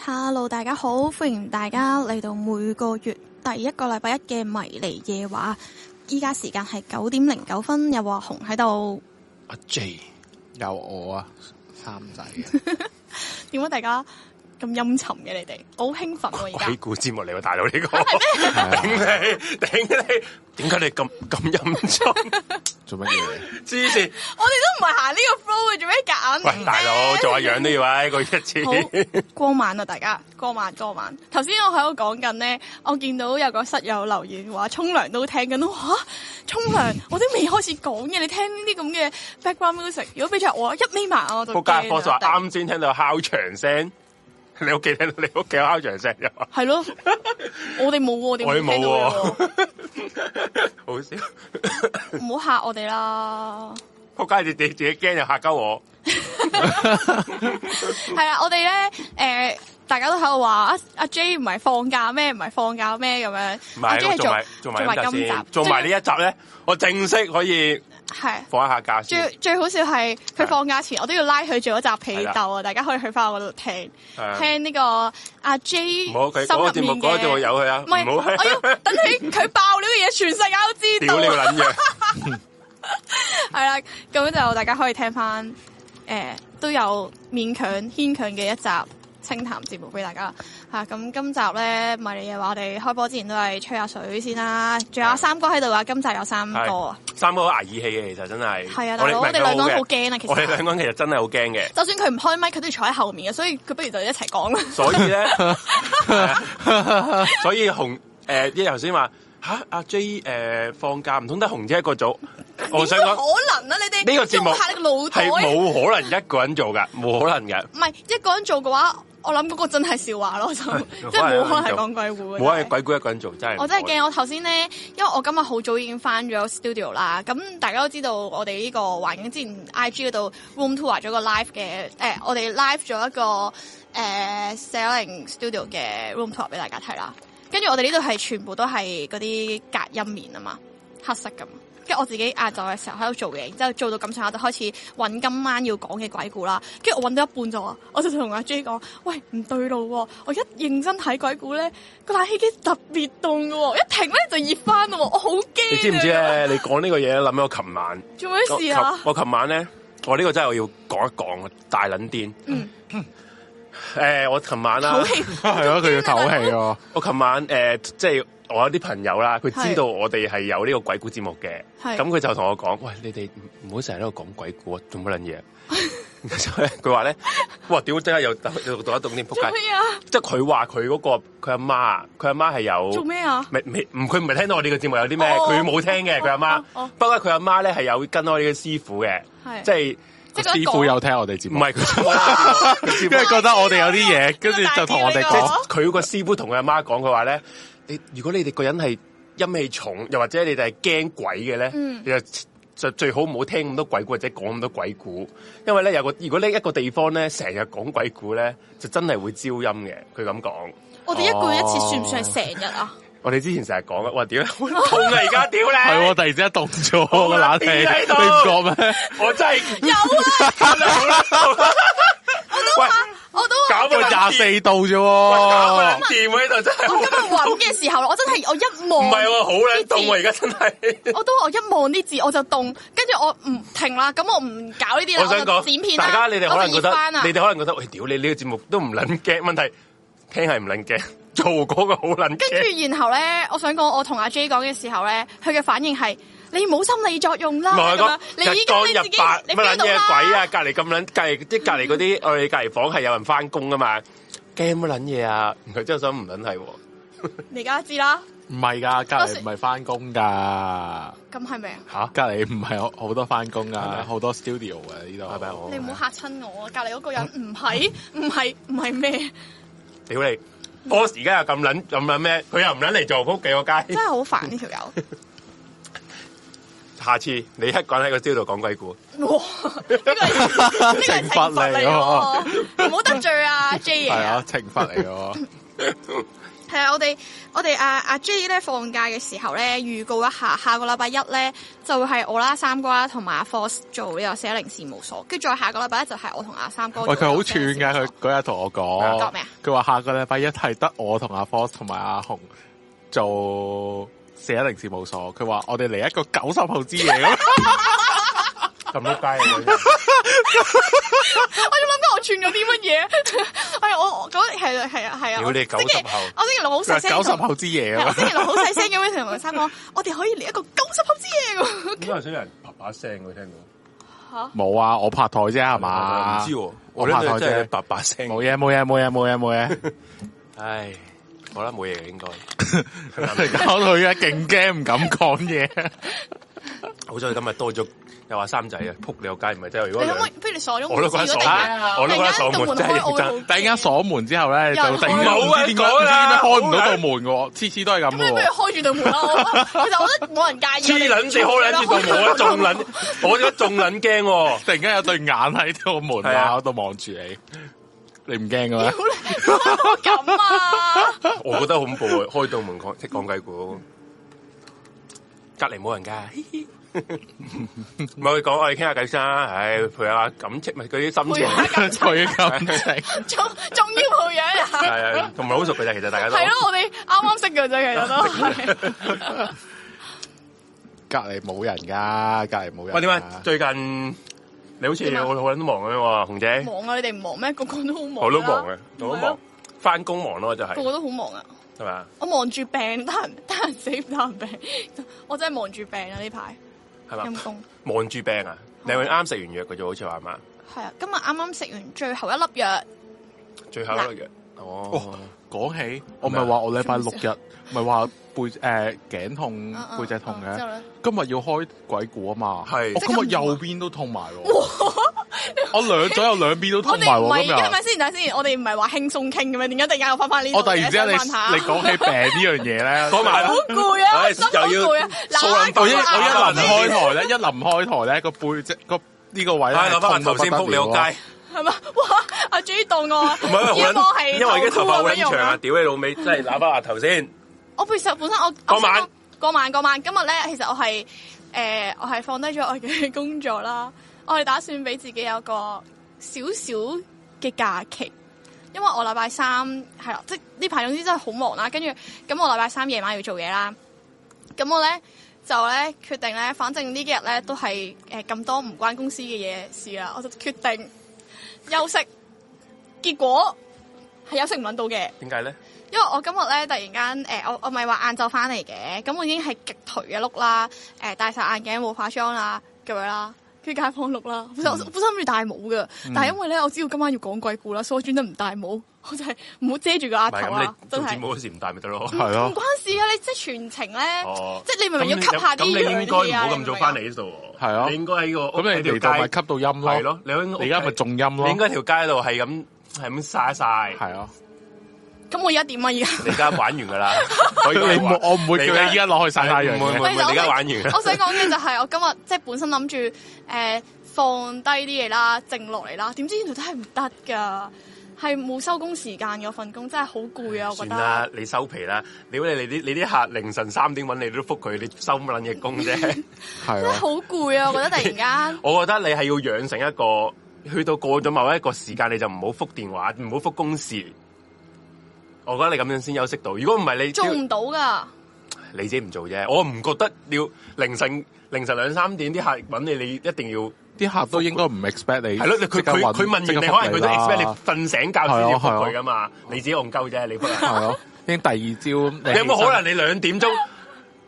Hello，大家好，歡迎大家嚟到每個月第一個禮拜一嘅迷離夜話。依家時間係九點零九分，有阿紅喺度。阿 J 有我啊，三仔嘅點解大家咁陰沉嘅？你哋我好興奮喎、而鬼家啊故節目嚟喎，大佬呢、個頂啊你頂你，點解你咁咁陰沉？ 做乜嘢？黐線！我哋都唔係行呢個 flow 嘅，做咩夾硬嚟喂，啫大佬做下樣都要啊，一個一次。好光猛啊！大家光猛光猛。頭先我喺度講緊咧，我見到有個室友留言話沖涼都聽緊，哇！沖 涼啊我都未開始講嘅，你聽呢啲咁嘅 background music，如果俾着我一眯埋眼我就仆街，驚啊我就話啦啱先聽到敲牆聲，你屋企聽到你屋企有敲牆聲啊又話係咯，我哋冇喎，我哋我哋冇冇聽到喎喎， 好笑。 唔好嚇我哋啦。仆街，你你自己驚又嚇鳩我，係啊，我哋咧誒，大家都喺度話阿阿 J 唔係放假咩？唔係放假咩？咁唔樣，阿 J 係係我做埋做做埋今今集先，做即係埋呢一集咧，我正式可以係。放一下假先最。最好笑係佢係放假前，我都要拉佢做嗰集被係鬥啊！大家可以去翻我嗰度聽係啊聽呢個阿 J 唔好佢心入嗰個節目面嗰個節目嘅有佢啊唔係唔好係我要等佢佢爆料嘅嘢，全世界屌都你知個道。撚樣！ 係啦，咁就大家可以聽翻誒都有勉強牽強嘅一集清談節目俾大家嚇。咁、今集咧迷你嘅話，我哋開波之前都係吹下水先啦。仲有三哥喺度啊，今集有三哥啊，三個好牙義氣嘅，其實真係。係啊大佬唔係我哋兩個佢好驚啊其實我哋兩個人其實真係好驚 嘅，就算佢唔開麥，佢都要坐喺後面嘅，所以佢不如就一齊講啦。所以咧，所以 紅誒，一頭先話吓阿 J 誒放假，唔通得紅姐一個組？我想點會講 可能啊！你哋呢個節目用下你個腦袋係冇可能一個人做㗎，冇可能㗎，唔係一個人做嘅話，我諗嗰個真係笑話咯，就 即係冇可能係講鬼故嘅。冇可能鬼故一個人做，真係。我真係驚！我頭先咧，因為我今日好早已經翻咗 studio 啦。咁大家都知道我哋呢個環境之前 IG 嗰度 room tour 咗個 live 嘅，誒、我哋 live 咗一個誒、呃、selling studio 嘅 room tour 俾大家睇啦。跟住我哋呢度係全部都係嗰啲隔音棉啊嘛，黑色咁。跟住我自己晏晝嘅時候喺度做嘢，然之後做到咁上下就開始揾今晚要講嘅鬼故啦。跟住我揾到一半就話，我就同阿 J 講：啊喂，唔對路喎、我一認真睇鬼故咧，個冷氣機特別凍嘅喎，一停咧就熱翻咯喎，我好驚。你知唔知？咧？你講呢個嘢咧，諗起我琴晚。做咩事啊？我琴我琴晚咧，我呢個真係我要講一講，大撚癲。嗯。誒，哎我琴晚啊啦唞， 氣啊係咯，佢要唞氣喎。我琴晚誒，即係我有啲朋友啦，佢係知道我哋係有呢個鬼故節目嘅，係咁佢就同我講：，喂，你哋唔唔好成日喺度講鬼故啊，做乜撚嘢啊？ 然後就咧，佢話咧，哇，屌，真係又又讀一讀添，仆做街！咩啊？即係佢話佢嗰個佢阿媽，佢阿媽係有做咩啊？未未唔，佢唔係聽到我哋個節目有啲咩，哦佢冇聽嘅佢阿媽哦哦。不過佢阿媽咧係有跟我哋嘅師傅嘅係，即係即係師傅有聽我哋節唔目，係佢，佢師因傅為覺得我哋有啲嘢，跟住就同我哋呢個大叫。講即係佢個師傅同佢阿媽講，佢話咧，你如果你哋個人係陰氣重，又或者你哋係驚鬼嘅咧，嗯你就就最好唔好聽咁多鬼故或者講咁多鬼故，因為咧有個如果呢一個地方咧成日講鬼故咧，就真係會招陰嘅。佢咁講。我哋一個月一次哦算唔算係成日啊？我哋之前成日講嘅，哇屌，好痛啊！而家屌 你，係喎，突然之間凍咗個啦冷氣，癲喺度你唔覺咩？我真係有 啊，好啦好啦好啦，喂，我都話搞佢到廿四度啫搞個撚喎，掂喎呢度真係好啊我今日撚揾痛，嘅時候，我真係我一唔望係喎，好撚凍喎，而家真係。我都我一望啲字我就凍，跟住我唔停啦，咁我唔搞呢啲啦，我想就剪講，片大啦，家你哋可能我就覺熱得翻啦，你哋可能覺得，喂，屌你呢個節目都唔撚驚，問題聽係唔撚驚，做嗰個好撚跟驚。住然後咧，我想講我同阿 J 講嘅時候咧，佢嘅反應係你冇心理作用啦，唔咁係樣我你已講，日經當你自日己白你乜撚 feel 嘢到啦鬼啊！隔離咁撚，隔離即係隔離嗰啲，我哋隔離房係有人翻工噶嘛，驚乜撚嘢啊？佢真係想唔撚係喎，你而家知啦，唔係㗎，隔離唔係翻工㗎。咁係咪啊？吓，隔離唔係好好多翻工噶咪，好多 studio 嘅呢度。係咪啊我你唔好嚇親我啊！隔離嗰個人唔係唔係唔係 咩？屌你！boss 而家又咁撚咁撚咩？佢又唔撚嚟做，屋企個街真係好煩呢條友。下次你一個人喺個招度講鬼故，哇！呢個係呢個係懲 懲罰罰嚟嚟喎，唔好得罪 啊 J 系爺啊啊，！惩罚嚟嘅喎，係啊，我哋我哋阿阿 J 咧放假嘅時候咧，預告一下，下個禮拜一咧就會係我啦、三哥啦同埋阿 Force 做呢個寫靈事務所，跟住再下個禮拜一就 係我同阿三哥。喂，佢 好串㗎，佢。嗰日同我講講咩啊，佢話下個禮拜一係得我同阿 Force 同埋阿紅做寫靈事務所，佢話我哋嚟一個九十號之夜咁，咁碌街啊！我仲諗緊我串咗啲乜嘢？哎，我我嗰係啊係啊係啊！屌 我你九十後我星期六好佢話細聲九十同。號之夜啊係我咁。星期六好細聲咁樣同阿三講，我哋可以嚟一個九十合之夜咁。點解有人啪啪聲嘅聽嚇！冇啊，我拍台啫係到？嘛，唔知喎，我我拍呢台度真係啫，啪啪聲。冇嘢冇嘢冇嘢冇嘢 冇嘢，唉，好啦，冇嘢嘅應該。搞到佢啊勁驚唔敢講嘢，好彩今日多咗又話三仔啊，撲你個街唔係真係。如果你可唔可以兩不如鎖咗門我都覺得先如果鎖突門然間我都覺得突然間鎖門道真係開我會好突然間鎖門之後咧就突認真然間唔知點解有人開啦唔知點解開唔到道門嘅喎，次次都係咁咁嘅你不如喎。開住道門啦！我 其實我覺得冇人介意。啊黐撚線，好撚住到我仲撚，我而家仲撚驚喎。 突然間有對眼喺度門係啊罅嗰度望住你，你唔驚嘅咩？咁啊！ 我覺得恐怖啊！開到門講識講鬼故，隔離冇人 噶。唔係佢講，我哋傾下偈先啦。唉，陪下感情，咪佢啲心培情養下感情，佢嘅感情， 仲仲要培養一下。 係啊，同埋好熟嘅啫。其實大家都係咯，我哋啱啱識嘅 啫，其實都係。隔離冇人噶，隔離冇人㗎。喂，點解最近你好似點啊好好撚忙咁樣喎，紅姐？ 忙啊！你哋唔忙咩？個個都好忙。啊我都忙嘅，我都忙，，翻工忙咯，就個係個都好忙啊！係咪啊？我望住病，得閒 得閒死唔得閒病，我真係望住病啊！呢排係陰嘛？公。望住病啊！你係咪啱食完藥嘅啫，好似話係嘛？係啊，今日啱啱食完最後一粒藥，最後一個藥哦，講起，我咪話我禮拜六日咪話背誒頸痛嗯、嗯背脊痛嗯之後嘅咧，今日要開鬼故啊嘛，係我今日右邊都痛埋喎，我兩左右兩邊都我痛埋哋唔係喎，而今家係日咪。先？等下先，我哋唔係話輕鬆傾嘅咩？點解突然間又翻翻呢度嘅？我突然之間你想問下你講起病呢樣嘢咧， 講埋好攰啊，唉我心好攰啊！又嗱啦，要掃我一我一撚講啦臨開台咧，一臨開台咧個背脊個呢個位咧唉，諗翻痛到頭先不得撲你個了啊街。係嘛？ 哇！阿 J 當我啊，唔係好要我係撚，因為我而家頭髮好撚長啊！啊！屌你老味，真係喇叭牙頭先。我其實本身我嗰晚嗰晚嗰晚今日咧，其實我係誒我係放低咗我嘅工作啦，我係打算俾自己有個少少嘅假期。因為我禮拜三係啦，即係呢排總之真係好忙啦。跟住咁我禮拜三夜晚要做嘢啦，咁我咧就咧決定咧，反正呢幾日咧都係誒咁多唔關公司嘅嘢事啦，我就決定休息。結果係休息唔揾到嘅，點解咧？因為我今日咧突然間誒、呃我我咪話晏晝翻嚟嘅，咁我已經係極頹嘅碌啦，誒、呃戴晒眼鏡冇化妝啦咁樣啦。跟住街坊碌啦，嗯本身我本身諗住戴帽嘅，但係因為咧我知道今晚要講鬼故啦，所以我專登唔戴帽， 我就係唔好遮住個唔額係頭咁啦，，你啊真做節係。目嗰時唔戴咪得咯。係唔咯，關事啊！你即係全程咧，哦即係你明明要咁 cut 下咁啲你樣應該唔嘢啊！好咁早翻嚟你呢度喎。係啊你應該喺咁個你嚟到咪吸到音咯，係咯，你應你而家咪重音咯，你應該條街度係咁係咁晒晒。係啊。明唔明啊咁我而家點啊？而家你而家玩完 噶啦，我你唔我唔會叫你依家攞去晒太陽唔會唔嘅會，你而家玩完我想我想講嘅就係我今日即係本身諗住誒放低啲嘢啦，靜落嚟啦，點知原來真係唔得㗎，係冇收工時間嘅份工，真係好攰啊！我算覺得。啦，你收皮啦。屌你你啲你啲客凌晨三點揾你都覆佢，你收乜撚嘢工啫？ 係真係啊，好攰啊！我覺得突然 間我覺得你係要養成一個，去到過咗某一個時間，你就唔好覆電話，唔好覆公事。我覺得你咁樣先休息到。如果唔係你做唔到㗎，你自己唔做啫。我唔覺得要凌晨凌晨兩三點啲客揾你，你一定要啲客都應該唔 expect 你係咯。你佢即刻佢搵佢問完你，即可刻能覆佢都啦 expect 你瞓醒覺先係要啊係啊覆佢噶嘛。你自己戇鳩啫，你覆人。係咯，已經第二招 你有冇起身可能你兩點鐘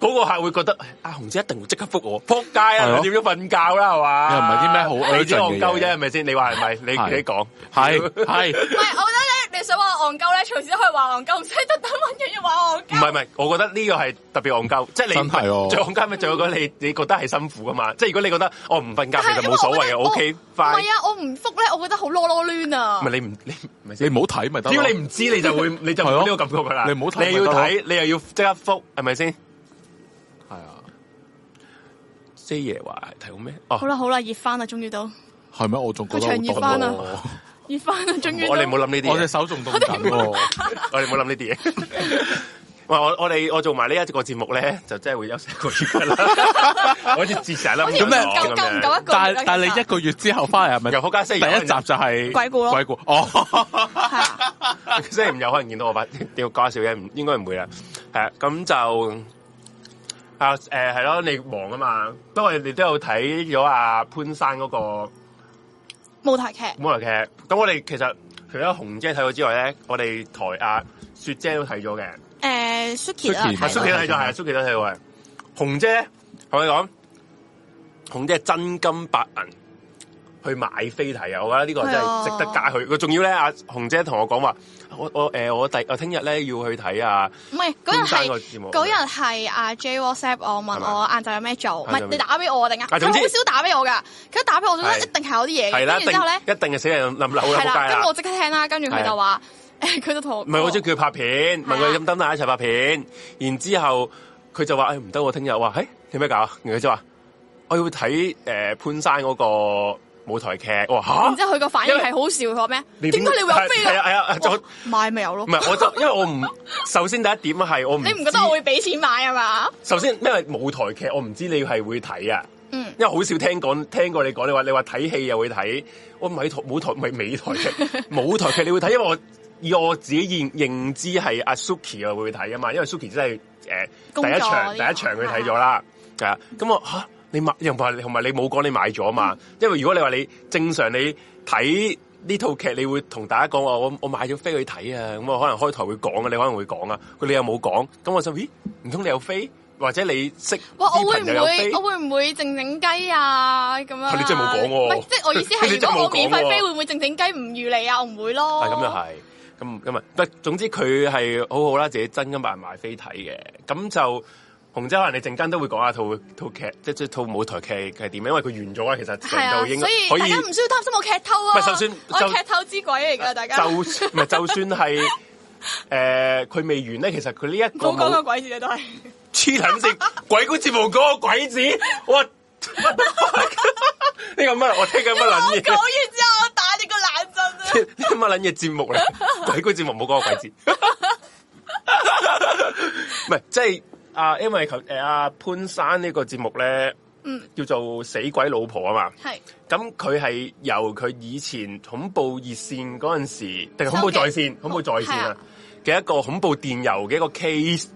嗰個客會覺得阿紅姐一定會即刻覆我？撲街啊！係咯兩點鐘瞓覺啦，係嘛？又唔係啲咩好 你自己 urgent 嘅嘢戇鳩啫，係咪先？你話係咪？你係你講係係唔係我覺 得咧，你想話我戇鳩咧，隨時都可以話我戇鳩，唔使特登揾人要話我戇唔係鳩。唔係，我覺得呢個係特別戇鳩，即係你真係喎最戇鳩咪最嗰你你覺得係辛苦噶嘛？即係如果你覺得哦我唔瞓覺但係其實因為冇所我謂覺嘅得我，OK 唔係。fine 啊，我唔覆咧，我覺得好囉囉攣啊唔。係你唔你唔係你唔先好睇咪得只要咯，你唔知你就 會你就係冇咯呢個感覺噶啦。你唔好睇你又要咪得咯啊睇，你又要即刻覆，係咪先？係啊， J 爺話提供咩？哦好，啦好啦，熱翻啦，終於都系咩？我仲覺得佢長熱好返凍啊喎，熱翻啦，終於都我哋哦唔好諗呢啲我嘢隻。手仲凍緊喎。 我哋唔好諗呢啲嘢。喂，我我哋我做埋呢一個節目咧，就真係會休息一個月 噶啦。我啲節成啦，好似咁咩夠夠唔夠一個但月啊但你其實一個月之後翻嚟係咪由好家第星一期集就係鬼故咯鬼故 哦，係啊，即係唔有可能見到 我把屌搞笑嘢，唔應該唔會啦。係啊咁就啊誒係咯，你忙啊嘛。不過你都有睇咗阿潘生嗰個舞台劇舞台劇。咁我哋其實除咗紅姐睇咗之外咧，我哋台阿雪姐都睇咗嘅。誒 Suki 嗯啦 Suki，阿係係啦蘇琪都睇咗，係啊蘇琪都睇咗嘅。紅姐咧，我你講，紅姐係真金白銀去買飛睇啊！我覺得呢個真係值得加佢。佢仲要咧，阿紅姐同我講話，我我誒我第我聽日咧要去睇啊，唔係嗰潘日生個係。節目。嗰日係阿 J WhatsApp 我問係嘛我晏晝有咩做，唔晏係晝有咩你打俾我定啊？啊佢總之好少打俾我㗎，佢一打俾我，我覺得係一定係有啲嘢係嘅。啦，跟一住之後咧定，一定係死人冧樓啦，係啦，仆街跟啦住我！即刻聽啦，跟住佢就話 誒，佢就同我唔係我中意叫佢拍片，問係佢啊飲得唔得一齊拍片，然之後佢就話：，誒哎唔得，我聽日我話，誒有咩搞啊？然後佢就話：我要睇誒潘生嗰個舞台劇。我話吓。然之後佢個反應因為係好笑，佢話咩？你點解你會有飛係㗎？啊係啊，我我買咪有咯唔。係我就因為我唔首先第一點係我唔你唔覺知得我會俾錢買啊嘛？首先因為舞台劇我唔知你係會睇啊，嗯，因為好少聽講聽過你講你話你話睇戲又會睇，我唔係台舞台唔係美台劇 舞台劇你會睇，因為我以我自己認認知係阿 Suki 啊會睇啊嘛，因為 Suki 真係誒工作第一場呢第個一場佢睇咗啦，係啊，咁我吓你買又唔係同埋你冇講你買咗嘛，嗯因為如果你話你正常你睇。呢套劇你會同大家講話，我我買咗飛去睇啊，咁我可能開台會講啊，你可能會講啊，佢你又冇講，咁我就咦唔通你有飛，或者你識哇！啲我會唔朋友有會飛我會唔會靜靜雞啊？咁樣啊你真係冇講喎唔係即係我意思你係，真係如果我冇講免費飛喎會唔會靜靜雞唔預你啊？我唔會咯。啊，咁又係，咁咁啊，不，總之佢係好好啦，自己真金白銀買飛睇嘅，咁就紅姐可能你陣間都會講下套套劇，即即套舞台劇係點，因為佢完咗啊，其實係成啊，套應所該以可大家唔需要擔心我劇透啊。唔係就算我就啊係劇透之鬼嚟㗎，大家就唔係 就算係誒佢未完咧，其實佢呢一個冇講個冇鬼字啊，都係黐撚線鬼故節目嗰個鬼子，我 what the fuck？呢個乜？我聽緊乜我撚嘢？講完之後，我打你個冷震啊！呢啲乜捻嘢節目啊咧？鬼故節目唔好講個鬼節， 唔係即係啊，因為求誒阿潘生呢個節目咧，嗯，叫做死鬼老婆啊嘛。係咁佢係由佢以前恐怖熱線嗰陣時，定係恐怖在線、恐怖在線係啊啊嘅一個恐怖電郵嘅一個 case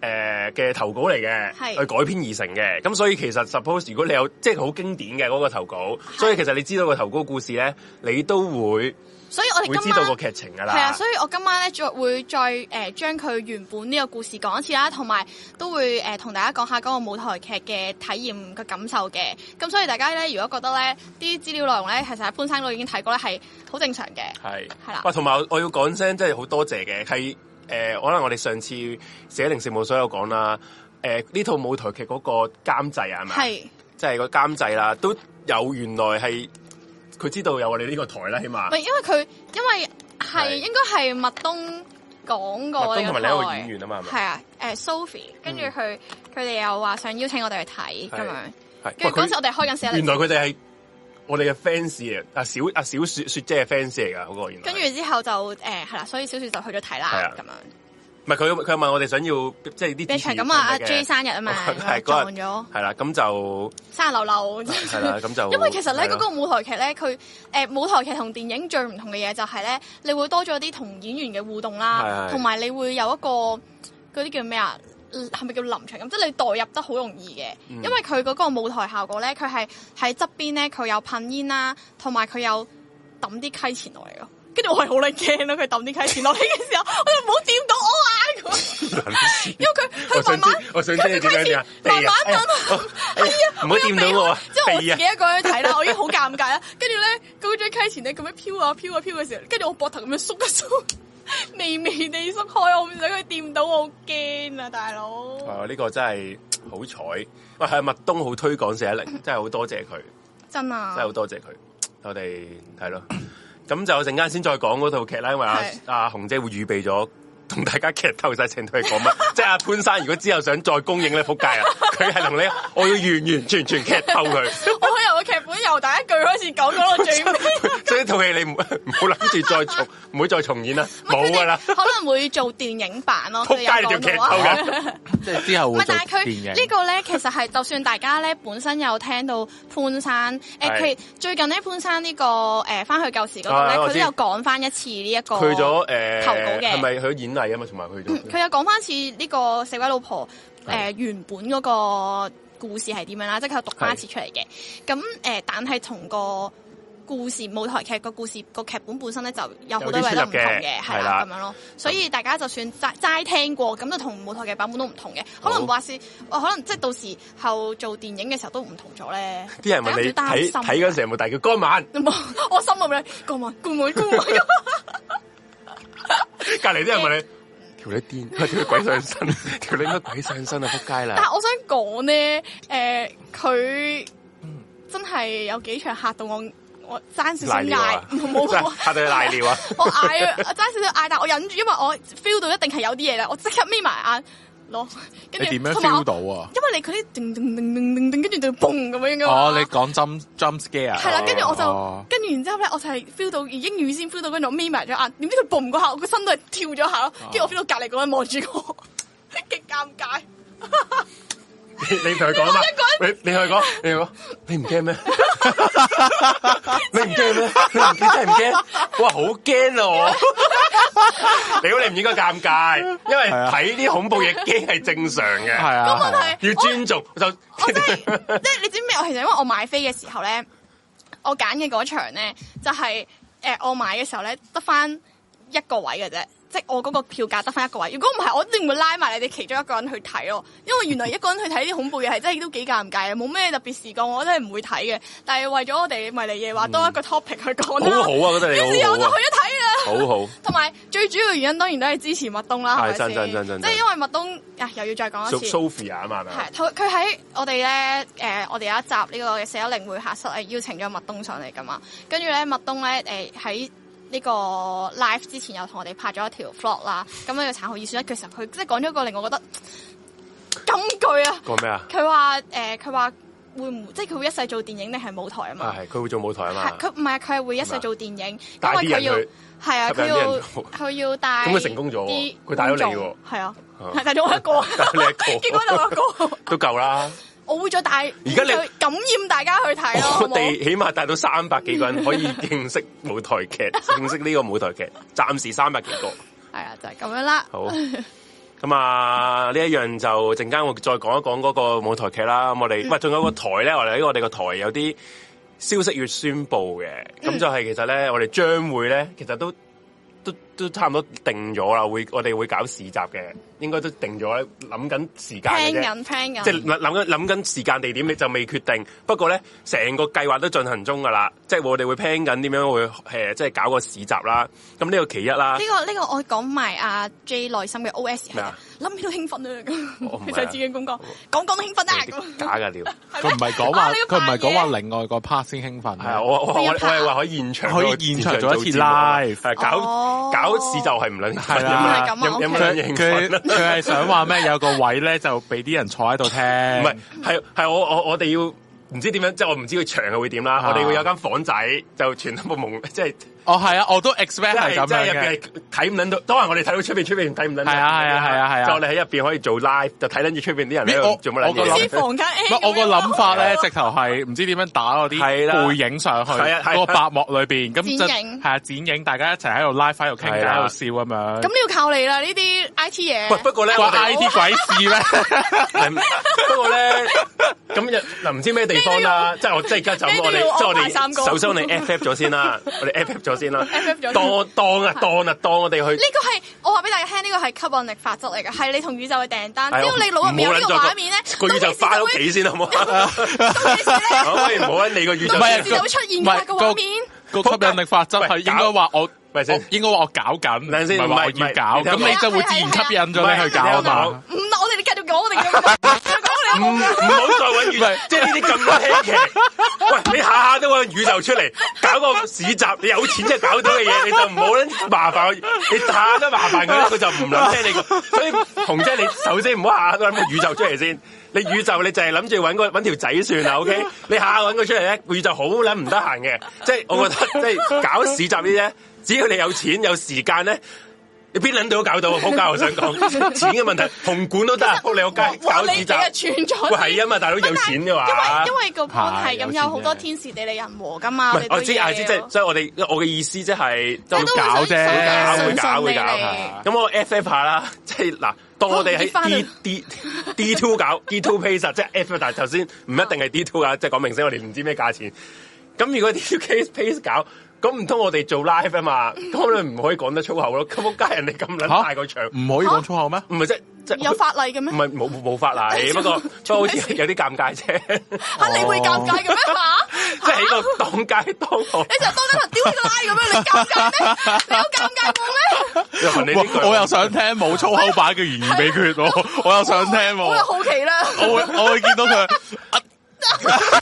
誒嘅投稿嚟嘅，係去改編而成嘅。咁所以其實 suppose 如果你有即係好經典嘅嗰個投稿，所以其實你知道個投稿故事咧，你都會。所以我會哋知今道晚個劇情噶啦。係啊，所以我今晚咧再會再誒、呃、將佢原本呢個故事講一次啦，同埋都會誒同、大家講下嗰個舞台劇嘅體驗嘅感受嘅。咁所以大家咧，如果覺得咧啲資料內容咧，其實喺潘生都已經睇過咧，係好正常嘅。係係啦喂，同埋我我要講聲，真係好多謝嘅，係誒、呃可能我哋上次寫零事務所有講啦，誒、呢套舞台劇嗰個監製啊係咪？係即係個監製啦，都有原來係佢知道有我哋呢個台啦，起碼咪因為佢因為係啊係應該係麥東講過麥嘅當同台埋另一個演員啊嘛係咪係啊，誒、Sophie，跟住佢佢哋又話想邀請我哋去睇咁係樣，係跟住嗰陣時喂佢我哋開緊寫原來佢哋係我哋嘅 fans 嚟，阿小阿小雪雪姐嘅 fans 嚟㗎，嗰、個原來跟住之後就誒係啦，所以小雪就去咗睇係啦啊咁樣。唔係佢佢問我哋想要即係啲你支場持咁啊，阿嘅哦 J 生日啊嘛，係嗰撞日咗係啦，咁就生日流流。啊係啦，咁 就因為其實咧，係嗰咯個舞台劇咧，佢誒舞台劇同電影最唔同嘅嘢就係咧，你會多咗啲同演員嘅互動係啦，係同埋你會有一個嗰啲叫咩啊？係咪叫臨場咁？即係你代入得好容易嘅，因嗯為佢嗰個舞台效果咧，佢係喺側邊咧，佢有噴煙啦，同埋佢有抌啲溪錢落嚟咯。跟住我係好撚驚咯，佢抌啲溪錢落嚟嘅時候，我就唔好掂到我啊！咁因為佢佢慢我想知慢，我想知你點樣啊？避啊慢慢哎呀我哎呀唔好掂到我啊！即係我自避啊己！一個人睇啦，我已經好尷尬啦。跟住咧，高張溪前咧咁樣飄啊飄啊飄嘅時候，跟住我膊頭咁樣縮一縮，微微地縮開，我唔想佢掂到我，好驚啊，大佬！啊，呢個真係好彩。喂，係麥東好推廣四一零，真係好多謝佢，真真係啊好，多謝佢。我哋係咯，咁就陣間先再講嗰套劇啦，因為阿係阿紅姐會預備咗同大家劇透晒成套係 講乜，即係阿潘生如果之後想再公映咧，仆街啊！佢係同你，我要完完全全劇透佢，我可以由個劇本由第一句開始講講到最尾。 所以呢套戲你唔唔好諗住再重，唔好再 重演啦，冇噶啦，可能會做電影版咯。仆佢哋街有你條講劇透到啊嘅，即係之後唔會係，做但係佢電呢影。個咧，其實係就算大家咧本身有聽到潘山，誒、係佢最近咧潘山呢、個誒翻、去舊時嗰啊我度咧，佢知都有講翻一次呢、一個去咗誒，投稿嘅係咪去咗演藝啊嘛？同埋去咗佢有講翻次呢個四位老婆誒、係原本嗰個故事係點樣啦，即係佢有讀翻一次出嚟嘅。咁誒、但係同個故事舞台劇個故事個劇本本身咧就有好多位都唔同嘅，有啲出入嘅係係啦啦咁樣咯。所以大家就算齋齋聽過，咁就同舞台劇版本都唔同嘅。可能好話是，哦可能即係到時候做電影嘅時候都唔同咗咧。啲人問你大家唔睇使擔心睇嗰陣時有冇大叫江晚，冇 我心諗咧，顧問顧問顧問。 隔離啲人問你條女癲，條女鬼上身， 條女乜鬼上身啊！仆街但啦！係我想講咧，誒、佢真係有幾場嚇到我，我爭少少賴尿嗌啊，， 冇冇冇， 嚇到你賴尿啊！我嗌啊，爭少少嗌，但我忍住，因為我 feel 到一定係有啲嘢啦，我即刻眯埋眼攞，你跟點住樣同埋我 feel 到啊？因為你佢啲叮叮叮叮叮叮，跟住就嘣咁樣噶嘛。哦，你講 jump jump scare 啊係啦，跟住我哦就，跟住然之後咧，我就係 feel 到已經預先 feel 到嗰種眯埋咗眼，點知佢嘣嗰下，我個身都係跳咗下咯，跟住我 feel 到隔離嗰個人望住我， 極尷尬。 你你同佢講啊嘛，你你同佢講，你同佢講，你唔驚咩？ 你唔驚咩？你唔驚真係唔 驚？哇，好驚啊我！ 屌你唔應該尷尬，因為啊睇啲恐怖嘢驚係正常嘅，係啊，咁問題要尊重就我真係，即係你知唔知？我其實因為我買飛嘅時候咧，我揀嘅嗰場咧就係、呃我買嘅時候咧得翻一個位嘅啫，即係我嗰個票價得翻一個位。如果唔係，我一定會拉埋你哋其中一個人去睇咯。因為原來一個人去睇啲恐怖嘢係真係都幾尷尬嘅，冇咩特別事幹，我真係唔會睇嘅。但係為咗我哋迷離夜話多一個 topic 去講啦，好好啊，覺 得於你是好我就好啊去，咗睇啦。好好。同埋最主要嘅原因當然都係支持麥東啦，係係咪先？真真真真即係因為麥東啊，又要再講一次。 Sophia 啊嘛，係咪啊係，佢佢喺我哋咧，誒、我哋有一集呢個四一零會客室係邀請咗麥東上嚟噶嘛，跟住咧麥東咧，誒喺呢個 live 之前又同我哋拍咗一條 vlog 啦，咁呢個殘酷二選一嘅時候，佢即係講咗一個令我覺得金句啊！講咩啊？佢話誒，佢話會唔即係佢會一世做電影定係舞台啊啊嘛？係，佢會做舞台啊嘛係，佢唔係佢係會一世做電影，因為帶啲佢人要去係啊，吸佢引啲人要做佢要帶咁佢成功咗喎啲佢帶咗你觀眾喎，係啊，啊係 帶咗我一個， 帶你一個 結果就我一個。 都夠啦。我會再帶，而家你會再感染大家去睇咯，好我冇？哋起碼帶到三百幾個人可以認識舞台 劇，認識呢個舞台劇，暫時三百幾個。係啊，就係、咁樣啦。 好，咁啊呢一樣就陣間我再講一講嗰個舞台劇啦。咁我嗯哋喂，仲有個台咧，我哋喺我哋個台有啲消息要宣布嘅，嗯咁就係其實咧，我哋將會咧，其實都都都差唔多定咗啦，會我哋會搞市集嘅，應該都定咗啦，諗緊時間嘅聽啫。緊聽即緊，係諗諗緊諗緊時間地點，你就未決定。不過咧，成個計劃都進行中噶啦，即係我哋會 plan 緊點樣會诶、呃即係搞個市集啦。咁呢個其一啦呢、，個呢、個我講埋阿 J 內心嘅 O S 啊咩係啊諗起都興奮啊！我唔係啊咁佢想自己咁講，講講都興奮啊！咁假㗎屌！係佢唔係講話，啊你要佢唔係扮講話另外個 part 先興奮啊，啊。我我我邊一我 part 啊係話可以現場可以做現場做一次節目啊 live 係搞、哦搞市集係唔撚係啦原來咁啊有有冇佢撚認佢真啊？佢係想話咩？ 有個位咧就俾啲人坐喺度聽，唔唔係係係我我我哋要唔知點樣，即係我唔知佢場係會點啦。啊我哋會有間房仔，就全部蒙， 即係。哦係啊，我都 expect 即係係咁即係樣入嘅，邊係睇唔撚到，當然我哋睇到出邊，出邊睇唔撚到。係啊係啊係啊係啊就我哋喺入邊可以做 live，就睇撚住出邊啲人喺咦我度做乜撚哦我個好似諗嘢。房間 A 唔係我個諗法咧，咁樣直頭係唔知點樣打嗰係啦啲背影上去，係啊係啊嗰個白幕裏邊咁就剪影係啊剪影，大家一齊喺度拉翻喺度傾係偈，啦喺度笑咁樣。咁你要靠你啦，呢啲 I T 喂，嘢。不過咧，我關哋 I T 鬼事咩？ 不過咧，咁又嗱唔知咩地方啦，即係我即係而家就咁，我呢啲要哋即係我安排三哋個首先我哋 FF 咗先啦，我哋 FF 咗先啦 FF 咗，當當啊當啊當我哋去呢。個係我話俾大家聽，呢個係吸引力法則嚟㗎，係你同宇宙嘅訂單。係只要你腦入面有呢個啊唔好撚再畫面咧，個宇宙翻屋企先好唔好啊？ 到時咧，可以唔好理個宇宙唔係到時就會出現㗎個唔係畫面。個吸引力法則係喂應該話我，咪先我應該話我搞緊，等陣先唔係話我唔係唔係要搞，你聽咁我你就會自然吸引咗你去搞啊唔係嘛。唔，我哋繼續講，我哋繼續講，我哋家唔冇唔好再揾宇宙，即係呢啲咁稀奇。喂，你下下都揾宇宙出嚟搞個市集，你有錢就搞到嘅嘢，你就唔好撚麻煩我。你下下都麻煩佢咧，佢就唔諗聽你講。所以紅姐，你首先唔好下下都揾個宇宙出嚟先。你宇宙你就係諗住揾個揾條仔算啦，OK？你下下揾佢出嚟咧，宇宙好撚唔得閒嘅。即係我覺得，即係搞市集呢啲咧，只要你有錢有時間咧。你邊撚到都搞到，好教我想講錢嘅問題，紅館都得，仆你個街哇搞你市你集。係串咗喂，先係啊嘛，大佬有錢嘅話因為，因為個 point 係啊係咁，有錢有好多嘅天時地利人和噶嘛，唔我係哋我都知，要我知，即係所以我哋我嘅意思即係都即係都會想搞啫想會順搞順會利搞利咁我 F F 下啦， 即係嗱，當我哋好唔知返喺去 D D D two 搞 D two case 啊即係 F，但係頭先唔一定係 D two 啊，即係講明星，我哋唔知咩價錢。咁如果 D two case case 搞，咁唔通我哋做 live 啊嘛，咁你唔可以講得粗口咯。咁我家人哋咁撚大個場，唔可以講粗口咩？唔係即即有法例嘅唔咩？係冇冇法 例，不過不過好似有啲尷尬啫。哦吓你會尷尬嘅咩吓？即係喺個當街當行，你就當得人丟呢個拉咁樣，你尷尬咩？你有尷尬過咩？又問你呢句哇我又想聽冇粗口版嘅懸疑秘訣喎，我又想聽我又喎，好奇啦， 啊我會我會見到佢 啊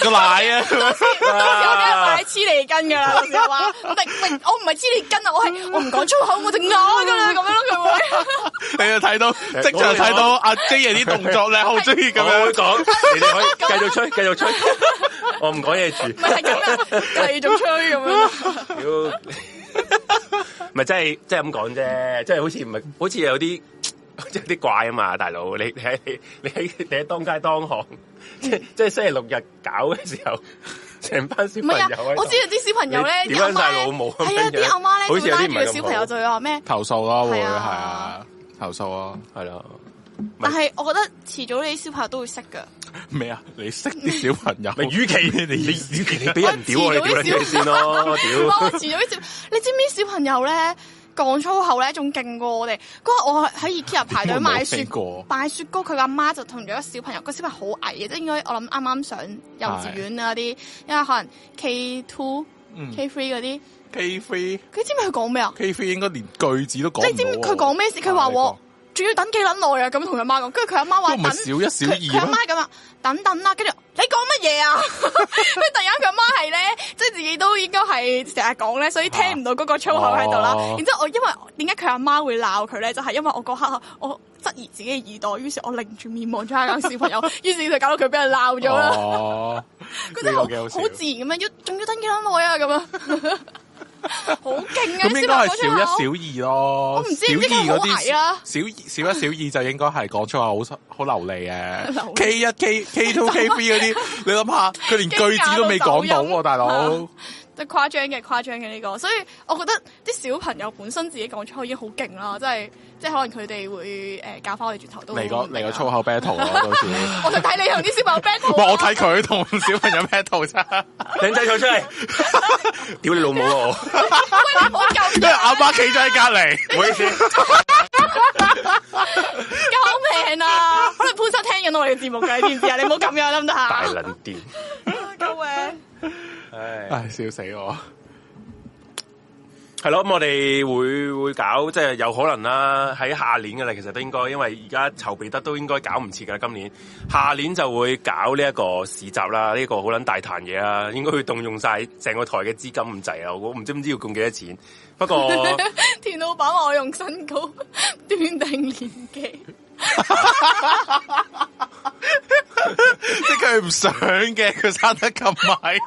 個奶啊，到時我梗係買黐脷根噶啦，到時我話唔係唔係，我唔係黐脷根啊，我 係我唔講粗口，我就啞噶啦，咁樣咯，佢會。你就睇到即場睇到阿 J 爺啲動 作咧，好中意咁咁樣。樣 講，你哋可以繼續吹，繼續吹。我唔講嘢住唔，係啊咁樣，繼續吹咁樣。屌，咪真係真係咁講啫，即係好似唔係，好似有啲有啲怪啊嘛，大佬，你你喺你喺你喺當街當行，即係即係星期六日搞嘅時候，成班小唔朋係友啊喺，度我知道啲小朋友咧，你啲阿屌撚晒媽咧老母 咁係啊，樣啲阿媽咧好似會有啲拉住唔係咁個小朋好友就會話咩？投訴咯，會係係啊啊，投訴啊，係咯，但係我覺得遲早你啲小朋友都會識㗎。咩啊？你識啲小朋 友，咪與其你與其你俾人屌我我，遲你早屌撚啲小佢先咯，哇！屌 我！遲早啲小，你知唔知小朋友咧講粗口咧仲勁過我哋？嗰日我喺 IKEA 排隊買雪邊個冇聽過買雪糕，佢阿媽就同咗個小朋友，個小朋友好矮嘅，即係應該我諗啱啱上幼稚園嗰啲，因為可能 K two、嗯 K three 嗰啲， K three 佢知唔知佢講咩啊？ K three 應該連句子都講唔到你喎。知唔知佢講咩事？佢話我仲要等幾撚耐啊！咁同佢阿媽講，跟住佢阿媽話啊都唔等係小一小二佢佢阿咩媽咁啊，等等啦。跟住你講乜嘢 啊？跟住突然間佢阿媽係咧，即係自己都應該係成日講咧，所以聽唔到嗰個粗口喺度啦哦。然之後我因為點解佢阿媽會鬧佢咧？就係因為我嗰刻我質疑自己嘅耳朵，於是我擰住面望咗下個小朋 友，於是就搞到佢俾人鬧咗啦。哦， 佢呢真係好個幾好笑好自然咁樣，要仲要等幾耐啊？咁 樣好勁啊！咁啲應小該朋友講粗係口小一、小二咯。我唔知小唔知佢二嗰好矮啊啦啲，小二、小一、小二就應該係講粗話好好流利 流嘅。利啊 K 一、K K two、K three 嗰啲，你諗下，佢連句子都未講到 喎，大佬。即係誇張嘅，誇張嘅呢、個，所以我覺得啲小朋友本身自己講粗口已經好勁啦，即係即係可能佢哋會誒、呃、教翻我哋轉頭都好嚟個嚟個勁啊粗，口 battle 咯， 到時。唔我就睇你同啲小朋友 battle 啊。係我睇佢同小朋友 battle 啫，靚仔坐 出嚟，屌你老母啊我！喂，你唔好咁因為阿媽企咗喺隔離。唔好意思，救命 啊！可能潘生聽緊我哋嘅節目嘅，你知唔知啊？你唔好咁樣得唔得大啊？撚癲！ 救命！唉，唉，笑死我！係咯，咁我哋會會搞，即係有可能啦，喺下年噶啦，其實都應該，因為而家籌備得都應該搞唔切噶啦，今年下年就會搞呢一個市集啦，呢、個好撚大壇嘢啦，應該會動用晒成個台嘅資金咁滯啊，我唔知唔知要用幾多錢，不過 田老闆話我用身高 斷定年紀， 即係佢唔想嘅，佢生得咁矮。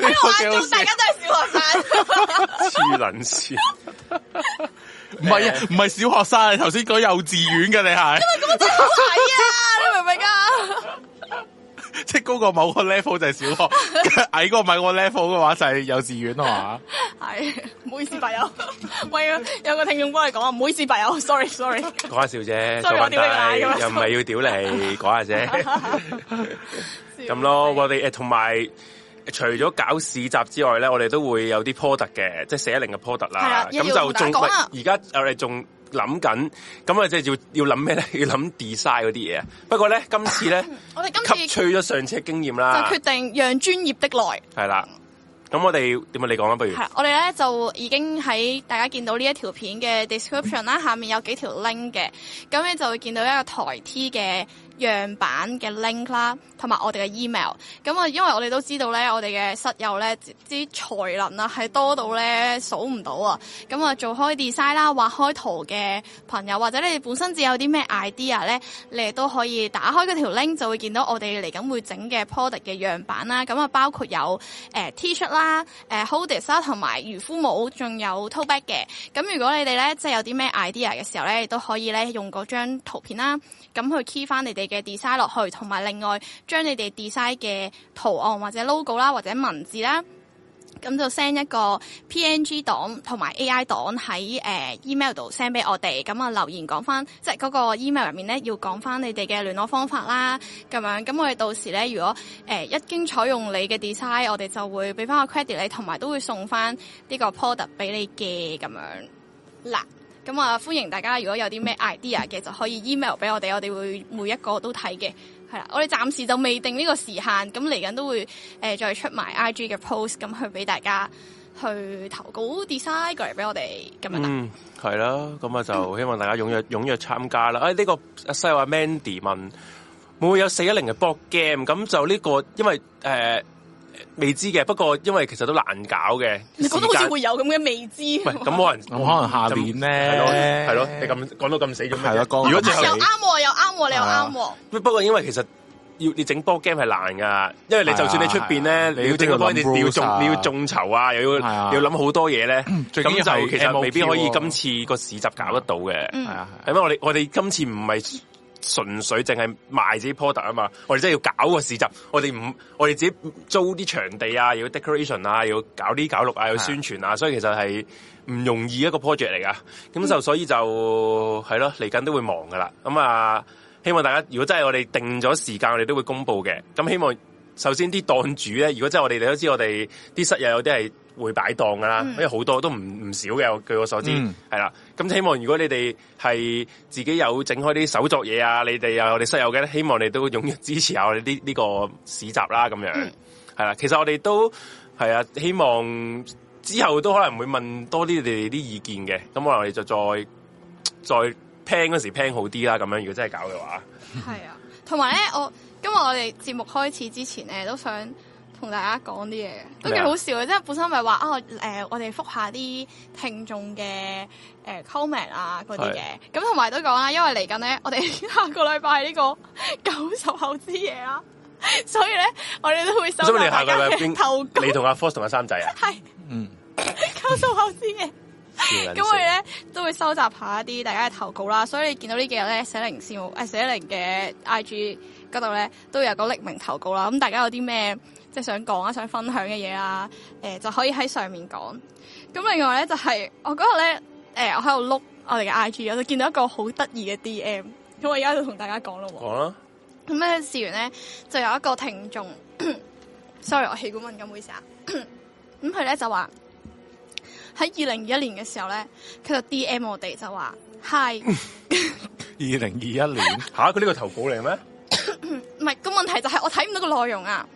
呢哎個幾眼好中笑大家都係小學生。黐撚線，唔係啊，唔係小學生，你頭先講幼稚園嘅你 係，係啊，你明唔明啊？即係高過某個 level 就係小學， 矮過某個 level 嘅話就係幼稚園係嘛？系， 唔好意思，白友。喂，有個聽眾幫你講啊，唔好意思，白友，sorry，sorry。 講下笑啫， Sorry，做我屌你啦低咁啊樣又唔係要屌 你，講下啫。咁咯，我哋誒同埋除咗搞市集之外咧，我哋都會有啲 product 嘅，即係寫零嘅 product 係啦啦。咁一定要就同仲大家講啦而家我哋仲諗緊，咁啊即係要要諗咩咧？ 要諗 design 嗰啲嘢啊。不過咧，今次咧我哋今吸啊次取咗上次嘅經驗就啦決，定讓專業的來，係啦。咁我哋點啊？你講啦，不如係啦，我哋咧就已經喺大家見到呢一條片嘅 description 啦，下面有幾條 link 嘅，咁你就會見到一個台 T 嘅樣板嘅 link 啦，同埋我哋嘅 email。咁我因為我哋都知道咧，我哋嘅室友咧之才能啊係多到咧數唔到啊。咁啊做開 design 啦、畫開圖嘅朋友，或者你哋本身自己有啲咩 idea 咧，你哋都可以打開嗰條 link 就會見到我哋嚟緊會整嘅 product 嘅樣板啦。咁啊包括有誒、呃 T 恤啦、誒、holders 啦，同埋漁夫帽，仲有 tote bag 嘅。咁如果你哋咧即係有啲咩 idea 嘅時候咧，亦都可以咧用嗰張圖片啦，咁去 key 翻你哋嘅 design 落去，同埋另外將你哋 design 嘅圖案或者 logo 啦，或者文字啦。咁就 send 一個 PNG 檔同埋 AI 檔喺誒、呃 email 度 send 俾我哋，咁啊留言講翻，即係嗰個 email 入面咧要講翻你哋嘅聯絡方法啦，咁樣，咁我哋到時咧如果誒、呃一經採用你嘅 design，我哋就會俾翻個 credit 你，同埋都會送翻呢個 product 俾你嘅咁樣嗱。咁啊，歡迎大家如果有啲咩 idea 嘅，就可以 email 俾我哋，我哋會每一個都睇嘅。係啦，我哋暫時就未定呢個時限，咁嚟緊都會誒、呃再出埋 IG 嘅 post，咁去俾大家去投稿 design 過嚟俾我哋咁樣啦。嗯，係啦，咁啊就希望大家踴躍踴躍參加啦。誒、哎，呢、個阿西話 Mandy 問會唔會有四一零嘅 board game？咁就呢、個因為誒、呃未知嘅，不過因為其實都難搞嘅。你講到好似時間會有咁嘅未知，喂，咁可能咁可能下年係咯咧，係咯，你咁講到咁死做咩係咯啫？講如果最啊後又啱喎，又啱喎，你又啊啱喎。不不過因為其實要你整波 game 係難噶，因為你係啊就算你出邊係咧，啊你要整個你都要諗波，你你要 rules 啊眾你要眾籌啊，又要係啊又要諗好多嘢咧，嗯咁最緊要係就其實未必 MOQ 可以喎今次個市集搞得到嘅。係啊，係因為我哋我哋今次唔係純粹淨係賣自己 product 啊嘛，我哋真係要搞個市集，我哋唔我哋自己租啲場地啊，又要 decoration 啊，又要搞啲搞六啊，又要宣傳啊，所以其實係唔容易一個 project 嚟噶。咁就所以就係咯，嚟緊都會忙噶啦。咁啊，希望大家如果真係我哋定咗時間，我哋都會公布嘅。咁希望。首先啲檔主咧，如果真係我哋你都知，我哋啲室友有啲係會擺檔噶啦，嗯因為好多都唔唔少嘅。我據我所知嗯係啦，咁、希望如果你哋係自己有整開啲手作嘢啊，你哋又有我哋室友嘅咧，希望你都踴躍支持下我哋呢呢個市集啦，咁樣嗯係啦、其實我哋都係啊，希望之後都可能會問多啲你哋啲意見嘅，咁可能我哋就再再 plan 嗰時 plan 好啲啦，咁樣如果真係搞嘅話，係啊，同埋咧，我今日我哋節目開始之前咧，都想同大家講啲嘢嘅，都幾啊好笑嘅。即係本身咪話啊，誒、我哋覆下啲聽眾嘅誒 comment 啊嗰啲嘅。咁同埋都講啦，因為嚟緊咧，我哋 下個禮拜呢個九十後之夜啦，所以咧，我哋都會收集我想問你大下個家 禮拜嘅投稿邊，，你同阿 Force 同阿三仔啊，係嗯， 九十後之夜。咁我哋咧都會收集下一啲大家嘅投稿啦，所以你見到呢幾日咧寫零事務誒寫零嘅 IG 嗰度咧都有個匿名投稿啦。咁大家有啲咩即係想講啊、想分享嘅嘢啊，誒、就可以喺上面講。咁另外咧就係、我嗰日咧誒我喺度碌我哋嘅 IG，我就見到一個好得意嘅 DM，咁我而家就同大家講咯喎。講啦，咁咧事完咧就有一個聽眾 ，sorry 我氣管敏感，唔好意思啊。 咁佢咧就話喺二零二一年嘅時候咧，佢就 D M 我哋就話 hi，二零二一年吓佢呢個投稿嚟咩？唔係個問題就係我睇唔到個內容啊。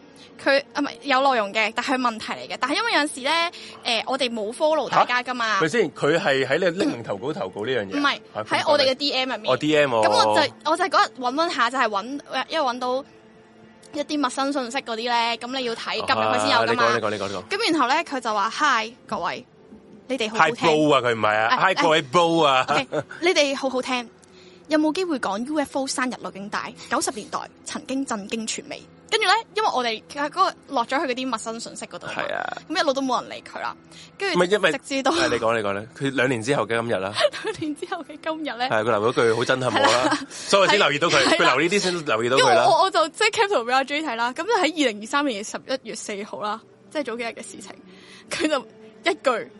佢啊唔係有內容嘅，但係問題嚟嘅。但係因為有陣時咧，誒、我哋冇 follow 大家噶嘛，咪先，佢係喺你匿名投稿投稿呢樣嘢，啊唔係喺我哋嘅 D M 入面。我哦 D M 咁我就我就嗰日揾揾下，就係揾因為揾到一啲陌生信息嗰啲咧，咁你要睇撳入去先有噶你嘛啊講你。講你講你講咁然後咧，佢就話：Hi 各位，你哋好好，Hi 聽。 bro 啊，佢唔係啊哎，Hi 各位 bro 啊， OK，你哋好好聽。有冇機會講 UFO 生日錄影帶？九十年代曾經震驚全美。跟住咧，因為我哋呃嗰個落咗去嗰啲陌生信息嗰度，係咁啊，一路都冇人理佢啦。跟住唔係因為直至到係你講你講咧，佢兩年之後嘅今 日啦，兩年之後嘅今日咧，係佢啊留咗句好震撼我啦，所以我先留意到佢，係啦佢留呢啲先留意到因為我佢啦，我我就即係 cap 圖俾阿 J 睇啦。咁就喺二零二三年嘅十一月四號啦，即係早幾日嘅事情，佢就一句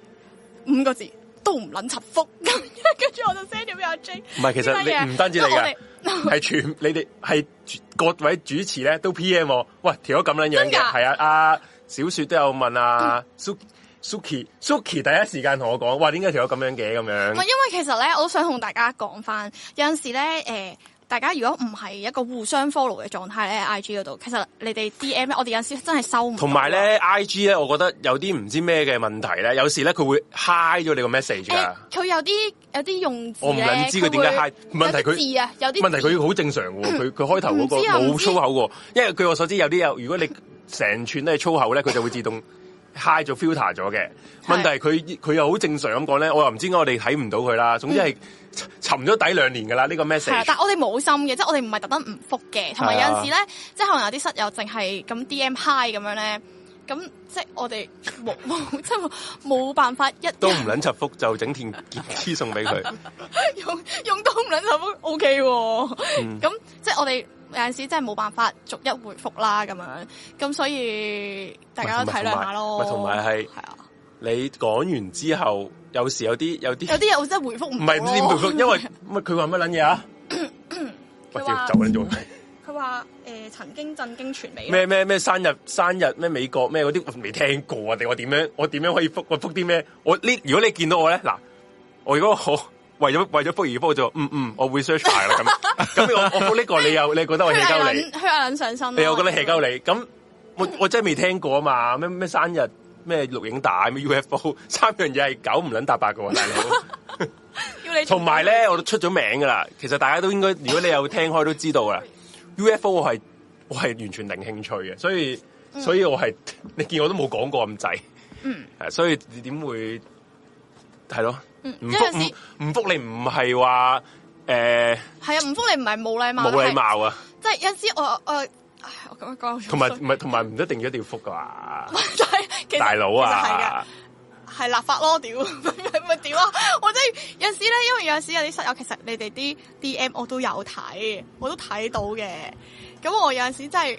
五個字都唔撚柒福。 咁跟住我就 send 咗俾阿 J。唔係其呢單嘢啊實你唔單止你因為我噶哋， 係全你哋係各位主持咧都 P M 我，喂，調咗咁樣樣真嘅，㗎嗯係啊，阿小雪都有問啊，Suki Suki Suki 第一時間同我講，哇，點解調咗咁樣嘅咁唔樣係，？因為其實咧，我都想同大家講翻，有陣時咧，誒、大家如果唔係一個互相 follow 嘅狀態咧，I G 嗰度，其實你哋 D M 咧，我哋有陣時真係收唔。同埋，咧，I G 咧，我覺得有啲唔知咩嘅問題咧，有時咧佢會 high 咗你個 message 誒噶。佢有啲有啲用字我唔咧撚知佢點會解 high 問題佢有啲字啊，有啲問題佢好正常喎，佢佢開頭嗰個唔知啊唔冇知粗口喎，因為據我所知有啲有，如果你成串都係粗口咧，佢就會自動 high 咗 filter 咗嘅。係問題係佢佢又好正常咁講咧，我又唔知點解我哋睇唔到佢啦。總之係沉沉咗底兩年噶啦，呢個嗯係啊 message，但我哋冇心嘅，即係我哋唔係特登唔覆嘅，同埋有係啊陣時咧，即係可能有啲室友淨係咁 D M high 咁樣咧，咁即係我哋 冇冇即係冇冇辦法一都唔撚插福就整件件黐送俾佢。 用用到唔撚手風 O K 喎，咁、即係我哋有陣時真係冇辦法逐一回覆啦，咁樣，咁所以大家都體諒下咯。咪同埋係係啊，你講完之後，有時有啲有啲有啲嘢我真係回覆唔唔到係唔咯知點回覆，因為乜佢話乜撚嘢啊？我佢屌話走撚咗。佢話誒曾經震驚全美，咩咩咩生日生日咩美國咩嗰啲我未聽過啊！定我點樣我點樣可以復我復啲咩？我呢如果你見到我咧嗱，我如果我為 咗為咗復而復我就嗯嗯，我會 search 埋啦咁。咁我我復呢個你又你覺得我 hea 虛鳩偽你撚，虛偽撚上身咯。你哎又覺得 hea 鳩你？咁我我真係未聽過啊嘛！咩咩生日咩錄影帶咩 UFO 三樣嘢係九唔撚搭八嘅喎，大佬。要 你同埋咧，我都出咗名噶啦。其實大家都應該，如果你有聽開都知道噶啦。UFO 我係我係完全零興趣嘅，所以所以我係你見我都冇講過咁滯。嗯係，所以點會係咯？嗯唔有陣復時唔唔復你唔係話誒係啊，唔覆你唔係冇禮貌，冇禮，貌啊，即係有陣時我我唉我咁樣講， 同埋唔係同埋唔一定一定要復噶嘛，就係其實大佬其實係㗎啊，係立法咯，屌 咪咪屌啊！我真係有陣時咧，因為有陣時有啲室友，其實你哋啲 D M 我都有睇，我都睇到嘅。咁我有陣時真係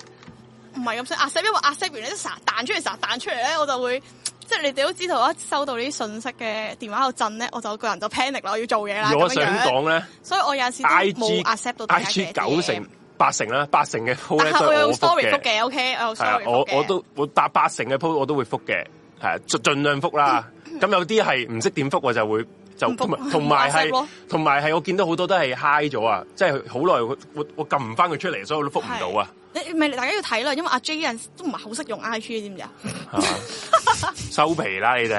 唔係咁想壓 s 因為壓 s 完咧，成日彈出嚟，成日彈出嚟咧，我就會即係你哋都知道，一收到呢啲信息嘅電話喺度震咧，我就個人就 panic 啦，我要做嘢 啦而我咁想樣樣。講咧所以我有陣時都，I 冇 G accept 到大 I 家 G 嘅九成 DM 八成啦，八 成嘅鋪但咧係都我係用我 story 復覆嘅。嘅，OK，我用系啊 story，我覆嘅我都我八八成嘅 p 我都會覆嘅，系啊，盡盡量覆 啦。咁有啲係唔識點覆，我就會就唔覆同埋同埋 WhatsApp 係咯同埋係我見到好多都係 high 咗啊，即係好耐我我我撳唔翻佢出嚟，所以我都覆唔 到啊。你咪大家要睇啦，因為阿 J 有陣時都唔係好識用 I G，知唔知啊？ 收皮啦，你哋，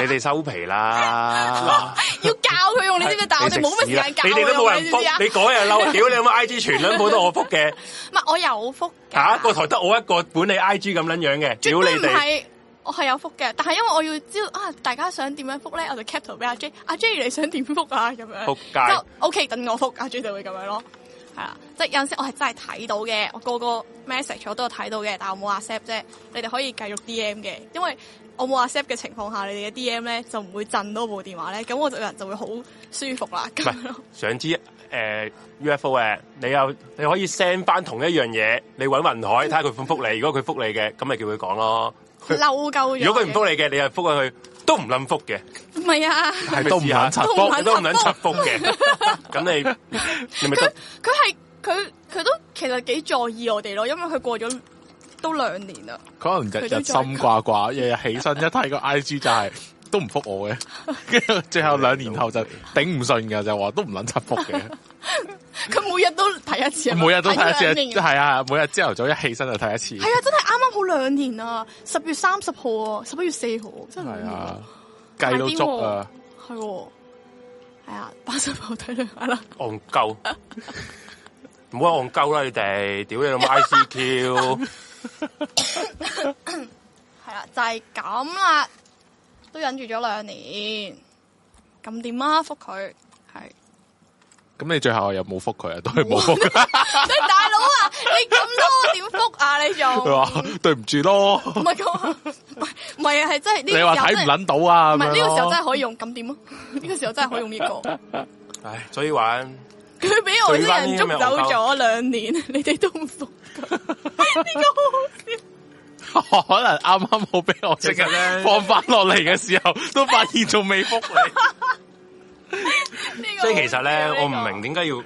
你哋收皮啦。要教佢 用，你知唔知？但係我哋冇乜時間教你哋都冇人知唔知啊覆，？你講人嬲，屌你有冇 I G 全撚部都我覆嘅，唔係我有福㗎下一個台得我一個管理 I G 咁撚樣嘅，屌絕你對唔哋。係我係有福嘅，但係因為我要知道啊，大家想點樣福咧，我就 cap 圖俾阿 J，阿 J 你想點福啊咁樣，仆街就 OK 等我福，阿 J 就會咁樣咯，係啦，即係有陣時我係真係睇到嘅，我個個 message 我都有睇到嘅，但我冇 accept 啫，你哋可以繼續 DM 嘅，因為我冇 accept 嘅情況下，你哋嘅 DM 咧就唔會震到部電話咧，咁我就個人就會好舒服啦，咁唔樣係咯，想知誒、呃 UFO 誒，你又你可以 send 翻同一樣嘢，你揾雲海睇下佢覆唔覆你。如果佢覆你嘅，咁咪叫佢講咯。嬲鳩咗。如果佢唔覆你嘅，你又覆佢，都唔撚覆嘅，你，唔係啊。係都唔撚柒都唔撚覆，都唔撚柒覆嘅。咁你你 咪得佢係佢佢都其實幾在意我哋咯，因為佢過咗都兩年啦，可能日日心掛掛，日日起身一睇個 I G 就係都唔 覆我嘅，跟住最後兩年後就頂唔順嘅，就話都唔撚柒覆 嘅，佢每日都睇一次，每日都睇咗一兩次，年係啊，每日朝頭早一起身就睇一次，係啊，真係啱啱好兩年啊！十月三十號啊，十一月四號，真係兩係年啊啊，，計到足啊，係喎，係啊，八十號睇兩下啦，戇鳩，唔好話戇鳩啦！你哋屌你老母 ICQ，係啦，啊就係咁啦，都忍住咗兩年，咁點啊？覆佢係，咁你最後有冇覆佢啊？都係冇覆佢，你大佬啊，你咁多點覆啊？你佢仲話對唔住咯，唔係咁，唔係唔係啊，係真係呢個你話時候睇真係唔撚到啊？唔係呢個時候真係係可以用咁點咯？呢個時候真係可以用呢個。唉，所以話佢俾我啲人捉走咗兩年，你哋都唔服 佢，呢個好可能啱啱好俾我即其刻實咧放翻落嚟嘅時候，都發現仲未覆你。好笑。呢個即係其實咧，好笑我唔明。點解要，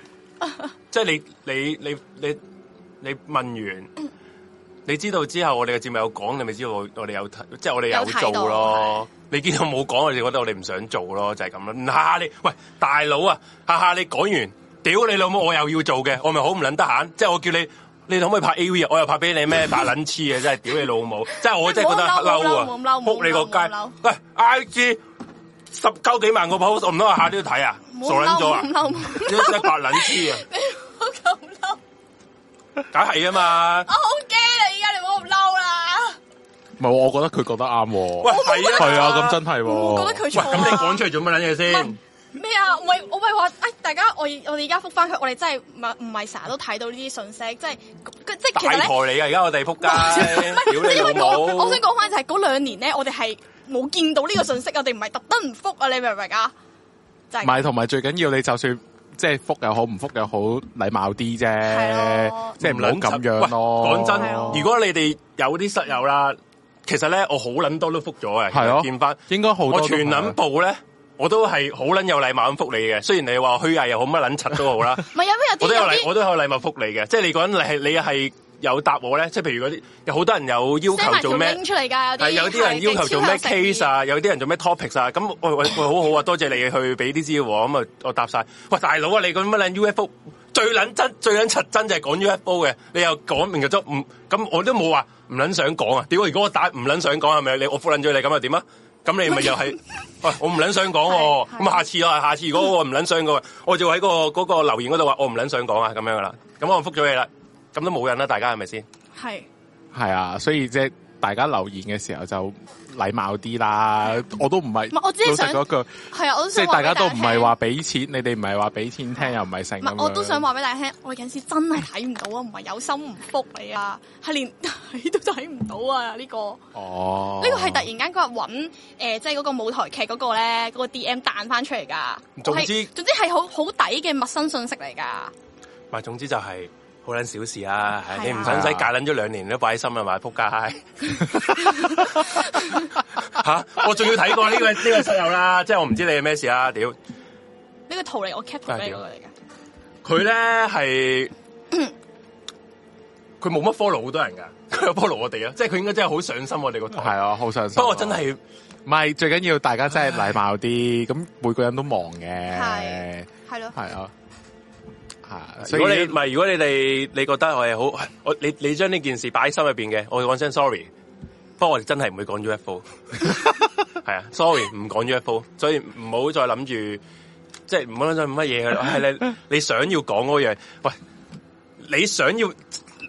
即係你你你你你問完，你知道之後我哋嘅節目有講，你咪知道我我哋有睇，即係我哋有睇有到做咯。你見到冇講，我哋覺得我哋唔想做咯，就係咁啦。下下你喂大佬啊，下下你講完屌你老母，我又要做嘅，我咪好唔捻得閒。即係我叫你，你可唔可以拍 A V 啊？我又拍俾你咩？大捻黐啊！真係屌你老母，真係我真係覺得冇咁嬲嬲啊冇咁嬲冇咁嬲！扑你個冇咁街嬲！喂，I G 十鳩幾萬個 post，我唔通下都要睇啊？傻冇捻嬲咗啊！冇嬲冇嬲，真係白捻 黐啊！你唔好咁嬲，梗係啊嘛我，好驚啊！而家你唔好咁嬲啦， 唔係，我覺得佢覺得啱喎。喂係啊，係啊，咁真係我覺喎。得佢喂，錯啊咁你講出嚟做乜捻嘢先？咩啊？喂，我咪話，誒，大家我我哋而家覆翻佢，我哋真係唔係唔係成日都睇到呢啲信息，即係佢即係大其實台咧，嚟啊！而家我哋扑 唔街，係屌即係你因為我老母！我想講翻就係嗰兩年咧，我哋係冇見到呢個信息，我哋唔係特登唔覆啊，你明唔明啊？就係唔係，同埋最緊要你就算即係覆又好，唔覆又好，禮貌啲係咯啫，即係唔好咁樣喂咯。講真係啊咯，如果你哋有啲室友啦，其實咧我好撚多都覆咗嘅，係咯見翻應該好多我都係全撚部咧，我都係好撚有禮貌咁覆你嘅。雖然你話虛偽又好乜撚柒都好啦，唔係有咩 有我啲都有有禮，啲我都有禮貌覆你嘅。即係你嗰陣你係你係有答我咧，即係譬如嗰啲有好多人有要 send 求埋條做咩 link。出嚟㗎，有啲係有啲人要求做咩 case？啊，有啲人做咩 topics 啊，咁喂喂喂，好好啊，多謝你去俾啲資料我，咁啊我答晒。喂大佬啊，你咁乜撚 UFO 最撚真最撚柒真就係講 UFO 嘅，你又講明咗唔咁我都冇話唔撚想講啊。屌，如果我打唔撚想講係咪你我覆撚咗你咁又點啊？咁你咪 又係喂我唔撚想講喎，係係咁下次啊，下次如果我唔撚想講，我就喺個嗰個留言嗰度話我唔撚想講啊，咁樣噶啦，咁我覆咗你啦，咁都冇人啦，大家係咪先？係係啊，所以即係大家留言嘅時候就禮貌啲啦。我都唔係，嗯唔係我只係老實想嗰句，係啊，我都即想係大家都話唔俾係聽話俾錢，你哋唔係話俾錢聽，又唔係成唔咁樣。係，我都想話俾大家聽，我有陣時真係睇唔到啊，唔係有心唔覆你啊， 係連睇都睇唔到啊！呢、個哦，呢、個係突然間嗰日揾誒，即係嗰個舞台劇嗰個咧，嗰、個 D M 彈翻出嚟㗎。總之我係總之係好好抵嘅陌生信息嚟㗎。咪總啊之就係好撚小事啊！係啊唉你唔使使戒撚咗兩年都擺喺心啦，咪仆街吓！我仲要睇過呢個呢個室友啦，即係我唔知你係咩事啦。屌呢個圖嚟，我 cap 咗俾你啊嗰個嚟㗎。佢咧係佢冇乜 follow 好多人噶，佢有 follow 我哋啊，即係佢應該真係好上心我哋個台。係啊，好傷心。不過真係唔係最緊要，大家真係禮貌啲。咁每個人都忙嘅，係係咯，係啊，係。所如果你以唔係，如果你哋你覺得我係好，我你你將呢件事擺喺心入邊嘅，我講聲 sorry。不過我哋真係唔會講 UFO，係啊，sorry 唔講 UFO，所以唔好再諗住，即係唔好諗咗乜嘢嘅啦。係你你想要講嗰樣，喂，你想要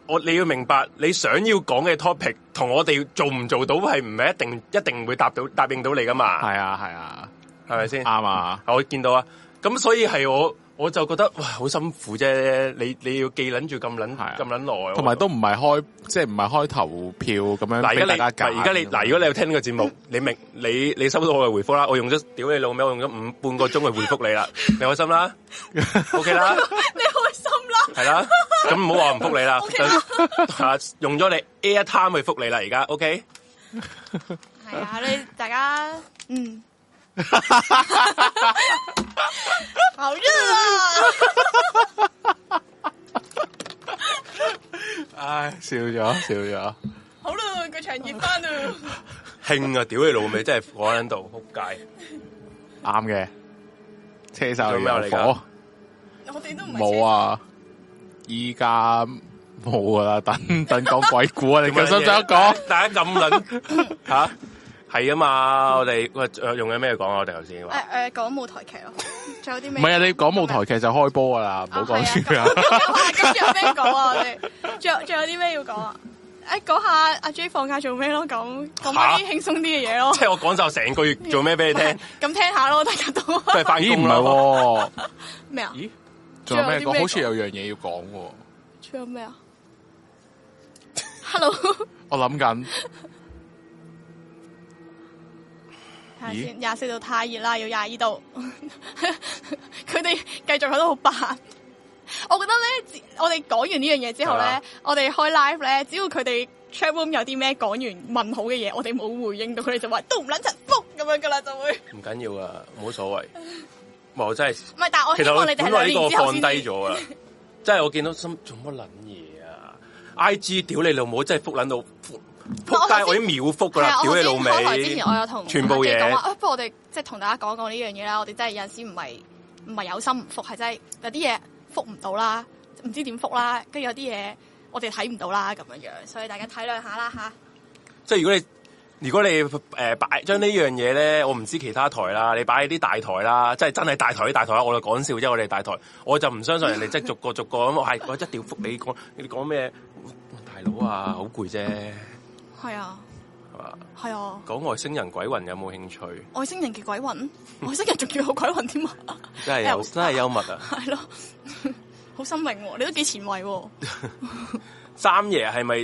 我你要明白，你想要講嘅 topic 同我哋做唔做到係唔係一定一定會答到答應到你噶嘛？係啊，係啊，係咪先？啱啊，我見到啊，咁所以係我我就覺得哇，好辛苦啫！你你要記撚住咁撚係啊咁撚耐，同埋都唔係開，即係唔係開投票咁嗱，樣而俾家大你家揀嗱而家你嗱，如果你有聽呢個節目， 你明你你收到我嘅回覆啦，我用咗屌你老味，我用咗五半個鐘去回覆你啦，你 開心啦？OK 啦， 你開心啦。係 啦，咁唔好話唔覆你啦 OK 啦， 啊用咗你 air time 去覆你啦，而家 OK。係啊，你大家 嗯，好熱啊！唉，笑咗，笑咗。好啦，個場熱翻啦。興啊！屌你老味，真係我喺度仆街。啱嘅，車手做咩啊有你火㗎我哋都唔係冇啊？依家冇噶 啦，等等講鬼故啊！你咁想唔想講？大家咁 撚吓係啊嘛！我哋喂呃用緊咩講啊？我哋頭先話誒誒，講舞台劇 咯，仲有啲唔咩？係啊，你講舞台劇就開波噶啦，唔好講住啊！ 咁仲有咩講啊？我哋仲有仲有啲咩要講啊？誒，講下阿 J 放假做咩咯？講講翻啲輕鬆啲嘅嘢咯即。係我講就成個月做咩俾你聽，咁聽下咯，大家都都係翻咦，工唔咯。係喎，咩啊？咦？仲有 咩仲有啲咩講？講好似有樣嘢要講喎。仲有咩啊？Hello，我諗緊，睇下先，廿四度太熱啦，要廿二度。 佢哋繼續喺度扮。我覺得咧，只我哋講完呢樣嘢之後係咧啊，我哋開 live 咧，只要佢哋 chat room 有啲咩講完問好嘅嘢，我哋冇回應到，佢哋就話都唔撚柒福咁樣噶啦，就會。唔緊要啊，冇 所謂。唔係我真係，唔係，但係我其希實我望你哋本係兩來呢年個之後放先低咗啦。即係我見到心做乜撚嘢啊？I G 屌你老母，真係覆撚到我頭先撲街，我已經秒覆噶係啊啦，，屌你老我先開台之前，我有味！同全部阿 J 講嘢話，啊不過我哋即係同大家講一講呢樣嘢啦。我哋真係有陣時唔係唔係有心唔服，係真係有啲嘢覆唔到啦，唔知點覆啦，跟住有啲嘢我哋睇唔到啦，咁樣樣，所以大家體諒下啦吓。即係如果你如果你诶摆将呢樣嘢咧，我唔知其他台啦，你擺喺啲大台啦，即係真係大台大台啦，我哋講笑啫，我哋大台，我就唔相信人哋即係逐個逐 個咁，我係我一定要覆你講，你講咩？大佬啊，好攰啫，係係啊，嘛？係啊，講外星人鬼魂有冇興趣？外星人嘅鬼魂，外星人仲叫我鬼魂添啊！真係有 Elsa 真係幽 默啊！係咯，好新穎喎，你都幾前衛喎。三爺係咪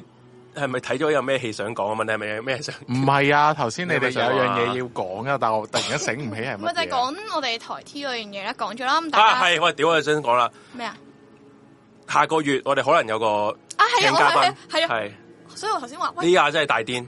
係咪睇咗有咩戲想講啊？問你係咪有咩想？唔係啊，頭先你哋有樣你咪想話嘢要講啊，但我突然間醒唔起咪係乜就係嘢啊。講我哋台 T 嗰樣嘢啦，講咗啦，咁啊，大家係我屌我想講啦，咩啊？下個月我哋可能有個啊係請嘉賓啊，我係啊係啊，係所以我頭先話喂呢下真係大癲。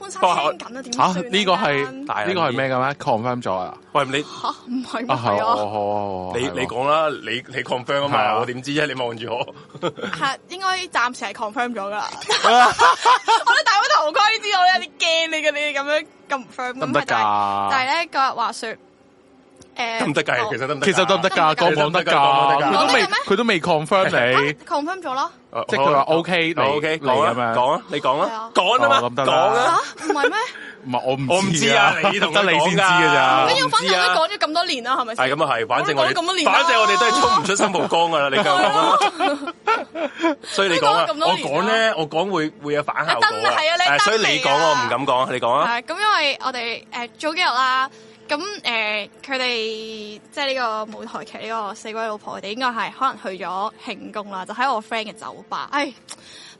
潘生哎不過我傾緊啊，點啊，算呢個係嚇大呢個係咩嘅咩？confirm 咗啊？喂，你唔係乜啊係係我啊？我我你你講啦，你你 confirm 啊係啊嘛，我點知啫？你望住我，係啊應該暫時係 confirm 咗噶啦。我咧戴咗頭盔之後咧，有啲驚你嘅，你哋咁樣咁唔 firm 得唔咁得係但係㗎但係咧，嗰日話説誒得唔得㗎？其實得唔得㗎？其實得唔得㗎？得唔講得講得其實得唔㗎？得㗎講得㗎佢都未佢都未 confirm 你， confirm 咗咯哦？即係佢話 OK 嚟 OK，講嚟咁樣啦，講啊，你講係啊啦，講啊哦嘛，咁得講啦嚇啦，唔係咩？唔係我唔我唔知啊你同得佢你先知講㗎㗎咋唔我唔知啊緊要，反正我都講咗咁多年啦，係咪先？係咁啊，係，反正我我哎都講咗咁多年哋，啦反正我哋都係衝唔出新蒲崗㗎啦，你繼續講啦。 所以你講啊，都講咗咁多我年講咧，我講會會有反效啊燈果啊係啊你係所以燈嚟你㗎講我唔敢講，你講啊。係咁，因為我哋誒早幾日啦，咁誒佢哋即係呢個舞台劇呢個四位老婆，佢哋應該係可能去咗慶功啦，就喺我 friend 嘅酒吧， 唉，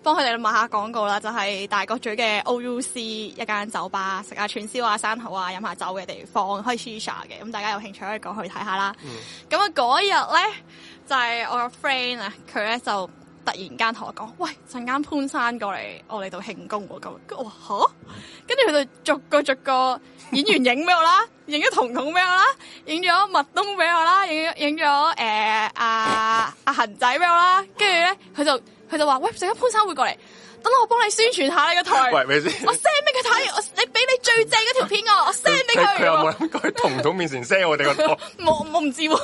幫佢哋賣下廣告啦，就係、大角咀嘅 OUC 一間酒吧，食下串燒啊、生蠔啊、飲下酒嘅地方，開 shisha 嘅，咁大家有興趣可以過去睇下啦。嗯咁啊嗰日咧就係、我個 friend 啊，佢咧就。突然間同我講，喂，陣間潘生過嚟我哋度慶功喎，咁，跟住我話吓，跟住佢就逐個逐個演員影俾我啦， 影咗瞳孔俾我啦，影咗麥東俾我啦，影咗影咗誒阿阿恒仔俾我啦，跟住咧佢就佢就話：喂，陣間潘生會過嚟，等我幫你宣傳下你個台。 喂，咪先。我 send 俾佢睇，我你俾你最正嗰條片我，我 send 俾 佢佢。有冇諗過喺彤彤面前 sell 我哋個檔？我我唔知喎，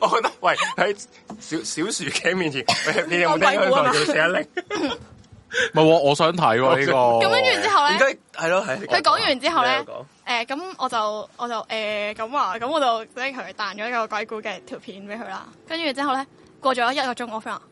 我覺得喂喺小小薯茄面前， 喂你有冇聽佢台叫四一零？啊唔係喎，我想睇喎呢個。咁跟住之後應咧該。係咯，係。佢講完之後咧你繼續講，誒咁我就我就誒咁啊，咁我就即係佢彈咗一個鬼故嘅條片俾佢啦。跟住之後咧，過咗一個鐘，我 friend 話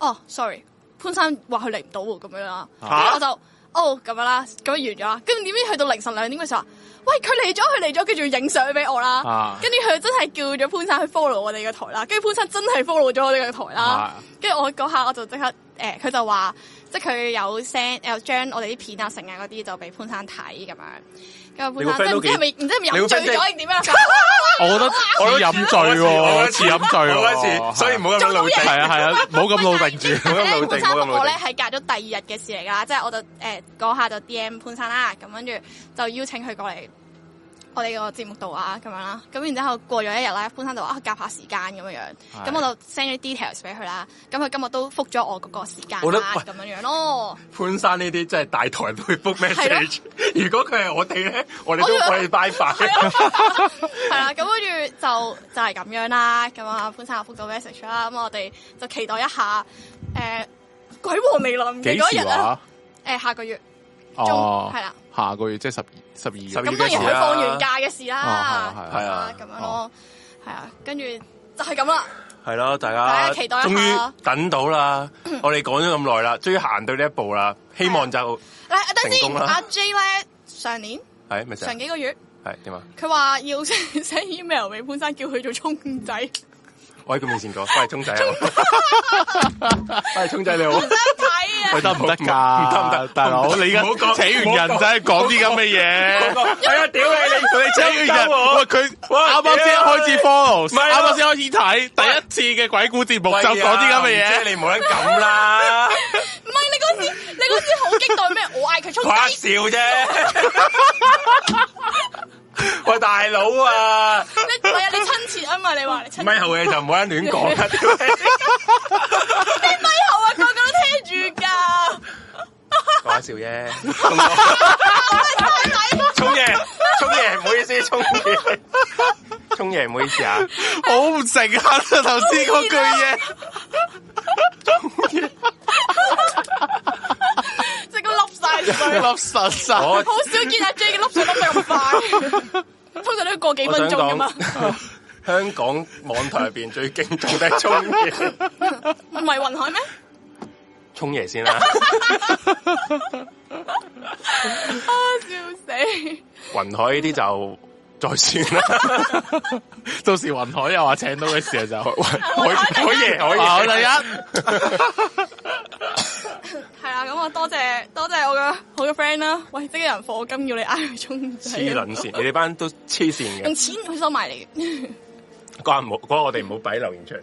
哦，sorry，潘生 話佢嚟唔到喎，咁樣啦。跟住嚇我就哦咁樣啦，咁樣完咗啦。跟住點知去到凌晨兩點嘅時候，喂佢嚟咗，佢嚟咗，跟住影相俾我啦啊。跟住佢真係叫咗潘生去 follow 我哋嘅台啦。跟住潘生真係 follow 咗我哋嘅台啦啊。跟住我嗰下我就即刻誒，呃佢、就話即係佢有 send 有將我哋啲片啊、成啊嗰啲就俾潘生睇咁樣。跟住你個潘生 friend 即係唔知都幾係咪唔知係咪你飲個醉 friend 真咗係定點樣？我覺得似飲醉我喎，一似飲醉我喎，一次，所以唔好咁樣老做到定。係啊係啊，唔好咁老定住。但係好咧老潘定生好嗰個老咧定係隔咗第二日嘅事嚟㗎啦，即係我就誒嗰、下就 D M 潘生啦，咁跟住就邀請佢過嚟我哋個節目度啊，咁樣啦。咁然之後過咗一日啦，潘生就話啊夾下時間咁樣樣，係咁我就 send 咗 details 俾佢啦。咁佢今日都覆咗我嗰個時間我覺得啦，喂咁樣樣咯。潘生呢啲真係大台都會 book message。如果佢係我哋咧，我哋我都以為啊我哋拜拜。係啦，咁跟住就就係咁樣啦，咁啊潘生又覆到 message 啦，咁我哋就期待一下誒、鬼王嚟臨嘅幾嗰一時日啦，話？誒、下個月中哦，係啦，下個月即係十二十二十二月。咁當然幾時佢啊放完假嘅事啦，哦係啊係啊咁樣咯哦，係啊，跟住就係咁啦，係咯，大大家家期待一下終於等 到啦！我哋講咗咁耐啦，終於行到呢一步啦。希望就嗱等成先，功啦啊阿 J 咧上年係哎咪上先？幾個月，係點啊？佢話要 send email 俾潘生，叫佢做聰仔， 我喺佢面前講，喂，聰仔啊，喂，聰仔你好。睇啊！喂得唔得㗎？唔得唔得大佬，你而唔好家講扯完人真係講啲咁嘅嘢。係啊，屌你！你你扯完人，喂佢哇啱啱先屌開始 follow，咪啱咯啱先開始睇第一次嘅鬼故節目就講啲咁嘅嘢。啊你唔好得咁啦，唔係你嗰時，你嗰時好激動咩？我嗌佢聰 發仔。笑 啫。喂，大佬啊，你係啊，你親切啊嘛，你話你親切。咪後嘢就唔好亂講啦。屌你咪後啊，個個都聽住㗎。你 講笑啫，聰爺，聰爺，唔好意思，聰爺，聰嘅，唔好意思啊。 好唔诚恳啊！头先嗰句嘢，即刻笠晒水，粒實晒。我好少見阿 J 嘅笠水笠得咁快，通常都要過幾我分想鐘噶嘛。講香港網台入邊最勁到底係沖爺，唔係雲海咩？沖爺先啦。啊，笑死！雲海呢啲就再算啦。 到時雲海又話請到嘅時候 就，海海爺，海哇我爺，第一 係啊啦，咁我多謝多謝我嘅好嘅 friend 啦。喂，即有人課金要你嗌佢充仔，啊黐撚線，你哋班都黐線用錢嘅。去收埋你嘅。關唔好，關我哋唔好擺留言出嚟。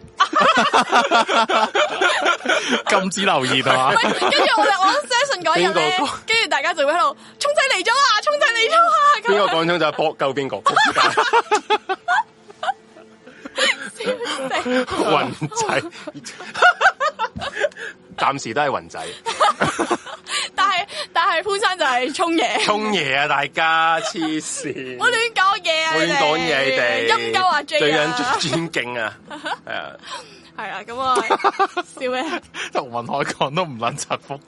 禁止留言啊喂，嘛，跟住我哋我相信嗰日邊個咧講，跟住大家就會喺度充仔嚟咗啊，充仔嚟咗啊，邊個咁講咗就搏救邊個，仆街樣 雲仔。暫時都 係雲仔， 但係但係潘生就係充嘢。沖爺啊！大家黐線。我亂講嘢啊！我亂講嘢，你哋陰鳩啊 J 對 人啊，尊敬啊，係啊，係啊，咁啊，笑咩？同雲海講都唔撚柒福。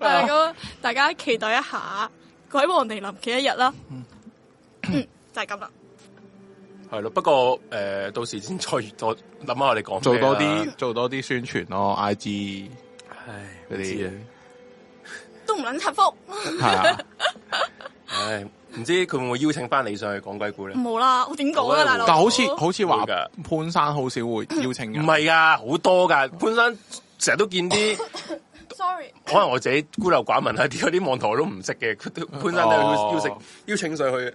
係啊咁，大家期待一下鬼王嚟臨嘅一日啦。嗯，就係咁啦。係咯。不過诶、呃到時先再再諗下我哋講做咩啦多啲，做多啲宣傳咯，I G 唉啊嗰嗰啲啲嘢，都唔撚幸福，係啊，唉，唔知佢會唔會邀請翻你上去講鬼故咧？ 冇啦，我點講啊，大佬？但好似好似話會㗎潘生好少 會邀請唔人，係噶，好多噶，潘生成日都見啲， sorry，可能我自己孤陋寡聞啦，啊啲嗰啲網台我都唔識嘅，佢都潘生都哦有邀請邀請上去，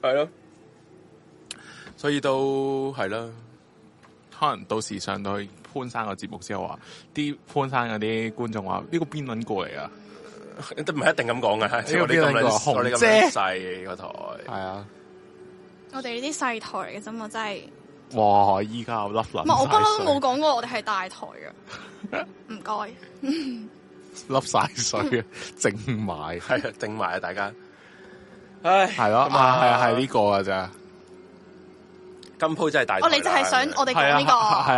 係咯，所以都係啦。可能到時上到去潘生個節目之後話，啲潘生嗰啲觀眾話呢個邊撚過嚟啊？都唔係一定咁講噶，即係我呢哋咁個邊個撚，我哋咁紅姐撚細個台，係啊，我哋呢啲細台嚟嘅啫嘛，真係。哇！依家我笠撚，唔係，我不嬲都冇講過我哋係大台嘅。唔該，冇笠晒水，啊整埋係啊，整埋啊，大家。唉，係咯，咁啊係啊係呢個㗎咋。金鋪真係大台啦。我哋就哦係想我哋講係啊，呢係個。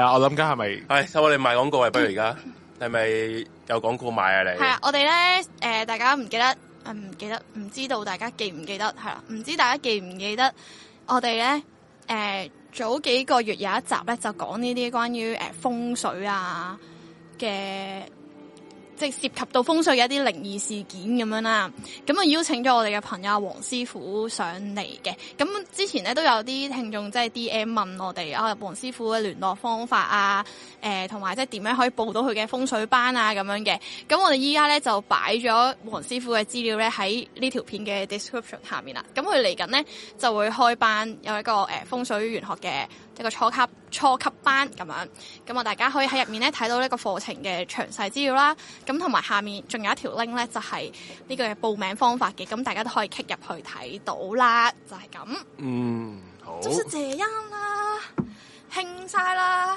啊，我諗緊係咪唉，收我哋賣廣告啊，不如而家係咪有廣告賣啊？你係啊，我哋咧誒，大家唔記得，嗯唔記得，唔知道大家記唔記得係啦？唔知大家記唔記得我哋咧誒早幾個月有一集咧就講呢啲關於誒風水啊嘅。即係涉及到風水嘅一啲靈異事件咁樣啦，咁啊邀請咗我哋嘅朋友黃師傅上嚟嘅。咁之前咧都有啲聽眾即係 D M 問我哋啊黃師傅嘅聯絡方法啊，誒同埋即係點樣可以報到佢嘅風水班啊咁樣嘅。咁我哋依家咧就擺咗黃師傅嘅資料咧喺呢條片嘅 description 下面啦。咁佢嚟緊咧就會開班有一個誒、呃、風水玄學嘅一個初級初級班咁樣。咁啊，大家可以喺入面咧睇到呢個課程嘅詳細資料啦。咁同埋下面仲有一條 link 咧，就係呢個嘅報名方法嘅，咁大家都可以 click 入去睇到啦。就係、咁，嗯，好。就是這樣啦，興晒啦，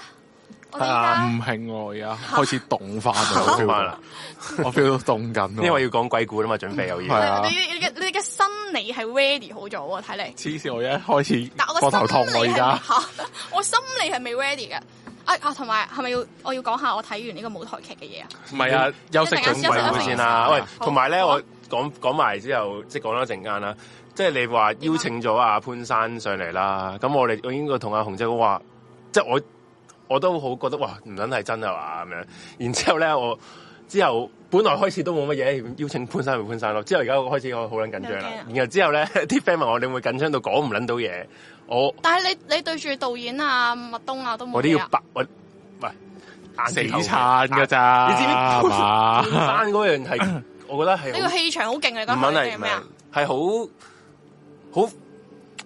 我哋啊依唔興喎？而家開始凍啊翻啦，我 feel 翻到啦，，我 feel 到凍緊喎。因為要講鬼故啦嘛，準備有係嘢。啊家，你你你嘅你嘅心理係 ready 好咗啊，睇嚟。黐線，我一開始但我膊個心頭痛理我而家 係嚇我心理係未 ready 嘅。啊啊，同埋係咪要我要講下我睇完呢個舞台劇嘅嘢啊？唔係啊，休息一陣間休緊講息鬼一故陣先間啦。喂好，同埋咧，好啊我講講埋之後，即係講多一陣間啦。即係你話邀請咗阿潘山上嚟啦，咁我哋我應該同阿紅姐講話，即係我我都好覺得哇，唔撚係真係嘛咁樣。然之後咧，我之後本來開始都冇乜嘢，邀請潘生咪潘生咯。之後而家我開始我好撚緊張有啦驚啊。然後之後咧，啲 friend 問我你會唔會緊張到講唔撚到嘢，我但係你你對住導演啊、麥東啊都冇我都嘢要啊。白我喂硬死住頭皮撐㗎咋，啊你知唔知嘛？潘山嗰 樣係，我覺得係呢好個氣場好勁，你唔講佢肯係係唔咩係啊？係好好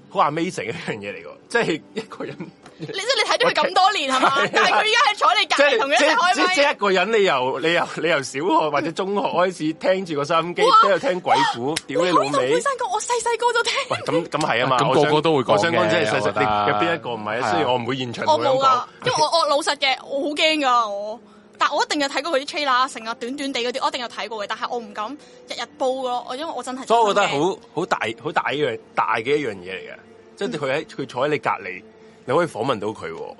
好 amazing 嘅一樣嘢嚟嘅，即係一個人，你即係你睇咗佢咁多年係嘛？但係佢而家係坐你隔即離同係佢一啊即齊係即係即開係一個人，你由你由你由小學或者中學開始聽住個收音機，哇喺度聽鬼故，屌你咪。老我同味本！身講，我細細個就聽，喂，咁咁係啊嘛，咁我個想個都會講我想講即係嘅細我覺細，得你有邊一個唔係係啊啊？雖然我唔會現場我同你冇講噶，因為我我老實嘅，我好驚噶我。但我一定有睇過佢啲 trailer 啊成啊短短地嗰啲，我一定有睇過嘅，但係我唔敢日日煲咯，我因為我真係所以我覺得真係驚好好大好大一樣大嘅一樣嘢嚟嘅，即係佢喺佢坐喺你隔離，你可以訪問到佢喎。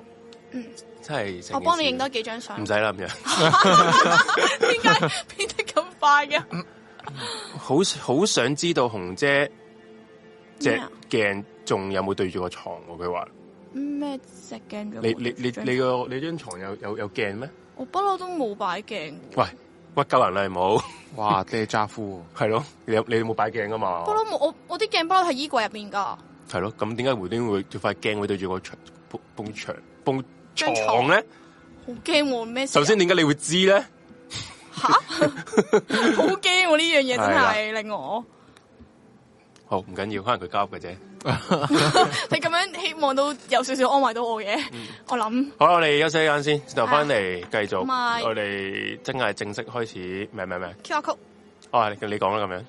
嗯真係我幫你影影多幾張相唔，使啦咁樣， 點解變得咁快嘅？好好想知道紅姐隻咩啊鏡仲有冇對住個床喎？佢話咩隻鏡咗？你你你你個你張床有有有鏡咩？我不嬲都冇擺鏡，喂，屈鳩人啦，係冇哇，爹渣夫， 係咯？你有你冇擺鏡噶嘛不？嬲冇我我啲鏡不嬲喺衣櫃入面㗎。係咯，咁點解無端端會條塊鏡會對住個牆埲埲牆埲張床床咧？好驚喎咩事啊？首先點解你會知咧？吓， 好驚喎呢樣嘢真係令我，好唔緊要，可能佢交嘅啫。你咁樣希望都有少少安慰到我嘅，嗯我諗好啦，我哋休息一陣先，然後翻嚟繼續，唔係我哋真係正式開始，咩咩咩， Q R code 哦，你你講啦咁樣。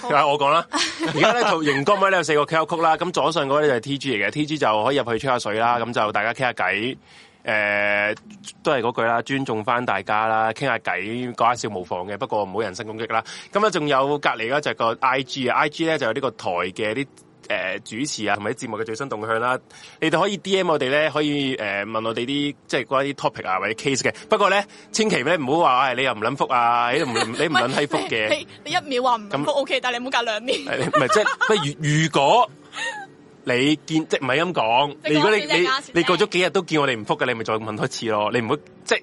好啊，我講啦，而家咧圖熒光位咧有四個 QR code 啦，咁左上嗰咧就係 T G 嚟嘅，T G 就可以入去吹下水啦，咁就大家傾下偈，誒、都係嗰句啦，尊重翻大家啦，傾下偈，講下笑無妨嘅，不過唔好人身攻擊啦。咁啊咧仲有隔離咧就係個 I G 啊，I G 咧就有呢個台嘅啲。誒、主持啊，同埋啲節目嘅最新動向啦，你哋可以 D M 我哋咧，可以誒、問我哋啲即係關於 topic 啊或者 case 嘅。不過咧，千祈咧唔好話，唉、哎你又唔撚覆啊，你又唔你唔撚閪覆嘅。 你你一秒話唔咁復 O K，但係你唔好隔兩 秒，誒唔 係即係不如如果你見即係唔係咁講，即係你如果你講笑啫你講笑啫你過咗幾日都見我哋唔復嘅，你咪再問多次咯。你唔好即係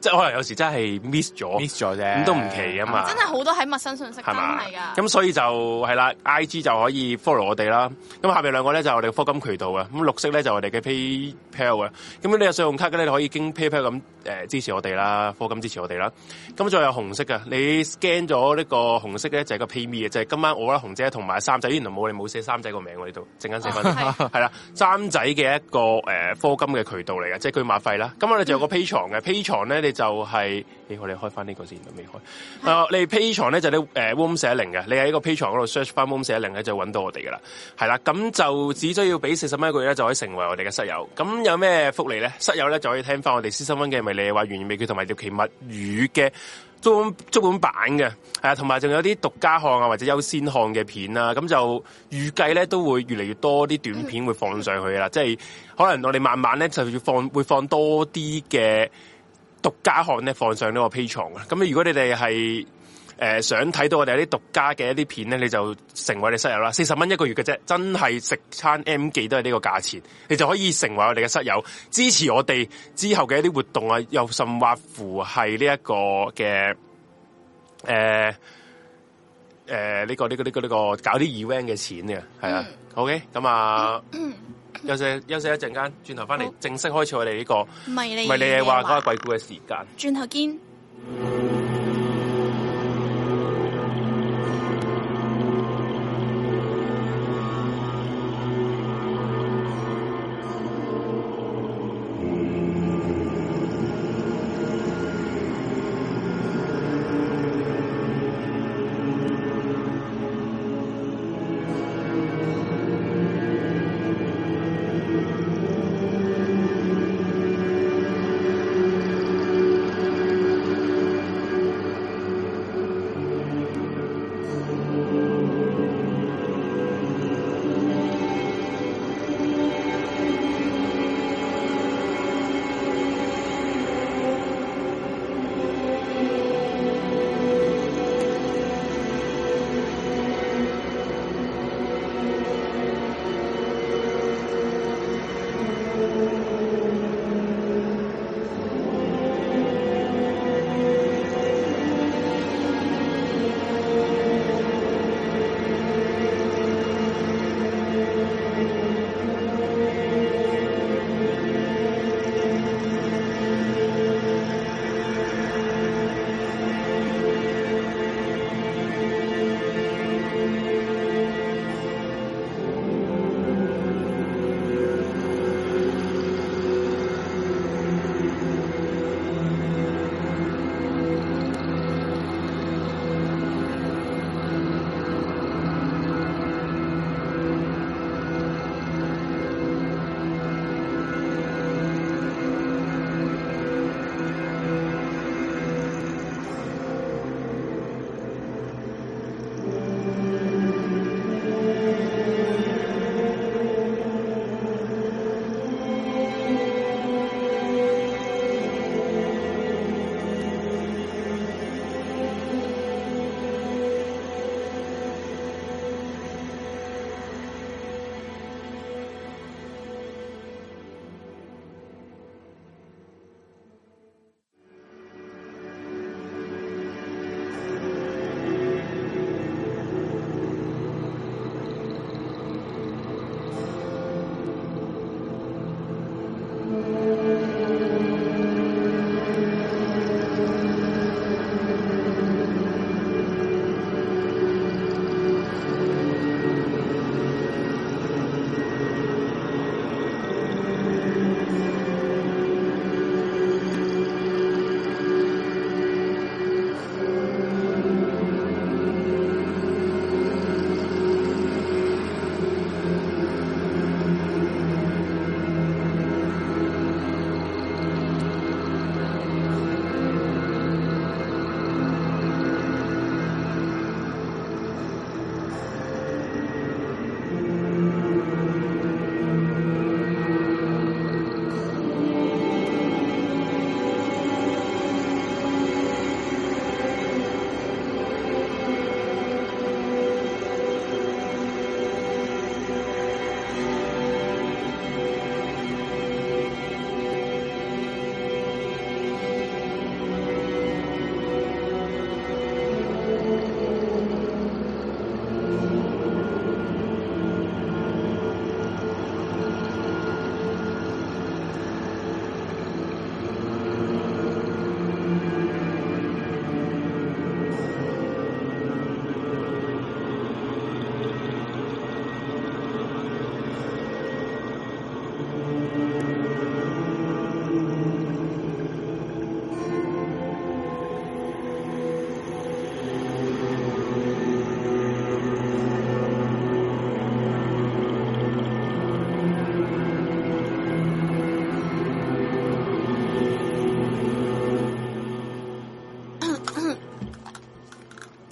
即係可能有時真係 miss 咗， miss 咗啫，咁都唔奇啊嘛真係好多喺陌生信息真係嘛係？㗎。咁所以就係啦，I G 就可以 follow 我哋啦。咁下面兩個咧就係我哋嘅科金渠道啊。咁綠色咧就係我哋嘅 PayPal 啊。咁你有信用卡嘅咧，你可以經 PayPal 咁誒支持我哋啦，科金支持我哋啦。咁再有紅色嘅，你 scan 咗呢個紅色咧就係個 PayMe 嘅，就係今晚我啦、紅姐同埋三仔，原來冇你冇寫三仔個名喎呢度，陣間寫翻。係係啦，三仔嘅一個誒、呃科金嘅渠道嚟嘅，即係佢馬費啦。咁我哋就有個 P 床嘅，P 床咧你就係、咦我哋開翻呢個先，未開。啊、你 P 床咧就你誒呃 Warm 寫零嘅，你喺個 P 床嗰度 search 翻 Warm 寫零咧就揾到我哋噶啦。係啦，咁就只需要俾四十蚊一個月咧就可以成為我哋嘅室友。咁有咩福利咧？室友咧就可以聽翻我哋私心温嘅迷你話完美訣同埋獵奇物語嘅。足本足本版嘅，係啊，同埋仲有啲獨家項啊或者優先項嘅片啦，咁就預計咧都會越嚟越多啲短片會放上去啦，即係可能我哋慢慢咧就要放會放多啲嘅獨家項咧放上呢個 P 床嘅，咁如果你哋係誒想睇到我哋有啲獨家嘅一啲片咧，你就成為我哋室友啦，四十蚊一個月嘅啫，真係食餐 M 記都係呢個價錢，你就可以成為我哋嘅室友，支持我哋之後嘅一啲活動啊，又甚或乎係呢一個嘅誒呃誒呢個呢、個呢、個呢、個搞啲 event 嘅錢嘅，係啊、OK，咁啊，休息休息一陣間，轉頭翻嚟好正式開始我哋呢、個唔係你唔係你係話嗰個鬼故嘅時間。轉頭見。 Hãy subscribe cho kênh Ghiền Mì Gõ Để không bỏ lỡ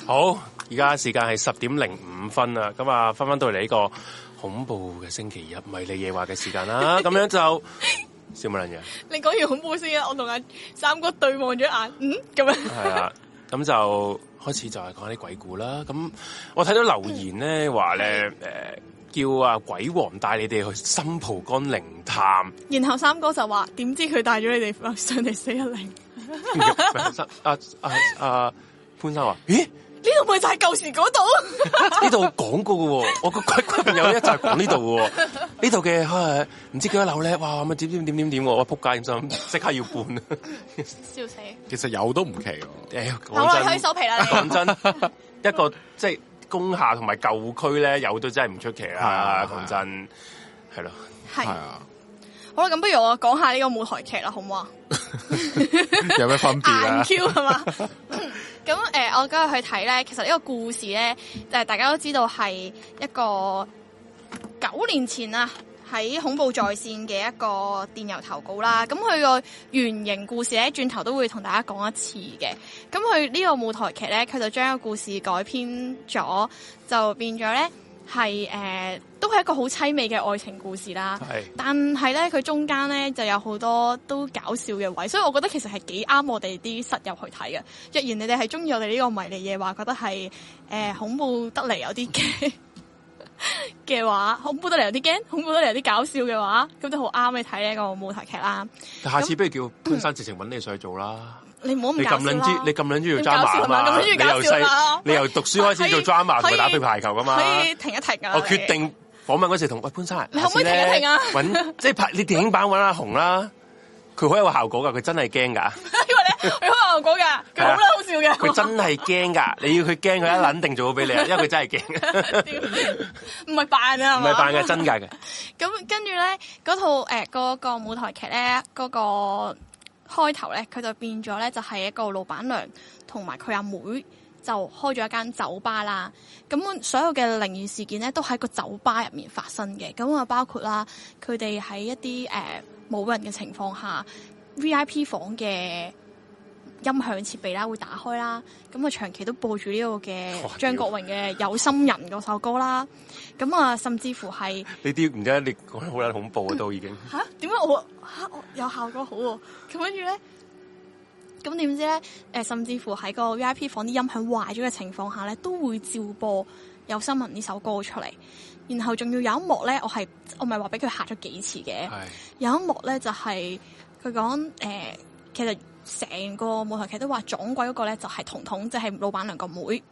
好，而家時間係十點零五分啦，咁啊，翻翻到嚟呢個恐怖嘅星期一迷你夜話嘅時間啦，咁樣就笑乜撚嘢？你講完恐怖先啊！我同阿三哥對望咗一眼，嗯咁樣。係啊，咁就開始就係講啲鬼故啦。咁我睇到留言咧話咧，誒、叫啊鬼王帶你哋去新蒲崗靈 探， 然後三哥就話：點知佢帶咗你哋上嚟四一零？ 呢啊啊啊潘生話：咦？度咪就係舊時嗰度？呢度講過嘅喎，我個鬼鬼朋友一就係講呢度嘅喎， 呢度嘅唉唔知幾多樓咧，哇咁啊點點點點點喎，我仆街咁心，即刻要搬。笑死！其實有都唔奇喎。屌好啦，你可以講真，收皮啦你。講 真，一個即係工廈同埋舊區咧，有都真係唔出奇係啦。啊講真，係咯，係係啊，好啦，咁不如我講下呢個舞台劇啦，好唔好啊？有咩分別啊硬？Q 係嘛？咁誒、呃我今日去睇咧，其實呢個故事咧，就係大家都知道係一個九年前啊，喺恐怖在線嘅一個電郵投稿啦。咁佢個原型故事咧，轉頭都會同大家講一次嘅。咁佢呢個舞台劇咧，佢就將個故事改編咗，就變咗咧係誒，都係一個好凄美嘅愛情故事啦。係但係咧，佢中間咧就有好多都搞笑嘅位，所以我覺得其實係幾啱我哋啲室友去睇嘅。若然你哋係中意我哋呢個迷你嘢話，覺得係誒、呃恐怖得嚟有啲驚 嘅話，恐怖得嚟有啲驚，恐怖得嚟有啲搞笑嘅話，咁就好啱你睇呢一個舞台劇啦。下次不如叫潘生直情揾你上去做啦。你唔好你咁搞咁笑撚啦知，你咁撚中意做咁搞笑 drama 啊嘛？係咪咁撚中你意由搞笑啦細，你由讀書開始做 drama 可同埋以打乒排球噶嘛？可以停一停啊！我哦決定訪問嗰時同喂潘生，你可唔可以停一停啊下次呢 揾即係拍你電影版揾阿紅啦，佢好有效果噶，佢真係驚噶，你， 因為咧，佢可能講㗎，佢好啦，好笑嘅。啊佢真係驚噶，你要佢驚，佢一撚定做 好俾你啊，因為佢真係驚，屌唔係扮啊，係唔嘛係扮嘅，真㗎嘅，咁跟住咧，嗰套誒嗰、個舞台劇咧，嗰、個開頭咧，佢就變咗咧，就係、一個老闆娘同埋佢阿妹就開咗一間酒吧啦。咁所有嘅靈異事件咧，都喺個酒吧入面發生嘅。咁啊，包括啦，佢哋喺一啲誒呃冇人嘅情況下，V.I.P 房嘅。音響設備啦，會打開啦，咁啊長期都播住呢個嘅哇張國榮嘅《有心人》嗰首歌啦，咁啊甚至乎係呢啲唔知啊你講得好撚恐怖啊，都已經吓？點解我吓我有效果好喎、咁跟住咧，咁點知咧？誒、甚至乎喺個 V I P 房啲音響壞咗嘅情況下咧，都會照播《有新聞》呢首歌出嚟。然後仲要有一幕咧，我係我咪話俾佢嚇咗幾次嘅。係有一幕咧就係佢講誒，其實成個舞台劇都話撞鬼嗰個咧就係彤彤，即、係、老闆娘個妹。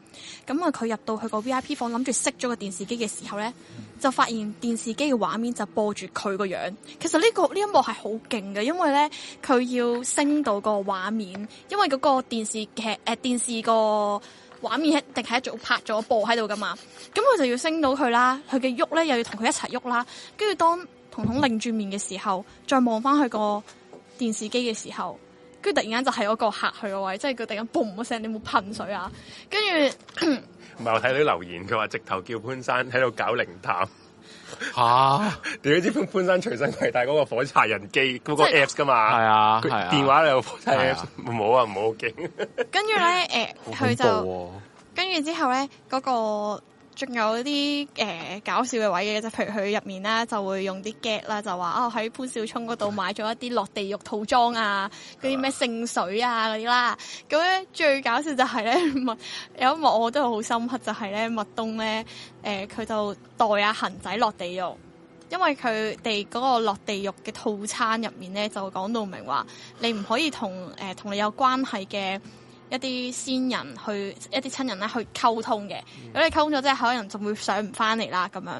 咁啊，佢入到去個 V I P 房，諗住熄咗個電視機嘅時候咧，就發現電視機嘅畫面就播住佢個樣。其實呢、個呢一幕係好勁嘅，因為咧佢要升到個畫面，因為嗰個電視劇誒、呃、電視個畫面一定係一早拍咗播喺度噶嘛。咁佢就要升到佢啦，佢嘅喐咧又要同佢一齊喐啦。跟住當彤彤擰住面嘅時候，再望翻佢個電視機嘅時候，跟住突然間就係嗰個嚇佢個位，即係佢突然間嘣一聲，你有冇噴水啊？跟住 唔係我睇到留言，佢話直頭叫潘生喺度搞靈探，吓，你知潘潘生隨身攜帶嗰個火柴人機嗰個即係 apps 噶嘛？係啊，佢係啊，電話有火柴係 apps，啊唔好啊，唔好驚。跟住咧，誒好佢就。恐跟住之後咧，嗰、個仲有啲誒、呃搞笑嘅位嘅，即係譬如佢入面啦，就會用啲 get 啦，就話啊喺潘少聰嗰度買咗一啲落地獄套裝啊，嗰啲咩聖水啊嗰啲啦。咁咧最搞笑就係咧麥有一幕我都好深刻，就係咧麥東咧誒佢就代阿恒仔落地獄。因為佢哋嗰個落地獄嘅套餐入面咧，就講到明話，你唔可以同誒同你有關係嘅一啲先人去一啲親人咧去溝通嘅，如果你溝通咗之後，可能就會上唔翻嚟啦咁樣。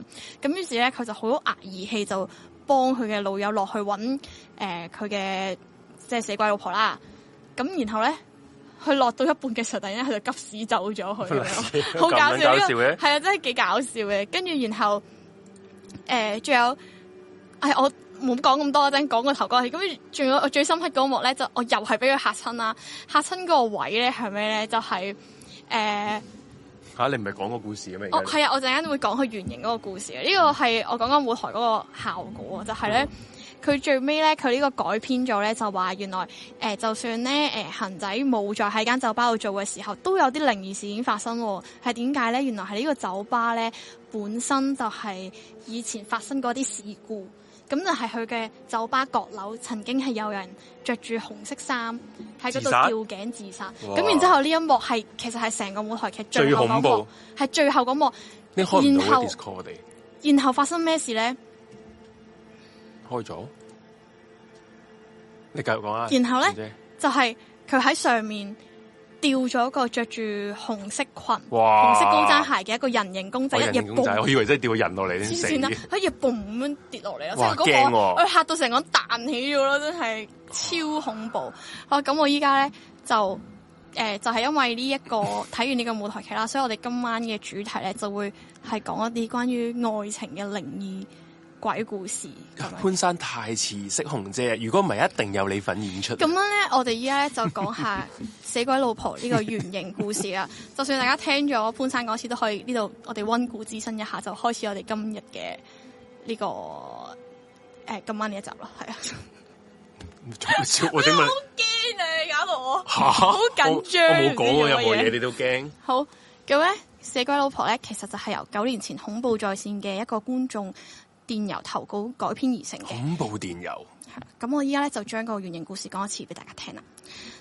咁於是咧，佢就好壓義氣，就幫佢嘅老友落去揾誒佢嘅即係死鬼老婆啦。咁然後咧，佢落到一半嘅時候，突然間佢就急屎走咗去 咁樣，好搞笑咁撚搞笑呢個嘅係啊，真係幾搞笑嘅。跟住然後誒，仲、有。唉，我冇講咁多，陣講個頭嗰戲。咁仲有我最深刻嗰幕咧，就我又係俾佢嚇親啦，嚇親嗰個位咧係咩咧？就係、呃吓、你唔係講個故事嘅咩？嗯我而家係啊，嗯我陣間會講佢原型嗰個故事嘅。呢、個係我講緊舞台嗰個效果啊，就係咧佢最尾咧，佢呢個改編咗咧，就話原來誒、呃就算咧誒、呃恒仔冇再喺間酒吧度做嘅時候，都有啲靈異事件發生喎。係點解咧？原來係呢個酒吧咧本身就係以前發生過啲事故，咁就係佢嘅酒吧閣樓曾經係有人着住紅色衫喺嗰自度殺吊頸自殺。哇咁然之後呢一幕係其實係成個舞台劇最 最後嗰恐幕怖，係最後嗰幕。你開唔到然後嘅 Discord 啊我哋然後發生咩事咧？開咗，你繼續講啊。然後呢姐姐，就係佢喺上面吊咗個着住紅色裙、哇紅色高踭鞋嘅一個人形公仔，我一人嘢形公仔，我嘣，以為真係掉個人落嚟，你黐死線啦，佢一嘢嘣咁樣跌落嚟哇咯，即係嗰驚個喎我嚇到成個人彈起咗咯，真係超恐 怖。好，咁我依家咧就。誒、就係、因為呢、一個 睇完呢個舞台劇啦，所以我哋今晚嘅主題咧就會係講一啲關於愛情嘅靈異鬼故事咁樣。潘山太似色紅姐，如果唔係，一定有你份演出。咁樣咧，我哋依家咧就講下死鬼老婆呢個原型故事啦。就算大家聽咗潘生嗰次，都可以呢度我哋温故知新一下，就開始我哋今日嘅呢個誒、呃今晚呢一集啦。係啊，笑 我點啊？驚你搞到我嚇 好緊張，啊我冇講過任唔何知做乜嘢，你都驚。好咁咧，死鬼老婆咧，其實就係由九年前恐怖在線嘅一個觀眾電郵投稿改編而成嘅。恐怖電郵，係啦咁我依家咧就將個原型故事講一次俾大家聽啦。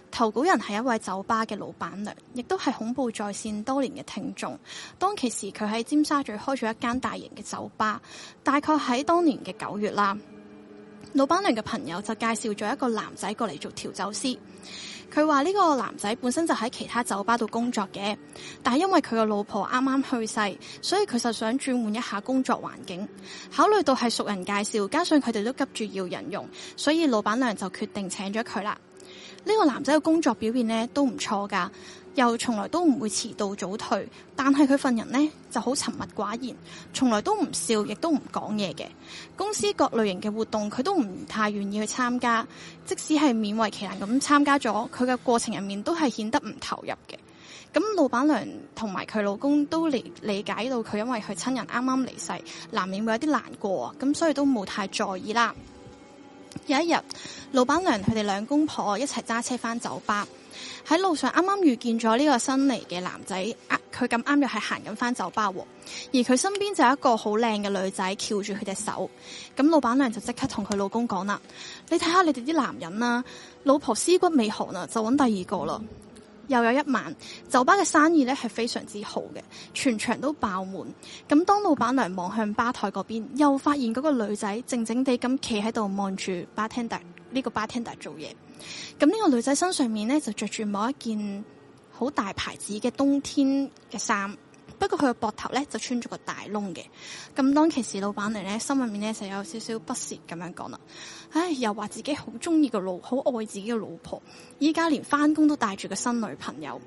投稿人係一位酒吧嘅老闆娘，亦都係恐怖在線多年嘅聽眾。當其時佢喺尖沙咀開咗一間大型嘅酒吧，大概喺當年嘅九月啦。老闆娘嘅朋友就介紹咗一個男仔過嚟做調酒師。佢話呢個男仔本身就喺其他酒吧度工作嘅，但係因為佢個老婆啱啱去世，所以佢就想轉換一下工作環境。考慮到係熟人介紹，加上佢哋都急住要人用，所以老闆娘就決定請咗佢啦。呢、個男仔嘅工作表現呢都唔錯㗎，又從來都唔會遲到早退，但係佢份人呢就好沉默寡言，從來都唔笑，亦都唔講嘢嘅。公司各類型嘅活動佢都唔太願意去參加，即使係勉為其難咁參加咗，佢嘅過程入面都係顯得唔投入嘅。咁老闆娘同埋佢老公都理理解到佢因為佢親人啱啱離世，難免會有啲難過，咁所以都冇太在意啦。有一日，老闆娘佢哋兩公婆一齊揸車返酒吧，喺路上啱啱遇見咗呢個新嚟嘅男仔，啊佢咁啱又係行緊返酒吧喎，而佢身邊就有一個好靚嘅女仔翹住佢隻手，咁老闆娘就即刻同佢老公講啦：你睇下你哋啲男人啦、老婆屍骨未寒啊，就揾第二個啦。又有一晚，酒吧嘅生意咧係非常之好嘅，全場都爆滿。咁當老闆娘望向吧台嗰邊，又發現嗰個女仔靜靜地咁企喺度望住 bartender 呢個 bartender 做嘢。咁呢個女仔身上面咧就着住某一件好大牌子嘅冬天嘅衫，不過佢個膊頭咧就穿咗個大窿嘅。咁當其時，老闆娘咧心入面咧就有少少不屑咁樣講啦。唉，又話自己好中意個老，好愛自己嘅老婆，依家連翻工都帶住個新女朋友。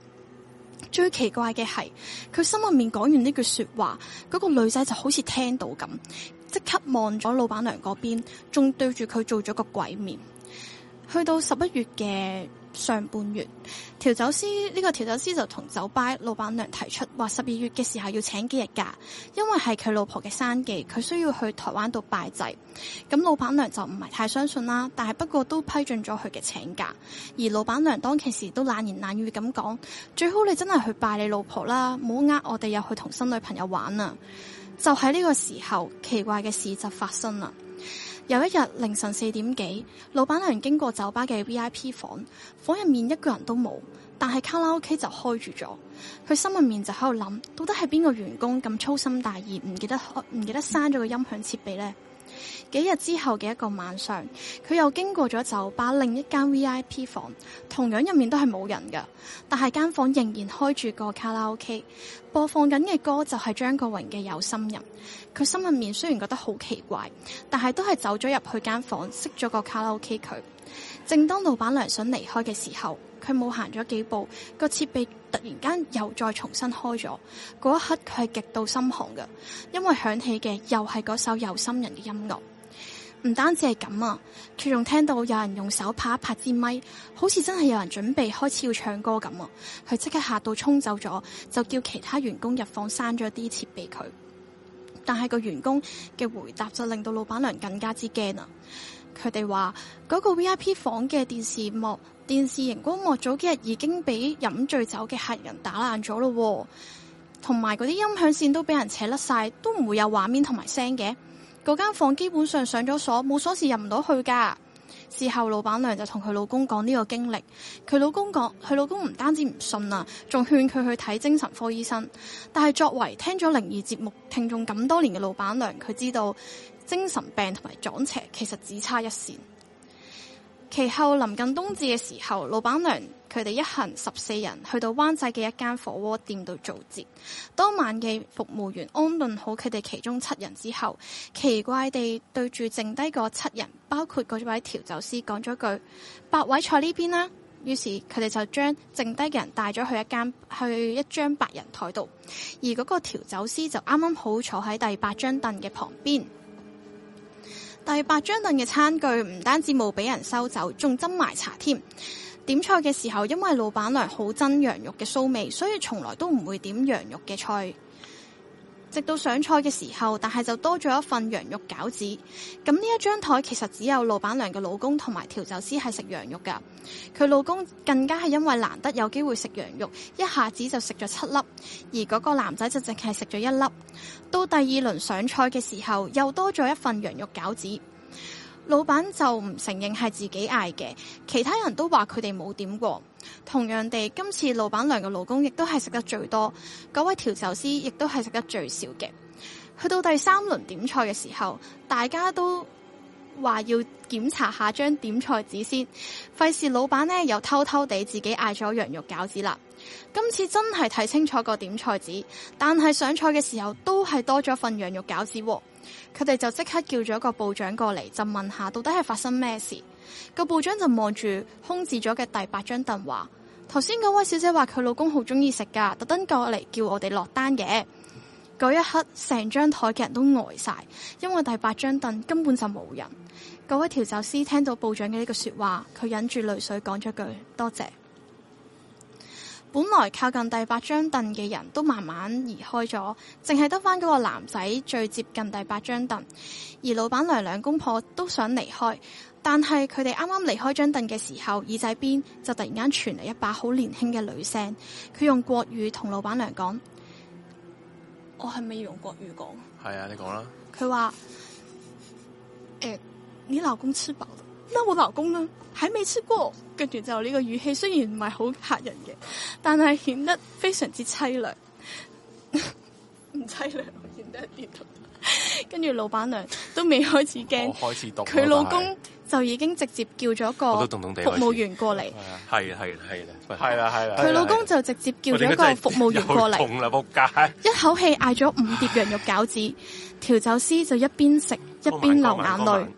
最奇怪嘅係，佢心入面講完呢句說話，嗰、個女仔就好似聽到咁，即刻望咗老闆娘嗰邊，仲對住佢做咗個鬼面。去到十一月嘅上半月，調酒師呢、個調酒師就同酒吧老闆娘提出話，十二月嘅時候要請幾日假，因為係佢老婆嘅生忌，佢需要去台灣度拜祭。咁老闆娘就唔係太相信啦，但係不過都批准咗佢嘅請假。而老闆娘當其時都冷言冷語咁講：最好你真係去拜你老婆啦，唔好呃我哋又去同新女朋友玩啊！就喺呢個時候，奇怪嘅事就發生啦。有一日凌晨四點幾，老闆娘經過酒吧嘅 V I P 房，房入面一個人都冇，但係卡拉 OK 就開住咗。佢心入面就喺度諗，到底係邊個員工咁粗心大意，唔記得開唔記得閂咗個音響設備呢？幾日之後嘅一個晚上，佢又經過咗酒吧另一間 V.I.P 房，同樣入面都係冇人㗎，但係間房仍然開住個卡拉 OK，播放緊嘅歌就係張國榮嘅《有心人》。佢心入面雖然覺得好奇怪，但係都係走咗入去間房，熄咗個卡拉 OK 佢。正當老闆娘想離開嘅時候，佢冇行咗幾步，個設備突然間又再重新開咗。嗰一刻佢係極度心寒嘅，因為響起嘅又係嗰首《有心人》嘅音樂。唔單止係咁啊，佢仲聽到有人用手拍一拍支咪，好似真係有人準備開始要唱歌咁啊！佢即刻嚇到衝走咗，就叫其他員工入房閂咗啲設備佢。但係個員工嘅回答就令到老闆娘更加之驚啊！佢哋話嗰個 V I P 房嘅電視幕、電視熒光幕早幾日已經俾飲醉酒嘅客人打爛咗咯喎，同埋嗰啲音響線都俾人扯甩晒，都唔會有畫面同埋聲嘅。嗰間房基本上上咗鎖，冇鎖匙入唔到去㗎。事後老闆娘就同佢老公講呢個經歷，佢老公講，佢老公唔單止唔信啊，仲勸佢去睇精神科醫生。但係作為聽咗靈異節目聽眾咁多年嘅老闆娘，佢知道精神病同埋撞邪其實只差一線。其後臨近冬至嘅時候，老闆娘佢哋一行十四人去到灣仔嘅一間火鍋店度做節。當晚嘅服務員安頓好佢哋其中七人之後，奇怪地對住剩低嗰七人，包括嗰位調酒師講咗句：八位坐呢邊啦。於是佢哋就將剩低嘅人帶咗去一間去一張八人台度，而嗰個調酒師就啱啱好坐喺第八張凳嘅旁邊。第八張凳嘅餐具唔單止冇俾人收走，仲斟埋茶添。點菜嘅時候，因為老闆娘好憎羊肉嘅騷味，所以從來都唔會點羊肉嘅菜。直到上菜嘅時候，但係就多咗一份羊肉餃子。咁呢一張台其實只有老闆娘嘅老公同埋調酒師係食羊肉㗎。佢老公更加係因為難得有機會食羊肉，一下子就食咗七粒，而嗰個男仔就淨係食咗一粒。到第二輪上菜嘅時候，又多咗一份羊肉餃子。老闆就唔承認係自己嗌嘅，其他人都話佢哋冇點過。同樣地，今次老闆娘嘅老公亦都係食得最多，嗰位調酒師亦都係食得最少嘅。去到第三輪點菜嘅時候，大家都話要檢查下張點菜紙先，費事老闆呢又偷偷地自己嗌咗羊肉餃子啦。今次真係睇清楚個點菜紙，但係上菜嘅時候都係多咗份羊肉餃子喎。佢哋就即刻叫咗個部長過嚟，就問下到底係發生咩事。個部長就望住空置咗嘅第八張凳話：頭先嗰位小姐話佢老公好中意食㗎，特登過嚟叫我哋落單嘅。嗰一刻，成張台嘅人都呆晒，因為第八張凳根本就冇人。嗰位調酒師聽到部長嘅呢句說話，佢忍住淚水講咗句多謝。本來靠近第八張凳嘅人都慢慢移開咗，淨係得翻嗰個男仔最接近第八張凳，而老闆娘兩公婆都想離開，但係佢哋啱啱離開張凳嘅時候，耳仔邊就突然間傳嚟一把好年輕嘅女聲，佢用國語同老闆娘講：我係咪要用國語講？係啊，你講啦。佢話：誒、你老公吃飽了，那我老公呢？還未吃過。跟住就呢個語氣雖然唔係好嚇人嘅，但係顯得非常之凄涼。唔凄涼，顯得一啲都。 跟住老闆娘都未開始驚我，開始讀啦佢老但係公就已已經直接叫咗我個都凍凍地開始服務員過嚟。係啊係啊係啦，喂係啦係啦佢哎老公就直接叫咗一個服務員過嚟我，哋嗰陣係一口氣嗌咗五碟羊肉餃子，調酒師就一邊食一又痛啦，仆街！邊流眼淚。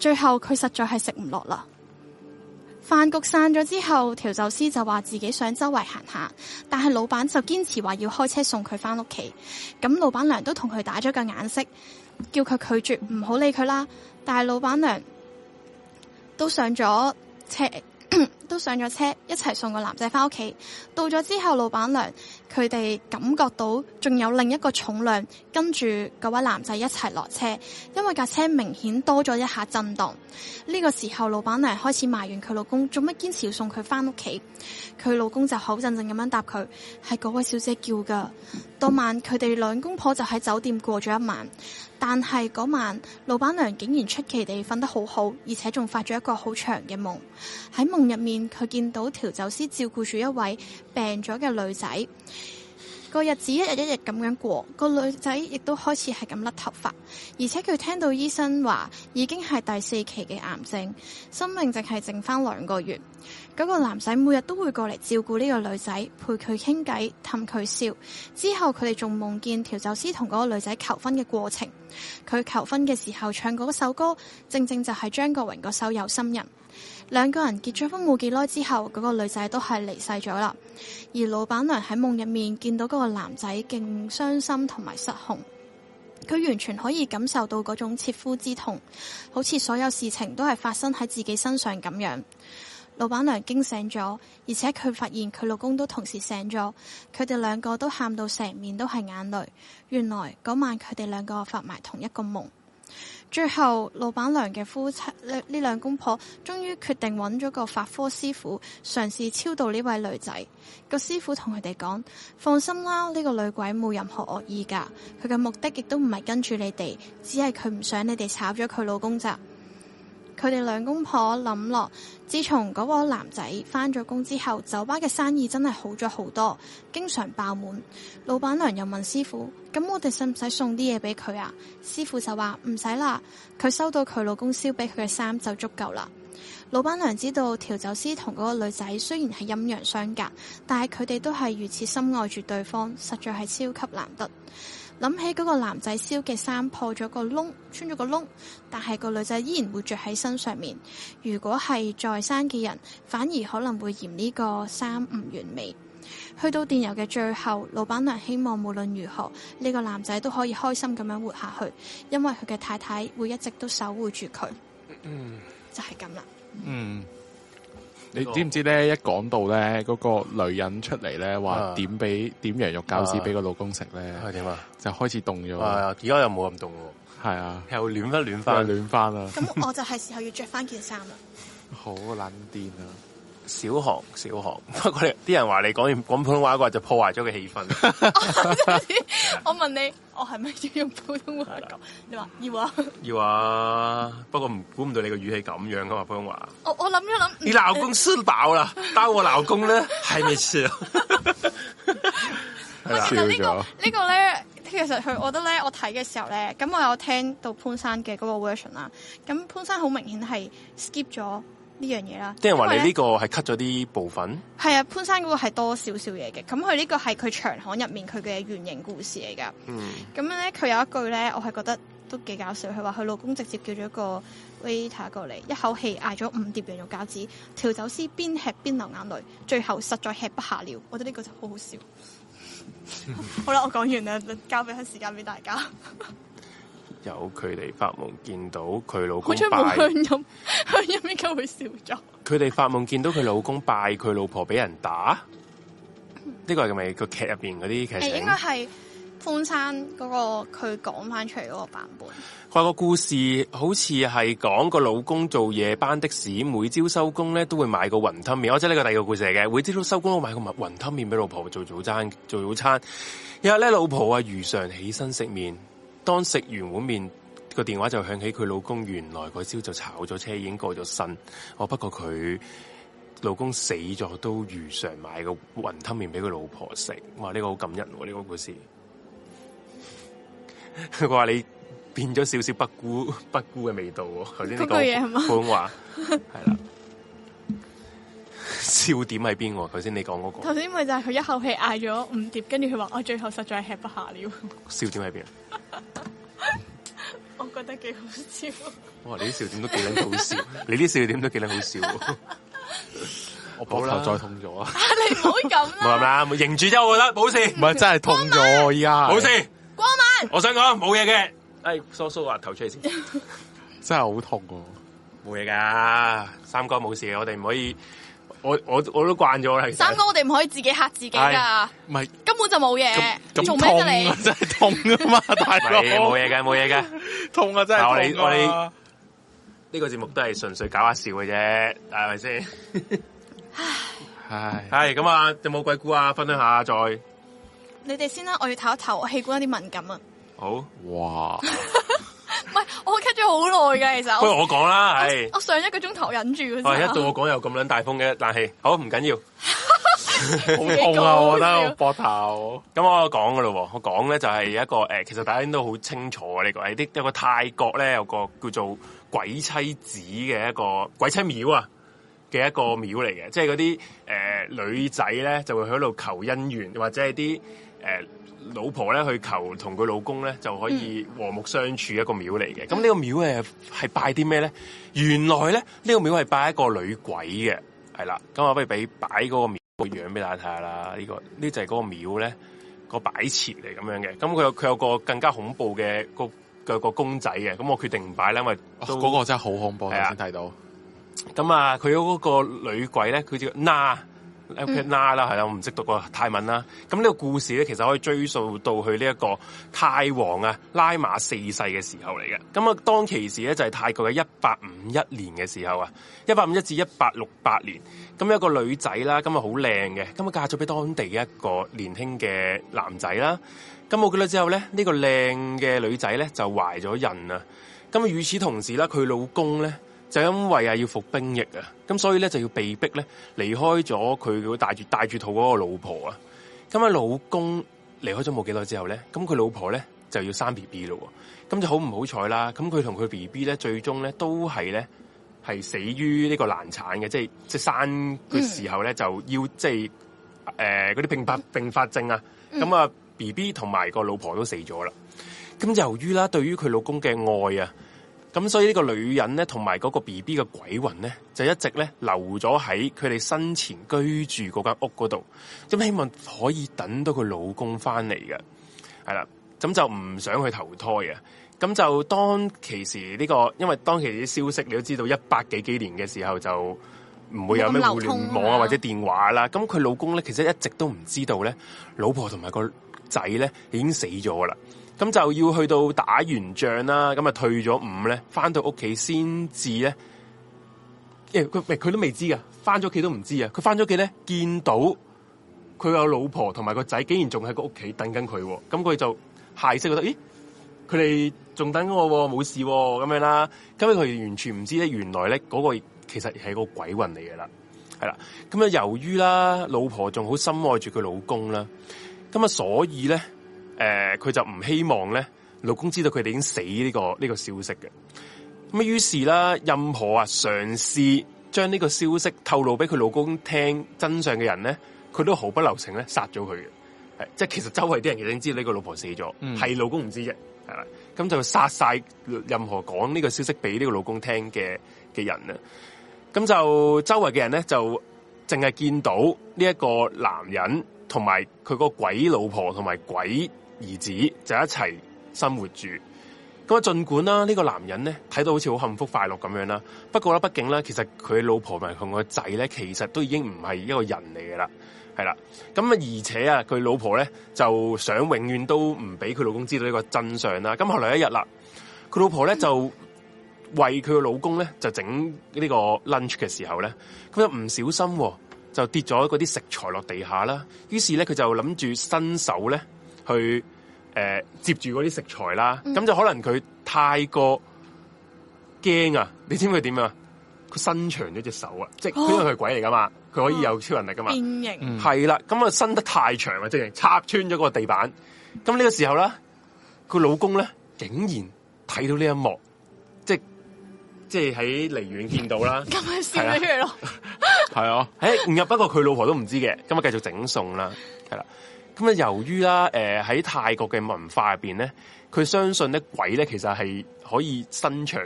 最後佢實在係食唔落啦。飯局散咗之後，調酒師就話自己想周圍行下，但係老闆就堅持話要開車送佢返屋企。咁老闆娘都同佢打咗個眼色，叫佢拒絕，唔好理佢啦。但係老闆娘都上咗車， 都上咗車，一齊送個男仔返屋企。到咗之後，老闆娘佢哋感覺到仲有另一個重量跟住嗰位男仔一齊落車，因為架車明顯多咗一下震盪。呢個時候，老闆娘開始埋怨佢老公做乜堅持要送佢返屋企。佢老公就口震震咁樣答佢：係嗰位小姐叫㗎。當晚佢哋兩公婆就喺酒店過咗一晚，但係嗰晚老闆娘竟然出奇地瞓得好好，而且仲發咗一個好長嘅夢。喺夢入面，佢見到調酒師照顧住一位病咗嘅女仔。個日子一日一日咁樣過，個女仔亦都開始係咁甩頭髮，而且佢聽到醫生話已經係第四期嘅癌症，生命淨係剩翻兩個月。嗰、個男仔每日都會過嚟照顧呢個女仔，陪佢傾偈，氹佢笑。之後佢哋仲夢見調酒師同嗰個女仔求婚嘅過程。佢求婚嘅時候唱嗰首歌，正正就係張國榮嗰首《有心人》。兩個人結咗婚冇幾耐之後，嗰、個女仔都係離世咗啦。而老闆娘喺夢入面見到嗰個男仔勁傷心同埋失控，佢完全可以感受到嗰種切膚之痛，好似所有事情都係發生喺自己身上咁樣。老闆娘驚醒咗，而且佢發現佢老公都同時醒咗，佢哋兩個都喊到成面都係眼淚。原來嗰晚佢哋兩個發埋同一個夢。最後，老闆娘嘅夫妻呢呢兩公婆終於決定揾咗個法科師傅嘗試超度呢位女仔。個師傅同佢哋講：放心啦，呢、個女鬼冇任何惡意㗎，佢嘅目的亦都唔係跟住你哋，只係佢唔想你哋炒咗佢老公咋。佢哋兩公婆諗落，自從嗰個男仔返咗工之後，酒吧嘅生意真係好咗好多，經常爆滿。老闆娘又問師傅：咁我哋使唔使送啲嘢俾佢啊？師傅就話唔使啦，佢收到佢老公燒俾佢嘅衫就足夠啦。老闆娘知道調酒師同嗰個女仔雖然係陰陽相隔，但係佢哋都係如此深愛住對方，實在係超級難得。諗起嗰個男仔燒嘅衫破咗個窿，穿咗個窿，但係個女仔依然會着喺身上面。如果係在生嘅人，反而可能會嫌呢個衫唔完美。去到電郵嘅最後，老闆娘希望無論如何，呢個男仔都可以開心咁樣活下去，因為佢嘅太太會一直都守護住佢。就係 咁啦。嗯，你知唔知咧？一講到咧，嗰、個女人出嚟咧，話啊點俾點羊肉餃子俾個老公食咧，係點啊？就開始凍咗，啊，而家又冇咁凍喎，係啊，又暖翻暖翻翻。暖翻啦，咁我就係時候要着翻件衫啦。好撚癲啊！小學小學，不過你啲人話你講完講普通話嗰個就破壞咗個氣氛。 啊我問你，我係咪要用普通話講？你話要啊？要啊，不過唔估唔到你個語氣咁樣噶嘛，普通話。我我諗一諗，嗯你老公吃飽啦，但我老公咧還沒 吃。喂其實呢、笑咗個呢個咧，其實佢我覺得咧，我睇嘅時候咧，咁我有聽到潘生嘅嗰個 version 啦。咁潘生好明顯係 skip 咗呢樣嘢啦。啲人話因為你呢呢個係 cut 咗啲部分，係啊，潘生嗰個係多少少嘢嘅，咁佢呢個係佢長巷入面佢嘅原型故事嚟㗎。嗯，咁樣咧，佢有一句咧，我係覺得都幾搞笑。佢話佢老公直接叫咗個 waiter 過嚟，一口氣嗌咗五碟羊肉餃子，調酒師邊吃邊流眼淚，最後實在吃不下了。我覺得呢個就好好笑。好啦，我講完啦，交俾時間俾大家。有佢哋發夢見到佢老好公彩冇拜香， 音，香音應該會笑咗。佢哋發夢見到佢老公拜佢老婆俾人打，呢個係咪個劇入邊嗰啲劇誒，情應？該係潘生嗰、個佢講翻出嚟嗰個版本。佢話個故事好似係講個老公做夜班的士，每朝收工咧都會買個雲吞麵。我知呢個第二個故事嚟嘅，每朝早收工都買個雲吞麵俾老婆做早餐，做早餐。有日咧，老婆啊如常起身食麵，當食完碗麵，個電話就響起，佢老公原來嗰朝就炒咗車，已經過咗身。哦我不過佢老公死咗都如常買個雲吞麵俾佢老婆食。哇！呢、個好感人喎、呢、個故事。佢話你變咗少少不姑不姑嘅味道喎、頭先你嗰句嘢係嘛講普通話係啦。笑點喺邊喎？頭先你講嗰、個頭先咪就係佢一口氣嗌咗五碟，跟住佢話我最後實在吃不下 了。笑點喺邊？我覺得幾好笑。哇！你啲笑點都幾撚好笑，你啲笑點都幾撚好笑喎。 我膊好啦頭再痛咗啊！你唔好咁冇咁啦，啦，認住啫，我覺得冇事唔，係真係痛咗，哦依家冇，事。 光晚我想講冇嘢嘅，哎，梳梳個額頭出嚟先，真係好痛喎！冇嘢噶，三哥冇事，我哋唔可以，我我我都慣咗啦。其實三哥，我哋唔可以自己嚇自己噶，唔係根本就冇嘢，做咁痛咩啫你啊？？真係痛啊嘛，大唔佬係冇嘢嘅，冇嘢嘅， 痛啊！真係痛嗱我哋啊！呢個節目都係純粹搞下笑嘅啫，係咪先？唉，係咁啊，有冇鬼故啊？分享下再你哋先啦，我要唞一唞，我氣管有啲敏感啊。好，哇！唔係，我 cut 咗好耐噶，其實不我如我講啦，係我。我上一個鐘頭忍住嘅我哦一啫。到我講有咁撚大風嘅冷氣，好唔緊要。好痛啊！我覺得我膊頭，咁我講噶咯，我講咧就係有一個誒、呃其實大家都好清楚啊嘅呢、個，係啲有個泰國咧有個叫做鬼妻子嘅一個鬼妻廟啊嘅一個廟嚟嘅，即係嗰啲誒女仔咧就會喺度求姻緣，或者係啲誒呃老婆咧去求同佢老公咧就可以和睦相處一個廟嚟嘅。咁呢個廟誒係拜啲咩咧？原來咧呢、呢個廟係拜一個女鬼嘅，係啦。咁我不如俾擺嗰個廟個樣俾大家睇下啦。呢、個呢就係嗰個廟咧。個擺設嚟咁樣嘅，咁佢有佢有個更加恐怖嘅個嘅個公仔嘅，咁我決定唔擺啦，因為哦都嗰個真係好恐怖，頭係啊先睇到。咁啊，佢嗰個女鬼咧，佢叫 Na Na 啦，係啦，我唔識讀個泰文啦。咁呢個故事咧，其實可以追溯到去呢一個泰王啊拉馬四世嘅時候嚟嘅。咁啊，當其時咧就係泰國嘅一八五一年嘅時候啊，一八五一至一八六八年，咁有一個女仔啦，咁啊好靚嘅，咁啊嫁咗俾當地一個年輕嘅男仔啦。咁冇幾耐之後咧，呢、個靚嘅女仔咧就懷咗孕啊。咁啊與此同時啦，佢老公咧就因為啊要服兵役啊，咁所以咧就要被逼咧離開咗佢嗰帶住帶住肚嗰個老婆啊。咁啊老公離開咗冇幾耐之後咧，咁佢老婆咧就要生 B B 咯喎。咁就好唔好彩啦。咁佢同佢 B B 咧最終咧都係咧係死於呢個難產嘅，即係即係生嘅時候咧就要即係誒嗰啲併發併發症啊。咁啊 B B 同埋個老婆都死咗啦。咁由於啦，對於佢老公嘅愛啊，咁所以呢個女人咧，同埋嗰個 B B 嘅鬼魂咧，就一直咧留咗喺佢哋生前居住嗰間屋嗰度，咁希望可以等到佢老公翻嚟嘅，係啦，咁就唔想去投胎啊。咁就當其時呢、個，因為當其時啲消息你都知道，一百幾幾年嘅時候就唔會有咩冇咁互聯流網通啊啊或者電話啦。咁佢老公咧其實一直都唔知道咧，老婆同埋個仔咧已經死咗啦。咁就要去到打完仗啦，咁啊退咗伍咧，翻到屋企先至咧，因為佢喂佢都未知噶，翻咗屋企都唔知啊。佢翻咗屋企咧，見到佢有老婆同埋個仔，竟然仲喺個屋企等緊佢喎，咁佢就下意識覺得，咦，佢哋仲等我喎，冇事喎咁樣啦。咁佢完全唔知咧，原來咧嗰個其實係個鬼魂嚟嘅啦，係啦。咁啊，由於啦，老婆仲好深愛住佢老公啦，咁啊，所以咧。誒、佢就唔希望咧老公知道佢哋已經死呢、個呢、個消息嘅。咁啊，於是啦，任何啊嘗試將呢個消息透露俾佢老公聽真相嘅人咧，佢都毫不留情咧殺咗佢嘅。係即係其實周圍啲人其實已經知道呢個老婆死咗，係、老公唔知啫。係啦，咁就殺晒任何講呢個消息俾呢個老公聽嘅嘅人啦。咁就周圍嘅人咧就淨係見到呢一個男人同埋佢個鬼老婆同埋鬼兒子就一齊生活住。咁啊，儘管啦，呢、個男人咧睇到好似好幸福快樂咁樣啦，不過啦，畢竟咧，其實佢老婆同埋佢個仔咧，其實都已經唔係一個人嚟嘅啦，係啦。咁啊，而且啊，佢老婆咧就想永遠都唔俾佢老公知道呢個真相啦。咁後來一日啦，佢老婆咧就為佢個老公咧就整呢個 lunch 嘅時候咧，咁就唔小心、喎，就跌咗嗰啲食材落地下啦。於是咧，佢就諗住伸手咧去。誒、接住嗰啲食材啦，嗯咁、就可能佢太過驚啊！你知唔知佢點啊？佢伸長咗隻手啊，即係佢因為佢係鬼嚟噶嘛，佢可以有超能力噶嘛，哦變形，係啦，咁啊伸得太長啊，直情插穿咗個地板。咁呢個時候啦，佢老公咧竟然睇到呢一幕，即係即係喺離遠見到 啦。啊咁咪笑咗出嚟咯。系啊，喺唔入，不過佢老婆都唔知嘅，咁啊繼續整餸啦，係啦。咁啊，由於啦，誒、喺泰國嘅文化入邊咧，佢相信咧鬼咧其實係可以伸長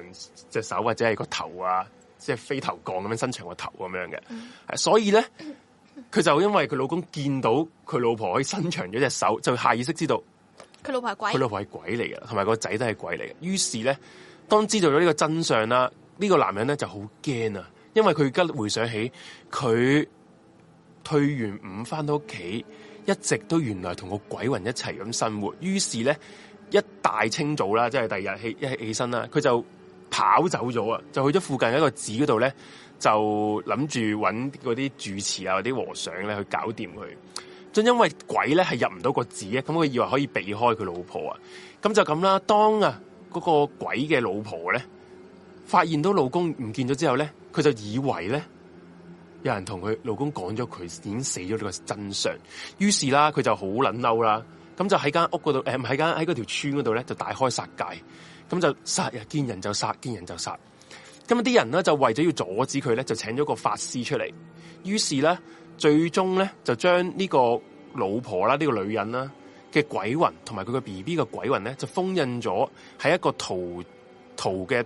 隻手或者係個頭啊，即係飛頭降咁樣伸長個頭咁樣嘅，嗯係所以咧佢就因為佢老公見到佢老婆可以伸長咗隻手，就下意識知道 佢老婆係鬼佢，老婆係鬼嚟嘅，同埋個仔都係鬼嚟嘅。於是咧，當知道咗呢個真相啦，呢、個男人咧就好驚啊，因為佢而家回想起佢退完伍翻到屋企，一直都原來同個鬼魂一齊咁生活。於是咧，一大清早啦，即係第二日起一起身啦，佢就跑走咗啊，就去咗附近一個寺嗰度咧，就諗住揾嗰啲住持啊、嗰啲和尚咧去搞掂佢。就因為鬼咧係入唔到個字咧，咁佢以為可以避開佢老婆啊，咁就咁啦。當啊嗰、個鬼嘅老婆咧，發現到老公唔見咗之後咧，佢就以為咧有人同佢老公講咗佢已經死咗呢個真相，於是啦佢就好撚嬲啦，咁就喺間屋嗰度，誒唔喺間喺嗰條村嗰度咧就大開殺戒，咁就殺人見人就殺，見人就殺。咁啲人咧就為咗要阻止佢咧，就請咗個法師出嚟。於是咧，最終咧就將呢個老婆啦、呢、個女人啦嘅鬼魂同埋佢個 B B 嘅鬼魂咧，就封印咗喺一個陶陶嘅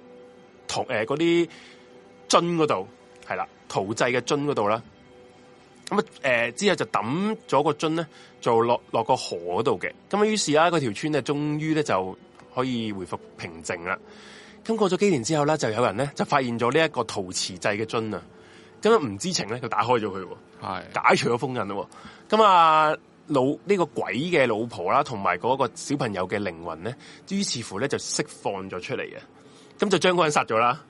陶誒嗰啲樽嗰度，係啦，陶製嘅樽嗰度啦。咁啊誒之後就抌咗個樽咧，就落落個河嗰度嘅。咁啊於是啦，嗰條村咧，終於咧就可以回復平靜啦。咁過咗幾年之後咧，就有人咧就發現咗呢一個陶瓷製嘅樽啊，咁樣唔知情咧，就打開咗佢喎。系解除咗封印咯。咁啊，老呢、個鬼嘅老婆啦，同埋嗰個小朋友嘅靈魂咧，於是乎咧就釋放咗出嚟嘅。咁就將嗰個人殺咗啦。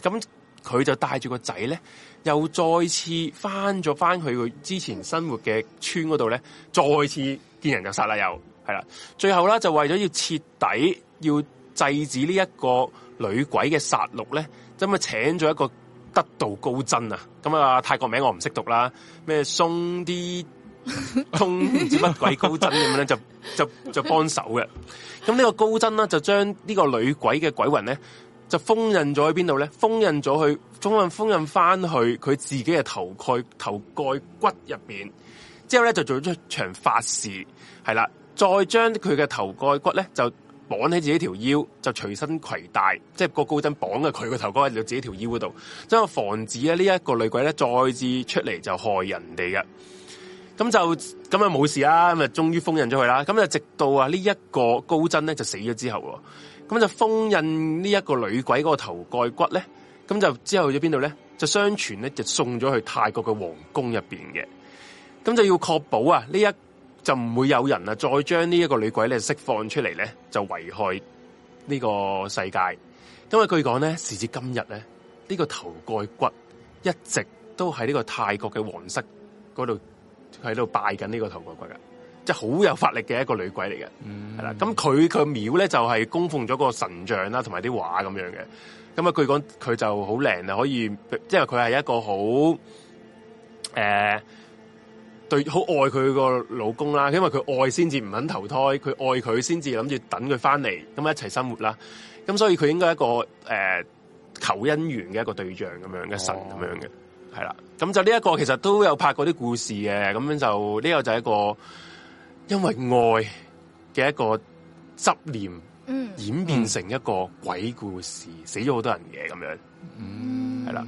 咁佢就帶住個仔咧，又再次翻咗翻去佢之前生活嘅村嗰度咧，再次見人就殺啦，又係啦。最後啦，就為咗要徹底要制止呢一個女鬼嘅殺戮咧，咁啊請咗一個得道高僧啊，咁啊泰國名我唔識讀啦，咩松啲通唔知乜鬼高僧咁樣咧，就就就幫手嘅。咁呢個高僧呢，就將呢個女鬼嘅鬼魂咧，就封印咗喺邊度咧？封印咗去，封印封印翻去佢自己嘅頭蓋頭蓋骨入邊。之後咧就做咗一場法事，係啦，再將佢嘅頭蓋骨咧就綁喺自己條腰，就隨身攜帶，即係個高僧綁嘅佢個頭蓋喺自己條腰嗰度，將防止咧呢一個女鬼咧再次出嚟就害人哋嘅。咁就咁啊冇事啦，咁啊終於封印咗佢啦。咁就直到啊呢一個高僧咧就死咗之後喎，咁就封印呢一個女鬼嗰個頭蓋骨咧，咁就之後去咗邊度咧？就相傳咧就送咗去泰國嘅皇宮入邊嘅。咁就要確保啊，呢一就唔會有人啊，再將呢一個女鬼咧釋放出嚟咧，就危害呢個世界。因為據講咧，時至今日咧，呢、呢個頭蓋骨一直都喺呢個泰國嘅皇室嗰度喺度拜緊呢個頭蓋骨嘅，即係好有法力嘅一個女鬼嚟嘅。係啦，咁佢佢廟咧就係、供奉咗個神像啦，同埋啲畫咁樣嘅。咁啊，據講佢就好靚啊，可以，因為佢係一個好誒、呃、對好愛佢個老公啦，因為佢愛先至唔肯投胎，佢愛佢先至諗住等佢翻嚟，咁一齊生活啦。咁所以佢應該係一個誒、呃求姻緣嘅一個對象咁樣嘅神哦咁樣嘅，係啦。咁就呢一個其實都有拍過啲故事嘅，咁樣就呢、個就係一個因為愛。嘅一個執念嗯，演變成一個鬼故事，死咗好多人嘅咁樣，係啦，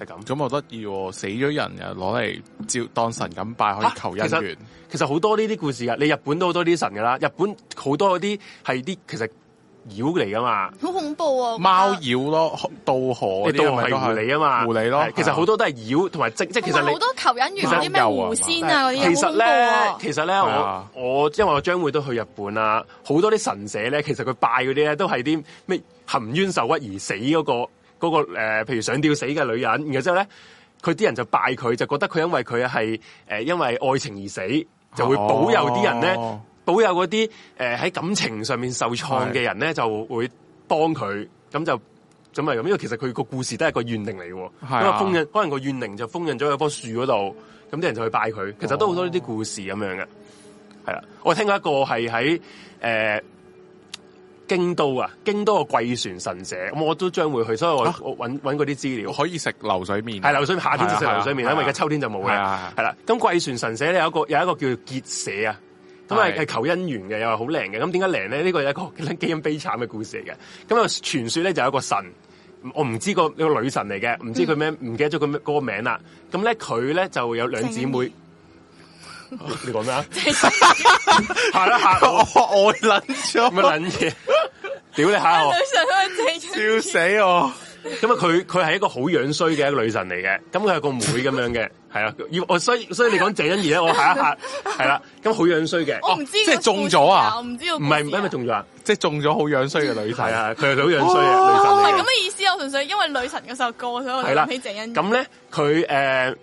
係咁。嗯咁我得意喎，死咗人又攞嚟照當神咁拜，可啊以求其姻實緣。其實好多呢啲故事噶，啊你日本都好多呢啲神噶啦，日本好多嗰啲係啲其實妖嚟噶嘛，好恐怖啊！貓我覺得妖咯，渡河嗰你都啲係咪都狐狸啊嘛，狐狸咯係。其實好多都係妖同埋精，即係其同實埋你好啊多求姻緣嗰啲其實咩狐仙啊嗰啲，其好實恐怖咧，啊！其實咧，係我啊我因為我將會都去日本啦，好多啲神社咧，其實佢拜嗰啲咧都係啲咩含冤受屈而死嗰、個嗰、個呃譬如上吊死嘅女人，然後之後咧，佢啲人就拜佢，就覺得佢因為佢係誒因為愛情而死，就會保佑啲人咧，哦保佑嗰啲誒喺感情上面受創嘅人咧，就會幫佢，咁就。咁咪咁，因為其實佢個故事都係個怨靈嚟喎，係咁啊啊封印，可能個怨靈就封印咗喺棵樹嗰度，咁啲人就去拜佢。其實都好多呢啲故事咁樣嘅，係啦。我聽過一個係喺誒京都啊，京都個貴船神社，咁我都將會去，所以我、啊我揾揾嗰啲資料。可以食流水面，係流水夏天就食流水面啦，因為係啊而家秋天就冇係啦啊。係啦，咁貴船神社咧有一個有一個叫結社啊，咁係係係求姻緣嘅，又係好靈嘅。咁點解靈咧？呢個有一 個基因悲慘嘅故事嚟嘅。咁啊，傳說咧就有一個神，我唔知個有個女神嚟嘅，唔知佢咩，嗯唔記得咗佢咩嗰個名啦。咁咧佢咧就有兩 姊妹。你講咩啊？嚇啦嚇我，我我捻咗，乜撚嘢？屌你 嚇我！女神去笑死我！咁啊，佢佢係一個好樣衰嘅一個女神嚟嘅，咁佢係個妹咁樣 嘅，係啊，要我所以所以你講鄭欣宜咧，我下一下係啦，咁好樣衰嘅，哦我唔知即係個中咗故啊事我唔知道唔係因為仲有啊，即系中咗好樣衰嘅女仔係，啊，佢係好樣衰哦唔係嘅女咁神嚟嘅，嘅意思，我純粹因為女神嗰首歌，所以我就係啦諗起鄭欣宜。咁咧佢誒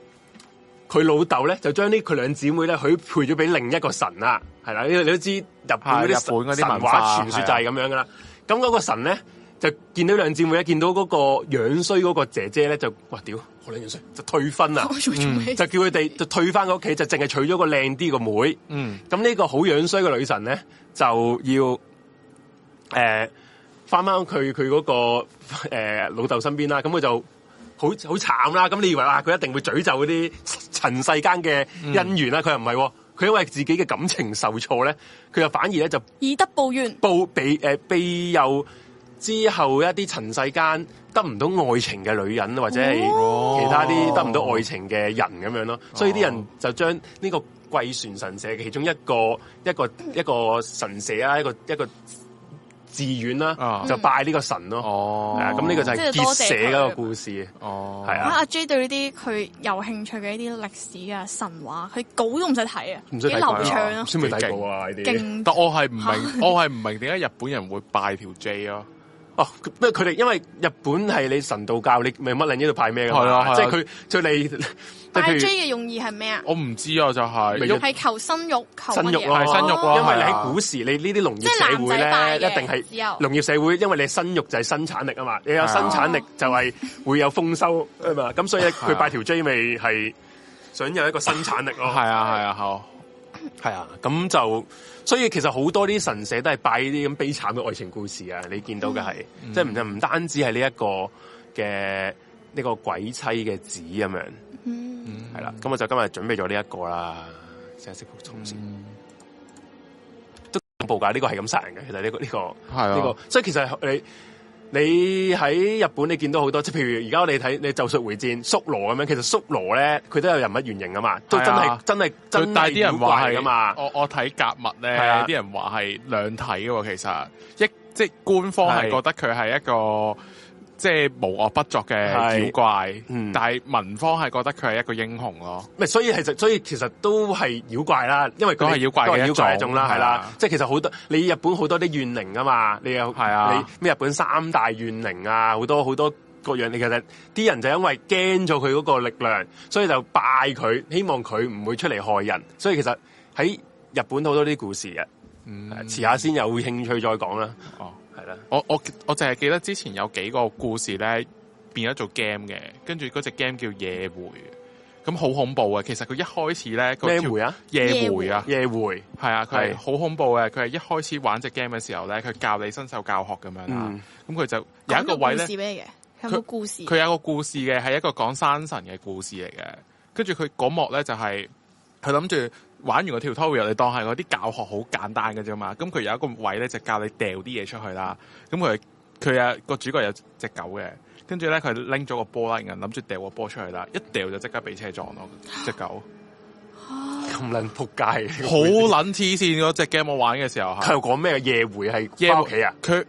佢老豆咧就將呢佢兩姊妹咧許配咗俾另一個神啦，係啦，你你都知日本嗰係日啲本嗰啲神神文話化傳說就係咁樣噶啦，咁嗰個神咧。就見到兩姊妹一見到嗰個樣衰嗰個姐姐咧，就哇屌，好撚樣衰，就退婚啦 嗯我。做做咩？就叫佢哋就退翻屋企，就淨係娶咗個靚啲個妹。嗯，咁呢個好樣衰嘅女神咧，就要呃誒翻翻佢佢嗰個呃老豆身邊啦。咁佢就好好慘啦。咁你以為啊，佢一定會詛咒嗰啲塵世間嘅姻緣啦？佢又唔係喎，佢因為自己嘅感情受挫咧，佢又反而咧就以德報怨，報庇誒庇佑之後一啲塵世間得唔到愛情嘅女人，或者係哦其他啲得唔到愛情嘅人咁樣咯，所以啲人就將呢個貴船神社嘅其中一個一個一個神社啊，一個一個寺院啦啊，就拜呢個神咯。哦係啊，咁呢個就係係即係多結謝社佢嗰個故事。哦，係啊啊阿 J 對呢啲佢有興趣嘅呢啲歷史啊、神話，佢稿都唔使睇啊，唔幾使流睇過暢啊啊，，先未睇過啊呢啲。勁但我係唔明， 我係唔明點解日本人會拜條 J 咯？哦，不過佢哋因為日本係你神道教，你咪乜撚呢度派咩㗎係啊係嘛？啊即係佢最你即係拜 J 譬嘅用意係咩啊？我唔知啊，就係咪喐係求生育，求如生乜育咯，啊嘢？係啊生育咯哦因為你喺股市，你呢啲農即係業社男會仔拜咧，嘅一定係之後農業社會，因為你生育就係生產力啊嘛，你有生產力就係會有豐收啊嘛，咁所以佢拜條 J 咪係想有一個生產力咯， 係啊係啊好。係啊，咁就所以其實好多啲神社都係拜呢啲咁悲慘嘅愛情故事啊，你見到嗯嘅係，嗯即係唔唔單止係呢一個嘅呢、個鬼妻嘅紙咁樣，嗯係啦，咁我就今日準備咗呢一個啦，即係識補充先。嗯都恐怖噶，呢、個係咁殺人嘅。其實呢、個呢、個係啊呢、個，所以其實你你喺日本你見到好多，即係譬如而家我哋睇你《咒術回戰》宿羅咁樣，其實宿羅咧佢都有人物原型噶嘛，都真係係啊真係真佢係但係啲人妖話怪係嚟噶嘛，我我睇甲物咧，係啊啲人話係兩體嘅喎，其實一即係官方係係覺得佢係一個即係無惡不作嘅係妖怪，嗯但係民方係覺得佢係一個英雄咯。咪所以其實所以其實都係妖怪啦，因為佢都哋係妖怪嘅都係一妖怪一種種啦，係係啦啊，即係其實好多你日本好多啲怨靈啊嘛，你有係啊你咩日本三大怨靈啊，好多好多各樣，你其實啲人就因為驚咗佢嗰個力量，所以就拜佢，希望佢唔會出嚟害人，所以其實喺日本好多啲故事嘅，嗯係遲下先有興趣再講啦，哦，係啦，我我我淨係記得之前有幾個故事咧變咗做 game 嘅，跟住嗰隻 game 叫夜回，咁好恐怖啊！其實佢一開始咧個咩條回啊？夜回啊！夜回，係啊，佢係係好恐怖嘅。佢係一開始玩只 game 嘅時候咧，佢教你新手教學咁樣啦嗯。咁佢、就有一個位講咗故，咧事俾你嘅，佢有冇故事？佢有一個故事嘅，係一個講山神嘅故事嚟嘅。跟住佢嗰幕咧就係佢諗住玩完個 tutorial，你當係嗰啲教學好簡單嘅啫嘛。咁佢有一個位咧就教你掉啲嘢出去啦。咁佢佢啊個主角有隻狗嘅，跟住咧佢拎咗個波啦，然後諗住掉個波出去啦，一掉就即刻俾車撞咯，只狗咁撚仆街，好撚黐線嗰只 game 我玩嘅時候係佢。又講咩？夜回係夜翻屋企啊？！佢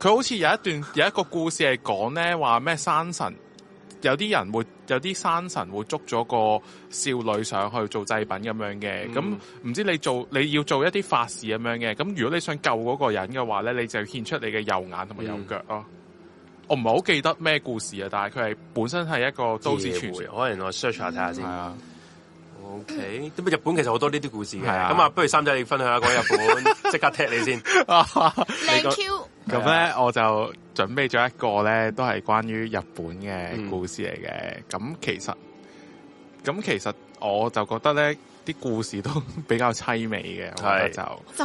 佢好似有一段有一個故事係講咧，話咩山神有啲人會有啲山神會捉咗個少女上去做祭品咁樣嗯嘅。咁唔、知你做你要做一啲法事咁樣嘅。咁如果你想救嗰個人嘅話咧，你就獻出你嘅右眼嗯同埋右腳咯。我唔係好記得咩故事啊，但係佢係本身係一個都市傳夜說回，可能我 search 下睇下先係。啊， O K，咁日本其實好多呢啲故事嘅，係啊咁啊，不如三仔你分享下講日 本，即刻踢你先。你個靚 Q，咁啊咧，我就準備咗一個咧，都係關於日本嘅嗯故事嚟嘅。咁、其實，咁其實我就覺得咧，啲故事都 比較凄美嘅，我覺得係就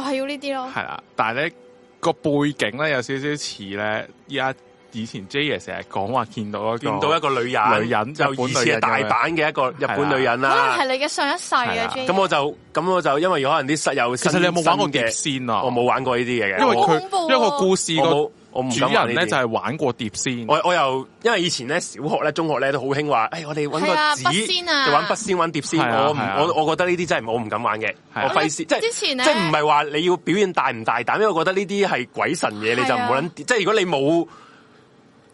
就係要呢啲咯。係啦。但係咧個背景咧有少少似咧，依家以前 J 爺成日講話見到一個見到一個女人，女人就日本疑女似人係大阪嘅一個日本女可能人啦。係你嘅上一世係啊啊，J。咁我就咁我就因為可能啲室友，其實你有冇玩過新碟嘅？仙啊？我冇，玩過呢啲嘢嘅，因為佢我好恐怖啊因為個故事我個冇我唔主敢玩人呢咧啲就係玩過碟仙。我我又因為以前咧小學咧中學咧都好興話，誒我哋揾個係啊筆仙啊紙就玩筆仙玩碟仙，係啊我係啊唔我我覺得呢啲真係我唔敢玩嘅，我係啊費事即係之前即呢係唔係話你要表現大唔大膽，因為我覺得呢啲係鬼神嘢，你就唔好係啊撚，即係如果你冇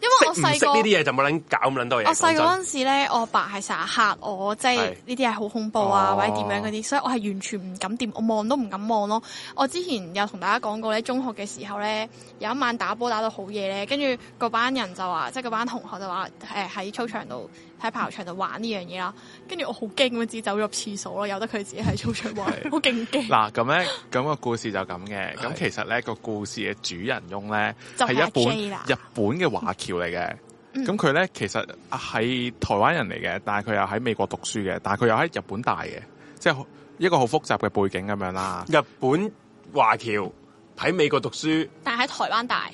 因為我識唔細識個呢啲嘢就冇撚搞咁撚多嘢。我細個嗰講陣時咧，我爸係成日嚇我，即係係呢啲係好恐怖啊，哦或者點樣嗰啲，所以我係完全唔敢掂，我望都唔敢望咯。我之前有同大家講過咧，中學嘅時候咧，有一晚打波打到好夜咧，跟住嗰班人就話，即係嗰班同學就話，誒喺操場度喺排球場度玩呢樣嘢啦。跟住我好驚咁樣自己走咗入廁所咯，由得佢自己喺操場玩，好勁驚。嗱咁咧，咁個故事就咁嘅。咁其實咧個故事嘅主人翁咧就係係一阿本 J 啦日本嘅華僑嚟嘅。嗯咁佢咧其實啊係台灣人嚟嘅，但係佢又喺美國讀書嘅，但係佢又喺日本大嘅，即係一個好複雜嘅背景咁樣啦。真日本華僑喺美國讀書，日但係喺台灣大，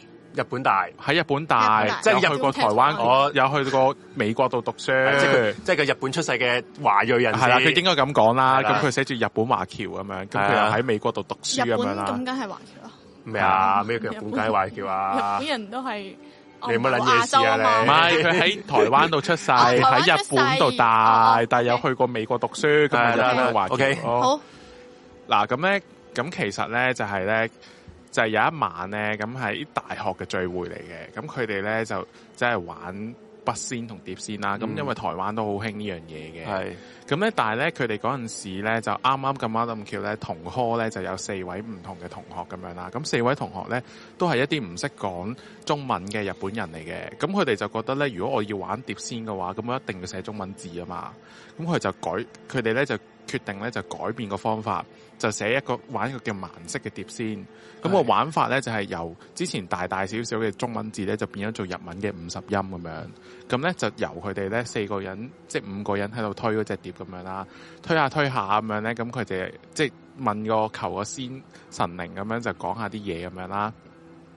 本大，喺日本日大本大，即即係係日去過台灣，哦有去過美國度讀書。即係佢即係佢日本出世嘅華裔人士。呃係啦，佢應該咁講啦。係啦咁佢寫住日本華僑咁樣，咁佢係啊又喺美國度讀書日咁本樣咁梗啦。係華僑啦，咩啊？咩叫日本梗係華僑日啊本？人都係你乜撚嘢亞洲事唔啊嘛。係，佢喺台灣度出 世，哦台灣喺日本度大出世哦哦，但係有去過美國讀書，咁係咪啦日本嘅華僑 OK 咯好，嗱，咁咧，咁其實咧就係咧，就係有一晚咧，咁係大學嘅聚會嚟嘅，咁佢哋咧就真係玩筆仙同碟仙啦。咁、嗯因為台灣都好興呢樣嘢嘅，系咁咧但係咧佢哋嗰陣時咧就啱啱咁啱咁巧咧，同科咧就有四位唔同嘅同學咁樣啦。咁四位同學咧都係一啲唔識講中文嘅日本人嚟嘅，咁佢哋就覺得咧，如果我要玩碟仙嘅話，咁我一定要寫中文字啊嘛。咁佢就改，佢哋咧就決定咧就改變個方法，就寫一個玩一個叫盲式嘅碟仙。咁個係玩法咧就係、由之前大大小小嘅中文字咧就變咗做日文嘅五十音咁樣。咁咧就由佢哋咧四個人即係五個人喺度推嗰只碟咁樣啦，推下推下咁樣咧，咁佢哋即係問個求個仙神靈咁樣就講下啲嘢咁樣啦。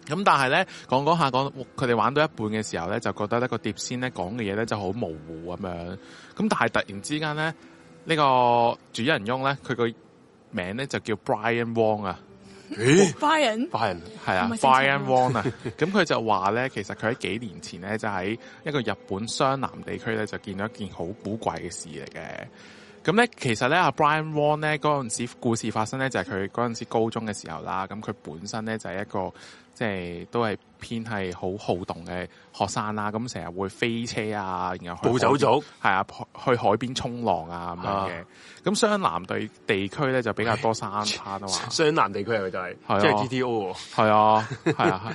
咁但係咧講講下講，佢哋玩到一半嘅時候咧，就覺得呢個碟仙咧講嘅嘢咧就好模糊咁樣。咁但係突然之間咧，呢、呢個主人翁咧佢個名咧就叫 Brian Wong 啊，咦， Brian 白人係啊唔係姓，Brian 陳啊 Wong 啊。 咁佢就話咧，其實佢喺幾年前咧就喺一個日本湘南地區咧就見到一件好古怪嘅事嚟嘅。咁咧，其實咧，阿 Brian Wong 咧嗰陣時故事發生咧，就係佢嗰陣時高中嘅時候啦。咁佢本身咧就係一個即係都係偏係好好動嘅學生啦。咁成日會飛車啊，然後去暴走族係啊，去海邊衝浪啊咁樣嘅。咁湘南地地區咧就比較多山 灘啊嘛。湘南地區係咪就係係啊即係 G T O 喎？系啊，系啊，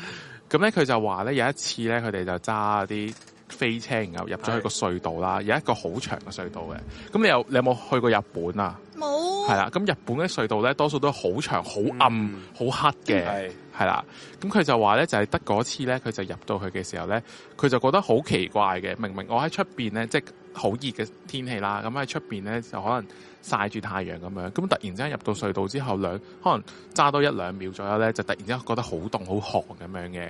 咁咧佢就話咧有一次咧，佢哋就揸啲飛車，然後入咗去個隧道啦，有一個好長嘅隧道嘅。咁你有你有冇去過日本啊？冇係啦，咁日本嘅隧道咧，多數都係好長、好暗、嗯好黑嘅係，係啦。咁佢就話咧，就係得嗰次咧，佢就入到去嘅時候咧，佢就覺得好奇怪嘅。明明我喺出邊咧，即係好熱嘅天氣啦，咁喺出邊咧就可能曬住太陽咁樣，咁突然之間入到隧道之後兩，可能揸多一兩秒左右咧，就突然之間覺得好凍、好寒咁樣嘅。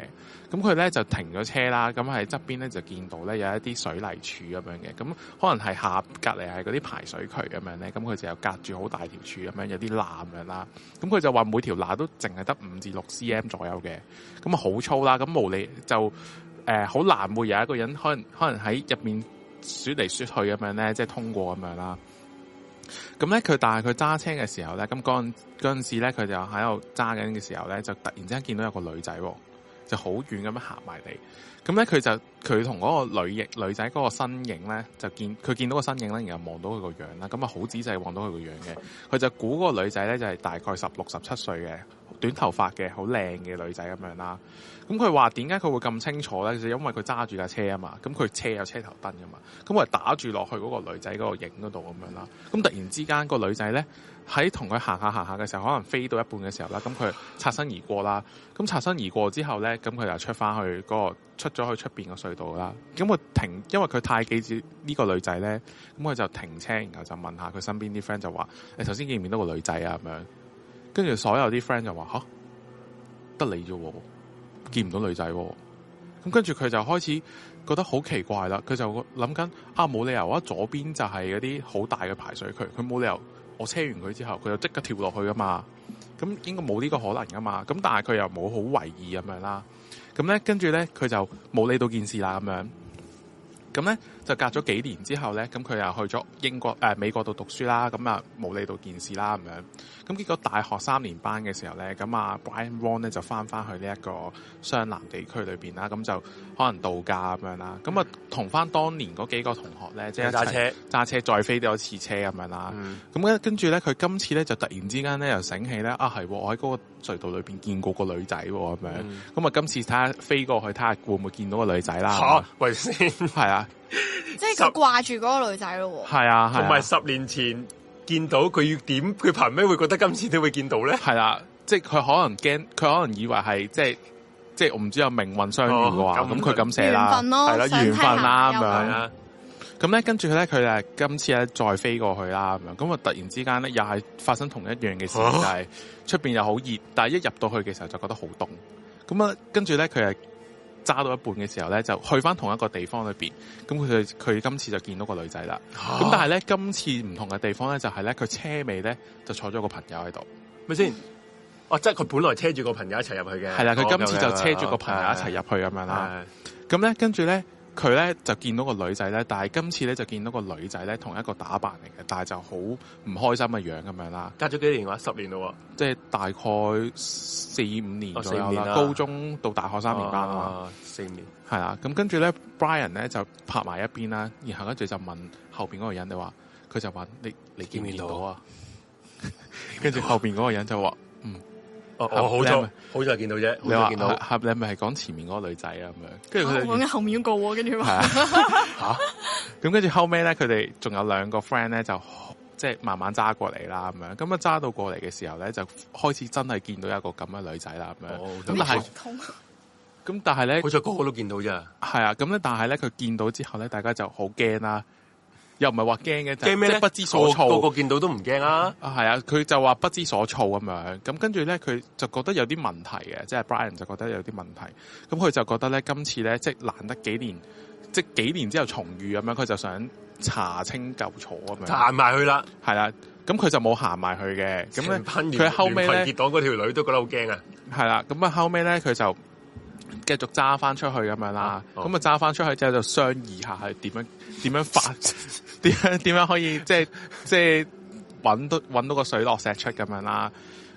咁佢咧就停咗車啦，咁喺側邊咧就見到咧有一啲水泥柱咁樣嘅，咁可能係下隔離係嗰啲排水渠咁樣咧，咁佢就有隔住好大條柱咁樣，有啲罅咁樣啦。咁佢就話每條罅都淨係得五至六 cm 左右嘅，咁啊好粗啦，咁無理就誒好、難會有一個人可能可能喺入面雪嚟雪去咁樣咧，即係通過咁樣啦。咁咧，佢但係佢揸車嘅時候咧，咁嗰陣嗰陣時咧，佢就喺度揸緊嘅時候咧，就突然之間見到有個女仔喎，就好遠咁樣行埋嚟。咁咧，佢就佢同嗰個女型女仔嗰個身形咧，就見佢見到個身影咧，然後望到佢個樣啦，咁啊好仔細望到佢個樣嘅。佢就估嗰個女仔咧就係、大概十六十七歲嘅短頭髮嘅好靚嘅女仔咁樣啦。咁佢話點解佢會咁清楚咧？就因為佢揸住架車啊嘛，咁佢車有車頭燈噶啊嘛，咁我係打住落去嗰個女仔嗰個影嗰度咁樣啦。咁突然之間個女仔咧喺同佢行下行下嘅時候，可能飛到一半嘅時候啦，咁佢擦身而過啦。咁擦身而過之後咧，咁佢就出翻去嗰、個出咗去出邊個隧道啦。咁佢停，因為佢太記住呢個女仔咧，咁佢就停車，然後就問下佢身邊啲 friend 就話：你頭先見唔見到個女仔啊？咁樣，跟住所有啲 friend 就話：吓，得你啫喎，見唔到女仔喎。咁跟住佢就開始覺得好奇怪啦，佢就諗緊啊，冇理由啊，左邊就係嗰啲好大嘅排水渠，佢冇理由我車完佢之後，佢就即刻跳落去噶嘛。咁應該冇呢個可能噶嘛。咁但係佢又冇好為意咁樣啦。咁咧跟住咧佢就冇理到件事啦咁樣。咁咧就隔咗幾年之後咧，咁佢又去咗英國誒、呃美國度讀書啦，咁啊冇理到件事啦咁樣。咁結果大學三年班嘅時候咧，咁啊 Brian Wong 咧就翻翻去呢一個湘南地區裏邊啦，咁就可能度假咁樣啦。咁啊同翻當年嗰幾個同學咧，即係一齊揸車，揸車再飛多一次車咁樣啦。嗯咁跟跟住咧，佢今次咧就突然之間咧又醒起咧，啊係喎，我喺嗰個隧道裏邊見過個女仔喎咁樣。咁啊、嗯今次睇下飛過去睇下會唔會見到個女仔啦吓。喂先，同係啊，即係佢掛住嗰個女仔咯喎。係啊，係埋啊，十年前見到佢要點，佢憑咩 會覺得今次都會見到咧？係啦，即係佢可能驚，佢可能以為係即係即係我唔知有命運相遇嘅話，哦咁咁佢咁寫緣啦，分咯係啦，想緣分啦睇下咁樣有。係啊，咁咧，跟住咧，佢咧今次咧再飛過去啦，咁樣，咁啊突然之間咧，又係發生同一樣嘅事，啊就係出邊又好熱，但係一入到去嘅時候就覺得好凍。咁啊，跟住咧，佢係揸到一半嘅時候咧，就去翻同一個地方裏邊。咁佢就佢今次就見到個女仔啦。咁、但係咧，今次唔同嘅地方咧，就係咧佢車尾咧就坐咗個朋友喺度。咪先？哦，即係佢本來車住個朋友一齊入去嘅，係啦，佢今次就哦車住個朋友一齊。入去咁樣係啦。咁咧，跟住咧，佢咧就見到個女仔咧，但係今次咧就見到個女仔咧同一個打扮嚟嘅，但係就好唔開心嘅樣咁樣啦，隔咗幾年話十年咯即係大概四五年哦左右四五年啦，啦高中到大學喎，三年班啊嘛。啊四年，系啦，咁跟住咧，Brian 咧就拍埋一邊啦，然後跟住就問後邊嗰個人，你話佢就話你你見唔見到啊？ 跟住後邊嗰個人就話：嗯，哦，啊我好靚彩啊好彩見到啫，你好話彩見到，係係你咪係講前面嗰個女仔啊咁樣。跟住佢哦我講哋緊後面嗰個喎，跟住係話啊嚇，咁跟住後尾咧，佢哋仲有兩個 friend 咧就即係慢慢揸過嚟啦咁樣。咁啊揸到過嚟嘅時候咧，就開始真係見到一個咁嘅女仔啦咁樣。哦咁但咩係頭痛？咁但係咧好。彩個個都見到咋，系啊，咁咧，但系咧，佢見到之後咧，大家就好驚啦，又唔係話驚嘅，就係驚咩即係咧？不知所措。個個見到都唔驚啊！啊，係啊，佢就話不知所措咁樣，咁跟住咧，佢就覺得有啲問題嘅，即係 Brian 就覺得有啲問題，咁佢就覺得咧，今次咧，即係難得幾年，即係幾年之後重遇咁樣，佢就想查清究楚咁樣，行埋去啦，係啦，咁佢就冇行埋去嘅，咁咧，佢佢後尾咧結黨嗰條女都覺得好驚啊！係啦，咁啊後尾咧佢就繼續揸翻出去咁樣啦啊，咁哦啊揸翻出去之後就商議下係點樣點樣發 點樣點樣可以即係即係揾到揾到個水落石出咁樣啦。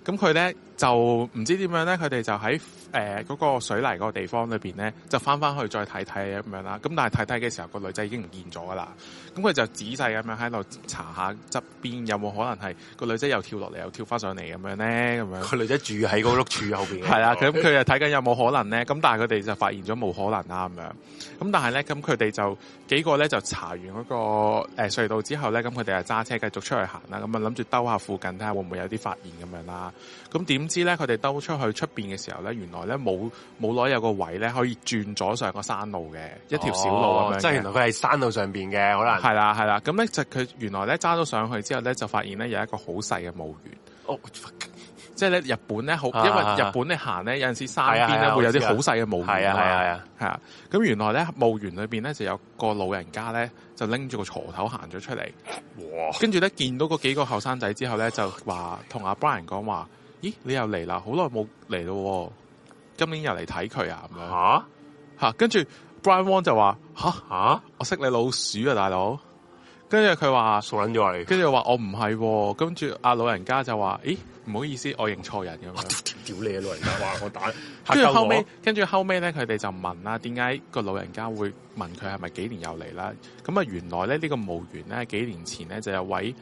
咁佢咧就唔知點樣咧，佢哋就喺誒嗰個水泥嗰個地方裏邊咧，就翻翻去再睇睇咁樣啦。咁但係睇睇嘅時候，個女仔已經唔見咗噶啦。咁佢就仔細咁樣喺度查下側邊有冇可能係個女仔又跳落嚟又跳翻上嚟咁樣咧，咁樣。個女仔住喺嗰碌柱後邊嘅，哦係啦，咁佢就睇緊有冇可能咧，咁但係佢哋就發現咗冇可能啦咁樣。咁但係咧，咁佢哋就幾個咧就查完嗰、個呃隧道之後咧，咁佢哋就揸車繼續出去行啦。咁啊諗住兜下附近睇下會唔會有啲發現咁樣啦。咁點知咧，佢哋兜出去出邊嘅時候咧，原來咧冇冇耐有個位咧可以轉咗上個山路嘅一條小路咁樣嘅、哦即係原來佢係山路上邊嘅，可能係啦係啦。咁咧就佢原來咧揸咗上去之後咧，就發現咧有一個好細嘅墓園。哦即係咧日本咧好，因啊為啊日本你行咧有陣時山邊係啊係咧啊會有啲我知啊好細嘅墓園係啊嘛係啊係啊，係啊。咁原來咧墓園裏邊咧就有個老人家咧就拎住個鋤頭行咗出嚟，哇！跟住咧見到嗰幾個後生仔之後咧就話同阿 Brian 講話：咦，你又嚟啦，好耐冇嚟咯喎，今年又嚟睇佢啊咁樣吓嚇。跟住 Brian Wong 就話：吓，吓我識你老鼠啊，大佬。跟住佢話。傻撚咗啊你！跟住話我唔係喎，跟住阿老人家就話：咦，唔好意思，我認錯人咁樣。 屌你啊老人家！哇！我打跟住後後尾，跟住後尾咧，佢哋就問啦，點解個老人家會問佢係咪幾年又嚟啦？咁啊，原來咧呢、個墓園咧幾年前咧就有位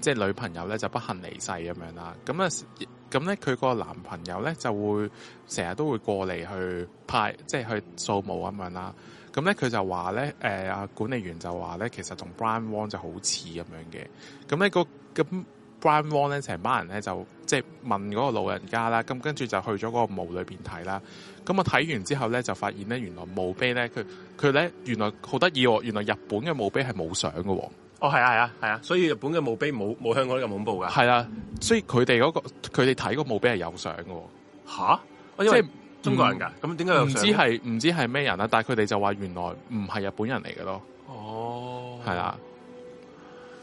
即係女朋友咧就不幸離世咁樣啦。咁啊，咁咧佢個男朋友咧就會成日都會過嚟去派，即係去掃墓咁樣啦。咁咧佢就話咧，誒、啊管理員就話咧，其實同 Brian Wong 就好似咁樣嘅。咁咧個咁 Brian Wong 咧成班人咧就即係問嗰個老人家啦，咁跟住就去咗嗰個墓裏邊睇啦。咁我睇完之後咧就發現咧，原來墓碑咧佢佢咧原來好得意喎，原來日本嘅墓碑係冇相嘅喎。哦係啊係啊係啊！所以日本嘅墓碑冇冇香港咁恐怖噶係啦，所以佢哋嗰個佢哋睇個墓碑係有相嘅喎，吓，即即係係哦中國人㗎，咁點解又唔知上呢係唔知係咩人啦，但係佢哋就話原來唔係日本人嚟嘅咯，哦係啊啦。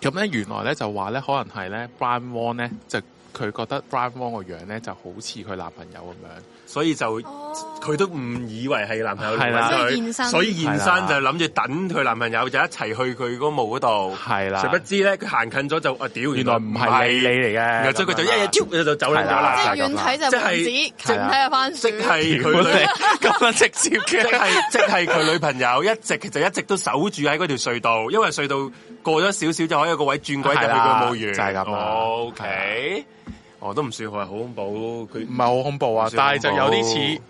咁咧原來咧就話咧可能係咧 Brian Wong 咧就佢覺得 Brian Wong 個樣咧就好似佢男朋友咁樣。所以就哦佢都誤以為係男朋友係啦所以現身所以現係啦身就諗住等佢男朋友就一齊去佢嗰墓嗰度，係啦誰不知咧佢行近咗就啊屌，原來唔係你嚟嘅，然然後之後佢就一嘢招，啾就走甩咗即係啦，係啦遠睇就啊即係蚊子，近係啦睇就番薯咁樣直接即。係佢女即嘅，係即係佢女朋友一直就一直都守住喺嗰條隧道，因為隧道過咗少少就可以有個位轉軌入去係啦個墓園，就係咁啦 O K，我都唔算佢係好恐怖，佢唔係好恐怖啊，但算係恐就怖有啲似，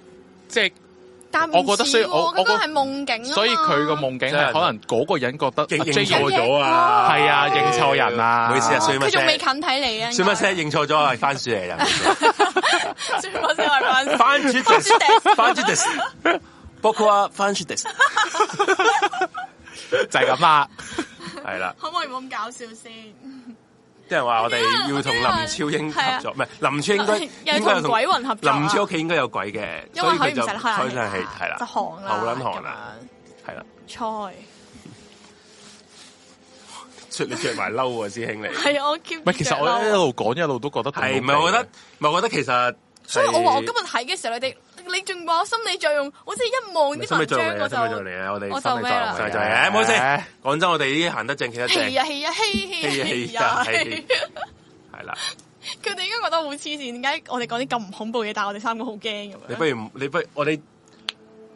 即係 但唔我覺得似所以喎我我嗰個覺係夢境啊嘛所以佢個夢境真係係可能嗰個人覺得認啊認 J 錯咗啊，係啊認錯人啊唔好意思啊，哦衰乜佢仲未聲近，睇你啊！衰乜聲，認錯咗係番薯嚟嘅。 算乜聲係番薯番薯番薯 dis，番薯 dis，包括啊番薯 dis，就係咁啦。係啦。可唔可以冇咁搞笑先？ 啲人話我哋啊要同林超英合作，唔係林超應 該又應該有同鬼魂合作啊林超屋企應該有鬼嘅，因為所佢以唔就使所以開就係係啦，就寒啦，好撚寒啦，係啦，咁樣。菜出你着埋褸啊，師兄你係我 keep 唔係，其實啊我一路講一路都覺得係唔係？我覺得唔係，我覺得其實所以我話我今日睇嘅時候，你哋你仲話我心理作用，我真係一望啲心理文作章我就用嚟啊，心理作用嚟啊，我哋我就心理咩作用嚟啊啦就係誒，唔好意思，講真，我哋呢啲行得正，企得正，係呀啊係呀氣啊係氣呀啊係呀氣，，係啦。佢哋應該覺得好黐線，點解我哋講啲咁唔恐怖嘅嘢，但係我哋三個好驚咁你樣不。 如你不如我哋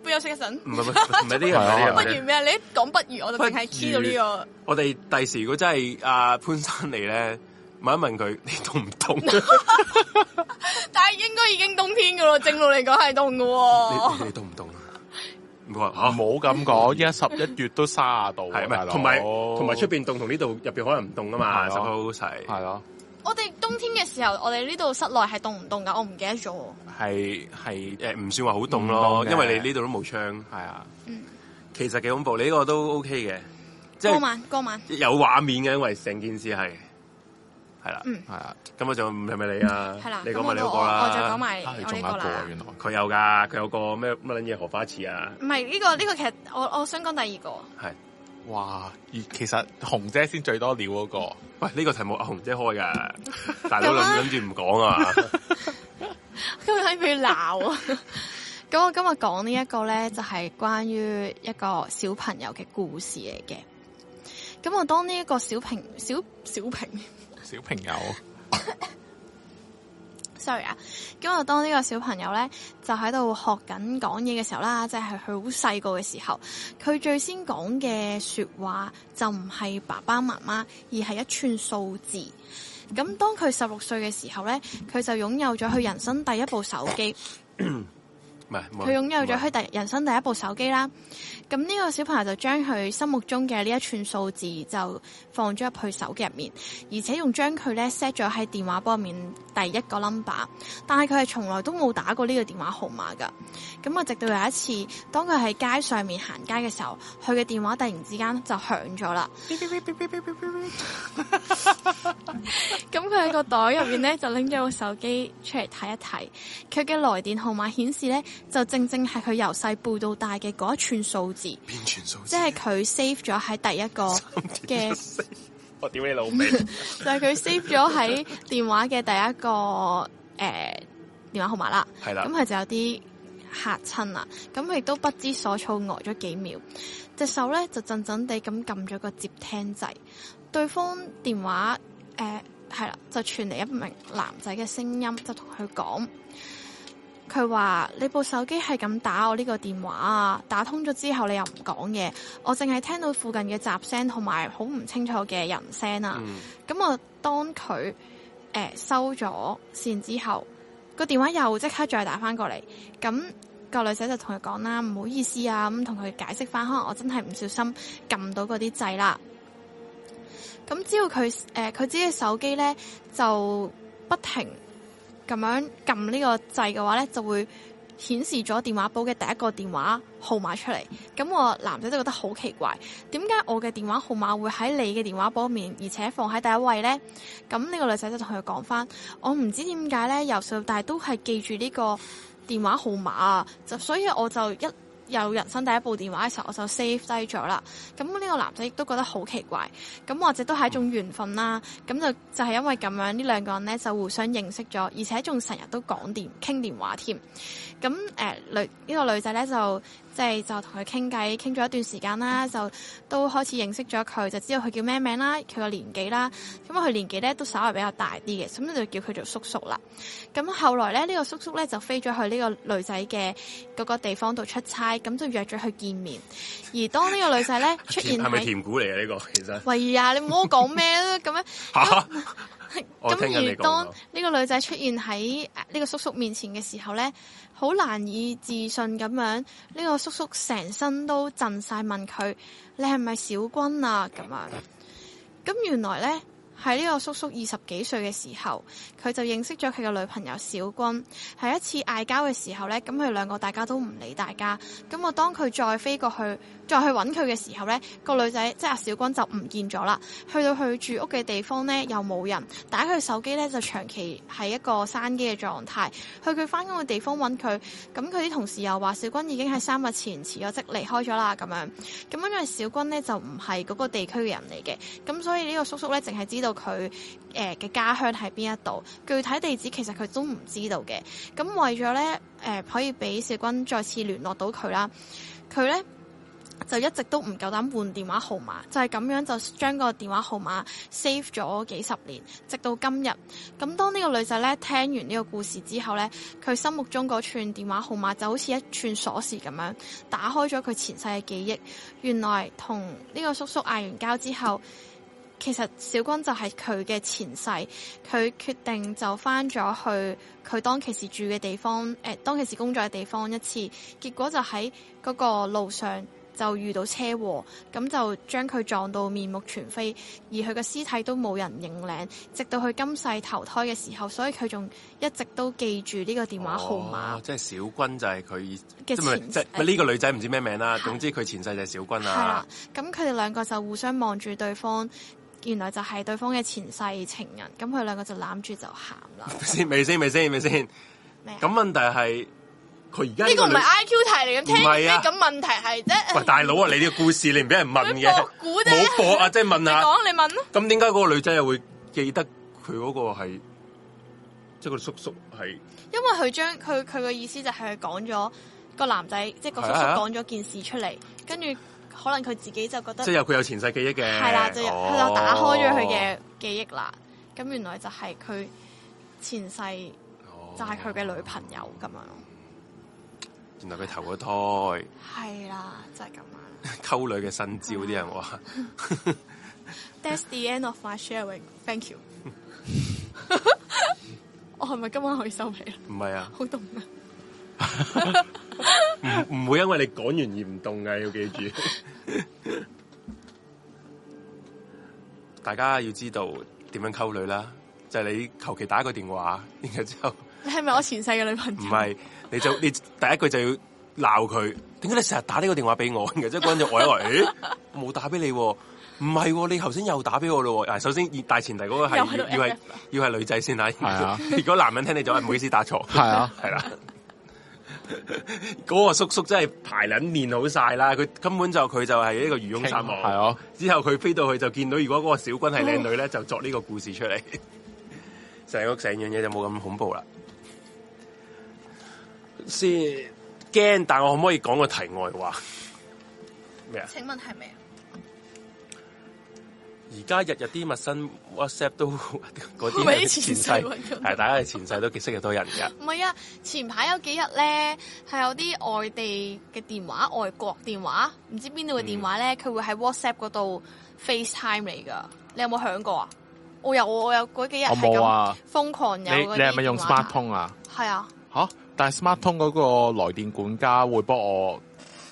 不如休息一陣唔。係唔係唔係呢個唔係呢不個如咩？你一講不如，我就淨係 key 到呢個。我哋第時如果真係阿潘生嚟咧，問一問佢你凍唔凍？但係應該已經冬天噶咯，正路嚟講係凍噶喎。哦你你你凍唔凍啊？唔唔好好話咁講，依家十一月都卅度吓，啊，啊大係咪？佬同埋同埋出邊凍，同呢度入邊可能唔凍啊嘛係咯，suppose 係係咯，我哋冬天嘅時候，我哋呢度室內係凍唔凍噶？我唔記得咗。係係誒唔算話好凍唔凍咯，嘅因為你呢度都冇窗，係啊，嗯其實幾恐怖。你呢個都 OK 嘅，即過係晚過晚，有畫面嘅，因為成件事係係啦。嗯係啊，咁我就唔係咪你啊？係啦。你咁講埋我你到嗰我個啦，我再講埋啊你我仲有呢一個個啊啦。原來佢有噶，佢有個咩乜撚嘢荷花池啊？ 唔係呢個呢個，其實我我想講第二個。係哇，而其實紅姐先最多料嗰個，喂，呢、個題目阿紅姐開 噶，大佬咁啊諗諗住唔講啊嘛，咁喺俾佢鬧啊！咁我今日講呢一個咧，就係、關於一個小朋友嘅故事嚟嘅。咁我當呢一個小平小小平小朋友，sorry 啊，咁我當呢個小朋友咧，就喺度學緊講嘢嘅時候啦，即係佢好細個嘅時候，佢最先講嘅說話就唔係爸爸媽媽，而係一串數字。咁當佢十六歲嘅時候咧，佢就擁有咗佢人生第一部手機。唔係佢擁有咗係佢第人生第一部手機啦。咁呢個小朋友就將佢心目中嘅呢一串數字就放咗入去手機入面，而且仲將佢咧 set 咗喺電話簿入面第一個 number。但係佢係從來都冇打過呢個電話號碼㗎。咁啊，直到有一次，當佢喺街上面行街嘅時候，佢嘅電話突然之間就響咗啦。咁佢喺個袋入面咧就拎咗部手機出嚟睇一睇，佢嘅來電號碼顯示咧就正正係佢由細背到大嘅嗰一串數字，邊串數即字？啊係佢 save 咗喺第一個嘅， 我屌你老 味！就係佢 save 咗喺電話嘅第一個誒、呃、電話號碼啦。係啦咁，佢就有啲嚇親啦，咁佢亦都不知所措，呆咗幾秒，隻手咧就震震地咁撳咗個接聽掣，對方電話誒係啦，就傳嚟一名男仔嘅聲音，就同佢講。佢話：你部手機係咁打我呢個電話啊，打通咗之後你又唔講嘢，我淨係聽到附近嘅雜聲同埋好唔清楚嘅人聲啊。嗯，咁我當佢誒、呃收咗線之後，個電話又即刻再打翻過嚟，咁、個女仔就同佢講啦，唔好意思啊，咁同佢解釋翻，可能我真係唔小心撳到嗰啲掣啦。咁只要佢誒佢自己嘅手機咧就不停咁樣撳呢個掣嘅話咧，就會顯示咗電話簿嘅第一個電話號碼出嚟。咁我男仔就覺得好奇怪，點解我嘅電話號碼會喺你嘅電話簿面，而且放喺第一位呢？咁呢個女仔就同佢講翻，我唔知點解呢，由細到大都係記住呢個電話號碼啊，就所以我就一有人生第一部電話嘅時候，我就 save 低咗啦。咁呢個男仔亦都覺得好奇怪，咁或者都係一種緣分啦。咁就就係因為咁樣，呢兩個人呢就互相認識咗，而且仲成日都講電傾電話添。咁誒、呃女呢、個女仔咧就即係就同佢傾偈，傾咗一段時間啦，就都開始認識咗佢，就知道佢叫咩名啦，佢個年紀啦。咁佢年紀咧都稍微比較大啲嘅，咁就叫佢做叔叔啦。咁後來咧，呢、個叔叔咧就飛咗去呢個女仔嘅嗰個地方度出差，咁就約咗佢見面。而當呢個女仔咧出現 係咪喺，甜啊股嚟嘅呢個？其實喂呀，你唔好講咩啦咁 樣。吓， 我聽緊咁你而講當喎。呢個女仔出現喺呃呢個叔叔面前嘅時候呢，好難以置信咁樣，呢、個叔叔成身都震晒，問佢：你係咪小軍啊？咁樣。咁原來呢，喺呢個叔叔二十幾歲嘅時候，佢就認識咗佢嘅女朋友小軍。喺一次嗌交嘅時候呢，咁佢兩個大家都唔理大家。咁我當佢再飛過去，再去揾佢嘅時候呢，個女仔即係阿小軍就唔見咗啦。去到佢住屋嘅地方呢，又冇人，打佢手機呢，就長期係一個閂機嘅狀態。去佢翻工嘅地方揾佢，咁佢啲同事又話小軍已經喺三日前辭咗職離開咗啦，咁樣。咁因為小軍呢，就唔係嗰個地區嘅人嚟嘅，咁所以呢個叔叔呢，淨係知道道佢誒嘅家鄉喺邊一度，具體地址其實佢都唔知道嘅。咁為咗咧誒可以俾小軍再次聯絡到佢啦，佢咧。就一直都唔夠膽換電話號碼，就係、咁樣就將個電話號碼 save 咗幾十年，直到今日。咁當呢個女仔咧聽完呢個故事之後咧，佢心目中嗰串電話號碼就好似一串鎖匙咁樣，打開咗佢前世嘅記憶。原來同呢個叔叔嗌完交之後，其實小軍就係佢嘅前世，佢決定就翻咗去佢當其時住嘅地方，誒、當其時工作嘅地方一次，結果就喺嗰個路上就遇到車禍，咁就將佢撞到面目全非，而佢嘅屍體都冇人認領，直到佢今世投胎嘅時候，所以佢仲一直都記住呢個電話號碼哦即係小軍就係佢嘅即係咪前即係咪呢個女仔唔知咩名啦，總之佢前世就係小軍係啦啦。，咁佢哋兩個就互相望住對方，原來就係對方嘅前世情人，咁佢兩個就攬住就喊啦。先未先未先未先，咩啊咁問題係佢而家呢個個唔女係 I Q 題嚟咁，聽唔係咩啊咁問題係喂啫？大佬啊，你啲故事你唔俾人問嘅佢，博估啫冇播啊，即係問你下。講你問咯，咁點解嗰個女仔又會記得佢嗰個係，即係個叔叔係因為佢將佢佢嘅意思就係佢講咗個男仔，即係個叔叔係啊講咗件事出嚟，跟住可能佢自己就覺得即係有佢有哦前世記憶嘅？係啦，就哦佢就打開咗佢嘅記憶啦。咁原來就係佢前世哦就係佢嘅女朋友咁樣咯。原來佢投咗胎， 係啦，就係咁樣。溝女嘅新招啲人話， That's the end of my sharing. Thank you 。我係咪今晚可以收皮啦？唔係啊，好凍啊！ 唔唔會因為你講完而唔動嘅，要記住。 大家要知道點樣溝女啦，就係你求其打一個電話，然後之 後你係咪我前世嘅女朋友？唔係你就你第一句就要鬧佢，點解你成日打呢個電話俾我？然後之後嗰個人就呆一 呆，誒、我冇打俾你喎，唔係喎，你頭先又打俾我咯喎。啊首先大前提嗰個係又喺度啊要要係 FF 要係女仔先啦。係啊如果男人聽你就話唔好意思打錯。係 啊，系啦。嗰個叔叔真係排撚練好晒啦，佢根本就佢就係一個漁翁撒網。係啊，之後佢飛到去就見到，如果嗰個小軍係靚女咧，就作呢個故事出 嚟。成個成樣嘢就冇咁恐怖啦。先驚，但我可唔可以講個題外話？咩啊？請問係咪啊？而家日日啲陌生 WhatsApp 都嗰啲咪係啲前世揾緊係大家係前世都識得多人㗎。唔係啊！前排有幾日咧，係有啲外地嘅電話、外國電話，唔知邊度嘅電話嗯咧，佢、會喺 WhatsApp 嗰度 FaceTime 嚟㗎。你有冇響過啊？我有，我有嗰幾日我係冇咁啊。瘋狂你有你嗰啲係咪用電話打 Smart 通啊？係啊，吓，但係 Smart 通嗰個來電管家會幫我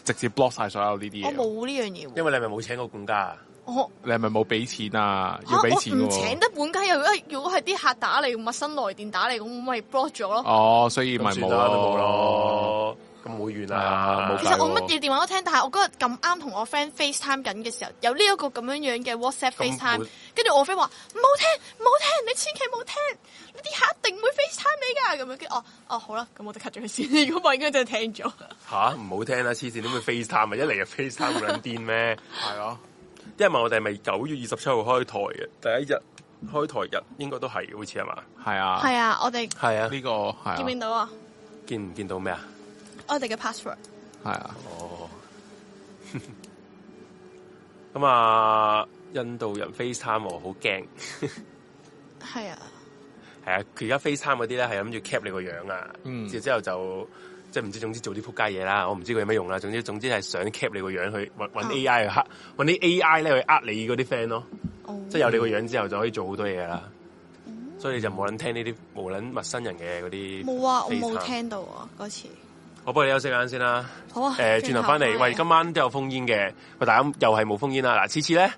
直接 block 晒所有呢啲我嘢。冇呢樣嘢喎。因為你係咪冇請過管家啊？我你係咪冇俾錢啊？嚇要俾我錢嘅唔請喎。得本家，如果如果係啲客打嚟，陌生來電打嚟，咁我咪 block 咗咯。哦，所以咁咪算冇啦都咯冇。咯，咁好遠啦，係啊冇其計實我乜嘢電話都聽，但係我嗰日咁啱同我 friend FaceTime 緊嘅時候，有呢一個咁樣樣嘅 WhatsApp 咁 FaceTime，會跟住我 friend 話唔好聽，唔好聽，你千祈唔好聽，你啲客一定會 FaceTime 你㗎咁樣。跟住哦哦好啦，咁我就 cut 咗佢先，如果唔係應該真係聽咗。吓唔好聽啦，黐線點會 FaceTime 啊？一嚟就 FaceTime 咁撚癲咩？係啊咯，因為問我哋係咪九月二十七號開台嘅，第一日開台日應該都係，好似係嘛？係啊，係啊，我哋係啊，呢個係見唔見啊，到啊？見唔見到咩啊？我哋嘅 password 係啊，哦，咁啊，印度人 FaceTime 我好驚，係啊，係啊，佢而家 FaceTime 嗰啲咧係諗住 cap 你個樣啊，嗯之之後就即係唔知，總之做啲撲街嘢啦，我唔知佢有咩用啦，總之總之係想 cap 你個樣去揾揾哦 AI 去黑，揾啲 AI 咧去呃你嗰啲 friend 咯，哦即係有你個樣之後就可以做好多嘢啦，所以就冇撚聽呢啲冇撚陌生人嘅嗰啲冇啊，我冇 FaceTime 聽到啊嗰次。我幫你休息間先啦。好啊，誒，轉頭翻嚟，喂，今晚都有封煙嘅，喂，大家又係冇封煙啊啦。嗱，次次咧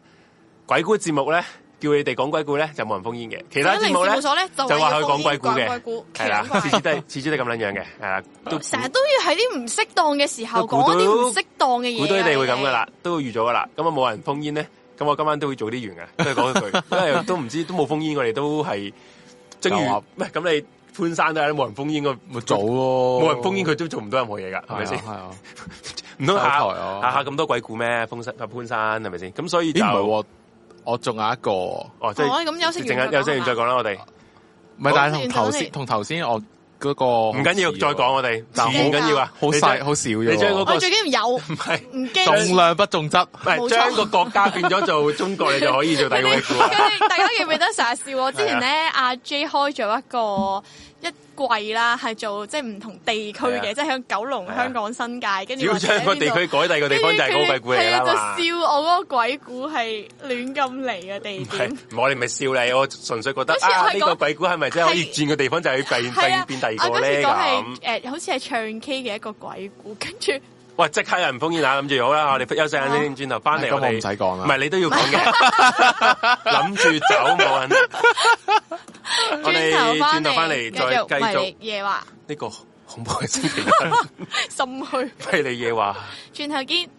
鬼故節目咧，叫你哋講鬼故咧，就冇人封煙嘅。其他節目咧靈事務所呢就話就話要佢講封鬼煙故講鬼嘅故，係啦奇怪，哦次次都係次次都係咁樣樣嘅，係啦，都成日都要喺啲唔適當嘅時候都估講一啲到唔適當嘅嘢啊。估到你哋會咁噶哋啦，都預咗噶啦。咁啊冇人封煙咧，咁我今晚都會早啲完嘅，都係 講一句，因為都唔知都冇封煙，我哋都係正如就話唔係咁你潘山都係冇人封煙個。咪早咯，冇人封煙，佢都做唔到任何嘢噶，係咪先？係啊，唔通下收台啊下下咁多鬼故咩？封山潘山係咪先？咁所以咦就唔係喎，我仲有一個喎，哦，即係好啊咁休息完陣間再休息完講再講啦，我哋唔係，但係同先頭等你先同頭先我嗰個唔唔緊要，再講我哋，但但好唔緊要啊，好你細將好少你將啫嗰喎，我最緊要有，唔係唔驚。重量不重質。唔係冇錯將個國家變咗做中國，你就可以做第你二個哋鬼故 啦。啊大家記唔記得成日笑我？之前咧，阿 J 開咗一個一季啦，係做即係唔同地區係啊嘅，即係喺九龍、啊香港、新界，跟只住哎要將個地區改第二個地方就係嗰個鬼故嚟㗎啦嘛佢。就笑我嗰個鬼故係亂咁嚟嘅地唔係點。，我哋唔係笑你，我純粹覺得好似啊，我係呢講個鬼故係咪真係可以係轉個地方就去變係變啊，變第二我個嗰次咧講咁係？誒，好似係唱 K 嘅一個鬼故，跟住喂，即刻有人封煙啦，諗住好啦，我哋休息下先，轉頭翻嚟咁我哋我唔使講啦唔係你都要講嘅，諗住走冇人。我哋轉頭翻嚟再繼續迷你夜話呢個恐怖嘅星期一，心 虛，俾你嘢話。轉頭見。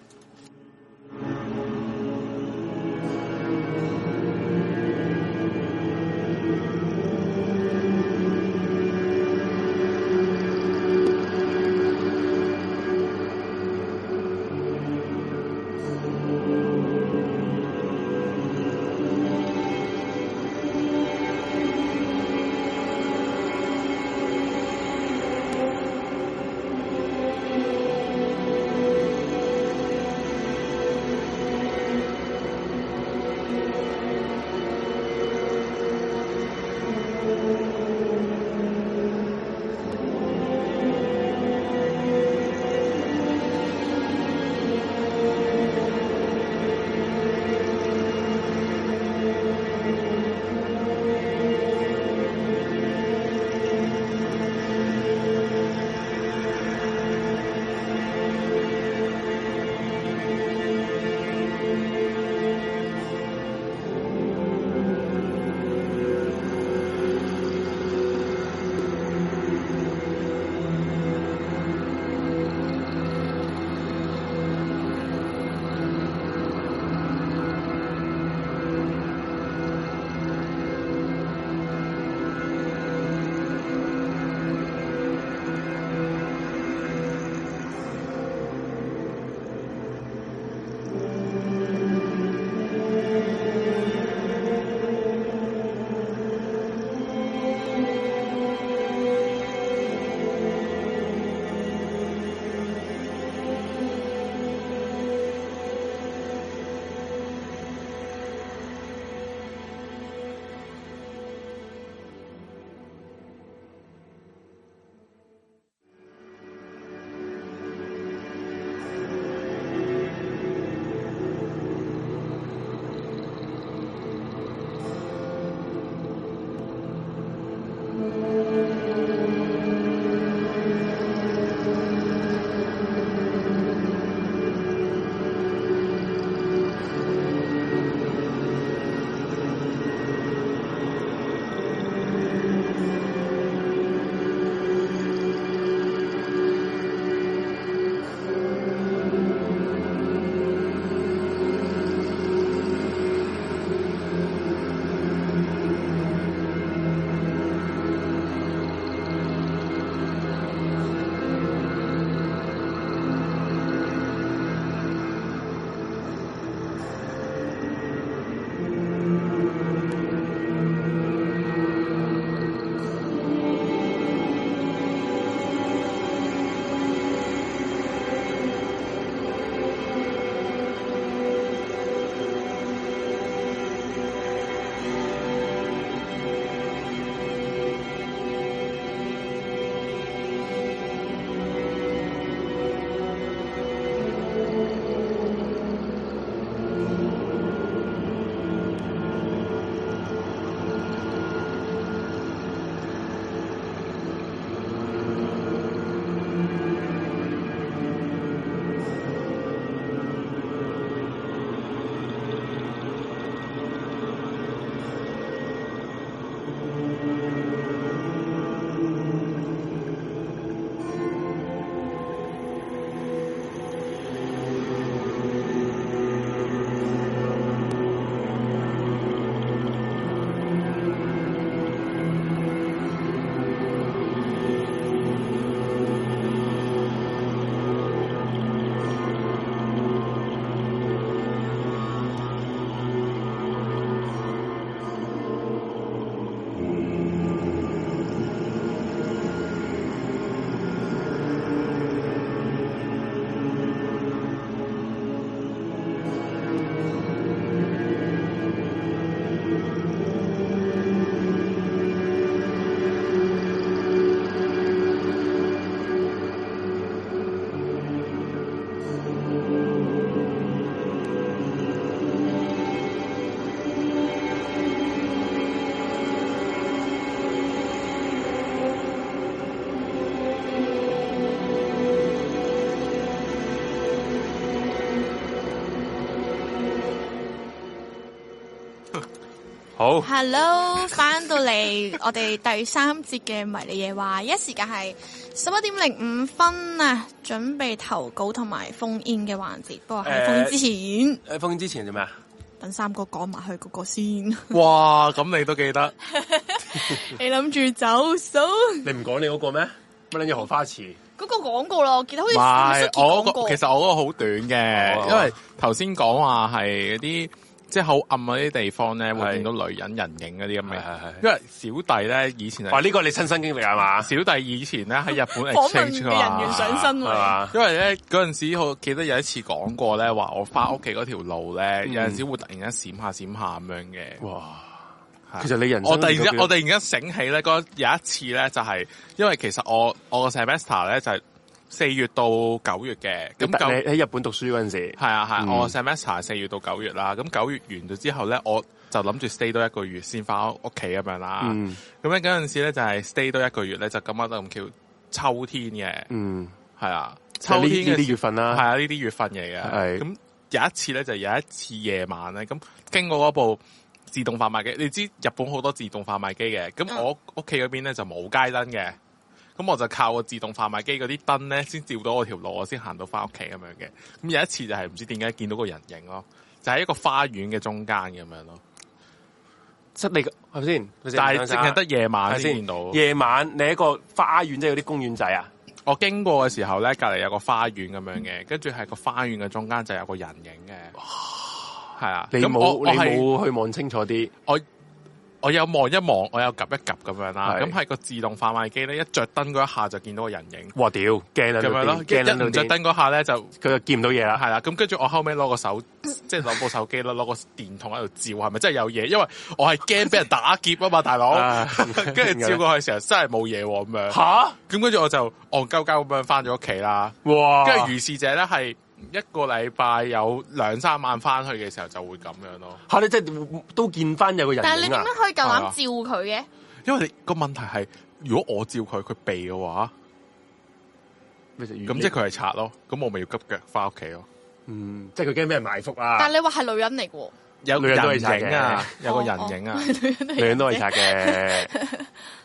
好， Hello，翻到嚟我哋第三節嘅迷你夜話，而家時間係十一點零五分啊，準備投稿同埋封煙嘅環節，不過喺誒封煙之前，誒，封之前做咩啊？等三哥講埋去嗰個 先，哇，咁你都記得，你諗住走數？你唔講你嗰個咩？乜撚嘢荷花池？嗰個廣告啦，我記得好唔似係我嗰嗰個其實我嗰個好短嘅，哦因為頭先講話係嗰啲即係好暗嗰啲地方咧，係會見到女人人影嗰啲咁係係係嘅。因為小弟咧以前哇！係呢個你親身經歷啊係嘛？小弟以前咧喺日本訪問 exchange 嘅人員上身係喎，嘛？因為咧嗰陣時，我記得有一次講過咧，話我翻屋企嗰條路咧，有陣時會突然間閃下閃下咁樣嘅。嗯哇！係其實你人生我突然都間幾我突然間醒起咧，嗰有一次咧就係、因為其實我我個 semester 咧就係、四月到九月嘅，咁咁但你九喺日本讀書嗰陣時，係啊係啊，嗯我 semester 係四月到九月啦，咁九月完咗之後咧，我就諗住 stay 多一個月先翻屋企咁樣啦。嗯咁咧嗰陣時咧就係 stay 多一個月咧，就咁啱得咁巧秋天嘅，嗯，係啊，就秋係呢天呢嘅啲月份係啦，啊，呢啲月份嚟嘅。係咁有一次咧，就有一次夜晚咧，咁經過嗰部自動販賣機，你知日本好多自動販賣機嘅。咁嗯我屋企嗰邊咧就冇街燈嘅，咁我就靠個自動販賣機嗰啲燈咧，先照到我條路，我先行到翻屋企咁樣嘅。咁有一次就係唔知點解見到個人影咯，就喺一個花園嘅中間咁樣咯，即係你個係咪先？但係淨係得夜晚啊係先見到。夜晚你喺個花園，即係嗰啲公園仔啊，嗯我經過嘅時候咧，隔離有個花園咁樣嘅，跟住係個花園嘅中間就有個人影嘅，係啊。你咁我冇我你係冇去望清楚啲，我我有望一望，我有 𥄫 一 𥄫 咁樣啦。係咁係個自動販賣機咧，一着燈嗰一下就見到個人影哇屌驚啊！咁樣咯。一驚撚一到唔着癲燈嗰下咧就係佢就見唔到嘢啊啦。啦。咁跟住我後尾攞個手，即係攞部手機啦，攞個電筒喺度照，係咪真係有嘢？因為我係驚俾人打劫啊嘛，大佬啊。 跟住照過去嘅時候真係冇嘢喎咁樣。吓咁跟住我就戇鳩鳩咁樣翻咗屋企啦。哇！跟住如是者咧係一個禮拜有兩三晚翻去嘅時候就會咁樣咯。吓你真係都見翻有個人但係你影點啊！樣可以夠膽照佢嘅？因為你個問題係，如果我照佢，佢避嘅話，咁即咁即係佢係賊咯，咁我咪要急腳翻屋企咯。嗯，即係佢驚俾人埋伏啊！但係你話係女人嚟嘅喎，哦有女人都係賊嘅人影啊，有個人影啊。 女人都係賊嘅，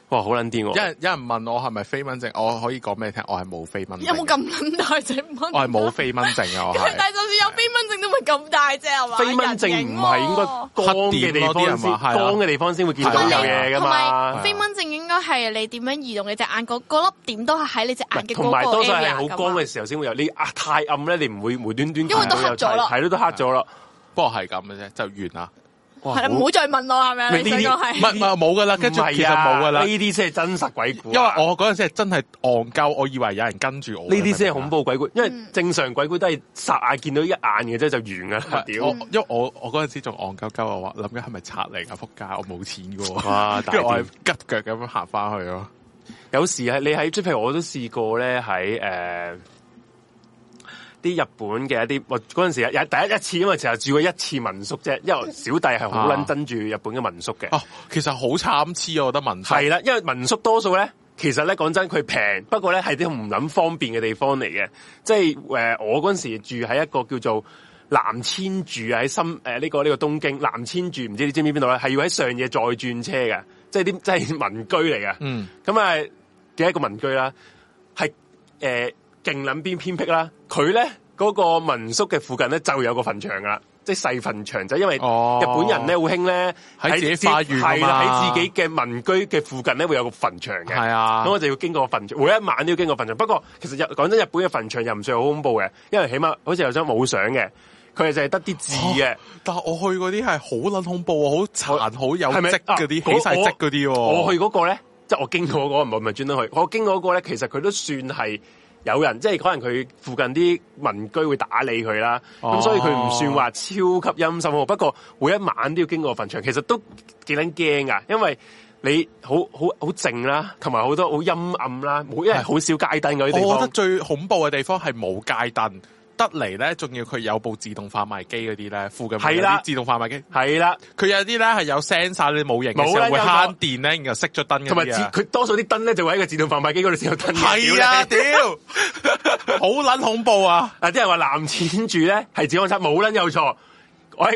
哇好撚癲有喎！人有人問我係咪非蚊症，我可以講俾你聽，我係冇非 蚊有症。冇咁撚大隻蚊？我係冇非蚊症啊！我哦係 但係就算有飛蚊症都唔係咁大隻係嘛？飛蚊症唔係應該光嘅黑地點咯啲方人話先，係啊光嘅地方先會見到係有啊嘢噶同嘛埋。飛蚊症應該係你點樣移動你隻眼嗰嗰粒點都係喺你隻眼嘅同嗰埋個多 area 啊數係好光㗎嘛嘅時候先會有，你啊太暗咧，你唔會無端端因為都黑咗啦係咯，都黑咗啦。不過係咁嘅啫，就完啦。哇係啦，唔好再問我係咪啊？呢你想啲講唔係係唔係冇噶啦，跟跟住住其其實實冇冇噶噶啦，啦，啊呢因啲先係真實鬼故啊。為我嗰陣時係真係戇鳩，我以為有人跟住我。呢啲先係你明唔明啊恐。怖鬼故，因為正常鬼故都係霎眼見到一眼嘅啫，就完噶啦。我屌！因為我我嗰陣時仲戇鳩鳩，我話諗緊係咪賊嚟㗎？仆街，我冇錢噶喎。 哇大跟住我係癲急腳咁樣行翻去咯。有時係你喺，即係譬如我都試過咧，喺誒啲日本嘅一啲，我嗰陣時有第一一次，啊因為其實住過一次民宿啫，因為我小弟係好啊撚憎住日本嘅民宿嘅，哦，其實好參差啊，我覺得民宿係啦、因為民宿多數咧，其實咧講真，佢平，不過咧係啲唔撚方便嘅地方嚟嘅，即係誒、呃我嗰陣時住喺一個叫做。南千住啊喺深誒呢、個呢、個東京南千住，唔知你知唔知邊度咧？係要喺上野再轉車嘅，即係啲即係民居嚟嘅。嗯，咁啊嘅一個民居啦，係誒勁撚邊偏僻啦。佢咧嗰個民宿嘅附近咧就有個墳場噶啦，即係細墳場就因為日哦本人咧好興咧喺自己花園啊係啦，嘛喺自己嘅民居嘅附近咧會有個墳場嘅。係啊咁我就要經過墳場，每一晚都要經過墳場。不過其實日講真，日本嘅墳場又唔算好恐怖嘅，因為起碼好似有張冇相嘅，佢係就係得啲字嘅。但係我去嗰啲係好撚恐怖啊，好殘好有係咪跡嗰啲，啊起晒跡嗰啲喎。我去嗰個咧，即係我經過嗰、個，唔係唔係專登去。我經過嗰個咧，其實佢都算係有人，即係可能佢附近啲民居會打理佢啦。咁、哦所以佢唔算話超級陰森喎。不過每一晚都要經過墳場，其實都幾撚驚噶，因為你好好好靜啦，同埋好多好陰暗啦，冇因為好少街燈嗰啲地我覺得方。最恐怖嘅地方係冇街燈，得嚟咧仲要佢有部自動販賣機嗰啲咧，附近咪有係啦啲自動販賣機，係啦，佢有啲咧係有 sensor 你冇型嘅冇時啦候會有個慳電咧，然後熄咗燈同埋嗰自啲啊。佢多數啲燈咧就會喺個自動販賣機嗰度先有燈嘅。係啊，屌，好撚恐怖啊！啊！啲人話南千住咧係治安差，冇撚有錯。我喺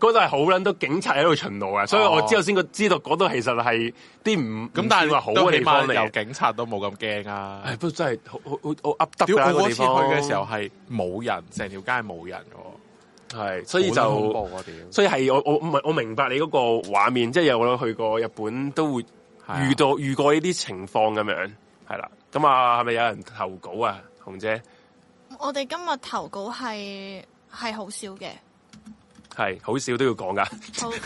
嗰度係好撚多警察喺度巡邏啊，所以我之後先個知道嗰度其實係啲唔咁但唔算係話好嘅地方嚟有嘅。警察都冇咁驚啊！唉，不過真係好好好好噏得屌，我㗎個嗰次地去方嘅時候係冇人，成條街係冇人嘅係，喎，所以好撚恐就怖啊！屌，所以係我我我我明白你嗰個畫面，即係有我去過日本都會遇到到遇過呢啲情況咁樣，係啦。咁啊，係咪有人投稿啊，紅姐？我哋今日投稿係係好少嘅，係好少都要講噶，好。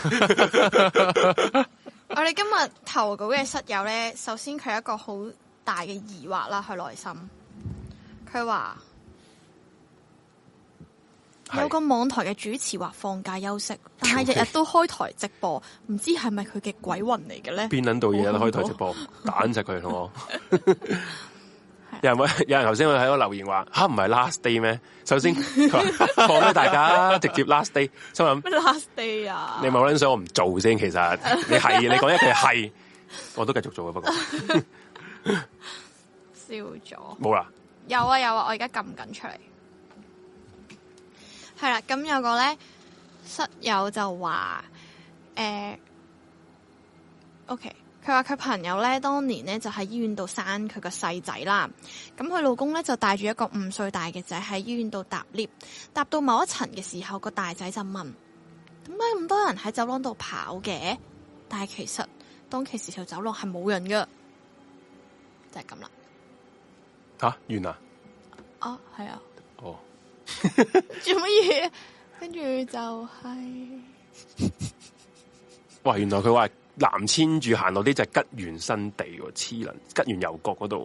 我哋今日投稿嘅室友咧，首先佢有一個好大嘅疑惑啦，佢內心。佢話係有個網台嘅主持話放假休息，但係日 日都開台直播，唔知係咪佢嘅鬼魂嚟嘅咧？ 邊撚到嘢啦？好開台直播，蛋實佢同我。啊有人話有人頭先喺度留言話吓唔係 last day 咩？首先佢話 放咩大 家直接 last day，心諗咩 last day 啊？你咪撚想我唔做先，其實你係你講一句係，我都繼續做嘅，不過笑咗。冇啦，有啊有啊，我而家撳緊出嚟。係啦，咁有個咧室友就話，誒、o k 佢話佢朋友咧當年咧就喺醫院度生佢個細仔啦，咁佢老公咧就帶住一個五歲大嘅仔喺醫院度搭 lift，搭到某一層嘅時候，個大仔就問：點解咁多人喺走廊度跑嘅？但係其實當其時條走廊係冇人嘅，就係咁啦。吓完啦，啊，係啊。哦， 做乜嘢？跟住就係、哇，原來佢話南千住行落啲就係吉原新地喎，黐撚吉原右角嗰度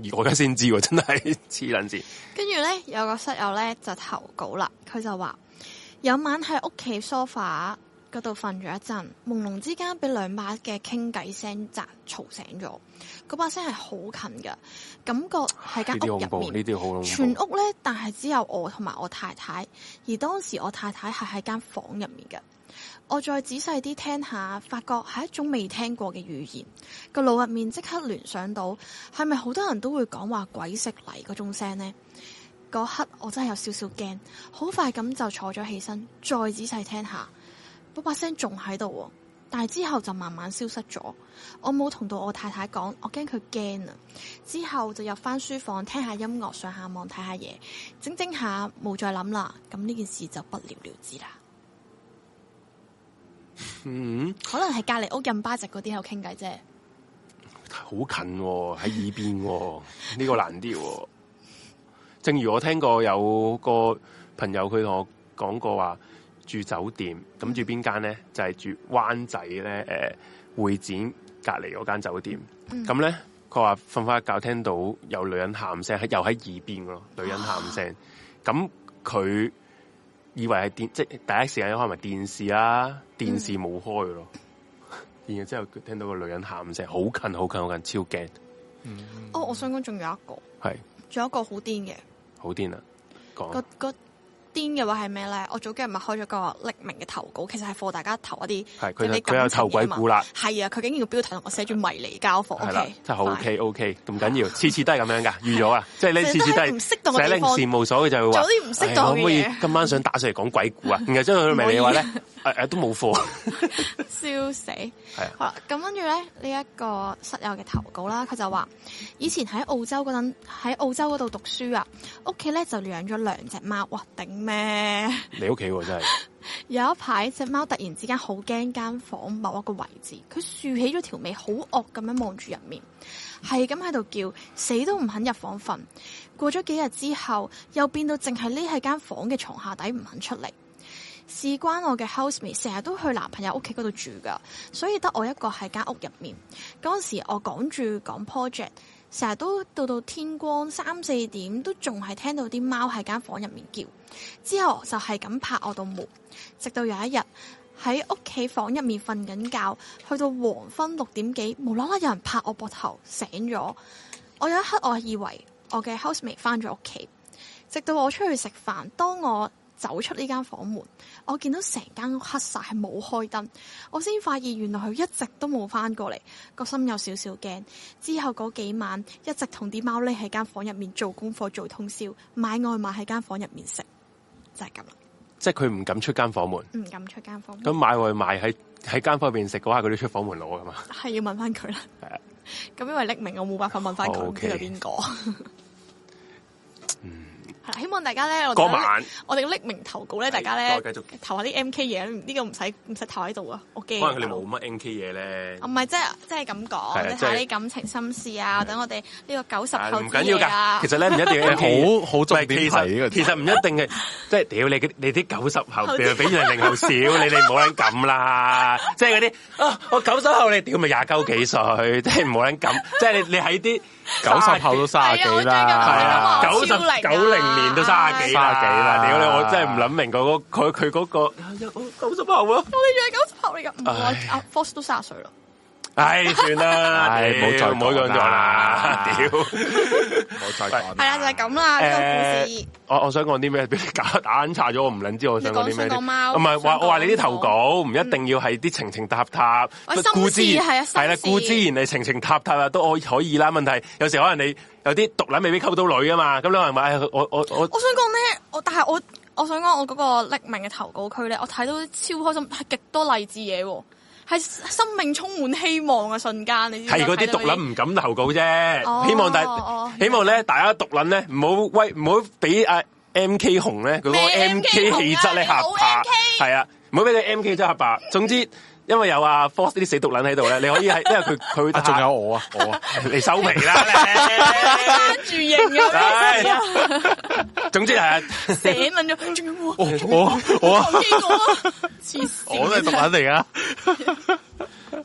喎，而我而家先知喎，真係黐撚線，跟住咧有個室友咧就投稿啦，佢就話有晚喺屋企 sofa 嗰度瞓咗一陣，朦朧之間俾兩把嘅傾偈聲砸嘈醒咗，嗰把聲係好近㗎，感覺喺呢間啲屋恐入怖，面呢。啲好恐怖，全屋咧，但係只有我同埋我太太，而當時我太太係喺間房入面嘅。我再仔細啲聽下，發覺係一種未聽過嘅語言，個腦入面即刻聯想到係咪好多人都會講話鬼食泥嗰種聲呢？嗰刻我真係有少少驚，好快咁就坐咗起身，再仔細聽下，嗰把聲仲喺度喎，但係之後就慢慢消失咗。我冇同到我太太講，我驚佢驚啊。之後就入翻書房聽下音樂，上下網睇下嘢，整整下冇再諗啦。咁呢件事就不了了之啦。嗯，可能係隔離屋印巴籍嗰啲喺度傾偈啫。好近喎喺耳邊喎，呢個難啲喎。正如我聽過有個朋友佢同我講過話住酒店，咁住邊間咧？就係、住灣仔咧，誒、呃、會展隔離嗰間酒店。咁咧佢話瞓翻一覺聽到有女人喊聲，喺又喺耳邊咯，女人喊聲。咁佢以為係電，即係第一時間有可能係電視啦，電視啊冇開咯。然後之後佢聽到個女人喊聲，好近好近好近，超驚，哦，我想講仲有一個，係仲有一個好癲嘅，好癲啊！講個個癲嘅話係咩咧？我早幾日咪開咗個匿名嘅投稿，其實係課大家投一啲係佢有啲就佢有感情投鬼嘢嘛故啦，係啊，佢竟然個標題同我寫住迷離交火。係啦 OK，，真係好 fine OK OK，唔緊要，次次都係 咁樣噶，預咗啊！即係呢成日都次次都喺唔適當嘅寫地方令事務所，佢就會話做啲唔適唉當嘅嘢可唔可以今晚想打上嚟講鬼 故啊？然後之後佢明你話咧，誒誒都冇貨， 笑死！啊好啦，咁跟住咧呢一、個室友嘅投稿啦，佢就話以前喺澳洲嗰陣喺澳洲嗰度讀書啊，屋企咧就養咗兩隻貓，哇頂咩！你屋企喎真係有一排只貓突然之間好驚間房某一個位置，佢豎起咗條尾，好惡咁樣望住入面，係咁喺度叫，死都唔肯入房瞓。過咗幾日之後，又變到淨係匿喺間房嘅床下底，唔肯出嚟。事關我嘅 housemate 成日都去男朋友屋企嗰度住噶，所以得我一個喺間屋入面。嗰陣時我趕住講 project，成日都到到天光三四點，都仲係聽到啲貓喺間房入面叫。之後就係咁拍我度門，直到有一日喺屋企房入面瞓緊覺，去到黃昏六點幾，無啦啦有人拍我膊頭醒咗。我有一刻我以為我嘅 housemate 翻咗屋企，直到我出去食飯，當我走出呢間房門，我見到成間屋黑晒，係冇開燈，我先發現原來佢一直都冇翻過嚟，個心有少少驚。之後嗰幾晚一直同啲貓匿喺間房入面做功課、做通宵，買外賣喺間房入面食，就係咁啦。即係佢唔敢出間房門。唔敢出間房，咁買外賣喺喺間房入邊食嗰下，佢都出房門攞 噶嘛。係要問翻佢啦係啊。咁因為匿名，我冇辦法問翻佢，唔知 OK 佢邊個。係啦，希望大家咧，我嗰哋晚我哋嘅匿名投稿咧，大家係咧再繼續投下啲 M K 嘢，呢個唔使唔使投喺度啊，我可驚啊。能佢哋冇乜 N K 嘢咧啊。唔係，即係即係咁係啊講，你即係下啲感情心事啊，等我哋呢個九十但後係唔緊要之夜啊㗎，其，實咧唔一定要 MK 好好重點其睇呢實個其實唔一定 嘅，即係屌你嘅你啲九十後，後比啲零零後少，你哋唔好撚咁啦。即係嗰啲啊，我九十後你屌咪廿九幾歲，即係唔好撚咁。即係你你喺啲九十後都卅係啊我幾真係覺得係啊，啦，我九都十話我超齡啊九零年都卅幾卅幾啦屌你！我真係唔諗明嗰個佢佢嗰個哎呀我九十後啊！ 我哋仲係九十後嚟㗎，唔唉係阿 Force 都卅歲啦。唉，算啦，唉唔屌好再唔好講咁做啦 啦，屌！我再講係啦，就係咁啦，呢個故事誒。我我想講啲咩？俾 你搞打眼查咗，我唔撚知我想講啲咩你講添。想講貓唔係話想講我話你啲投稿唔一定要係啲情情塔塔我心，事係啊心事係啦，固之然係情情塔塔啊，都可以可以啦。問題有時可能你有啲獨撚未必溝到女啊嘛，咁你可能話唉我我我我想講咧，我但係我我想講我嗰個匿名嘅投稿區咧，我睇到超開心，係極多勵志嘢喎，係生命充滿希望嘅瞬間，你知唔係知嗰啲獨撚唔敢投稿啫。希望大哦希望咧大家獨撚咧唔好威唔好俾阿 M K 紅咧佢嗰個咩 M MK K 紅啊氣質咧你嚇冇怕， MK 係啊，唔好俾你 M K 氣質嚇怕。總之。因為有啊 Force 呢啲死獨撚喺度咧，你可以係，因為佢佢啊，仲有我啊，我啊， 你收皮啦！關注型嘅咩事啊？你總之 係啊寫文咗，仲有冇？我我我啊我見過啊，黐線！我都係毒撚 嚟噶，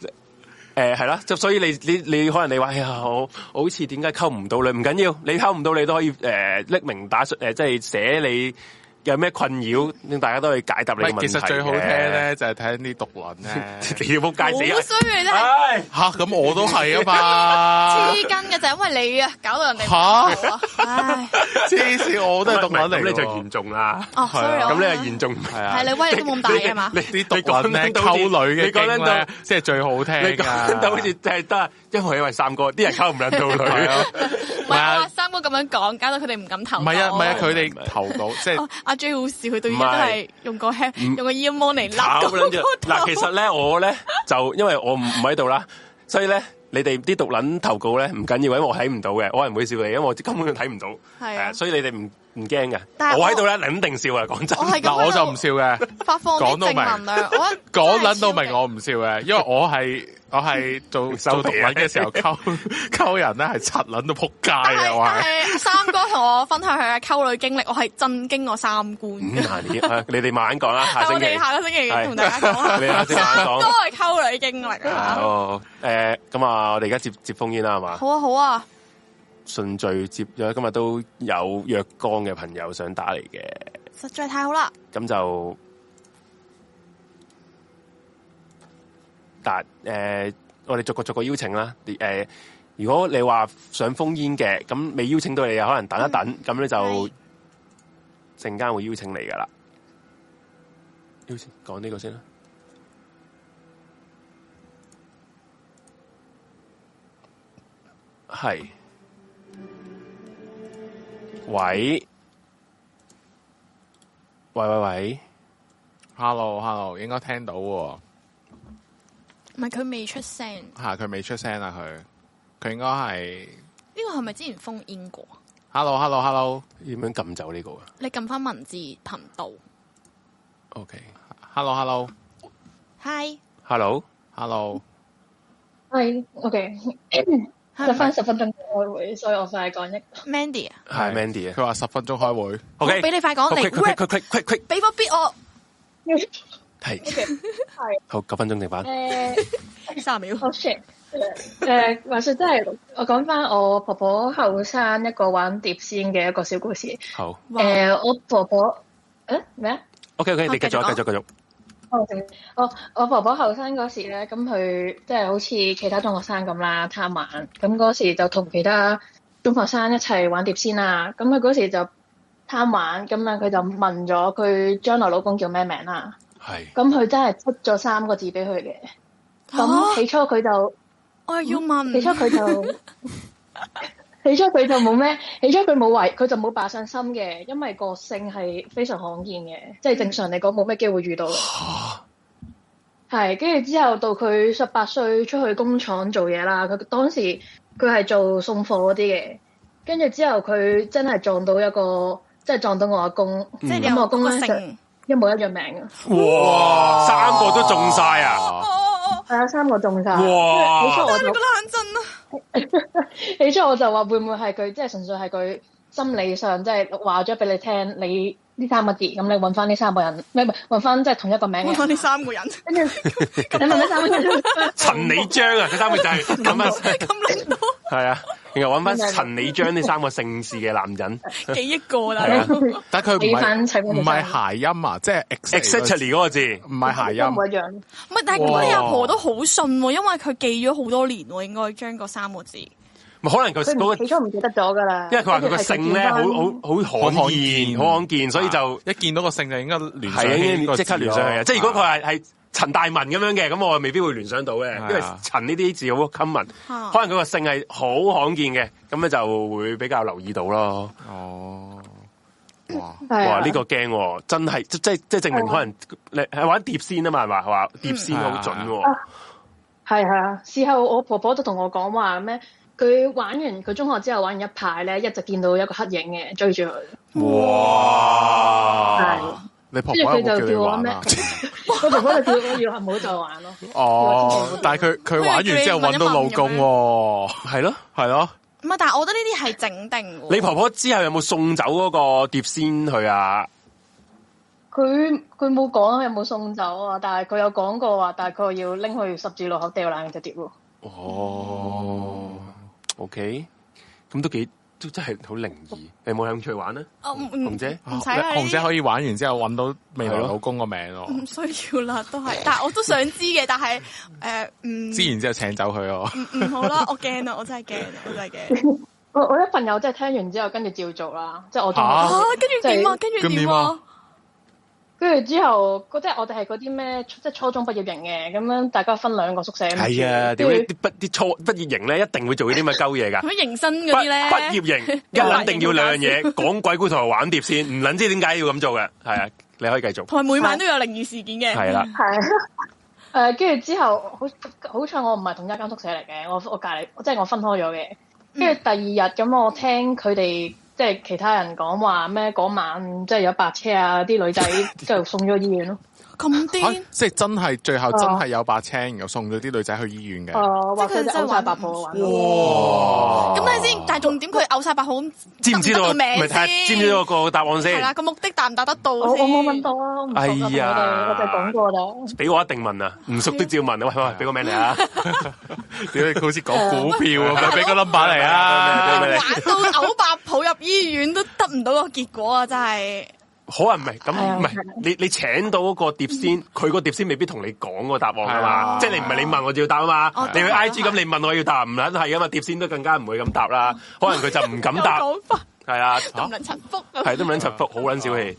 誒係啦，就所以你你你可能你話哎呀，我我好似點解溝唔到你？唔緊要，你溝唔到你都可以誒、匿名打出誒、即係寫你有咩困擾，令大家都可以解答你喂嘅問，題。其實最好聽，咧就係睇啲毒撚咧你要仆街好死啊！衰你真係唉，吓，咁我都係啊嘛黐，筋嘅，就係因為你啊，搞到人哋唔吓好啊唉，黐線，我都係毒咁撚咁嚟，你就嚴重啦。哦係啊，sorry，咁我你係嚴重，係啊係你威力都冇咁大嘅嘛你？啲毒撚咧你講得好溝似女你嘅講得經咧到，即係最好聽你講㗎到好似就係得，因為因為三哥啲人溝唔撚到女係唔啊。係唔係啊我話三哥咁樣講，搞到佢哋唔敢投稿。唔係啊，唔係啊，佢唔哋係投稿即係哦阿 J 好笑，佢到而家都係用個 h 用個 ear mon 嚟笠搞嗰撚住個嗱，頭其實咧我咧就因為我唔唔喺度啦，所以咧你哋啲獨撚投稿咧唔緊要，因為我睇唔到嘅，我係唔會笑你，因為我根本就睇唔到，係啊係所以你哋唔唔驚嘅。但係我我喺度咧，肯定笑啊！講真我，係嗱，咁我喺就度唔笑嘅。發放啲講到正明能 量。我講撚到明我唔笑嘅，因為我係我係做收做皮毒啊撚嘅時候 溝溝人咧，係柒撚到仆街但啊！係我但係係三哥同我分享佢嘅溝女經歷，我係震驚我三觀嗯嘅。嗱你 啊你哋慢慢講啦，下但星我期哋下個星期係同大家講啦你下星期慢慢三講哥係溝女經歷啊！哦，誒咁啊，我哋而家接接封煙啦，係嘛？好啊好啊，順序接咗，今日都有若干嘅朋友想打嚟嘅，實在太好啦！咁就達誒、呃我哋逐個逐個邀請啦。誒、如果你話想封煙嘅，咁未邀請到你，可能等一等，咁係咧、就陣間會邀請你噶啦。邀請講呢個先啦。係，喂，喂喂喂。 hello hello，應該聽到喎。唔係佢未出聲，呢吓佢未出聲啊，佢佢應該係個係咪之前封煙過？ hello hello hello 點樣撳走呢個啊你撳翻文字頻道？OK，Hello， hello hello ，Hi， hello，係，OK，得翻十分鐘開會，所以我快講一 Mandy 啊，係 Mandy 啊。佢話十分鐘開會，我 OK，俾你快講嚟 rap，quick quick quick quick quick quick，俾個 beat 我。係 OK，係好九分鐘剩翻。誒。三秒。哦 shit！誒、誒，話説真係，我講翻我婆婆後生一個玩碟仙嘅一個小故事。誒、好哇呃我婆婆誒咩啊？ ，OK OK，好你繼續啊，繼繼續繼續。哦，正我我婆婆後生嗰時咧，咁佢即係好似其他中學生咁啦，貪玩。咁嗰時就同其他中學生一齊玩碟仙啦。咁佢嗰時就貪玩，咁啊佢就問咗佢將來老公叫咩名啦。係咁佢真係出咗三個字俾佢嘅。咁啊起初佢就我係要 起初問，佢就起初佢就冇咩，起初佢冇為佢就冇霸上心嘅，因為個性係非常罕見嘅，即係正常嚟講冇咩機會遇到嘅。係，跟住之後到佢十八歲出去工廠做嘢啦，佢當時佢係做送貨嗰啲嘅，跟住之後佢真係撞到一個，即係撞到我阿公，即係咁我有阿公個咧就性。一模一樣啊命嘅，哇，三個都中晒啊！哦哦哦，係啊，三個中晒。哇跟住起初我真啊係覺就得眼震啊！ 起初我就話會唔會係佢，即係純粹係佢心理上，即係話咗俾你聽，你呢三個字，咁你揾翻呢三個人，唔係唔係揾翻即係同一個名我嘅講呢人。三個人跟住你問呢三個 人，陳李章啊，佢三個就係咁啊，咁令到係啊，然後揾翻陳李章呢三個姓氏嘅男人幾億個啦，係 啊但佢唔你係翻齊唔係諧音啊，即係，exactly 嗰個字，唔係諧啊一模音。一樣。唔係，但係嗰啲阿婆都好信喎，因為佢記咗好多年喎，應該將嗰三個字。咪可能佢佢嗰唔個起，初唔記得咗㗎啦。因為佢話佢個姓咧，好好好好罕罕見，見好罕見，所以就一見到個姓就應該聯想起係個啊，字即刻聯想起咯啊！即係如果佢係係陳大文咁樣嘅，咁我未必會聯想到嘅，係啊因為陳呢啲字好 common，啊可能佢個姓係好罕見嘅，咁咧就會比較留意到咯。哦，哇，係啊哇！呢個驚喎，真係即即即證明可能你係玩碟仙啊嘛，係嘛？係嘛？碟仙好準喎啊，係啊，事後我婆婆都同我講話咩？佢玩完佢中學之後玩完一排咧，一直見到一個黑影嘅追住佢，係哇！你婆婆有冇叫你玩啊？ 我婆婆就叫我要唔好再玩咯。哦，但係佢佢玩完之後揾到老公喎，係咯，係咯，唔係，但係我覺得呢啲係整定喎。你婆婆之後有冇送走嗰個碟仙去啊？佢佢冇講有冇送走啊，但係佢有講過話，大概要拎去十字路口掉爛隻碟喎。哦，OK，咁都幾都真係好靈異。你有冇興趣玩啊？哦唔紅唔姐唔使啦，紅姐呢可以玩完之後揾到未來老公個名咯，啲唔需要啦，都係。但係我都想知嘅，但係誒唔知然之後請走佢咯。唔唔好啦，我驚啦，我真係驚啦，我真係驚。 我我啲朋友真係聽完之後，跟住照做啦，即係我同嚇啊學，跟住點啊？跟住咁點點啊啊？跟住之後，嗰即係我哋係嗰啲咩，即係初中畢業型嘅，咁樣大家分兩個宿舍。係啊，跟點住解啲畢啲初畢業型咧，一定會做啲咁嘅鳩 嘢噶咁。迎新嗰啲畢咧，畢 業型一撚定要兩樣嘢，講鬼故同埋玩碟先，唔撚知點解要咁做嘅。係啊，你可以繼續。同埋每晚都有靈異事件嘅。係啦，嗯係誒，跟住之後，好好彩我唔係同一間宿舍嚟嘅，我我隔離，即係我分開咗嘅。嗯跟住第二日咁，我聽佢哋即係其他人講話咩嗰晚即係有白車啊，啲 女仔就送咗醫院咯。咁嚇癲，啊即係真係最啊後真係有把青，然後送咗啲女仔去醫院嘅。誒，哦即或係佢者哋就真係係玩得玩八唔婆舒玩服咯。哇！啊咁你先，但係重點佢嘔晒白好，知唔知道？得得個咪名睇下先知唔知道個答案係啦，先？個目的達唔達得到我我先冇問到啊，我唔熟啊哎同佢哋呀我就講過啦。俾我一定問啊，唔熟都照問啊。喂喂，俾個名你啊！ 屌你，佢好似講股票咁啊樣，俾個 number 嚟俾個啊！名俾個 名玩到嘔白抱入醫院都得唔到個結果啊！真係可能唔係係咁，啊唔係你你請到嗰個碟仙，佢個碟仙未必同你講個答案噶係嘛，啊即係你唔係你問我就要答啊嘛哦，你去係啊 I G 咁你問我要答，唔撚係啊嘛，碟仙都更加唔會咁答啦，嗯可能佢就唔敢 答，又講法係啊，都唔嚇能陳福 咁。係都唔撚 陳福，好撚 小氣，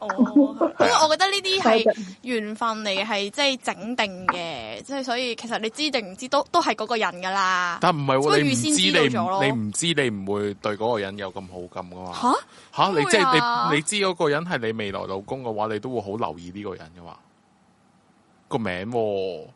啊哦，啊因為我覺得呢啲係緣分嚟嘅，係即係整定嘅，即係所以其實你知定唔知都都係嗰個人噶啦。但唔係所喎，以你唔預先知知道你咗唔咯你唔知你唔會對嗰個人有咁好感噶嘛？吓吓你即點會啊係你你知嗰個人係你未來老公嘅話，你都會好留意呢個人嘅話，個名喎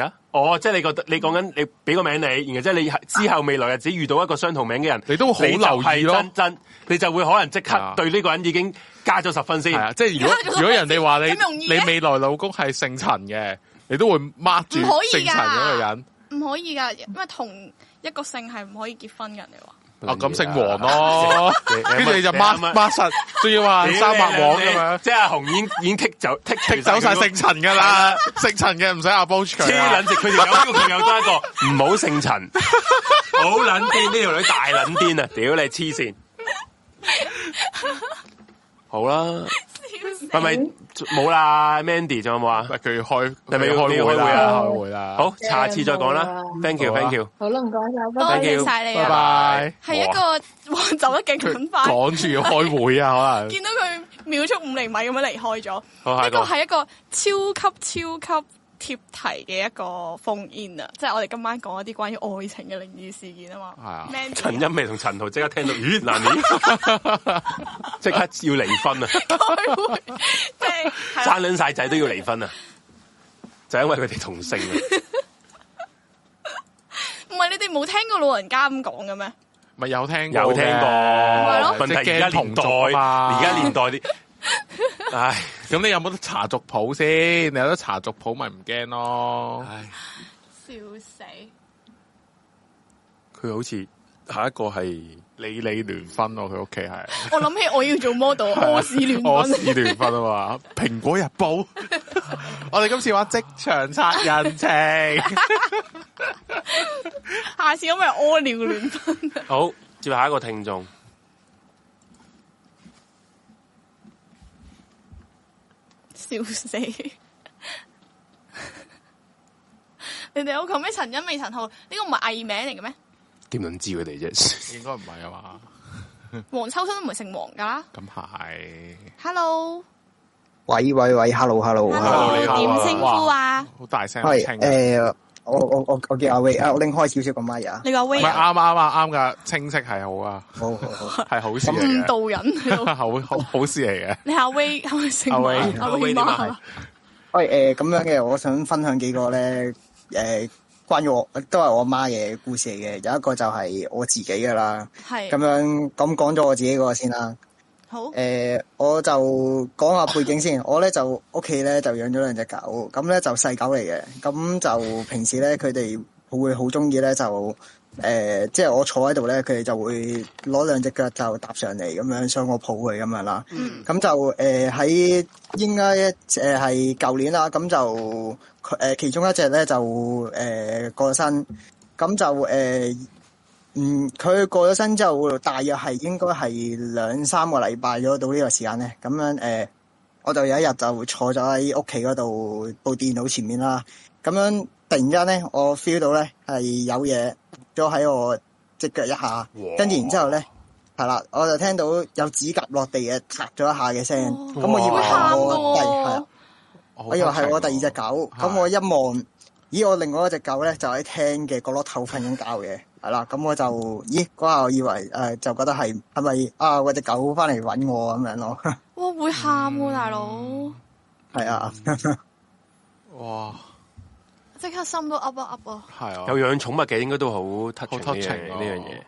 啊，哦，即係你覺得你講緊你俾個名你，然後即係你之後未來日子遇到一個相同名嘅人，你都好你就係留意咯真。真，你就會可能即係刻啊對呢個人已經加咗十分先係，啊，即係如 果如果人哋話哎咁容你易嘅你未來老公係姓陳嘅，你都會 mark 住唔可以啊㗎姓陳嗰個人。唔可以噶，因為同一個姓係唔可以結婚嘅人嚟話。 哦，咁姓黃咯， 你你跟住你就你 mark 啱啊 mark 實，仲要話三百黃咁樣。即係阿啊紅已經已經剔走剔剔走晒姓陳噶啦，姓陳嘅唔使阿 b o 啊黐佢啊撚直，佢條友佢有多一個 唔好姓陳，好撚癲呢條女大撚癲啊！屌你黐線，好啦，係咪冇啦？Mandy 仲有冇啊？喂佢要開，係咪要佢開會你要開會啦？啊開會啦，啊好，下次再講冇啦啦。 Thank you，Thank you，好啦，唔該晒，拜多拜。謝 you，晒你拜啊！拜。係一個 哇走得勁佢咁快。趕住要開會啊， 可能見到佢秒速五厘米咁樣離開咗，好下呢一個個係一個超級超級貼題嘅一個封煙啊，即係我哋今晚講一啲關於愛情嘅靈異事件啊嘛。 係啊 Mandy 陳欣薇同陳豪即刻聽到，咦，難免即刻要離婚啊！佢會即係係啊啦生撚晒仔都要離婚啊！就因為佢哋同 性啊！唔係你哋冇聽過老人家咁講嘅咩？咪有聽過嘅有聽過，咯問題而家年代，而家年年代 啲，唉啊咁你有冇得查族譜先？你有得查族譜咪唔驚咯？唉，笑死！佢好似下一個係李李聯婚咯，佢屋企係我諗起我要做 model，屙啊屎亂我揾。是聯婚啊嘛，《蘋果日 報》。我哋今次玩職場殺人情， 下次咁咪屙尿亂分。好，接下一個聽眾，笑死！你哋好求咩？陳欣未陳浩呢、個唔係藝名嚟嘅咩？點撚知佢哋啫？應該唔係啊嘛？黃秋生都唔係姓黃㗎啦。咁係 Hello，喂喂喂，hello hello Hello，你好啊點稱呼啊？好大聲好系清啊，诶，誒我我我我叫阿威啊，我拎開少少個咪啊，你個唔 way 係啊啱啱啊啱噶，清晰係好啊，好好好，係好事誤嚟導人喺度嘅， 好好好事嚟嘅。你阿威係咪姓阿威馬阿阿威威點啊媽？喂诶咁樣嘅，我想分享幾個咧诶，誒關於我都係我媽嘅故事嚟嘅，有一個就係我自己噶啦，係咁樣咁講咗我自己嗰個先啦。好誒、我就講下背景先。我咧就屋企咧就養咗兩隻狗，咁咧就細狗嚟嘅。咁就平時咧佢哋會好中意咧就誒、呃即係我坐喺度咧，佢哋就會攞兩隻腳就搭上嚟咁樣，想我抱佢咁樣啦。咁就誒喺、應該誒係舊年啦，咁就誒、其中一隻咧就誒、過身，咁就呃誒。嗯，佢過咗身之後，大約係應該係兩三個禮拜咗到呢個時間咧。咁樣誒、呃我就有一日就坐咗喺屋企嗰度部電腦前面啦。咁樣突然間咧，我 feel 到咧係有嘢咗喺我只腳一下，跟住然之後咧係啦，我就聽到有指甲落地嘅踏咗一下嘅聲。咁、我以為會係喊我第係啊㗎喎，哦我以為係我第二隻狗，咁我係一望，咦！我另外一隻狗咧就喺廳嘅角落頭瞓緊覺嘅，係啦，咁我就咦嗰下我以為誒、呃就覺得係係咪啊我隻狗翻嚟揾我咁樣咯， 哇會喊喎大佬，係啊，嗯哇，即刻心都噏一噏啊！係啊，有養寵物嘅應該都好 touch 好 touching 呢樣啊呢樣嘢。。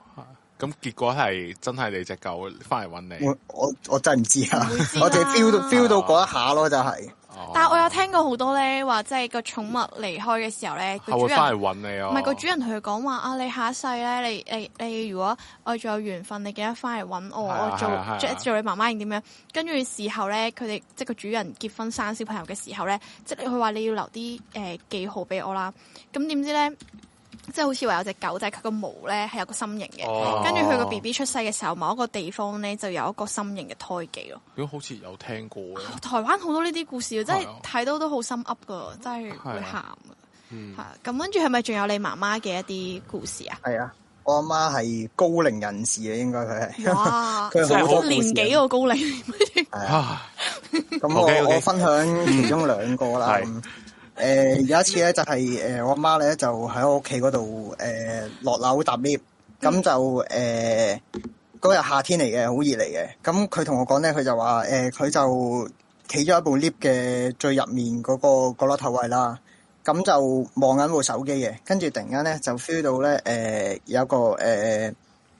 咁結果係真係你只狗翻嚟揾你，我我我真係唔知啊唔會知，啦我淨係 feel 到 feel 啊到嗰一下咯，就係、哦但係我有聽過好多咧話，即係個寵物離開嘅時候咧，個係主會翻人嚟揾你啊？唔係個主人同佢講話啊，你下一世咧，你你你如果我仲有緣分，你記得翻嚟揾我，係啊我係啊係啊做即係做你媽媽定點樣？跟住事後咧，佢哋即係個主人結婚生小朋友嘅時候咧，即係佢話你要留啲誒、呃、記號俾我啦。咁點知咧，即係好似話有隻狗仔，佢個毛咧係有個心形嘅。哦跟住佢個 B B 出世嘅時候，某一個地方咧就有一個心形嘅胎記咯。如果好似有聽過嘅，台灣好多呢啲故事，真係啊係睇到都好心噏噶，真係會係啊喊㗎。嗯係啊咁跟住係咪仲有你媽媽嘅一啲故事啊？係啊，我阿媽係高齡人士啊嘅，應該佢係。哇！ 佢好多故事啊年紀個高齡，係啊啊，咁 OK，OK 我我分享其中兩個啦。係咁誒、有一次咧，就係、誒、我媽咧就喺我屋企嗰度誒落樓搭 lift，咁就誒嗰日夏天嚟嘅，好熱嚟嘅。咁佢同我講咧，佢就話誒佢就企咗喺部 lift 嘅最入面嗰、個角落頭位啦。咁就望緊部手機嘅，跟住突然間咧就 feel 到咧誒、有一個誒。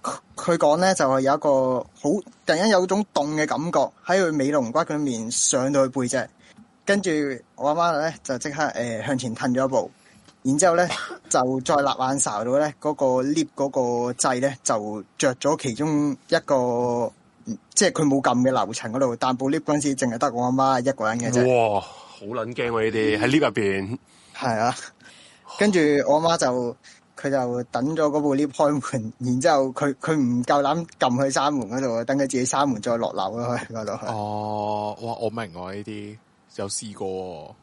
佢佢講咧就係有一個好突然間有種凍嘅感覺喺佢尾龍骨嗰面上到去背脊，跟住我阿媽咧就即刻誒、呃向前褪咗一步，然之後咧就再立眼睄到咧嗰、個 lift 嗰個掣咧就着咗其中一個，嗯即係佢冇撳嘅樓層嗰度，但部 lift 嗰陣時淨係得我阿媽一個人嘅啫。哇，好撚驚嗯喎！呢啲喺 lift 入邊，系啊，跟住我媽就佢就等咗嗰部 lift 開門， 然之後佢佢唔夠膽撳佢閂門嗰度，等佢自己閂門再落樓咯，去嗰度。啊哦，哇，我明我呢啲有試過哦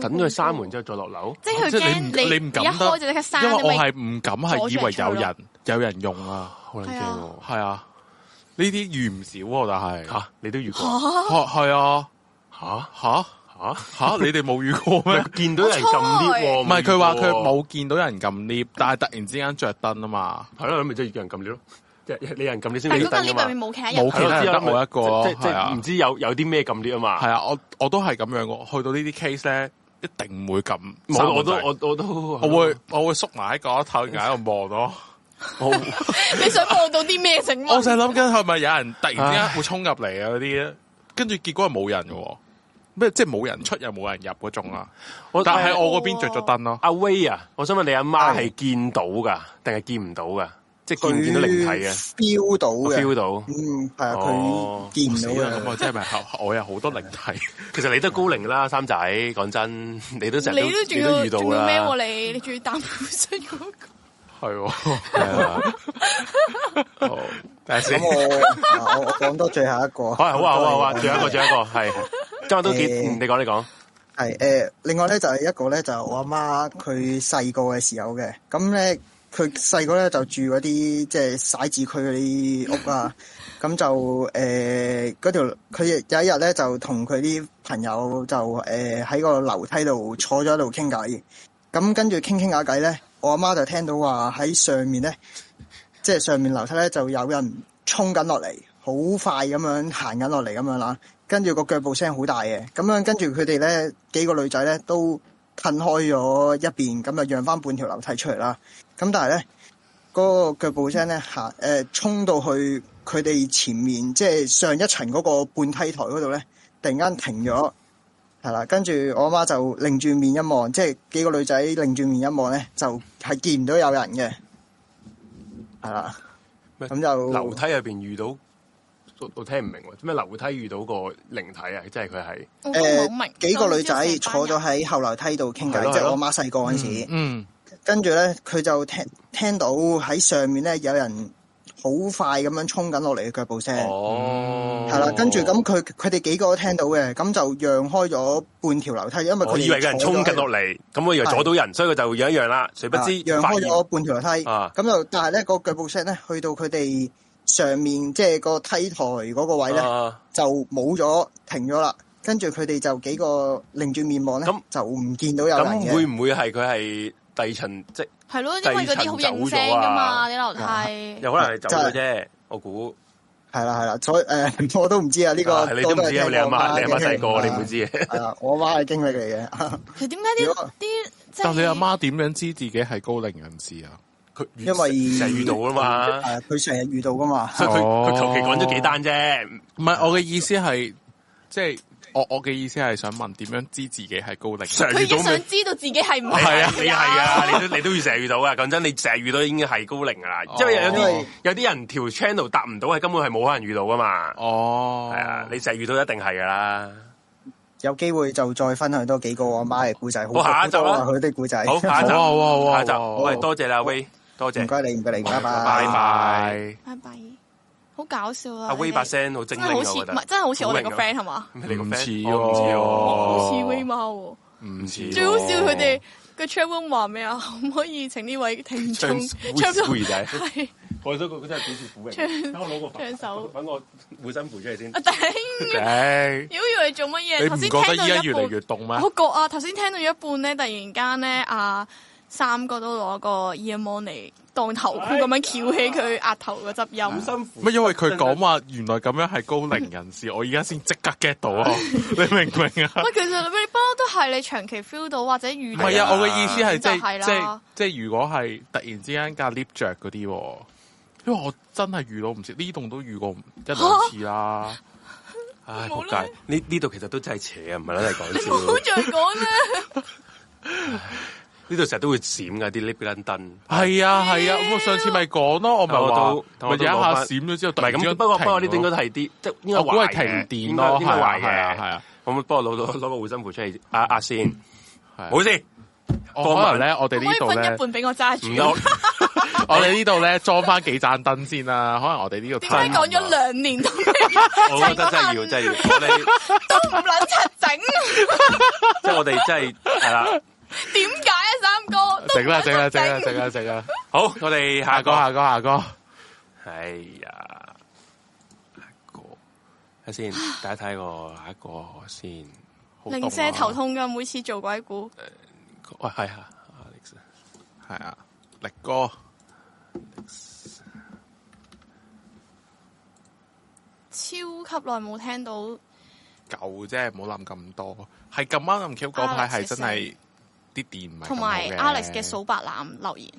等佢閂門之後再落樓。即係佢即係你唔驚你唔一敢開就即刻閂，因為因我為係唔敢係以為有人有人用啊，好撚係驚啊喎！係啊，呢啲遇唔少喎，但係吓，你都遇過嚇係啊吓嚇吓，吓你哋 冇遇過咩？ 見到有人撳 lift 喎，唔係佢話佢冇見到有人撳 lift，但係突然之間着燈啊嘛，系咯，咁咪即係有人撳 lift 咯，即係你有人撳 lift 先但會係嗰個有 lift 燈㗎嘛入面。冇其他人冇，其他人得我一個咯，即即係啊唔知有有啲咩撳 lift 啊嘛係。啊，我我都係咁樣喎。去到呢啲 case 咧，一定唔會撳。我我都我我我都我會我會縮埋喺角頭，然後喺度望咯。我 你想望到啲咩整我我就係諗緊係咪有人突然之間會衝入嚟啊嗰啲，跟住結果係冇人嘅喎，咩即係冇人出又冇人入嗰種啊。我但係我嗰邊着咗燈咯，阿威啊，我想問你阿媽係見到㗎定係見唔到㗎？即係見唔見到靈體啊佢？feel 到我？feel 嘅，到。嗯，係啊，哦佢見死啦！咁到嘅。我真係咪 後我有好多靈體？ 其實你都高齡啦，三仔，講真，你都成日都你都仲你都要遇到仲要咩啦。喎？你你仲要擔本身嗰個係喎，啊好等下先咁我啊我我講多最後一個。好啊，好啊，好啊，好啊，多謝仲有一個，仲有一 個，係今日都幾，誒嗯你講，你講，係誒、呃另外咧就係、一個咧就係我阿媽佢細個嘅時候嘅，咁咧佢細個咧就住嗰啲即係徙置區嗰啲屋啊，咁就誒嗰條佢有一日咧就同佢啲朋友就呃誒喺、個樓梯度坐咗喺度傾偈，咁跟住傾傾下偈咧，我阿媽就聽到話喺上面咧，即係上面樓梯咧就有人衝緊落嚟，好快咁樣行緊落嚟咁樣啦。跟住個腳步聲好大嘅，咁樣跟住佢哋咧幾個女仔咧都褪開咗一邊，咁就啊讓翻半條樓梯出嚟啦。咁但係咧，嗰、個腳步聲咧行誒衝到去佢哋前面，即係上一層嗰個半梯台嗰度咧，突然間停咗，係啦。跟住我阿媽就擰住面一望，即係幾個女仔擰住面一望咧，就係見唔到有人嘅，係啦。咩咁就樓梯入邊遇到，我我聽唔明喎，咩樓梯遇到個靈體啊？即係佢係我都唔係好誒、明。呃幾個女仔我唔知道成坐班人咗喺後樓梯度傾係咯偈，即係係咯我媽細個嗰陣時。嗯，跟住咧，佢就聽聽到喺上面咧有人好快咁樣衝緊落嚟嘅腳步聲，係啊哦，啦、跟住咁佢佢哋幾個都聽到嘅，咁就讓開咗半條樓梯，因為佢我以為有人衝緊落嚟，嚟，咁我以為阻到人，所以佢就讓一讓啦。誰不啊知讓發開現咗半條樓梯，啊咁就但係咧個腳步聲咧去到佢哋上面即係個梯台嗰個位咧、啊就冇咗停咗啦，跟住佢哋就幾個擰住面望咧咁，就唔見到有人咁嘅。會唔會係佢係第二層？即係 咯，因為嗰啲好應聲噶嘛，啲樓梯。有可能係走咗啫，我估。係啦係啦，所以 誒我都唔知啊呢啊個你都唔多知啊，係你阿聽我媽，你阿媽嘅細經個，歷你唔會知嘅。係啊，我媽嘅經歷 嚟嘅，其實點解如啲果啲即係但你阿媽點樣知自己係高齡人士啊？佢遇因為成日遇到啊嘛，係佢成日遇到噶嘛，所以佢哦佢求其講咗幾單啫。唔係我嘅意思係，即係我我嘅意思係想問點樣知自己係高齡？上佢遇已經到咪想知道自己係唔係係啊，你係啊，你都你都要成日遇到啊。講真，你成日遇到已經係高齡噶啦，哦因為有哦因啲為有啲人條 channel 答唔到，係根本係冇可能遇到噶嘛。哦，係啊，你成日遇到一定係噶啦。有機會就再分享多幾個我媽嘅故仔，好好下一集啦好多啊佢啲故仔。好，下一集，哇哇哇下一集，哇喂，多謝啦，威，多謝唔。該你，唔該你，拜拜拜。拜。拜拜，好搞笑啊！阿威你哋把聲好精真靈啊係好似我唔覺得係真係好似我哋個好靈啊 friend 係嘛？你個唔 friend 似我唔知喎喎，好哦似威貓喎，唔似最好笑佢哋個 chat room 話咩啊？ 可唔可以請呢位聽眾唱 chat 狐兒仔， 係我覺得佢真係幾似虎唱等我攞個唱首揾個護身符出嚟先啊。頂！頂妖以為你做乜嘢？你頭唔先覺得聽依到家越嚟一越半，凍咩？我覺啊！頭先聽到一半咧，突然間咧，啊三哥都攞個 earphone 嚟當頭箍咁樣翹起佢額頭個執音。辛苦乜？因為佢講話原來咁樣係高齡人士，我而家先即刻 get 到啊！你明唔明啊？喂，其實你不嬲都係你長期 feel 到或者遇唔到。係啊，我嘅意思係即就係係即係啦即係，如果係突然之間架 lift 着嗰啲喎，因為我真係遇到唔少，呢棟都遇過一兩 次啦。唉，冇仆啦街！呢呢度其實都真係邪啊，唔係啦，真係講唔好笑。再講啦。呢度成日都會閃噶啲 lift 燈，係啊係啊，咁我上次咪講咯，我咪我話都咪有一我下都閃咗之後，唔係咁。不過不過呢啲應該都係啲即係應該我估壞係嘅停電咯，應該應該壞係啊係嘅。啊咁幫我攞攞攞個護身符出嚟壓壓先，係啊。好先。我幫可能忙咧，可我哋唔呢可以度分咧一。半俾我揸住唔？得，我我哋呢度咧裝翻幾盞燈先啦，可能我哋呢 度點解講咗兩年 都未我覺得真係要，真係要，我哋都唔撚柒整？即係我哋真係 係啦。 點解啊，三哥？都整啦唔撚整啦整啦柒整啦整啦，好，我哋下下個個下個下個，哎呀，啊下一個睇先，大家睇個下一個先。好凍啊零舍頭。痛㗎，每次做鬼故。喂，係啊，Alex，係啊，力哥超級耐冇聽到，舊啫，唔好諗咁多。係咁啱咁巧嗰排係真係啲電唔係咁好嘅同埋 Alex 嘅數白欖留言。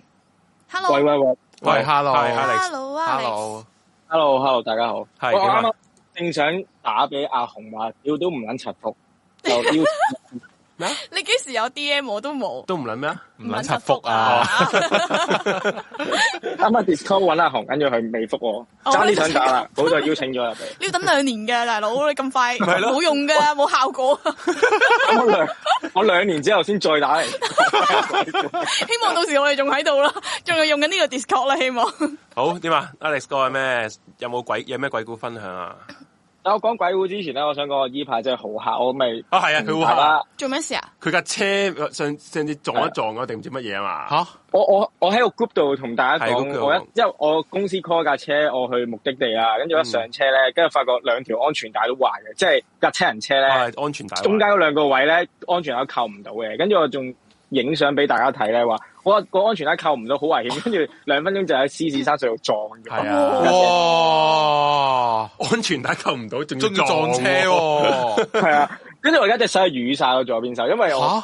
喂喂喂喂，hello，係 Alex Hello，Hello，Alex， hello， ，hello hello，大家好。係喂我點啊啱啱正想打俾阿紅話，屌都唔撚柒福，哦就 邀你幾時有 DM 我都冇，都唔諗咩啊？唔撚柒福啊！！ 啱啱 Discord 揾阿紅，跟住佢未復我，哦爭啲想打啦，好在邀請咗入嚟。你要等兩年嘅大佬， 你咁快咪係咯冇用嘅，冇效果。 咁我兩我兩年之後先再打嚟。希望到時我哋仲喺度啦，仲係用緊呢個 Discord 啦，希望。好點啊？Alex 哥係咩？有冇鬼有咩鬼故分享啊？但我講鬼故之前咧，我想講我依排真係好黑，我咪啊係啊，佢係話啦。做咩事啊？佢架車上上次撞一撞啊，定唔知乜嘢啊嘛？吓，我我我喺個 group 度同大家係講， ，group 我一度因為我公司 call 架車，我去目的地啦，跟住一上車咧，跟住發覺兩條安全帶都壞嘅，即係架車人車咧。哇安全帶中間嗰兩個位咧，安全帶扣唔到嘅，跟住我仲影相俾大家睇咧，話我個安全帶扣唔到，好危險，跟住兩分鐘就喺獅子山上度撞咗。係啊，哇，安全帶扣唔到，仲要仲要撞車喎喎！ 係啊，跟住我而家隻手係瘀晒咗左邊手，因為我吓，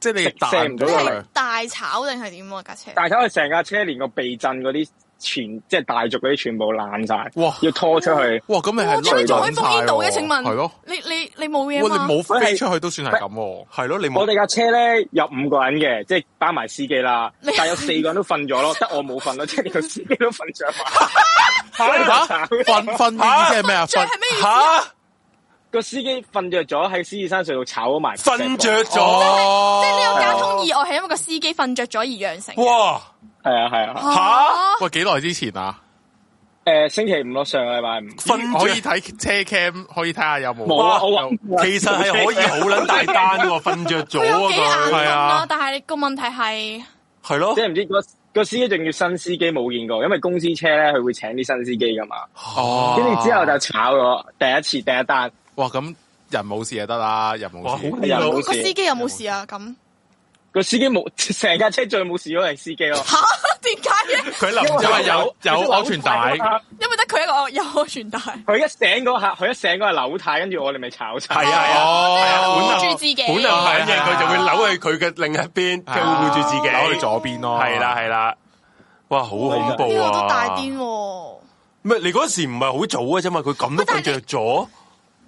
即係你射唔到彈落佢嚟係大炒定係點啊？架車大家佢成架車連個避震嗰啲全即係大軸嗰啲全部爛晒，哇要拖出去。哇，咁你哇係咁你仲可以攞封煙到嘅？晒喎請問啊係咯，你你你冇嘢哇，嘛你？冇飛出去都算係咁喎。係咯，你冇我哋架車咧有五個人嘅，即係包埋司機啦， 你但係有四個人都瞓咗咯， 得我冇瞓咯，即係連個司機都 瞓着埋。嚇嚇瞓瞓嘅意思係咩啊？着瞓係咩意思啊？吓個司機瞓着咗喺獅子山上度炒埋隻腳，瞓着哦即係呢咗，個交通意外係因為個司機瞓着咗而釀成嘅。哇！ 係啊係啊，啊喂，幾耐之前啊？诶、星期五咯，上個禮拜五。瞓可以着睇車 cam，可以睇下有冇。冇啊我話其實係可以好撚大單喎，瞓着咗 佢有幾眼啊佢，瞓係啦啊，，但係個問題係係咯即，係唔知個個司機仲要新司機冇見過，因為公司車咧佢會請啲新司機噶嘛，哦跟住之後就炒咗第一次第一單，哇，咁人冇事就得啦，人冇哇，好事。哎呀好冇個事司機有冇事啊？咁 個司機冇成架車最冇事嗰個係司機 咯，吓點解嘅？佢臨因為走 有有安全帶，因為得佢一個 有安全帶，佢一醒嗰下，佢一醒嗰下扭軚，跟住我哋咪炒晒。係啊係啊，哦係護啊住自己。本能反應佢就會扭去佢嘅另一邊，佢會護住自己，扭去左邊咯。係啦係啦，哇，好恐呢怖個啊！都大癲喎！咩？你嗰時唔係好早嘅啫嘛，佢咁都瞓着咗，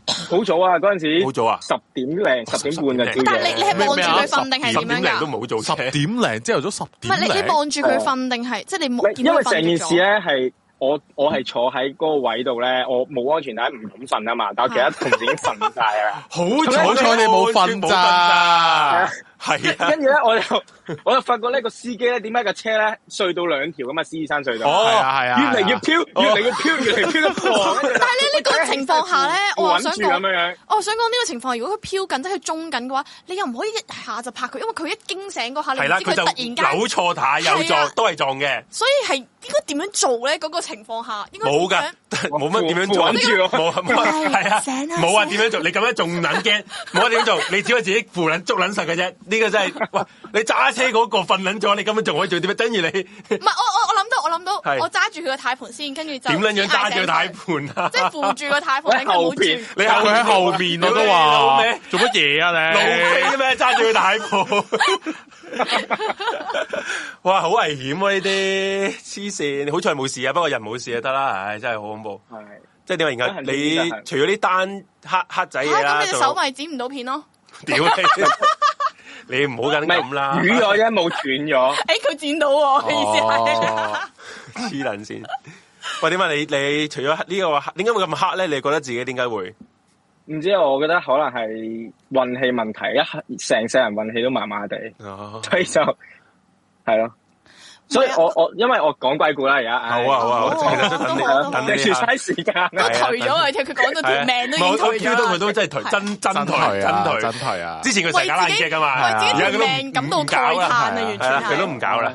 好早啊，嗰陣時好早啊十點零十點半就10點朝零但係你你係夜。望住佢瞓定係啊十點點樣零都㗎？冇早哦十車，哦點零，朝頭早十唔點係你你零。望住佢瞓定係即係你冇？哦因為成件事咧，咧係我我係坐喺嗰個位度咧，我冇安全帶唔敢瞓啊嘛，但我其他同事已經瞓晒啦。 好好彩你冇瞓咋，係啊，跟住咧，我就 我就發覺呢個司機咧，點解架車咧隧道兩條咁啊？獅子山隧道，哦係啊係啊，越嚟越係啊飄，越嚟越飄，越嚟越飄得狂。啊但但係咧呢個情況下咧，我想咁講。樣樣，我想講呢個情況，如果佢飄緊，即係佢中緊嘅話，你又唔可以一下就拍佢，因為佢一驚醒啊嗰下，你係啦，唔知佢佢就突然間，扭錯太又係撞啊，都係撞嘅。所以係應該點樣做咧？嗰、個情況下應該點冇噶樣， 冇乜 點樣做，扶住我 冇啊冇啊係係啊醒啦，冇啊醒點樣做？你咁樣仲撚驚， 冇啊點樣做？你只可以自己扶撚捉撚實嘅啫。呢個真係， 喂，你揸車嗰個瞓撚咗，你根本仲可以做啲咩？等於你 點唔係我我我諗到我諗係到，我揸住佢個軚盤先，跟住就撚樣揸住個嗌醒佢軚盤啊即？係扶住個軚喂盤，令佢冇後邊轉。你佢喺後面我都話老咩？做乜嘢啊老你？飛咩？揸住個軚盤，哇！好危險啊！呢啲黐線，好彩冇事啊，不過人冇事就得啦。唉，真係好恐怖。係即係點啊？然後你真係除咗呢單黑黑仔嚇嘢咁啦，你隻仲手咪剪唔到片咯？屌 你！你唔好緊唔咁啦，係瘀咗啫，冇斷咗。誒、佢剪到喎，佢意思係。哦黐撚線。喂，點啊解你你除咗呢個黑，點解會咁黑咧？你覺得自己點解會？唔知啊我覺得可能係運氣問題，一成世人運氣都麻麻地，哦，所以就係咯。所以啊我我因為我講鬼故啦，而家好啊好啊，好我啊其實都等你好啊好啊等你你住下。嘥時間啊都啦。頹咗佢，佢講到條命都已經我頹 Q 到咗佢都啦。真係頹，真真真頹台真啊，真頹。台啊！之前佢成日拉隻噶嘛，啊為自己而家佢都為自己條命感到唔搞啦慨嘆啊係完全係啊係佢都唔搞啦。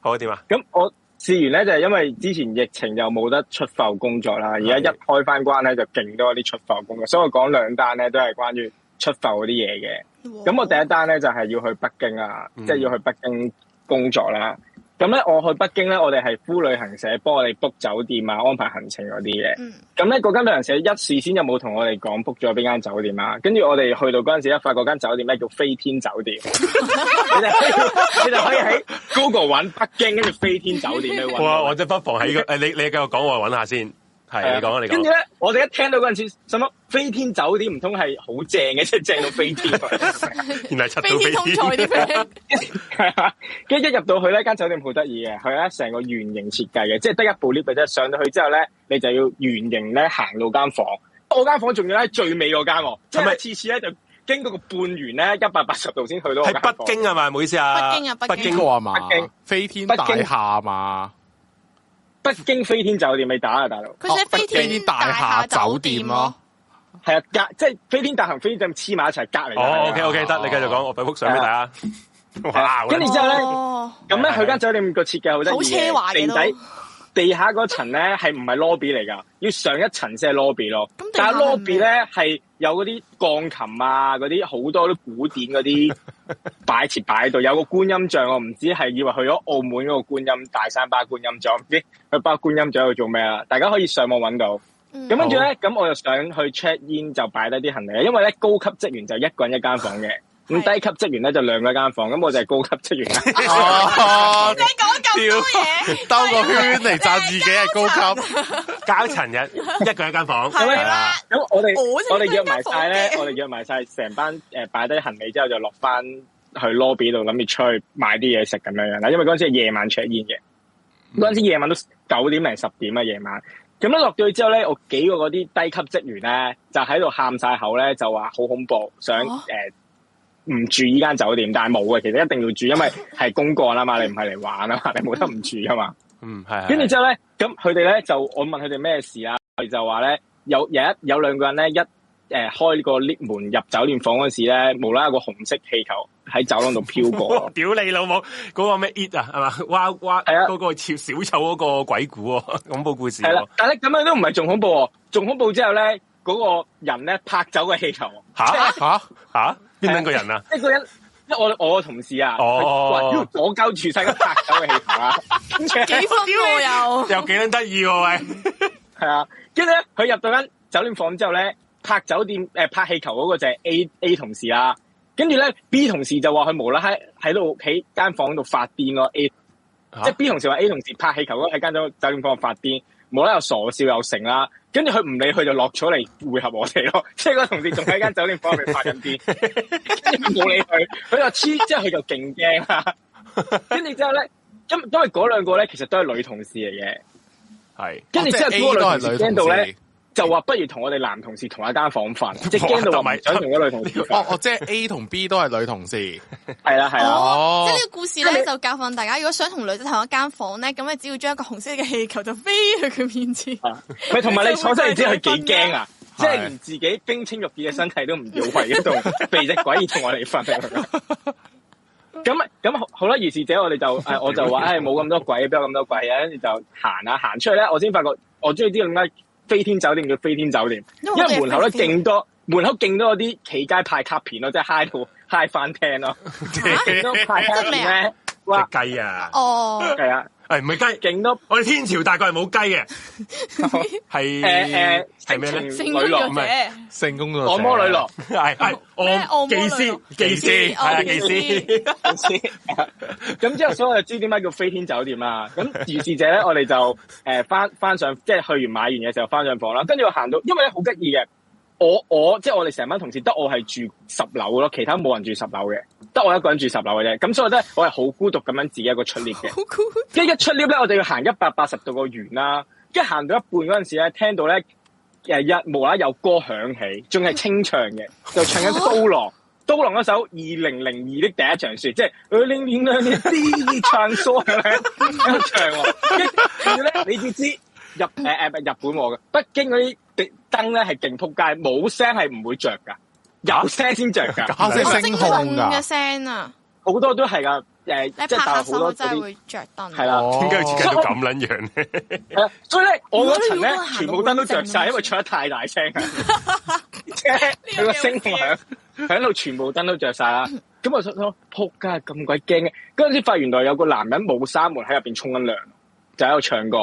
好點啊？咁我試完咧，就係、因為之前疫情又冇得出埠工作啦，而家一開翻關咧就勁多啲出埠工作，所以我講兩單咧都係關於出埠嗰啲嘢嘅。咁咁我第一單咧就係、要去北京啊，嗯即係要去北京工作啦。咁咧我去北京咧，我哋係夫旅行社幫我哋 book 酒店啊、安排行程嗰啲嘅。嗯咁咧嗰間旅行社一事先就冇同我哋講 book 咗邊間酒店啊。跟住我哋去到嗰陣時，一發嗰間酒店咧叫飛天酒店。你哋可以你哋可以喺 Google 揾北京，跟住飛天酒店去揾啊哇！到。 我真不妨喺個 诶，你你繼續講，我揾下先。係你講啊，你跟住講。咧，我哋一聽到嗰陣時，什麼飛天酒店唔通係好正嘅，即係正到飛天啊。原來七到飛天通飛菜啲天。 friend，係啊，跟住一入到去呢間酒店好得意嘅，佢咧成個圓形設計嘅，即係得一部 lift 嘅啫。上到去之後咧，你就要圓形咧行到間房，我間房仲要喺最尾嗰間喎，即係咪係次次咧就經過個半圓咧一百八十度先去到我間喺房北京啊嘛，唔好意思啊。北京啊北京呢個啊嘛北京，飛天大廈嘛，北京飛天酒店你打啊，大佬，佢寫哦北飛天京大大廈廈酒酒店店咯咯。係啊，隔即係飛天大行飛天酒店黐埋一齊隔離㗎。哦係，OK 啊 OK，得你繼續講，我俾幅相俾大家。係哇！啊跟住之後咧。哦，咁咧，佢間酒店個設計好得意好嘅奢華嘅地都底地下嗰層咧係唔係 lobby 嚟㗎？要上一層先係 lobby 咯咁。地下係但係咩 lobby 咧係有嗰啲鋼琴啊，嗰啲好多啲古典嗰 啲擺設擺喺度，有個觀音像，我唔知係以為去咗澳門嗰個觀音大三巴觀音像，唔知佢包觀音像喺度做咩啊啦？大家可以上網揾到。嗯咁跟住咧，咁我就想去 check in 就擺低啲行李，因為咧高級職員就一個人一間房嘅，咁係低級職員咧就兩個一間房，咁我就係高級職員啦。 哦你講咁多嘢，兜個圈嚟讚自己啊係高級，交層日一個一間房， 啊係啦，咁我哋哦我先我哋約埋間晒咧，房我哋約埋晒成班誒擺低行李之後就落翻去 lobby 度，諗住出去買啲嘢食咁樣樣啦。因為嗰陣時係夜晚 check in 嘅，嗯嗰陣時夜晚都九點零十點啊夜晚。咁咧落到去之後咧，我幾個嗰啲低級職員咧就喺度喊晒口咧，就話好恐怖，想誒哦唔住依間酒店，但係冇嘅，其實一定要住，因為係公幹啊嘛，你唔係嚟玩啊嘛，你冇得唔住噶嘛。嗯係。跟住之後咧，咁佢哋咧就我問佢哋咩事啦，佢就話咧有有一有兩個人咧一誒、呃、開個 lift 門入酒店房嗰時咧，無啦啦有個紅色氣球喺走廊度飄過哇，咯 屌你老母！嗰、個咩 it 啊，係嘛？哇哇，係啊嗰、個小小丑嗰個鬼故喎、 恐怖故事、係啦喎。，但係咧咁樣都唔係仲恐怖喎，仲恐怖之後咧嗰、個人咧拍走個氣球喎，吓吓吓邊兩個人啊？一個人。即係我我個同事啊，哦佢話左鳩住晒咁拍走個氣球啊，跟住 呢幾分喎又，又幾撚得意喎喂！係啊，跟住咧，佢入到間酒店房之後咧，拍酒店誒、呃拍氣球嗰個就係 A A 同事啦。跟住咧 B 同事就話佢無啦啦喺度喺間房度發癲咯。A 嚇即係 B 同事話 A 同事拍氣球嗰個喺間酒酒店房度發癲，無啦啦又傻笑又成啦。跟住佢唔理佢就落咗嚟會合我哋咯。 即係個同事仲喺間酒店房入面發緊癲，跟住冇理佢，佢就黐，之後佢就勁驚啦。跟住之後咧，因因為嗰兩個咧其實都係女同事嚟嘅。係跟住之後哦即係 A 嗰都個係女同女事驚到同咧事，就話不如同我哋男同事同一間房瞓，即係驚到話唔想同嗰女同事 哦瞓。哦，即係 A 同 B 都係女同事，係啦係啦，哦哦，即係呢個故事咧就教訓大家，如果想同女仔同一間房咧，咁你只要將一個紅色嘅氣球就飛去佢面前， 佢同埋你坐低唔知佢幾驚啊！即係係連自己冰清玉潔嘅身體都唔要，為咗同 被只鬼而同我哋瞓。啊 咁咁好啦，如是者我哋就誒，我就話誒冇咁多鬼，邊有咁多鬼啊？跟住就行啊行出去咧，我先發覺我中意啲點解飛天酒店叫飛天酒店。因因我哋為門口咧係飛勁多，門口勁多嗰啲企街派卡片咯，即係 high 到 high 翻廳 咯， 勁多派卡片真係咧，哇，隻雞啊！啊哦，係啊，誒唔係雞，勁多我哋天朝大概係冇 雞嘅，係誒誒係咩咧？性女工作者郎唔係性工作者按摩女郎，係係咩我按摩技女師郎技師技師係啊哦技技師 咁之後所以我就知點解叫飛天酒店啦。咁如是者咧，我哋就誒翻翻上，即係去完買完嘢就翻上房啦。跟住我行到，因為咧好得意嘅，我我即係我哋成班同事得我係住十樓咯，其他冇人住十樓嘅，得我一個人住十樓嘅啫。咁所以咧，我係好孤獨咁樣自己一個出 lift 嘅。好酷，跟住一出 lift 咧，我哋要行一百八十度個圓啦。一行到一半嗰陣時咧，聽到咧誒一無啦啦有歌響起，仲係清唱嘅，就唱哦緊刀郎。刀郎嗰首《二零零二》的第一場雪，即係二零零二年啲唱歌咁樣喺度唱喎。跟住咧，你要知日誒誒唔係日本喎嘅，北京嗰啲地燈咧係勁撲街，冇聲係唔會着㗎，有聲先着㗎。嚇即係我星精控控㗎嘅，聲啊，好多都係㗎，誒你拍即係大下陸好手多真嗰係啲會着啊燈，係啦。哦點解要設計到咁撚樣咧？係啊所以咧，我嗰層咧如果你要 全部燈都着晒，因為唱得太大聲啊！即係佢個聲響，喺度全部燈都着晒啦。咁我想諗，哦仆街咁鬼驚嘅。嗰陣時發現原來有個男人冇閂門喺入邊沖緊涼，就喺度唱歌。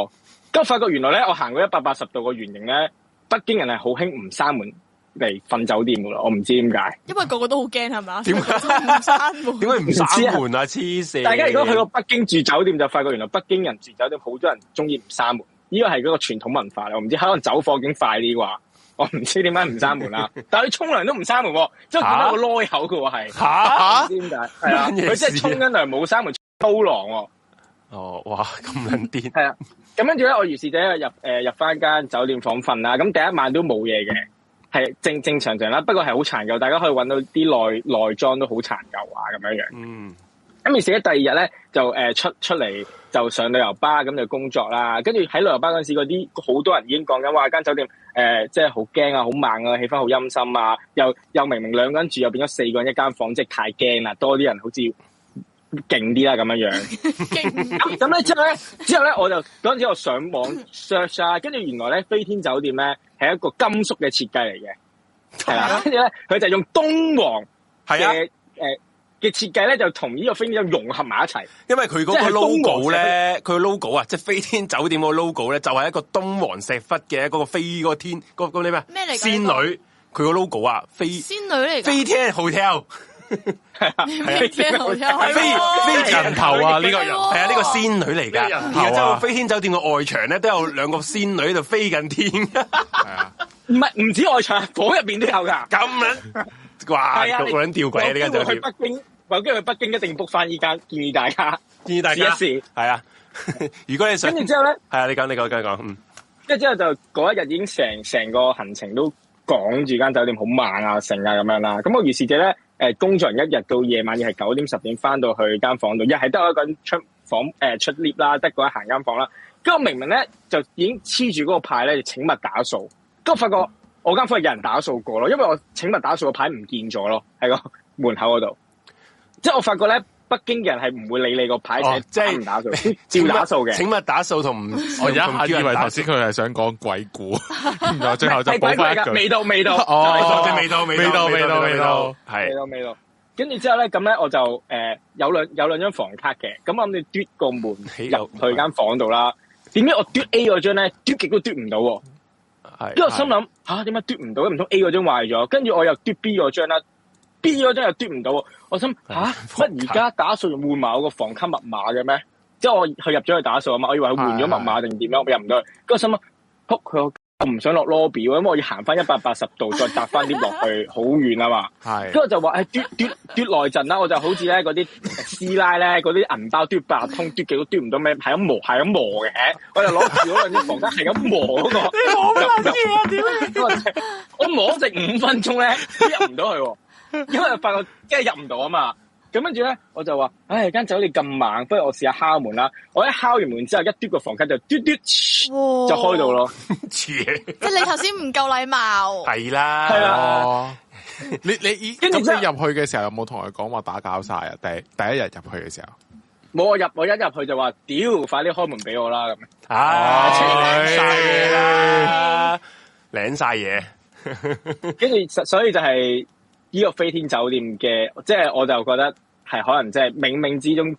咁我發覺原來咧，我行過一百八十度個圓形咧，北京人係好興唔閂門嚟瞓酒店噶啦。我唔知點解。因為個個都好驚係嘛？ 點解所以唔閂門点解唔閂門啊？黐線！大家如果去過北京住酒店，就發覺原來北京人住酒店好多人中意唔閂門，呢個係嗰個傳統文化嚟。我唔知可能走火警快啲啩， 我唔知點解唔閂門 啦。但係佢沖涼都唔閂門喎，即係見到個攞口嘅喎係，吓唔知點解係啊？乜嘢事啊佢真係沖緊涼冇閂門，偷狼喎。哦， 哇，咁 撚癲！ 係啊，咁跟住咧，我如是者入誒、呃入翻間酒店房瞓啦。啊咁第一晚都冇嘢嘅，係正正常常啦。不過係好殘舊，大家可以揾到啲內內裝都好殘舊啊咁樣樣。嗯，咁而且第二日咧就誒、呃出出嚟就上旅遊巴咁就工作啦，跟住喺旅遊巴嗰陣時，嗰啲好多人已經講緊話間酒店誒、呃即係好驚啊，好猛啊，氣氛好陰森啊，又又明明兩個人住又變咗四個人一間房，即係太驚啦，多啲人好似勁啲啦咁樣樣。驚咁咁咧之後咧，之後咧我就嗰陣時我上網 search 啊，跟住原來咧飛天酒店咧係一個金屬嘅設計嚟嘅，係啦，跟住咧佢就用敦煌啊係啊，嘅誒嘅設計咧，就同呢個飛天酒店融合埋一齊。因為即佢嗰個係東王 logo 咧，佢 logo 啊，即係飛天酒店個 logo 咧，就係一個東黃石窟嘅嗰個飛嗰個天嗰嗰啲咩啊咩嚟㗎仙女，佢個 logo 啊，飛仙女嚟㗎飛天 hotel 咩咩好聽係飛飛喎天人頭啊！呢個人係係啊，呢個仙女嚟㗎。咩人頭啊而家真係飛天酒店個外牆咧，都有兩個仙女喺度飛緊天，係啊，唔係唔止外牆，房入邊都有㗎。咁樣哇，係啊，個你撚吊鬼啊！呢間有酒機會去店，北京，有機會去北京一定 book 翻依間，建議大家。建議大家試一試係啊。如果你想跟住係之後咧，啊，你講你講你講，嗯， 跟住之後就嗰一日已經成成個行程都講住間酒店好慢啊、成啊咁樣啦。咁我如是者咧，誒工作人一日到夜晚要係九點十點翻到去間房度，一係得我一個人出房誒、呃出 lift 啦，得嗰一行間房啦。跟住我明明咧就已經黐住嗰個牌咧，就請勿打掃。跟住我發覺我間房有人打掃過咯，因為我請勿打掃個牌唔見咗咯，喺個門口嗰度。即係我發覺咧，北京嘅人係唔會理你個牌，哦即係即係唔打掃，照打掃嘅。請勿打掃同唔，我而家同下以叫人為打頭掃先佢係想講鬼故，原來最後就係補鬼鬼 翻一㗎，句。味道味道，哦即係味道味道味道味道味係道味道。跟住之後咧，咁咧我就誒、呃有兩有兩張房卡嘅，咁我諗住嘟個門起入去間房度啦。點解我嘟 A 嗰張咧，嘟極都嘟唔到喎？係跟住我心諗吓，點解嘟唔到？唔通 A 嗰張壞咗？跟住我又嘟 B 嗰張啦，B 嗰張又嘟唔到喎。啊我心吓房乜卡而家打掃就換埋我個房卡密碼嘅咩？即係我去入咗去打掃啊嘛，我以為佢換咗密碼定點樣，我入唔到去。跟住我心諗，撲佢個，我唔想落 lobby，因為我要行翻一百八十度再搭翻啲落去，好遠啊嘛。係跟住我就話誒嘟嘟嘟內陣啦，我就好似咧嗰啲呃師奶咧，嗰啲銀包嘟八達通嘟幾都嘟唔到咩，係咁磨係咁磨嘅，我就攞住嗰兩隻房卡係咁磨嗰、個。你磨乜嘢啊？屌！我磨成五分鐘咧，都入唔到去喎，因為發覺即係入唔到啊嘛。咁跟住咧，我就話：，唉，間酒店咁猛，不如我試下敲門啦。我一敲完門之後，一嘟個房卡就嘟嘟，就哇開到。咯。似即係你頭先唔夠禮貌，係啦，係啊哦，你你已跟住咁之後你入去嘅時候有冇同佢講話打攪晒啊？第第一日入去嘅時候，冇我入，我一入去就話：，屌，快啲開門俾我啦！咁。唉，領晒嘢啦啦，領晒嘢，跟住所所以就係呢個飛天酒店嘅，即係我就覺得係可能即係冥冥之中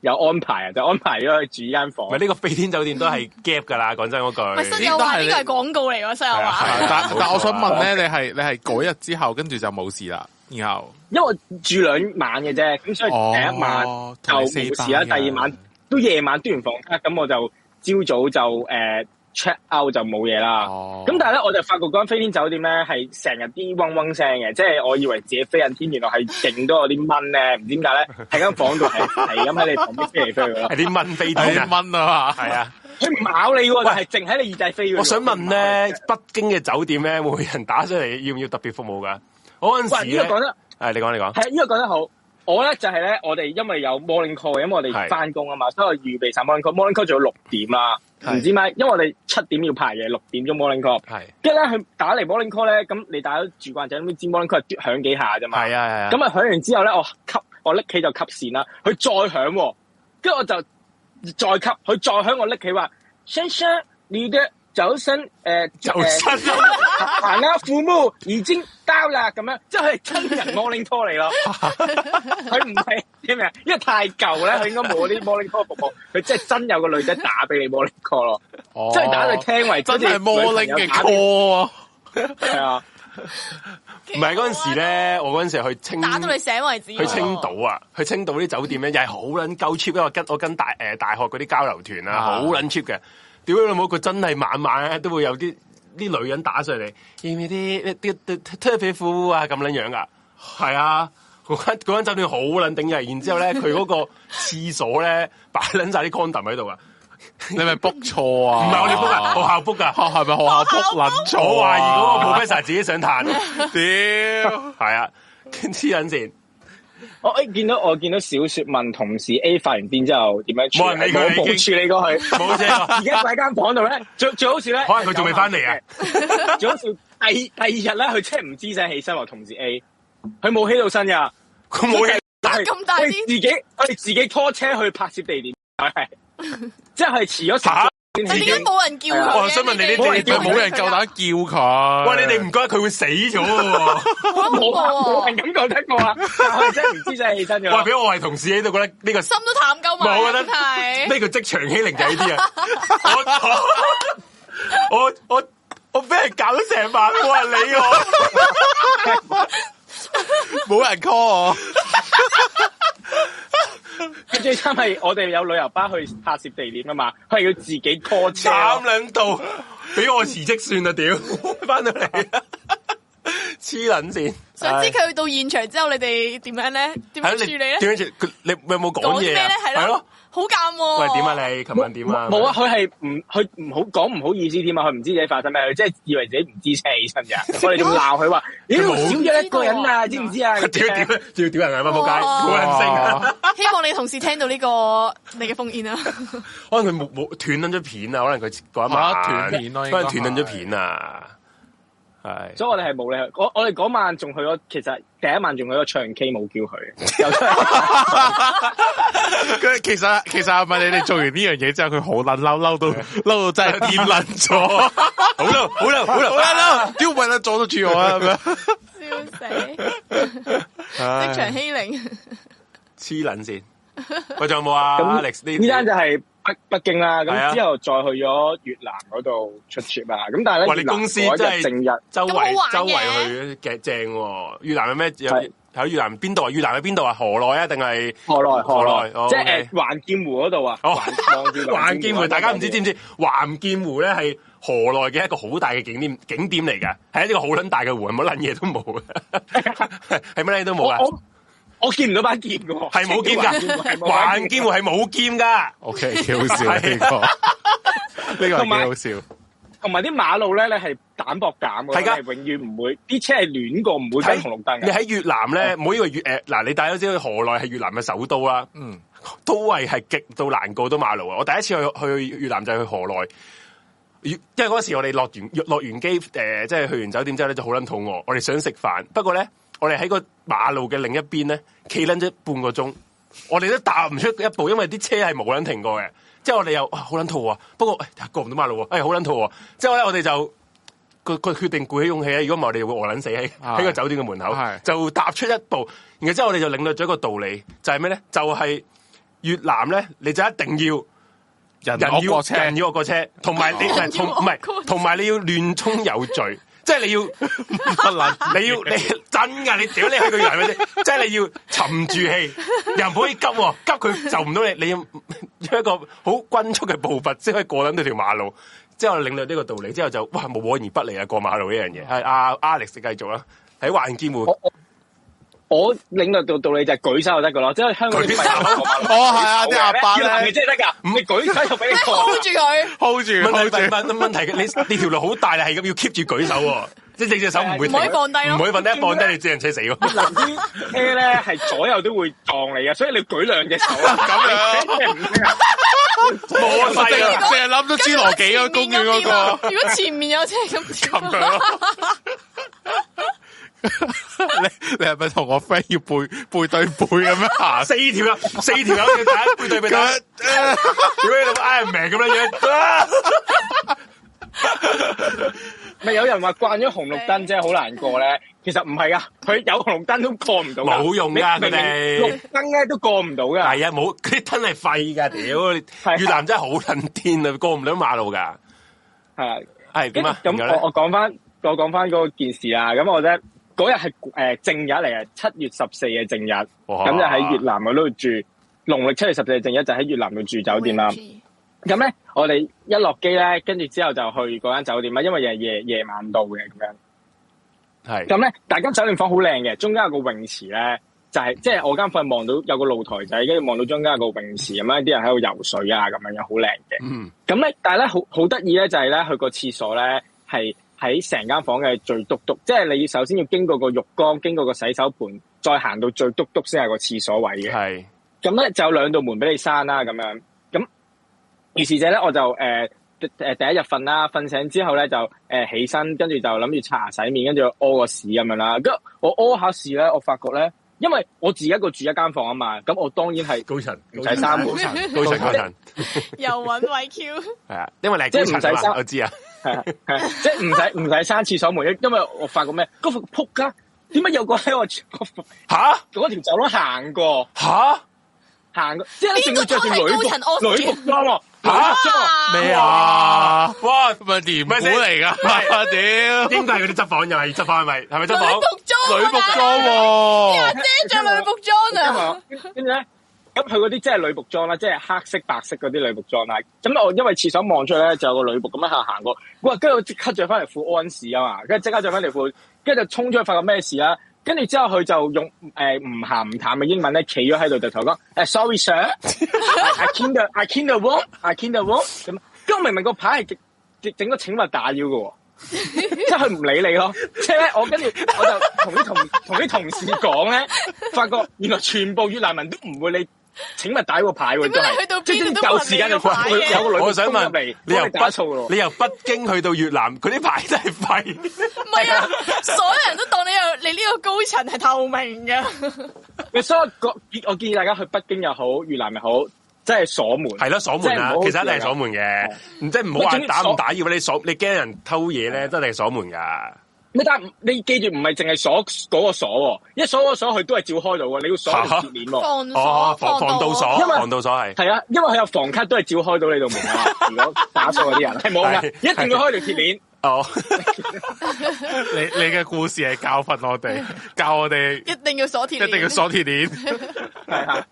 有安排啊，就安排咗去住呢間房咪。呢個飛天酒店 都係 gap 噶啦，講真嗰唔係句室。友話呢呢個個係係廣告嚟喎，室友係啊話。但係啊但我想問咧，冇你係你係嗰日之後跟住就冇事啦，然後因為我住兩晚嘅啫，咁所以哦第一晚就同你四冇事啦，班第二晚都夜晚嘟完房卡，咁我就朝早就誒、呃 check out 就冇嘢啦。哦啊咁但係咧，我就發覺嗰間飛天酒店咧係成日啲嗡嗡聲嘅，即係我以為自己飛緊天，原來係勁多嗰啲蚊咧，唔知點解咧喺間房度係係咁喺你旁邊飛嚟飛去咯係。啲蚊飛係天啲啊，蚊啊嘛，係啊！佢唔咬你喎，但係淨喺你耳仔飛嘅啫。我想問佢唔咬你咧啫，北京嘅酒店咧，會唔會有人打上嚟要唔要特別服務噶？我嗰陣時喂，呢、個講咧，得係你講你講，係呢個講得好。我咧就係、咧，我哋因為有 morning call，因為我係哋翻工啊嘛，所以我預備晒 morning call。morning call 仲有六點啦，係唔知咩，因為我哋七點要排嘢，六點鐘 morning call。係跟住咧，佢打嚟 morning call 咧，咁你大家都住慣仔，咁知 morning call 係嘟響幾下啫嘛。係啊係啊，咁啊響完之後咧，我吸我拎起就吸線啦，佢再響喎，跟住我就再吸，佢再響我拎起話，先生你的早晨誒、呃、就身啊，行啦，父母已經交啦，咁樣，即係真人摩拎拖嚟咯。 佢唔係知咩啊？因為太舊咧，佢應該冇啲摩拎拖服務，佢即係真有個女仔打俾你摩拎 call 咯，哦即係打到你聽為止真係魔力嘅 call 啊！係啊，唔係嗰陣時咧，我嗰陣時去清 打到你醒為止喎。去青島啊，去青島啲酒店咧，又係好撚鳩 cheap，因為我跟我跟大誒、呃大學嗰啲交流團啊，啊好撚 cheap 嘅。屌你老母，佢真係晚晚咧都會有啲啲女人打上嚟，要唔要啲啲啲脱皮褲啊咁撚樣噶？係啊，嗰間嗰間酒店好撚頂嘅，然之後咧佢嗰個廁所咧擺撚晒啲 condom 喺度啊，你咪 book 錯啊！唔係我哋 book 啊，學校 book 啊，係咪學校 book 撚錯啊？我懷疑嗰個 professor 自己想彈，屌，係啊，黐撚線，我誒見到我見到小雪問同事 A 發完癲之後點樣處冇人理佢冇已冇經處理過佢。冇啊啫喎。 而家喺間房度咧， 最最好笑咧，可能佢仲未返嚟啊！ 最好笑，第第二日咧，佢真係唔知醒起身喎，同事 A，佢冇起到身噶，佢冇嘢，咁大佢啲自己佢自己拖車去拍攝地點， 係即係遲咗嚇十你先點解至冇人叫佢嘅？啊我想問你呢哋啲你冇人夠膽叫佢。喂，你哋唔覺得佢會死咗喎？好恐怖冇啊冇喎人，咁講得過啊！但係佢真係唔知醒起身喂，咗。俾我係同事喺度覺得呢個心都淡鳩埋。冇我覺得係呢個職場欺凌就係呢 啲啊！我我我我我俾人搞咗成晚，冇 人理我，冇人 call 我，佢最慘係我哋有旅遊巴去拍攝地點啊嘛，佢係要自己拖車慘咯。撚到，俾我辭職算啦！屌，翻到嚟黐撚線，想知佢到現場之後，你哋點樣咧？點係樣咯處理咧你？點樣處？佢你有冇講講啲咩嘢啊咧？？係咯，好尷喎。喂，點啊？你琴晚點啊？冇啊！，佢係唔佢唔好講唔好意思添啊！佢唔知自己發生咩，佢即係以為自己唔知車起身咋。我哋仲鬧佢話：咦，少咗一個人啊，知唔知啊？屌屌屌屌人啊！仆街，哇冇人性啊！ 希望你同事聽到呢個你嘅烽煙 啊！可能佢冇冇斷撚咗片啊，可能佢嗰一晚啊斷片咯應該可係能斷撚咗片啊，係所以我哋係冇理佢。我我哋嗰晚仲去咗，其實第一晚仲去咗唱 K 冇叫佢，又真係佢其實其實係咪你哋做完呢樣嘢之後，佢好撚嬲，嬲到嬲到真係癲撚咗，啊 好啦好啦好好啦，撚嬲，屌為啦阻到住我啊 咁樣。笑死，職場欺凌。黐撚線。 喂，仲有冇啊咁？Alex 呢呢單就係北北京啦。係啊咁之後再去咗越南嗰度出 trip 啊。咁但係咧，哇你越南公司嗰日真係正日周圍咁好周玩嘅圍去嘅正喎。越南有咩有係喺越南邊度啊？越南喺邊度啊？河內啊？定係河內河內河內，即係誒哦環劍湖嗰度啊。哦環橫劍湖？大家唔知知唔知？知橫劍湖咧係河內嘅一個好大嘅景點景點嚟㗎，係一個好撚大嘅湖，係乜撚嘢都冇嘅，係乜撚嘢都冇啊！ 我我我見唔到把劍嘅喎，係冇劍㗎，橫劍湖係冇劍㗎。啊 O K，幾好笑呢個，呢個係同埋幾好笑。同埋啲馬路咧，你係膽薄膽嘅，係㗎你係永遠唔會，啲車係亂過，唔會跟紅綠燈哦你嘅。喺越南咧，唔好以為越誒呃嗱，你大家都知道河內係越南嘅首都啦，嗯，都係係極到難過到馬路啊！我第一次去去越南就係去河內，越因為嗰時我哋落完落完機誒、呃即係去完酒店之後咧就好撚肚餓，我哋想食飯，不過咧我哋喺個馬路嘅另一邊咧企撚咗半個鐘，我哋都踏唔出一步，因為啲車係冇撚停過嘅。之後我哋又啊哇好撚肚餓，不過、哎、過唔到馬路喎，誒好撚肚餓。啊之後咧我哋就個個決定鼓起勇氣啊咧，如果唔係我哋會餓撚死喺係喺個酒店嘅門口係，就踏出一步。然後之後我哋就領略咗一個道理，就係咩咧？就係、越南咧，你就一定要人人惡要過車，人要我過車，同埋你唔係同唔係同埋你要亂中有序，即係 你要 不能你要你真噶，你屌你去個人係咪先？即係你要沉住氣，又唔可以急喎，急佢就唔到你，你要要一個好均速嘅步伐先可以過撚到條馬路。之後領略呢個道理之後就哇無往而不利啊！過馬路呢樣嘢係阿 Alex 繼續啦，喺橫劍湖我我我領略到道理就係舉手就得噶咯，即係香港啲舉手哦，係啊，啲阿伯越南咧嘅真係得㗎，你舉手就俾你即係 hold 過。住佢， hold 住問 hold 題住，問問題，你呢條路好大，你係咁要 keep 住舉手喎，即係你隻手唔會停唔可以放低咯唔可以放低，一放低你自人車死喎。嗱啲車咧係左右都會撞你嘅，所以你舉兩隻手 啊，咁樣即係唔得啊冇我勢淨啊！淨係諗到侏羅紀嗰個公園嗰咁如果前面有個。點啊如果前面有車咁點咁啊樣咯。 你你係咪同我 friend 要背背對背咁樣行？ 四條友，四條友要打背對背打，咁屌你老母 Iron Man 咁樣樣，啊咪有人話慣咗紅綠燈啫，好難過咧。其實唔係啊，佢有紅綠燈都過唔到㗎，冇用㗎你佢哋明明綠燈咧都過唔到㗎。系啊，冇佢真系廢噶，係屌！啊越南真係好撚癲啊，過唔到馬路㗎。係啊，係跟點住啊？然後咁呢我我講翻我講翻嗰件事啊。咁我咧嗰日係誒正日嚟嘅，七月十四嘅正日，哇咁就喺越南嗰度住。農曆七月十四嘅正日就喺越南度住酒店啦。咁咧，我哋一落機咧，跟住之後就去嗰間酒店啦，因為又係夜夜晚到嘅咁樣。係咁咧，大間酒店房好靚嘅，中間有個泳池咧，就係即係我間房係望到有個露台仔，跟住望到中間有個泳池咁樣，啲人喺度游水啊咁樣，又好靚嘅。嗯咁咧，但係咧好好得意咧，就係咧佢個廁所咧係喺成間房嘅最篤篤，即係你要首先要經過個浴缸，經過個洗手盆，再行到最篤篤先係個廁所位嘅。係咁咧就有兩道門俾你閂啦，咁樣。咁於是者咧，我就誒誒、呃呃第一日瞓啦，瞓醒之後咧就誒、呃起身，跟住就諗住刷牙洗面，跟住屙個屎咁樣啦。跟住我屙下屎咧，我發覺咧，因為我自己一個住一間房啊嘛，咁我當然係高層，唔使三高門層，高層，高層， 又揾位 Q，係啊，因為你即係係高唔使層啊嘛三我知啊，係啊係啊 即係唔使唔使閂廁所門，因因為我發覺咩，嗰副撲街點解有個 喺我嗰吓嗰條走廊行過吓行過，即係咧仲邊要個着偷條睇女高層服屙屎女服裝喎，女嚇服裝喎咩哇啊？哇！咪廉股嚟噶，屌！應該係嗰啲執房又係執房係咪？係咪女執房？服裝，女服裝喎，啊遮着女服裝啊！跟住咧，咁佢嗰啲即係女仆裝啦，即係黑色、白色嗰啲女仆裝啦。咁我因為廁所望出去咧，就有個女仆咁樣行行過，哇！跟住我即刻着翻嚟褲安士啊嘛，跟住即刻着翻條褲，跟住就衝出去發覺咩事啦。跟住之後佢就用誒唔鹹唔淡嘅英文咧，企咗喺度就同我講誒，sorry sir，I can the I can the room，I can the room 咁。跟住我明明個牌係整整個請勿打擾嘅喎。 即係佢唔理你咯。即係咧，我跟住我就同啲同同啲同事講咧，發覺原來全部越南人都唔會理請勿打個牌喎，點都解你去到係即係邊度都夠時間就冇人理個牌嘅有個女我想衝入問嚟，你由幫打醋北咯你。由北京去到越南，嗰啲牌真係廢。唔係啊，所有人都當你有你呢個高層係透明嘅，你所以我建我建議大家去北京又好，越南又好，即係鎖門。係咯，鎖即門啊，係唔好其實一定係鎖門嘅，唔即係唔好話打唔打擾，你鎖你驚人偷嘢咧，都一定係鎖門噶。你但係你記住唔係淨係鎖嗰個鎖喎，一鎖嗰個鎖佢都係照開到喎，你要鎖條鐵鏈喎。防哦鎖，防防盜鎖，因為防盜鎖係係啊，因為佢有房卡都係照開到你度門啊。如果打數嗰啲人係冇噶，係一定 要開條鐵鏈。哦， 你你嘅故事係教訓 我哋，教我哋一定要鎖鐵鏈，一定要鎖鐵鏈。 系啊，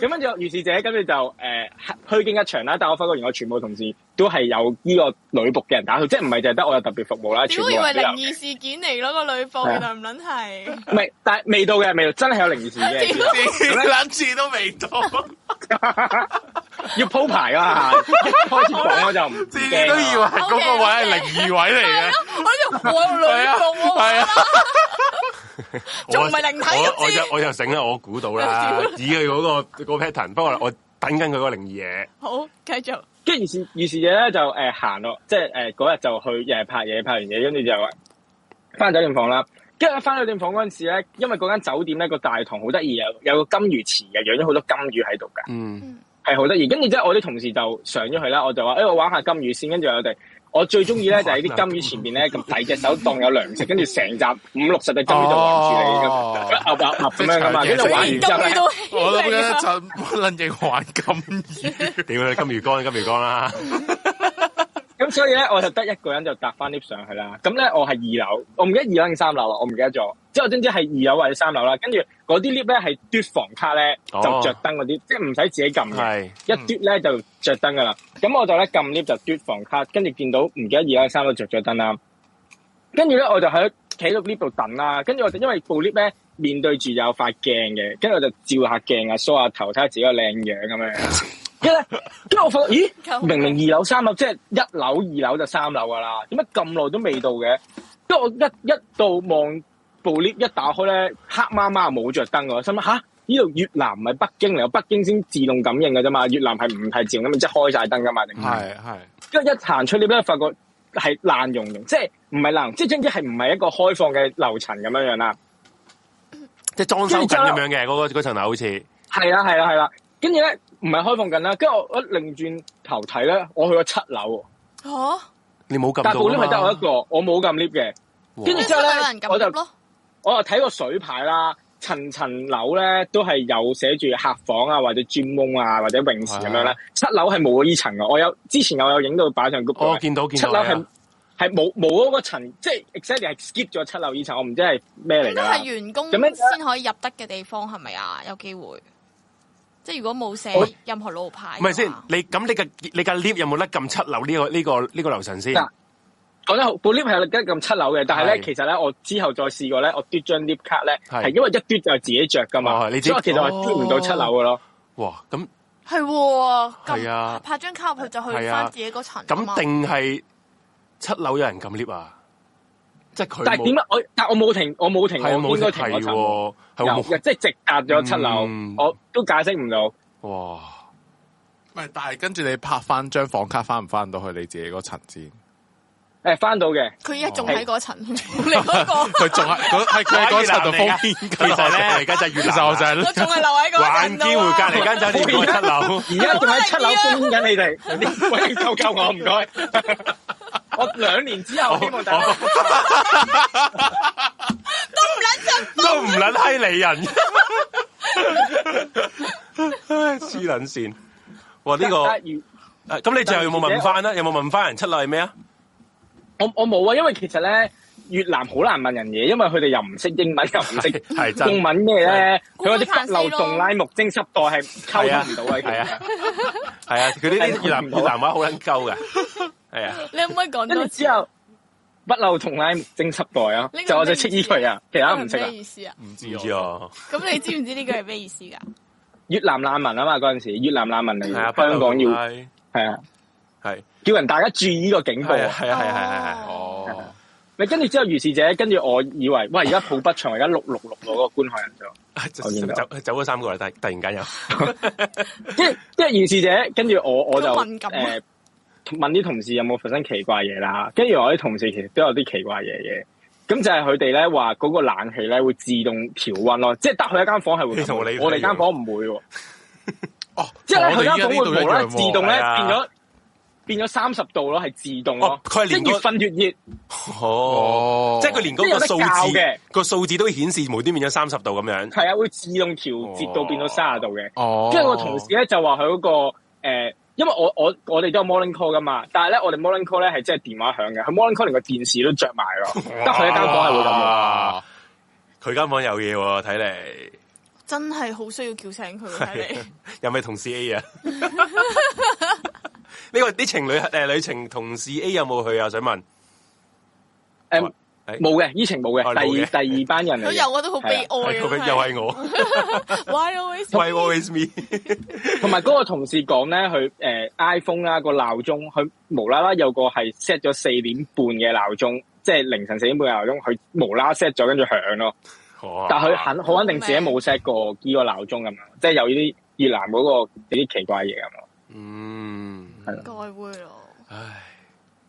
咁跟住如是者，跟住就诶虛驚一場啦。但我發覺原來全部同事都係有呢個女仆嘅人打佢，即係唔係淨係得我有特別服務啦，全屌，部我以為人都有靈。異事件嚟咯，個女服係啊原來唔撚係。唔係，但係未到嘅，未到，真係有靈異事 屌嘅，两次都未到，要鋪排啊！一開始講我就唔自己都以為驚啊。嗰個位係靈異位嚟嘅係。咯，我呢度我有女係啊，服喎，係啊，仲我唔係靈體我我知就我就醒啦，我估到 啦，以佢嗰個嗰個 pattern，不過我等緊佢嗰個靈異嘢。 好繼續。跟住如是如是者咧就誒行咯，即係誒嗰日就去誒拍嘢，拍完嘢跟住就翻酒店房啦。跟住翻酒店房嗰陣時咧，因為嗰間酒店咧個大堂好得意，有有個金魚池嘅，養咗好多金魚喺度㗎。嗯，係好得意。跟住之後，我啲同事就上咗去啦，我就話：，誒、我玩下金魚先。跟住我哋，我最中意咧就係啲金魚前面咧，咁遞隻手當有糧食，跟住成集五六十隻金魚就圍住你 哦咁，噏噏噏咁樣噶嘛。跟住玩完之後咁去咧，到我都興覺嚟得啊就撚嘢玩咁易，屌你金魚缸，金魚缸啦，咁所以咧我就得一個人就搭翻 lift 上去啦。咁咧我係二樓，我唔記得二樓定三樓啊，我唔記得咗。之後總之係二樓或者三樓啦。跟住嗰啲 lift 咧係嘟房卡咧就哦嗯着燈嗰啲，即係唔使自己撳嘅。係一嘟咧就着燈噶啦。咁我就咧撳 lift 就嘟房卡，跟住見到唔記得二啦三都着咗燈啦。跟住咧我就喺企喺 lift 度等啦。跟住我就因為部 lift 咧面對住有塊鏡嘅，跟住我就照下鏡啊，梳下頭，睇下自己個靚樣咁樣。跟住咧，跟住我發覺，咦，明明二樓三樓即係一樓二樓就三樓噶啦，點解咁耐都未到嘅？跟住我一一到望部 lift 一打開咧，黑麻麻冇着燈喎，心諗吓，呢度越南唔係北京嚟，北京先自動感應嘅啫嘛，越南係唔係自動感應，即係開晒燈噶嘛，定係？係係跟住一行出 lift 咧，發覺係爛溶溶，即係唔係爛溶，即係總之係唔係一個開放嘅樓層咁樣樣啦。即係裝修緊咁樣嘅嗰個嗰層樓好似係啦，係啦，係啦，跟住咧唔係開放緊啦，跟住我一擰轉頭睇咧，我去咗七樓喎。嚇你冇撳但部 lift 係到得我啊一嘛個，我冇撳 lift 嘅。哇跟住之後有人咧，我咁就咯，我就睇個水牌啦，層層樓咧都係有寫住客房啊，或者 gym room 啊，或者泳池咁樣係啦。七樓係冇呢層嘅，我有之前我有影到擺上 group 我度嘅。見到見七到樓係係啊係冇冇嗰個層，即係 exactly 係 skip 咗七樓呢層，我唔知係咩嚟應該㗎啦係。員工咁樣呢先可以入得嘅地方係咪啊？有機會，即係如果冇寫我任何路牌嘅話，唔係先，你咁你嘅你嘅 lift 有冇得撳七樓呢個呢個呢個樓層先？嗱講得好，部 lift 係有得撳七樓嘅，但係咧係其實咧我之後再試過咧，我嘟張 lift 卡咧係係因為一嘟就係自己着㗎嘛，哦你自己所以我其實我係嘟唔到七樓㗎咯。哇，咁係喎，係啊咁拍張卡入去就去係翻啊自己嗰層啊嘛。咁定係七樓有人撳 lift 啊？即係佢但係點解解我但我冇停，我冇停，係啊我冇應該得停嗰睇層。喎？係有喎嘅，即係直達咗七樓，嗯我都解釋唔到。冇哇！唔係，但係跟住你拍翻張房卡，翻唔翻到去你自己嗰層先？誒，翻到嘅，佢依家仲哦喺嗰層， 你 嗰個，佢仲係嗰 係 佢喺嗰層度封煙㗎。其實咧，而家就係 越其實我就係我係仲係留喺嗰玩層度機會隔啊。離間酒店嗰個七樓。 而家仲喺七樓封緊你哋，喂，救救我，唔 該。我兩年之後希望大 家都唔捻閪理人，唉黐捻线。哇！呢、個但係如誒咁你最後有冇問翻啦？有冇問翻人出嚟係咩啊？我我冇啊，因為其實咧越南好難問人嘢，因為佢哋又唔識英文，又唔識係真中文咩咧，真佢嗰啲不漏洞拉木精濕袋係溝通唔到係啊。啊係啊，佢呢啲越南係越南話好撚鳩嘅，係啊，你可唔可以講其實跟多住次之？後不漏洞拉木精濕袋啊呢個，就我就咩識意依思啊佢啊，其他唔呢識個係啊嗯咩。意思啊？唔唔知啊，咁你知唔知呢句係咩意思㗎？越南難民啊嘛，嗰陣時越南難民嚟，係啊，香港要係係啊，係叫人大家注意呢個警報係啊啊。係啊係啊 à. 哦，咪跟住之後，如是者，跟住我以為，喂，而家抱不長，而家六六六嗰個觀看人數，係我見係到啊，走走咗三個啦，突突然間有跟住跟住如是者，跟住我我就佢敏感啊誒 問啲同事有冇發生奇怪嘢啦，跟住我啲同事其實都有啲奇怪嘢嘅，咁就係佢哋咧話嗰個冷氣咧會自動調温咯，即係得佢一間房係會你同我咁理樣，解我哋間喎房唔會喎。哦，即係咧，佢我間哋依家房呢會哦度一無啦樣啦自動咧係啊變咗變咗三十度咯，係自動咯哦。佢係即連係越個瞓越熱，哦，哦，即係佢連嗰即係有個得數教嘅字個數字都顯示無端變咗三十度咁樣，係啊，會自動調節到變到三十度嘅。哦，跟住我同事咧就話佢嗰個誒，因為我我我哋都有 morning call 噶嘛，但係咧我哋 morning call 咧係真係電話響嘅，佢 morning call 連個電視都着埋咯，得佢一間房係會咁咯。哇佢間房有嘢喎，睇嚟真係好需要叫醒佢睇嚟。 有咪同事 A 啊？呢個啲情侶诶旅程同事 A 有冇去啊？想問誒冇係嘅，依情冇嘅哦，第冇二嘅第二班人 嚟佢嘅。有我都好悲哀係佢啊！又係我 Why always？ ，Why always me？ 同埋嗰個同事講咧，佢誒、呃 iPhone 啦個鬧鐘，佢無啦啦有個係 set 咗四點半嘅鬧鐘，即係凌晨四點半嘅鬧鐘，佢無啦啦 set 咗跟住響咯。但係佢肯好肯定自己冇 set 過呢個鬧鐘咁樣，即係有呢啲越南嗰、個有啲奇怪嘢咁咯。嗯，該會咯。唉，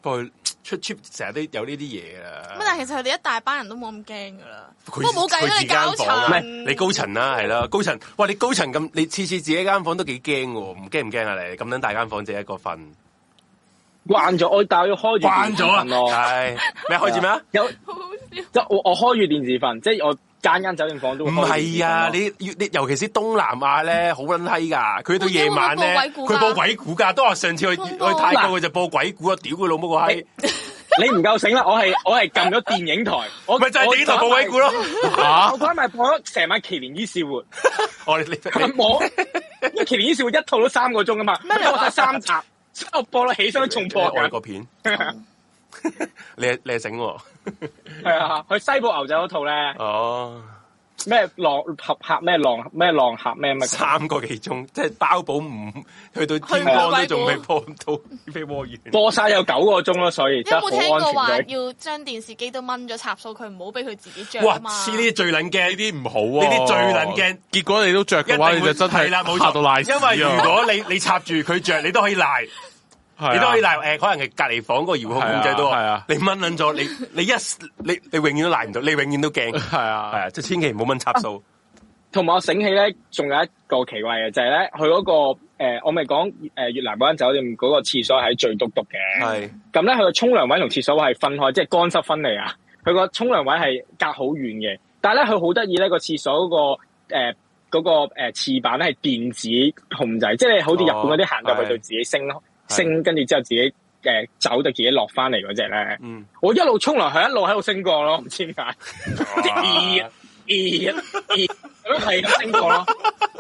不過出 trip 成日都有呢啲嘢咁啊。但係其實佢哋一大班人都冇咁驚噶啦。不佢過冇計啦，佢你自己間搞房啊唔層，係你高層啦，係啦，高層，哇！你高層咁，你次次自己間房都幾驚喎，唔驚唔驚啊？你咁撚大間房，自己一個瞓，慣咗，我但係要開住電視瞓咯。係啊咩開始咩啊？有好好笑。即係我我開住電視瞓，即係我間間酒店房都會唔開住電視瞓係啊，咯你你尤其是東南亞咧，好撚閪噶，佢到夜晚咧，會唔會播佢鬼播鬼故噶，都話上次去恐去怖泰國佢就播鬼故啊，屌佢老母個閪，你唔夠醒啦！我係我係撳咗電影台，我咪就係你頭播鬼故咯，吓我，嗰晚咪播咗成晚《奇連伊士活》。我哋你佢冇，因為奇連伊士活一套都三個鐘啊嘛，咩你話三集，所以我播到起身都仲播外緊，國片，你係你係醒喎，係啊，佢西部牛仔嗰套咧，哦，咩浪合客咩浪咩浪客咩乜，三個幾鐘，即係包保唔去到天光都仲未播到飛波遠，播晒有九個鐘咯，所以你真有係冇聽好過話安全嘅。要將電視機都掹咗插數，佢唔好俾佢自己着哇！啊嘛？呢啲最撚呢驚，啲唔好喎，呢啲最撚驚。結果你都着一定嘅話，你會就真係係啦，冇嚇到賴錯，屎啊因為如果你 你插住佢着，你都可以賴。係啊你都可以賴誒，可能係隔離房嗰個遙控控制到，係啊你掹撚咗，你你一你你永遠都賴唔到，你永遠都驚，係 係啊，啊，即係千祈唔好掹插數，同埋我醒起咧，仲有一個奇怪嘅就係咧，佢嗰、個呃我咪講誒越南嗰間酒店嗰個廁所係最篤篤嘅。係咁咧，佢個沖涼位同廁所位係分開，即係乾濕分離啊。佢個沖涼位係隔好遠嘅，但係咧佢好得意咧，個廁所嗰、個誒嗰、個誒廁板咧係電子控制，即係你好似日本嗰啲行入係去就自己升升，跟住之後自己誒、呃走就自己落翻嚟嗰只咧。嗯，我一路沖涼，佢一路喺度升降咯，唔知點解。咦咦咦，咁係咁 升降哦咯。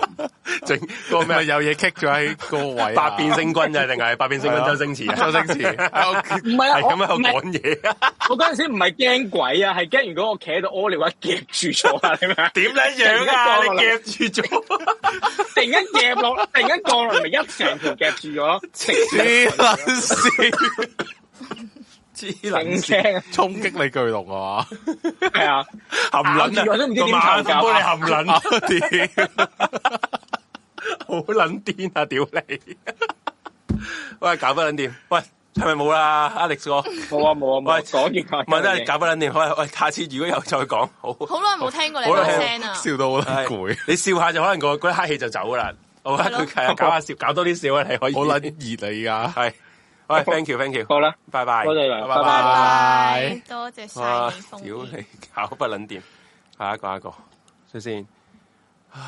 整你個咪咩有嘢棘咗喺個位啊百變星君咋？定係百變星君係啊周星馳啊？周星 馳喺屋企唔係係啊，咁喺我度唔係講嘢啊？我嗰陣時唔係驚鬼啊，係驚如果我企喺度屙尿嘅話夾住咗 啊，你明唔明？點樣樣啊？你夾住咗，突然間夾落，突然間降落，咪一成條夾住咗，食黐撚勁線，黐撚線，驚啊！衝擊你巨龍啊！係 啊，含撚啊！我都唔知點個投馬幫教你 含撚，啊屌！ 好撚癲啊！屌你！ 喂，搞不撚掂？喂，係咪冇啦？Alex 哥，冇啊冇啊冇，喂講完唔係真係係搞不撚掂。喂喂，下次如果有再講，好。好耐冇聽過你好把耐聲啊！笑到好撚攰係，你笑下就可能個嗰一黑氣就走噶啦。我覺得佢係啊搞下笑，搞多啲笑啊，你可以。好撚熱你而家。係，喂，thank you，thank you，好啦，拜拜，多謝你拜拜拜拜拜，多謝晒哇你奉屌獻 你搞不撚掂，下一個下一個，先 先，唉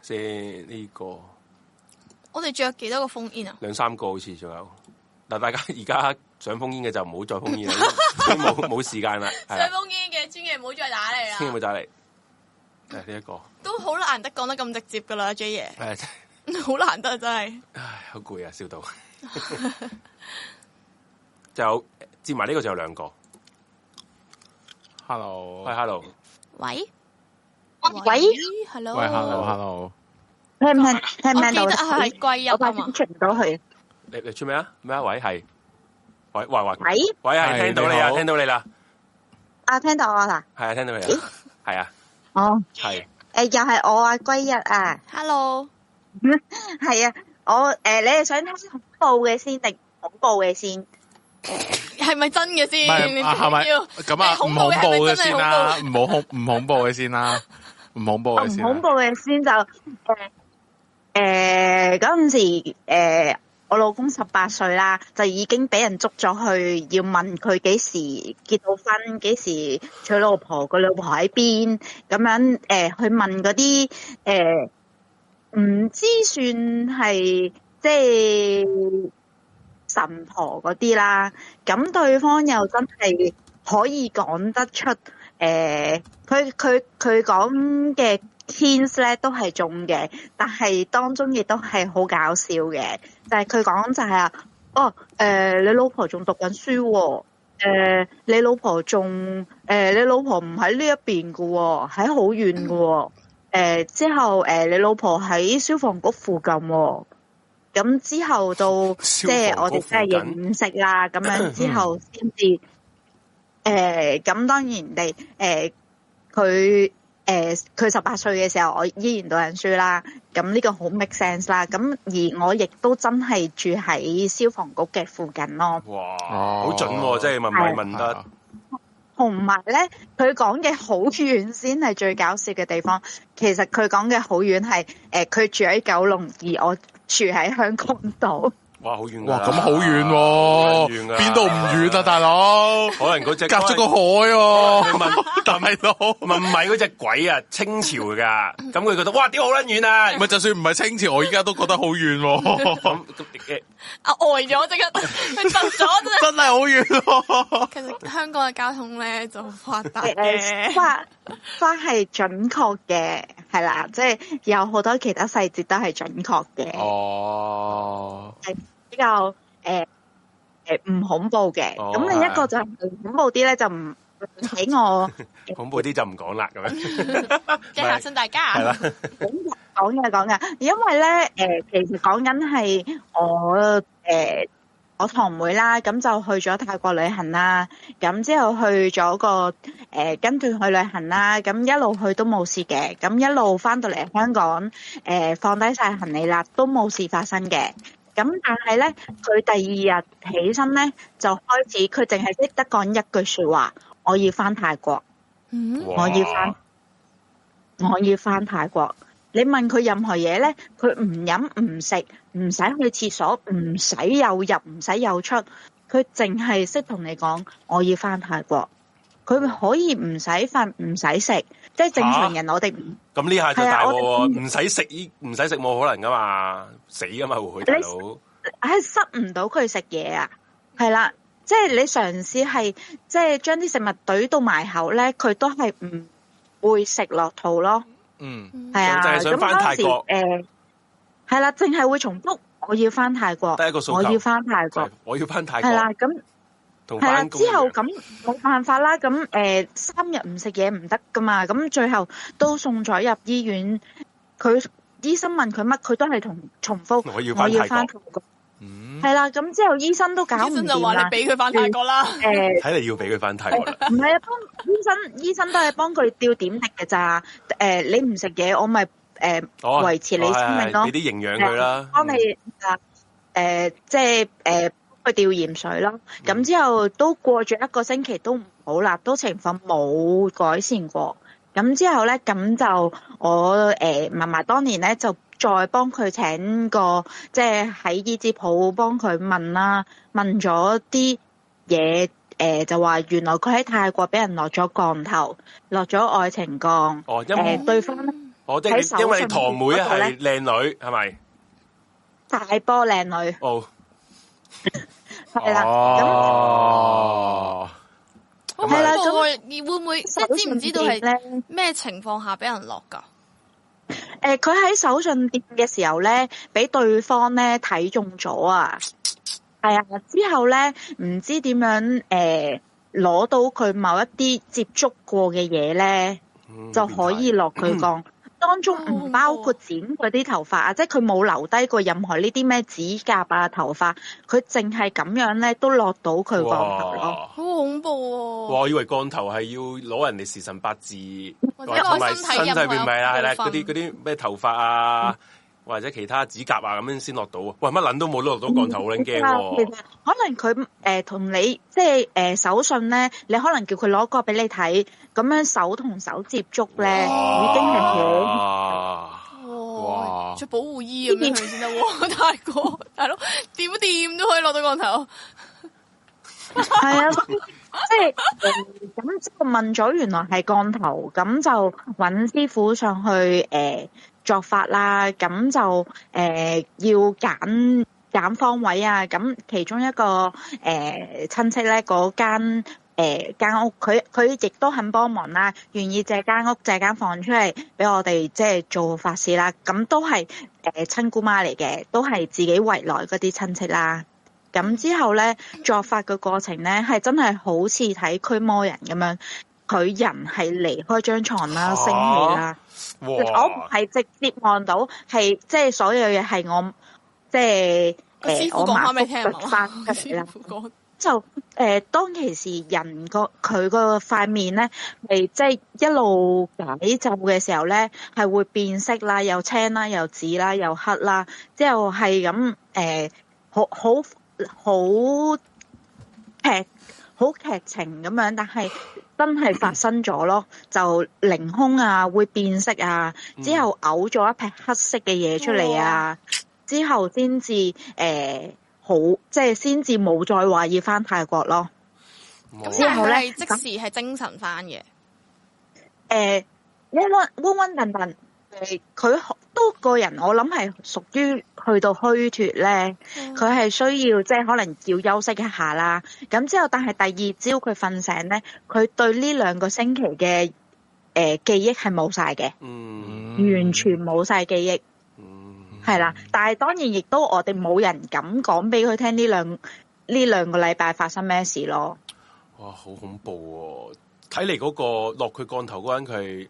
先呢個我哋仲有幾多個封煙啊？兩三個好似仲有，嗱 大家而家想封煙嘅就唔好再封煙啦，已經冇冇時間啦，係想啦，封煙嘅專業唔好再打你千祈唔好啦，打嚟，誒呢一個，都好難得講得咁直接噶啦，J 爺 誒真係 好難得真係。唉，好攰啊，笑到。就接埋呢個就有兩個， Hello，喂，hello，喂喂，hello，喂，Hello，Hello，聽唔聽聽唔我聽記到？得係貴我入快啊啲嘛，出唔到去。你你出咩啊？咩啊？喂，係，喂喂喂喂，喂，係係聽到你啊，你好聽到你啦，啊，聽到我啦。係啊，聽到你啦咦，係啊，哦，係誒，又係我啊，歸一啊， Hello，係啊，我誒，你係想聽恐怖嘅先定恐怖嘅先？係咪真嘅唔先？係啊係咪要咁誒啊？唔恐恐怖嘅係怖咪嘅真係先恐啦，怖？唔好恐唔恐怖嘅先啦，唔恐怖我嘅哦唔先啊恐怖啦。嘅先就誒誒嗰陣時誒，我老公十八歲啦，就已經俾人捉咗去，要問佢幾時結到婚，幾時娶老婆，個老婆喺邊咁樣誒，去問嗰啲誒唔知算係即係神婆嗰啲啦，咁對方又真係可以講得出誒，佢佢佢講嘅 hints 咧都係中嘅，但係當中亦都係好搞笑嘅，就係佢講就係、啊，哦誒、呃你老婆仲讀緊書喎、呃你老婆仲誒、呃你老婆唔喺呢一邊嘅喎、喺好遠嘅喎、呃之後誒、呃你老婆喺消防局附近喎、咁之後到即係我哋真係認識啦，咁樣之後先至誒，咁、當然你誒佢誒佢十八歲嘅時候，我依然讀緊書啦，咁呢個好 make sense 啦。咁而我亦都真係住喺消防局嘅附近咯，哇，哦好準喎，即係問係米問得，同埋咧佢講嘅好遠先係最搞笑嘅地方。其實佢講嘅好遠係誒，佢、住喺九龍，而我住喺香港島。哇，好遠㗎哇，啦，咁好遠好喎撚遠㗎，啦邊度唔遠啊，大佬？可能嗰只隔咗個海喎，你 問大佬。唔係嗰隻鬼啊，清朝噶，咁佢覺得哇，屌好撚遠啊，咪就算唔係清朝，我依家都覺得好遠喎，咁咁誒啊呆咗即刻， 佢窒咗真係。真係好遠 喎。其實香港嘅交通咧就好發達誒嘅，呃花花係準確嘅，係啦，即係有好多其他細節都係準確嘅，哦，嗯比較誒誒嗯唔恐怖嘅。哦咁另一個就係恐怖啲咧，就唔喺我 恐怖啲就唔講啦， 咁樣即係嚇親大係家。啦，講嘅講嘅，因為咧誒、其實講緊係我誒、我堂妹啦，咁就去咗泰國旅行啦，咁之後去咗個誒、跟團去旅行啦，咁一路去都冇事嘅，咁一路翻到嚟香港誒、放低晒行李啦，都冇事發生嘅。咁但係咧，佢第二日起身咧就開始，佢淨係識得講一句説話，我要翻泰國。嗯，我我要返我要翻泰國，你問佢任何嘢咧，佢唔飲唔食，唔使去廁所，唔使又入，唔使又出，佢淨係識同你講我要翻泰國。佢可以唔使瞓，唔使食，即係正常人我哋唔咁呢下就大係啊我镬哋喎，唔使食依唔使食冇可能噶嘛，死噶嘛會大佬。係塞唔到佢食嘢啊，係啦，即係你嘗試係即係將啲食物懟到埋口咧，佢都係唔會食落肚咯，嗯，係啊，就係想咁返泰國嗰陣時誒係啦，淨係會重複我要翻泰國得一個，訴求我要翻泰就國係，我要翻泰係啦，國咁同係啦，翻工一之樣。後咁冇辦法啦，咁誒三日唔食嘢唔得噶嘛，咁最後都送咗入醫院，佢醫生問佢乜，佢都係同重複，我要我翻要泰翻國，泰國，嗯，係啦，咁之後醫生都搞醫唔生就掂話你啦，呃俾佢翻泰國啦。誒。睇嚟要俾佢翻泰國啦。 唔係啊，幫醫生醫生都係幫佢吊點滴嘅咋。誒、你唔食嘢，我咪誒、哦，維持你生命咯哦係係俾啲營養佢啦。嗯幫你啊誒、即係誒、幫佢吊鹽水咯。嗯咁之後都過咗一個星期都唔好啦，都情況冇改善過。咁之後咧，咁就我誒嫲嫲當年咧就再幫佢請個即係喺醫治鋪幫佢問啦，問咗啲嘢誒，就話原來佢喺泰國俾人落咗降頭，落咗愛情降，哦，因誒、為對方咧我哦即喺手係因為你信堂妹嗰度係呢靚女係咪？大波靚女哦，係啦，咁、哦，啊好係啦恐怖咁喎你會唔會即係知唔知道係咧？咩情況下俾人落㗎？誒，呃佢喺手信店嘅時候咧，俾對方咧睇中咗啊！係啊，之後咧唔知點樣誒攞、到佢某一啲接觸過嘅嘢咧，嗯就可以落 佢降。當中唔包括剪佢啲頭髮啊，即係佢冇留低過任何呢啲咩指甲啊、頭髮，佢淨係咁樣咧都落到佢降頭咯。哇好恐哦怖哇！喎！我以為降頭係要攞人哋時辰八字，或或者者同埋身體身體任何一邊咪啦，係啦，部嗰分啲嗰啲咩頭髮啊，或者其他指甲啊咁樣先落到啊！喂，乜撚都冇都落到降頭，好撚 驚啊嗯其喎！實可能佢誒同你即係誒手信咧，你可能叫佢攞個俾你睇，咁樣手同手接觸咧，已經係好。哇哇！哇着保護衣啊咁樣佢先得 喎，大哥大佬點掂都可以落到降頭。係啊，即係呃咁之後問咗，原來係降頭，咁就揾師傅上去誒、呃作法啦，咁就誒、呃要揀揀方位啊，咁其中一個誒、呃、親戚咧嗰間。誒間屋，佢佢亦都肯幫忙啦，願意借間屋借間房出嚟俾我哋即係做法事啦。咁都係誒親姑媽嚟嘅，都係自己圍內嗰啲親戚啦。咁之後咧，作法嘅過程咧，係真係好似睇驅魔人咁樣，佢人係離開張床啊啦、嚇升起啦。我唔哇！係直接望到，係即係所有嘢係我即係個師誒、傅我講麻翻俾木你聽係嘛掘翻出個嚟啦師。傅講就誒、呃，當其時人個佢個塊面咧，係即係一路解咒嘅時候咧，係會變色啦，又青啦，又紫啦，又黑啦，之後係咁誒，好好好劇好劇情咁樣，但係真係發生咗咯，就凌空啊，會變色啊，之後嘔咗一撇黑色嘅嘢出嚟啊，之後先至誒。呃好，即係先至冇再話要翻泰國咯。哇 咁之但後係呢佢係即時係精神翻嘅，誒、溫溫溫溫頓頓，誒佢學都個人，我諗係屬於去到虛脱咧，佢係需要即係可能要休息一下啦。咁之後，但係第二朝佢瞓醒咧，佢對呢兩個星期嘅誒、呃、記憶係冇晒嘅，嗯完全冇晒記憶。嗯係啦，但係當然亦都我哋冇人敢講俾佢聽呢兩呢兩個禮拜發生咩事咯。哇，好恐怖喎、睇嚟嗰個落佢降頭嗰個人，佢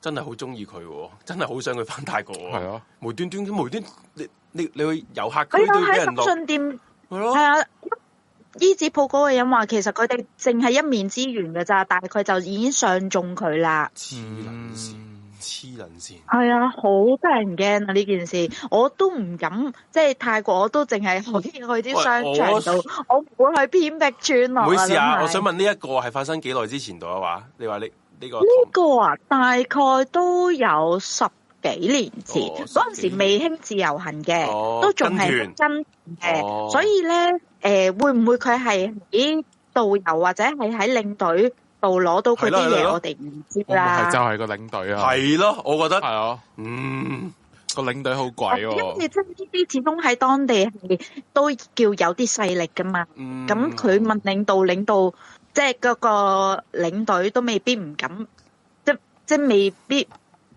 真係好中意佢喎，真係好想佢翻泰國喎、係啊，無端端無端，你你你去遊客佢區又都要俾啊喺人手落，信店係咯係，啊，醫子鋪嗰個人話，其實佢哋淨係一面之緣嘅咋，但係佢就已經上中佢啦。黐撚線，黐撚線，係啊，好得人驚啊！呢件事我都唔敢，即係泰國我都淨係可以去啲商場度，我唔會去偏僻村落啊。唔好意思啊，諗我下想問呢一個係發生幾耐之前度啊話？你話你呢個呢堂個啊，大概都有十幾年前，哦嗰陣、十幾時未興自由行嘅，哦都仲係跟跟團嘅，哦所以咧誒、會唔會佢係喺導遊或者係喺領隊度攞到佢係啲咯係嘢？咯我哋唔知我咪係就啦。係個領隊啊，系咯，我覺係得，啊，嗯，個領隊好因貴為喎，即係呢啲始終喺當地係都叫有啲勢力噶嘛。嗯咁佢問領導，領導即係嗰個領隊都未必唔敢，即即未必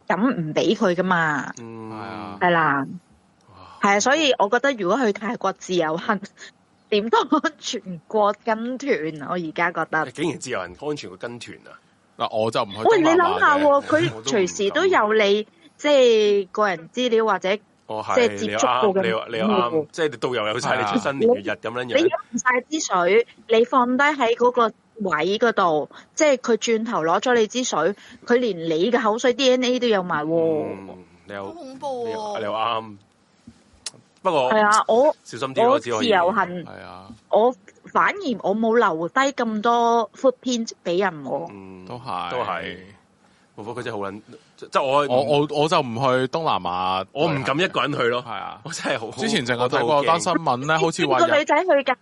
敢唔俾佢噶嘛，嗯係啊係啦，係啊，所以我覺得如果去泰國自由行，點都安全過跟團，我而家覺得。竟然自由人安全過跟團啊！嗱我就唔去喂，你東南諗下亞嘅，喎，佢隨時都有你即係個人資料或者你哦，即係係接你又觸過啱，嘅你又你又嘢啱，嗯即係你導遊有晒係啊 你出生年月日咁樣飲樣，唔晒支水，你放低喺嗰個位嗰度，即係佢轉頭攞咗你支水，佢連你嘅口水 DNA 都有埋喎。嗯，你好又恐你怖又你又喎！啱。不過係啊，我小心啲咯，我只可自以由行，係啊，我反而我冇留低咁多 footprint 俾人喎。嗯，都係都係。不過佢真係好撚，即係我我我我就唔去東南亞，我唔敢一個人去咯係。啊。我真係好。之前淨係我都睇好過驚單新聞咧，好似 話四個日女仔去㗎，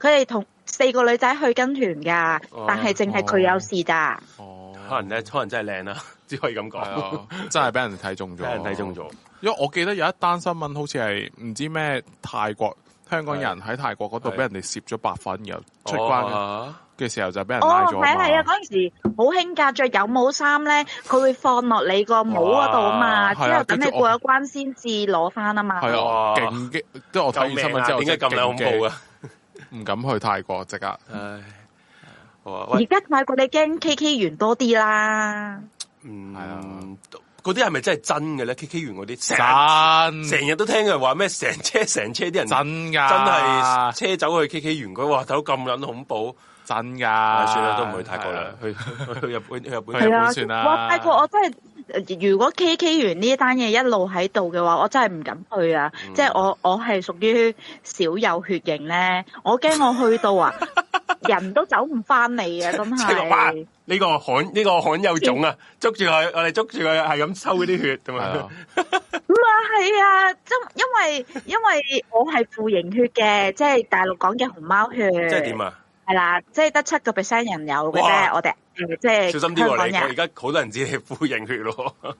佢哋同四個女仔去跟團㗎，哦但係淨係佢有事咋。哦，可能咧，可能真係靚啦， 只可以係咁講。啊，真係俾人睇中咗，俾人睇中。咗，因為我記得有一單新聞，好似係唔知咩泰國香港人喺泰國嗰度係俾人哋攝咗白粉，然後出關哦嘅時候就俾人拉哦，咗係啊係啊，啊嘛。嗰陣時好興㗎，着有帽衫咧，佢會放落你個帽嗰度啊嘛，哇之係啊後等跟你住過我咗關先至攞翻啊嘛。係啊，哇勁激！即係我睇救完命新聞啊！之後，點解咁樣撚恐怖啊？唔敢去泰國，即刻唉，好啊而喂，家泰國你驚 K K 園多啲啦，嗯，係啊嗰啲係咪真係真嘅咧？K K 園嗰真啲成成日都聽佢話咩？成車 成車啲人真真噶，係車走去 K K 園嗰，哇！睇到咁撚恐怖，真唉噶。算啦，都唔去泰國啦係啊，去去去日本，去日本去係日本啊算啦，哇！泰國我真係，如果 K K 園呢單嘢一路喺度嘅話，我真係唔敢去啊！即係我我係屬於少有血型咧，我驚我去到啊，人都走唔翻嚟啊！真即係哇！係。呢個罕呢個罕有種啊，捉住佢，我哋捉住佢，係咁抽嗰啲血咁係啊啊！咁啊，係啊，即因為因為我係負型血嘅，即係大陸講嘅熊貓血。 即係點啊？啊？係啦，即係得七個 percent 人有嘅哇啫，我哋誒即係小心啲香喎港你，我而人。家好多人知你呼型血咯，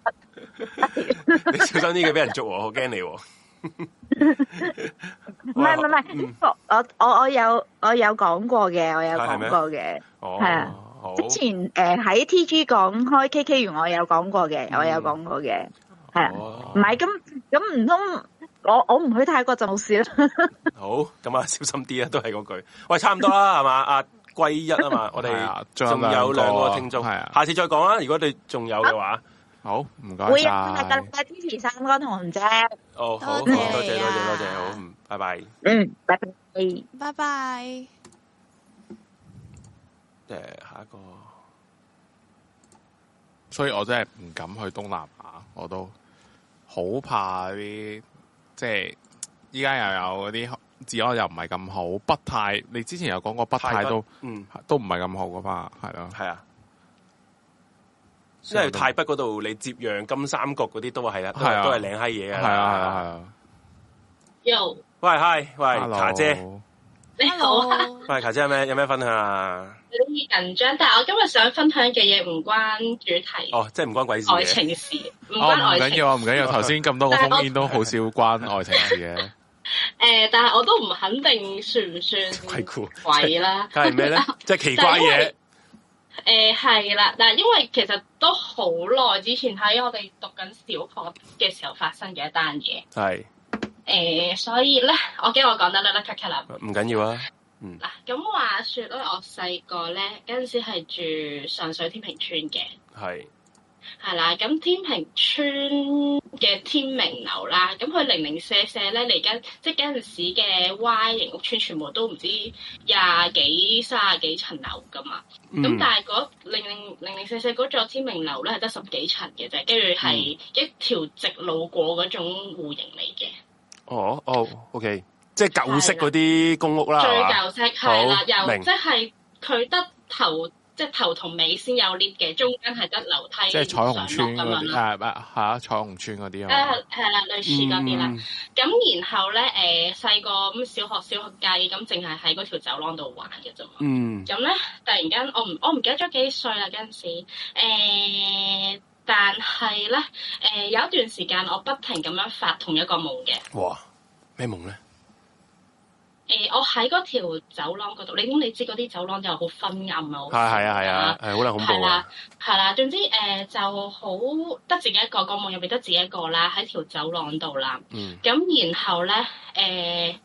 你小心啲佢俾人捉喎，我驚你喎。唔係唔係唔係，呢個我我我有我有講過嘅，我有係係咩講過嘅。哦係啊，好之前誒喺 TG 講開 KK 園，我有講過嘅，我有講過嘅。係啊，哦唔係咁咁唔通我我唔去泰國就冇事啦？好，咁啊， 小心啲啊，都係嗰句。喂，差唔多啦，係嘛？阿歸一 啊嘛，我係啊哋仲有仲有兩兩個個聽眾，係啊下次再講啦。如果你仲有嘅話，好唔該會啊，下個晒禮。拜支持三哥同紅姐。哦，好，好多多謝謝多謝啊多謝，好，嗯，拜拜。嗯，拜拜。拜 拜。即係下一個，所以我真係唔敢去東南亞，我都好怕啲即係依家又有嗰啲治安又唔係咁好，北泰你之前有講過北泰都嗯，都唔係咁好噶嘛，係咯，係啊。因為泰北嗰度你接壤金三角嗰啲都係啦，都係啊係都係領閪嘢係啊啊。係啊係。啊，又喂，hi，喂， Hello 卡姐，你好啊！喂，卡姐有咩有咩分享啊？你緊張，但係我今日想分享嘅嘢唔關主題，哦，即係唔關鬼事愛嘅。情事，唔哦關唔愛緊情。要啊，唔緊要，頭先咁多個但係我封煙都好少關愛情事嘅，誒，但係我都唔肯定算唔算鬼故鬼啦。梗係咩咧？即係奇怪就係因嘢為。誒呃係啦，但係因為其實都好耐之前喺我哋讀緊小學嘅時候發生嘅一單嘢，係誒、所以咧，我驚我講得甩甩咳咳啦。唔緊要啊。嗱，咁話説咧，我細個咧嗰陣時係住上水天平村嘅，係係啦，咁天平村嘅天明樓啦，咁佢零零舍舍咧嚟緊，即係嗰陣時嘅 Y 型屋村，全部都唔知廿幾、卅幾層樓噶嘛。咁、嗯但係嗰零零零零舍舍嗰座天明樓咧，係得十幾層嘅啫，跟住係嗯一條直路過嗰種户型嚟嘅，哦哦，OK，即係啊舊式嗰啲公屋啦，係嘛最舊式係啦，好又明即係佢得頭。即係頭同尾先有 lift 嘅，中間係得樓梯即係彩虹村上嗰落咁樣啲，啦。啊啊係啊，彩虹村嗰啲啊啊，係啦，類似嗰啲啦。嗯咁然後咧，誒細個咁小學小學雞咁，淨係喺嗰條走廊度玩嘅啫嘛。嗯，咁咧，突然間我唔我唔記得咗幾歲啦嗰陣時，誒但係咧，誒有一段時間我不停咁樣發同一個夢嘅。哇，咩夢咧？誒、我喺嗰條走廊嗰度，你咁你知嗰啲走廊就好昏暗啊，好係係啊係啊，係好撚恐係怖啦啊！，係啦，總之誒、呃就好得自己一個，個夢入邊得自己一個啦，喺條走廊度啦。嗯咁然後咧誒、呃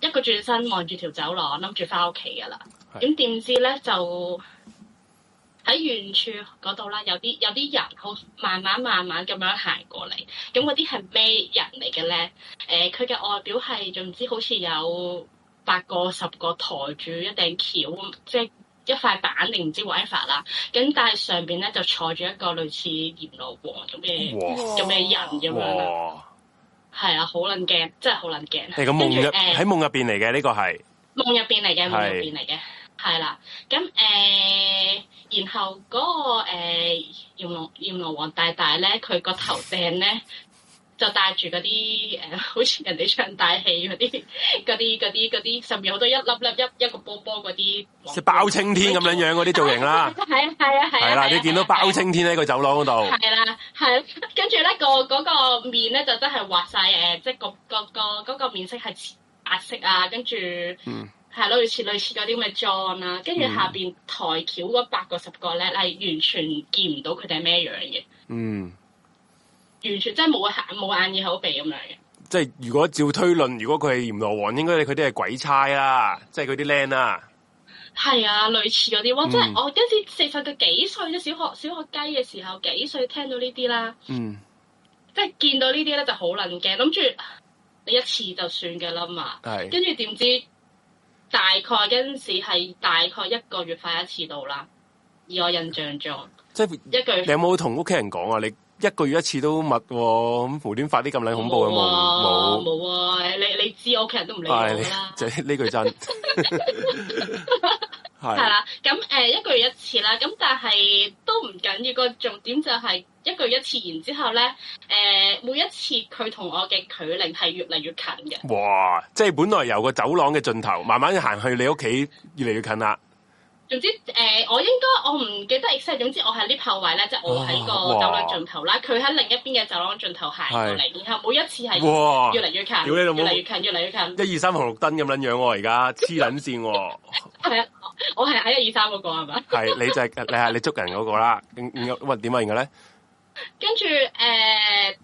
一個轉身望住條走廊，諗住翻屋企噶啦。係咁點知咧就喺遠處嗰度啦，有啲有啲人好慢慢慢慢咁樣行過嚟。咁嗰啲係咩人嚟嘅咧？誒、佢嘅外表係仲唔知好似有八個十個抬住一頂橋，即係一塊板定唔知 w i f 啦。咁但係上邊咧就坐住一個類似閻羅王咁嘅哇咁嘅人咁樣啦。哇！係啊，好撚驚，真係好撚驚。你個夢跟入住誒喺夢入邊嚟嘅呢個係，夢入邊嚟嘅，夢入係邊嚟嘅，係啦。咁誒、呃然後嗰、個誒閻羅閻羅王大大咧，佢個頭頂咧就戴住嗰啲誒， 好似人哋唱大戲嗰啲嗰啲嗰啲嗰啲，甚至好多一粒粒一一個波波嗰啲，即係包青天咁樣樣嗰啲造型啦，係啊。係啊 係啊係啊，係啦，係啊你見到包。青天喺個走廊嗰度，係啦，係啦，跟住咧個嗰、個面咧就真係畫晒誒，呃即係個個個嗰個面色係淺白色啊，跟住。嗯係咯，類似類似嗰啲咁嘅裝啦，跟住下邊台橋嗰八個十個咧，係完全見唔到佢哋係咩樣嘅，嗯，完全真係冇眼冇眼耳口鼻咁樣嘅。即係如果照推論，如果佢係閻羅王，應該佢啲係鬼差啦，即係佢啲僆啦，係啊，類似嗰啲，哇！真嗯係我嗰陣時四十嘅幾歲啫，小學小學雞嘅時候幾歲聽到呢啲啦，嗯即係見到呢啲咧就好撚驚，諗住你一次就算嘅啦嘛。係，跟住點知大概嗰陣時係大概一個月發一次到啦，以我印象中即係一句你有冇同屋企人講啊？你一個月一次都密喎，咁無端發啲咁撚恐怖嘅夢冇。冇啊！你你知我屋企人都唔理我唉，㗎你 啦，就呢 句真係係啦。咁誒一個月一次啦，咁但係都唔緊要。個重點就係一個月一次，然之後咧誒每一次佢同我嘅距離係越嚟越近嘅，哇！即係本來由個走廊嘅盡頭慢慢行去你屋企，越嚟越近啦。總之誒、呃我應該我唔記得 exact，總之我喺 lift 後位咧，即係我喺個哇走廊盡頭啦，佢喺另一邊嘅走廊盡頭行過嚟，然後每一次係哇越嚟越近，屌你越老母嚟越近，越嚟越近。一二三紅綠燈咁撚樣喎，而家黐撚 線喎，係啊，我我係喺一二三嗰個係咪？係你就係你係你捉人嗰個啦。然然後喂點啊？然後咧，嗯跟住誒、呃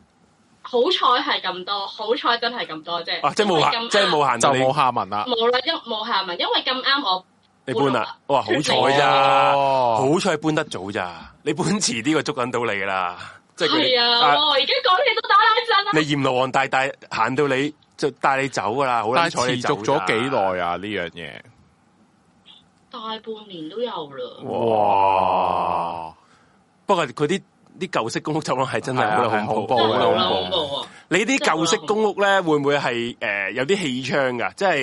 好彩係咁多，好彩真係咁多啫。啊即係冇因為行，咁啱即係冇行就到你冇下文啦。冇啦，因冇下文，因為咁啱我你搬啦。哇！好彩咋，哦好彩搬得早咋。你搬遲啲，佢捉緊到你㗎啦。即係佢哋係啊，啊我而家講嘢都打冷震啦。你閻羅王大大行到你就帶你走噶啦，好但撚彩係你持走續咋咗幾？耐啊？呢樣嘢，大半年都有啦，哇！不過佢啲啲舊式公屋走廊係真係好撚恐怖，真係係啊係好恐啦，怖恐怖啊！你啲舊式公屋咧，會唔會係誒有啲氣窗噶？即係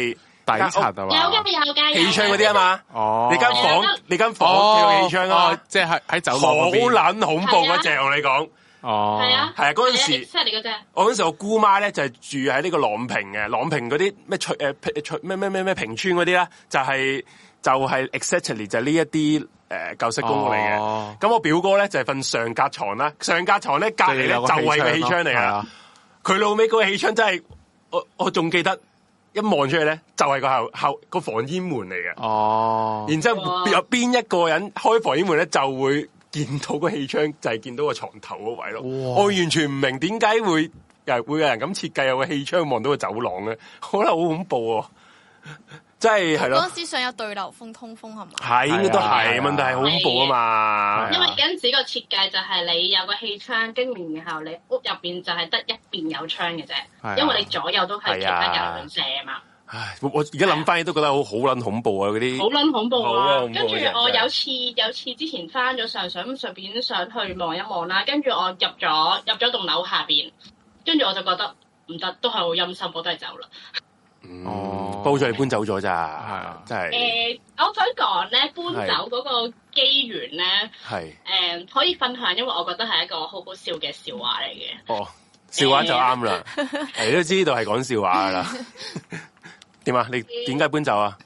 底層啊有嘛。嘅有嘅，有氣嘅窗嗰啲啊嘛？哦，你間房係啊你間房佢有氣窗啊哦嘛？即係喺走好廊嗰邊。撚恐怖嗰只，我同你講。哦，係啊，係啊嗰陣時哦犀利嗰只，我嗰時我姑媽咧就係、住喺呢個朗屏嘅，朗屏嗰啲咩翠誒平翠咩咩咩咩平村嗰啲啦，就係、就係、exactly 就係呢一啲誒舊式公屋嚟嘅。哦咁我表哥咧就係、瞓上格床啦，上格床咧隔即離係咧有就個係個氣咯窗嚟係啦。啊。佢老尾嗰個氣窗真係我我仲記得一望出去咧就係、個後後個防煙門嚟嘅。哦，然之後哇有邊一個人開房煙門咧，就會見到個氣窗，就係、見到個床頭嗰位咯。哇我完全唔明點解會誒會有人咁設計有個氣窗望到個走廊嘅，可 能好恐怖喎！真係係嗰咯，陣時想有對流風通風係嘛？係應該都係，係啊問題係好恐怖啊嘛係啊。因為嗰陣時個設計就係你有個氣窗，跟住然後你屋入邊就係得一邊有窗嘅係啊啫，因為你左右都係其他有射啊嘛。唉，我我而家諗翻起都覺得好好撚恐怖啊！嗰好啲撚恐怖好啊啊恐！怖跟住真係我有次有次之前翻咗上水，咁順便上去望一望啦。跟住我入咗入咗棟樓下邊，跟住我就覺得唔得，都係好陰森，我都係走啦。哦煲咗你搬走咗啊咋，真係诶、我想講咧，搬走嗰個機緣咧，係诶、可以分享，因為我覺得係一個好好笑嘅笑話嚟嘅。哦，笑話就啱啦， 係都知道係講笑話噶啦。 點啊？你點解搬走啊？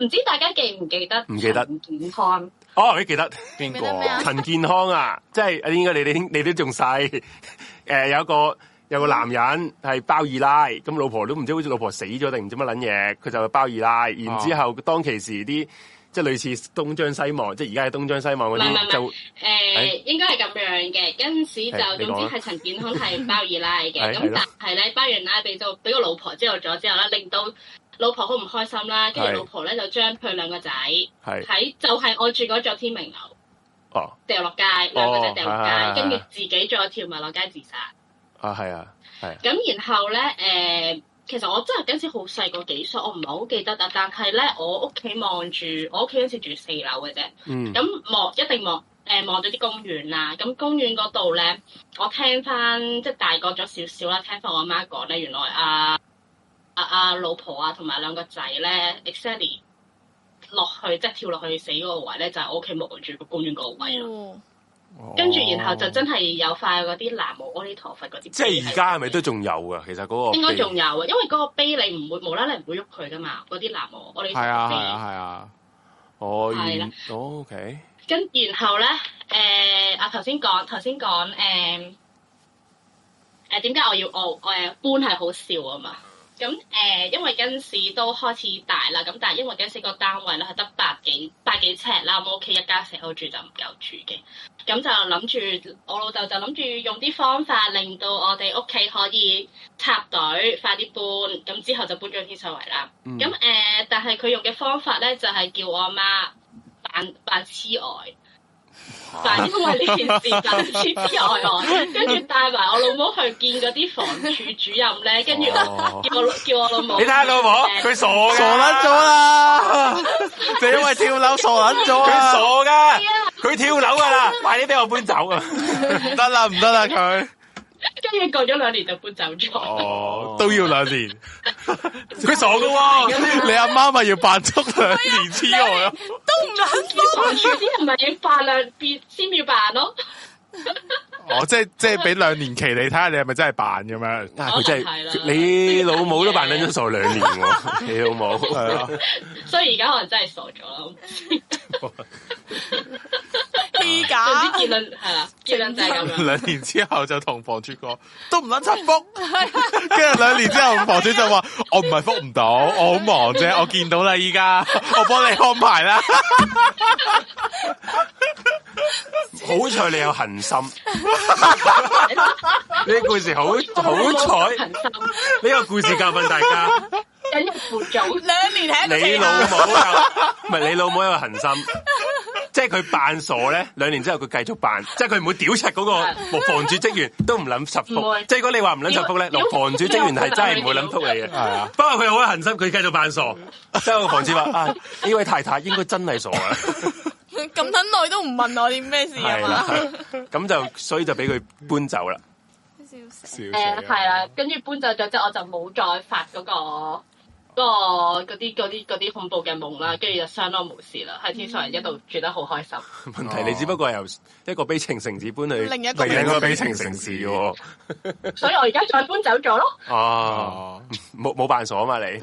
唔知大家記唔記得？唔記得唔健康。哦，你記得边个記得咩啊陳健康啊？即係應該你哋你都仲細， 诶有一個有個男人係包二奶，咁老婆都唔知好似老婆死咗定唔知乜撚嘢，佢就包二奶，然之哦后當其時啲即係類似東張西望，即係而家係東張西望嗰唔係唔啲係就誒、應該係咁樣嘅，嗰陣時係就你總講啦之係陳健康係包二奶係嘅， 係咁咯但係咧包完奶俾到俾個老婆知道咗之後咧，令到老婆好唔開心啦，跟係住老婆咧就將佢兩個仔係喺就係我住嗰座天明樓哦掉落街，兩個仔掉落係係係街，跟住係自己再跳埋落街自殺。啊係啊係啊咁然後咧，誒、其實我真係嗰陣時好細個幾歲，我唔係好記得啊。但係咧，我屋企望住，我屋企嗰陣時住四樓嘅啫。嗯咁望一定望誒望到啲公園啦。咁公園嗰度咧，我聽翻即係大個咗少少啦，聽翻我媽講咧，原來啊啊啊老婆啊同埋兩個仔咧，exactly 落去即係跳落去死嗰個位咧，就係、我屋企望住個公園嗰個位咯。哦 跟住然後就真係有塊嗰啲南無阿彌陀佛嗰啲碑喺度，哦即係而家係咪都仲有噶？其實哦嗰個應該仲地有啊，因為嗰個碑你唔會無啦啦唔會喐佢噶嘛，嗰啲南無我哋系啊系啊系啊，哦，係原啦哦 OK 跟然後咧，誒啊頭先講頭先講誒誒呃點解我要我誒、搬係好笑啊嘛？咁誒、因為嗰陣時都開始大啦，咁但係因為嗰陣時個單位咧係得百幾百幾尺啦，我屋企一家四口住就唔夠住嘅，咁就諗住我老豆就諗住用啲方法令到我哋屋企可以插隊快啲搬，咁之後就搬咗去天水圍啦。嗯咁誒、但係佢用嘅方法咧就係、叫我阿媽扮扮痴呆。啊 但因為呢件啊事就唔知 之外我，跟住帶埋我老母去見嗰啲房署主任咧，跟住哦叫我叫我老母。你睇下老婆，佢傻㗎傻撚咗 啦！就因為跳樓傻撚咗佢啊！傻噶係啊，佢跳樓噶啦，快啲俾我搬走啊！唔得啦，唔得啦，佢跟住過咗兩年就搬走 咗。哦都要兩年。佢傻噶喎，你阿媽咪要扮足兩年之外啊！都唔肯哎房署啲人咪要扮兩變先要扮咯，哦，即係即係俾兩年期你睇下你係咪真係扮咁樣？啊佢真係啦係你老母都扮撚咗傻哦兩年 喎，你老母係啊，所以而家可能真係傻咗 啦。 我唔知虛總之假，結論係啦，結論就係咁樣。兩年之後就同房主講都唔撚插福，跟住兩年之後房主就話 我唔係福唔到，我好忙啫，我見到啦依家， 我幫你安排啦。 好彩你有恒心，呢個故事好好彩，恒心，呢個故事教訓 大家。忍辱負重。兩年哎係一個你期老啊限母啊 有，唔係你老母有恒心，即係佢扮傻咧，兩年之後佢繼續扮，即係佢唔會屌柒 嗰個房主職員都唔諗十唔福會，即係如果你話唔諗十福咧，屌嗱房主職員係真係唔會諗福你嘅，係啊不過佢好有恒心，佢繼續扮傻，即係個房主話啊呢位太太應該真係傻啊，咁等耐都唔問我啲咩事啊係嘛啦，，咁就所以就俾佢搬走啦，笑死！啊啊誒誒係啦，跟住搬走咗之後，我就冇再發嗰、個嗰、個嗰啲嗰啲嗰啲恐怖嘅夢啦，跟住就相安無事嗯啦，喺天水圍一度住得好開心。 問題你只不過由一個悲情城市搬去另一個另一個悲情城市嘅喎，哦所以我而家再搬走咗咯，哦，哦，冇冇扮傻啊 嘛你，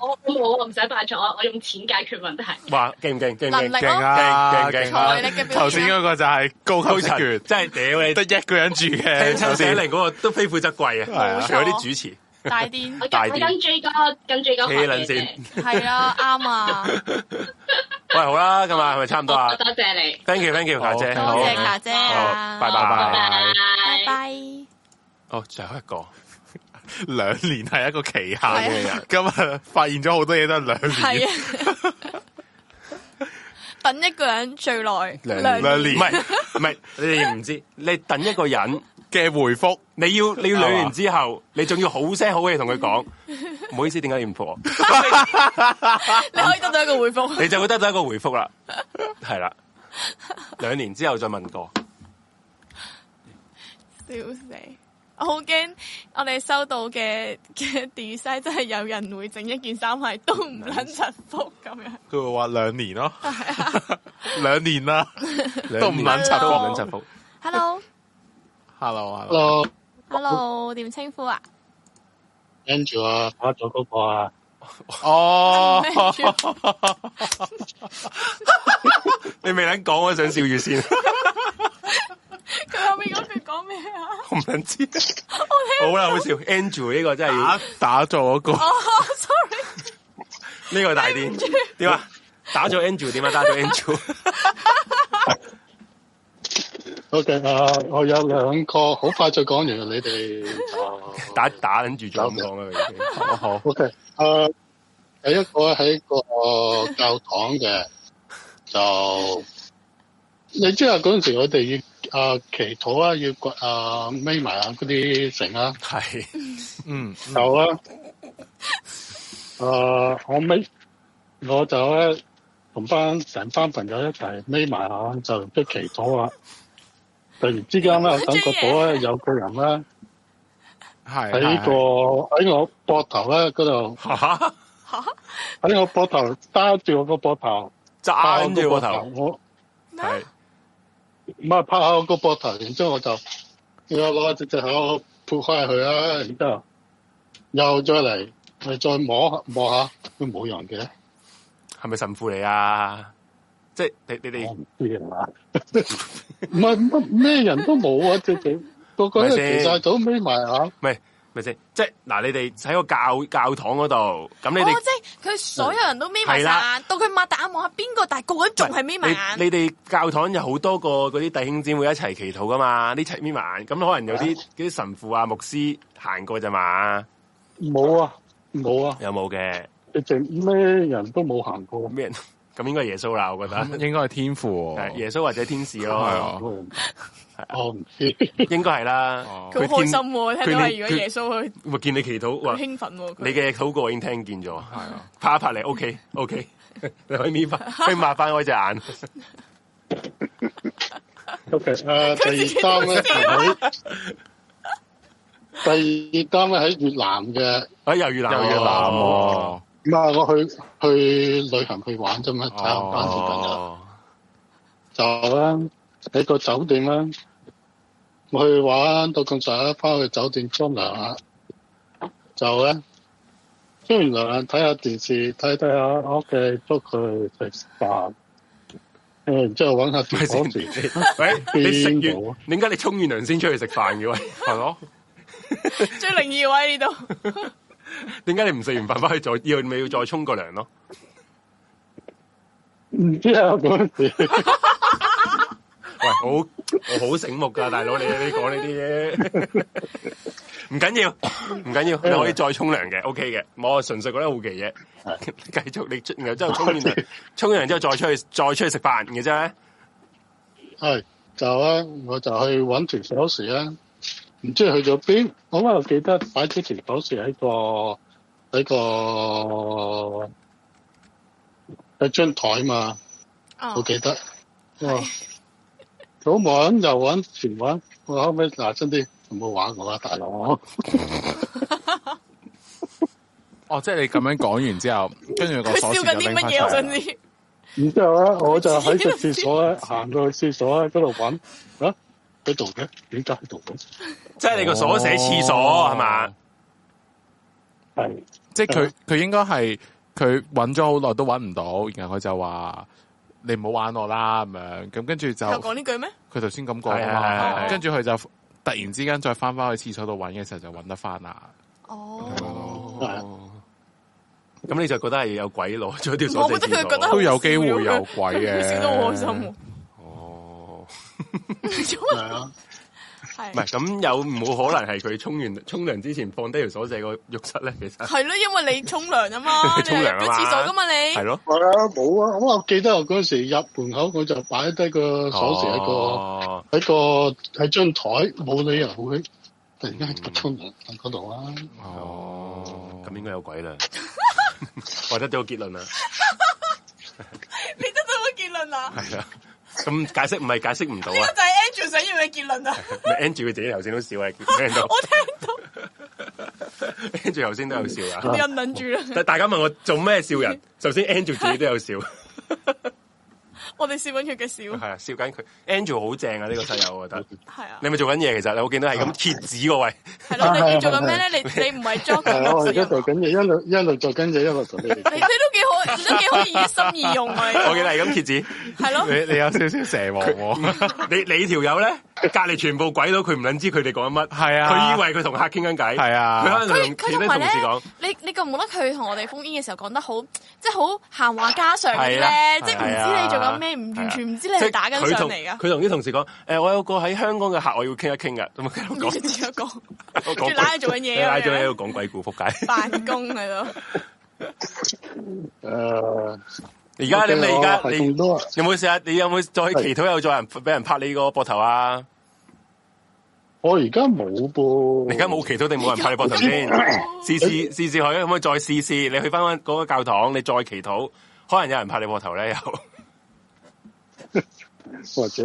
我我冇我唔使扮咗，我我用錢解決問題。哇勁唔勁勁唔勁能？力勁咯，啊，勁勁勁勁啊財力嘅表！現啊頭先嗰個就係高級職員，真係屌你，得一個人住嘅聽酒秋寫店，嚟嗰個都非富則貴啊，冇錯除咗啲主持， 大癲 我 大跟啲我跟 J 哥跟 J 哥企學起嘢撚先啫。係啦，啱啊，喂好啦，咁啊係咪差唔多好 啊多謝你， ？Thank you，Thank you，好霞姐，多好，謝霞姐啊，好拜拜拜拜拜。拜，哦，最後一個， 兩年係一個期限係嘅，咁啊發現咗好多嘢都係兩係年，啊，等一個人最耐兩兩年唔係唔係，你哋唔知，你等一個人，嘅回覆你要你要兩年之後，你仲要好聲好氣同佢講，唔好意思，點解你唔復我？ 你可以得到一個回覆，你就會得到一個回覆啦，係啦，兩年之後再問過，笑死！我好驚我哋收到嘅嘅 design 真係有人會整一件衫係都唔撚襯服咁樣。佢會話兩年咯，啊 兩年啦，兩都唔年撚柒都唔唔撚撚服。疾服。 Hello，Hello， Hello，Hello， Hello，點稱呼啊？跟住啊，打咗嗰個啊， 哦，你未捻講，我想笑住先，我 佢後面嗰句講咩啊？唔捻知。好啦，好笑。Andrew 呢個真係打打咗嗰個哦，sorry，呢個大啲。點啊？打咗 Andrew 點啊？打咗 Andrew 嗰隻啊，我有兩個，好快就講完啦，你哋就 打打捻住咗咁講啦，已經。好好 OK，誒、呃，第一個喺個教堂嘅，就你知啊，嗰陣時我哋要啊祈禱啊，要跪啊眯埋啊嗰啲繩啊，係嗯，嗯有啊，誒、我眯，我就咧同班成班朋友一齊眯埋眼就即係祈禱啊，突然之間咧，我感啊覺到咧有個人咧係喺個喺我膊頭咧嗰度。吓喺我膊頭揸住我個膊頭，拍我揸個住個膊頭頭，，我咩啊係唔係拍下我個膊頭，然之後我就我攞隻隻口撥開佢啦，然之後又再嚟，咪再摸下摸下，都冇用嘅， 係咪神父嚟啊？即係你你我哋唔知啊係嘛？唔係乜咩人都冇啊，隻隻個個都咪先其晒早眯埋眼，咪先？即係嗱，你哋喺個教教堂嗰度，咁你哦哋，即係佢所有人都眯埋係晒啦眼，到佢擘大眼望下邊個，但係個個都仲係眯埋眼。你你哋教堂有好多個嗰啲弟兄姊妹一齊祈禱噶嘛？呢齊眯埋眼，咁可能有啲嗰啲神父啊、牧師行過咋嘛？冇啊冇啊，有冇嘅？隻隻咩人都冇行過，咩人？ 咁應該係耶穌啦，我 覺得應該係天父喎係耶穌或者天使係咯啊啊，我唔知。應該係啦。哦佢好開心喎，聽到佢係如佢果耶穌去，咪見你祈禱，佢話興奮喎。佢你嘅禱告我已經聽見咗，係啊，拍一拍你，OK OK，你 可以眯翻，可以抹翻開隻眼。 OK，誒、第二單咧 喺 第二單咧喺越南嘅，啊，又越南，又越南喎，咁啊，我去去旅行去玩啫嘛，睇下班小朋友哦，啊就啦，喺個酒店啦，我去玩到咁上下，翻去酒店沖涼啊，就咧沖完涼啊睇下電視，睇睇下，OK，捉佢食飯，誒，然之後揾下咪電先火時，喂，你食邊個完啊，你點解你沖完涼先出去食飯嘅？喂，係咯，最靈異位呢度， 點解你唔食完飯翻去再要咪要再沖個涼咯？唔知啊嗰陣時。喂，好，我好醒目噶，大佬，你你講呢啲嘢， 唔緊要，唔緊嗯要，你可以再沖涼嘅，OK 嘅。我純粹覺得好奇啫，繼續你出，然後之後沖 完涼，沖完涼之後再出去，再出去食飯嘅啫。系就咧，我就去揾條鎖匙啦，唔知去咗邊。我啊記得擺咗條鎖匙喺個喺個喺張台嘛，我哦，記得。哇！好玩又玩，全玩。我後尾嗱真啲，唔好玩我啊，大佬。哦，即係你咁樣講完之後，跟住個佢鎖匙笑就緊啲拎乜返嘢？我出嚟想知。然之後咧，我就喺個廁所咧，行到去廁所咧嗰度揾啊，喺度嘅，點解喺度嘅？即係你個鎖寫廁所哦係嘛？係即係佢佢應該係佢揾咗好耐都揾唔到，然後佢就話你唔好玩我啦咁樣，咁跟住就又講呢句 咩？佢頭先咁講啊係係嘛，係跟住佢就突然之間再翻翻去廁所度揾嘅時候就揾得翻啦。哦，咁你就覺得係有鬼攞咗條我鎖寫覺得廁佢覺得所。都有機會有鬼嘅佢笑得好開心喎。哦，係啊，唔係係咁有冇可能係佢沖完沖涼之前放低條鎖寫個浴室咧？其實係咯，因為你沖涼啊 嘛，佢你沖入涼啊嘛咗廁所噶嘛，你係咯，係啊，冇啊！我記得我嗰陣時入門口，我就擺低個鎖匙喺個。哦喺個喺張台，冇理由會突然間喺個沖涼喺嗰度啊！哦，咁應該有 鬼啦。我得到個結論啦， 啊你得到個結論啦。係啦，啊咁解釋唔係解釋唔到呢啊個就係 Andrew 想要嘅結 論啊！咪！Andrew 佢自己頭先都笑啊，聽到我聽到 Andrew 頭先都有笑 啊。忍唔忍住啦，但大家問我做咩笑人，首先 Andrew 自己都有笑，係我哋笑緊佢嘅笑，啊，笑緊佢。Andrew 好正啊，呢個室友我覺得。嗯係啊你，係咪做緊嘢，其實我見到係啊咁揭紙嗰位，係咯，你啊你做緊咩咧？你你唔係 job 係啊，我而家緊做緊嘢，一路一路做緊嘢，一路同你 哋你講你。都幾好，你都幾可以一心二用啊！我見到係咁揭紙。係咯，你你有少少蛇王喎，你你條友咧，隔離全部鬼佬，佢唔撚知佢哋講緊乜，係啊佢以為佢同客傾緊偈，係啊佢可佢能同佢其同他埋同事講咧，，你你覺唔覺得佢同我哋封煙嘅時候講得好，即係好閒話家常嗰啲係啦咧，即係唔係知啊你做緊咩，唔完全唔知你係打緊佢上同嚟噶。佢 同啲同事講，誒，我有個喺香港嘅客，我要傾一傾噶，咁啊，佢 跟住講，只有個我跟講住拉佢做緊嘢啊拉咁咗喺樣，度講鬼故，仆街。辦公喺度。誒，而家你你而家係你咁多啊，有冇試下？你有冇再祈禱有再人俾人拍你個膊頭啊？我而家冇噃。你而家冇祈禱定冇人拍你膊頭先？哦 試試試試佢，可唔可以再試試？你去翻翻嗰個教堂，你再祈禱，可能有人拍你膊頭咧又。或者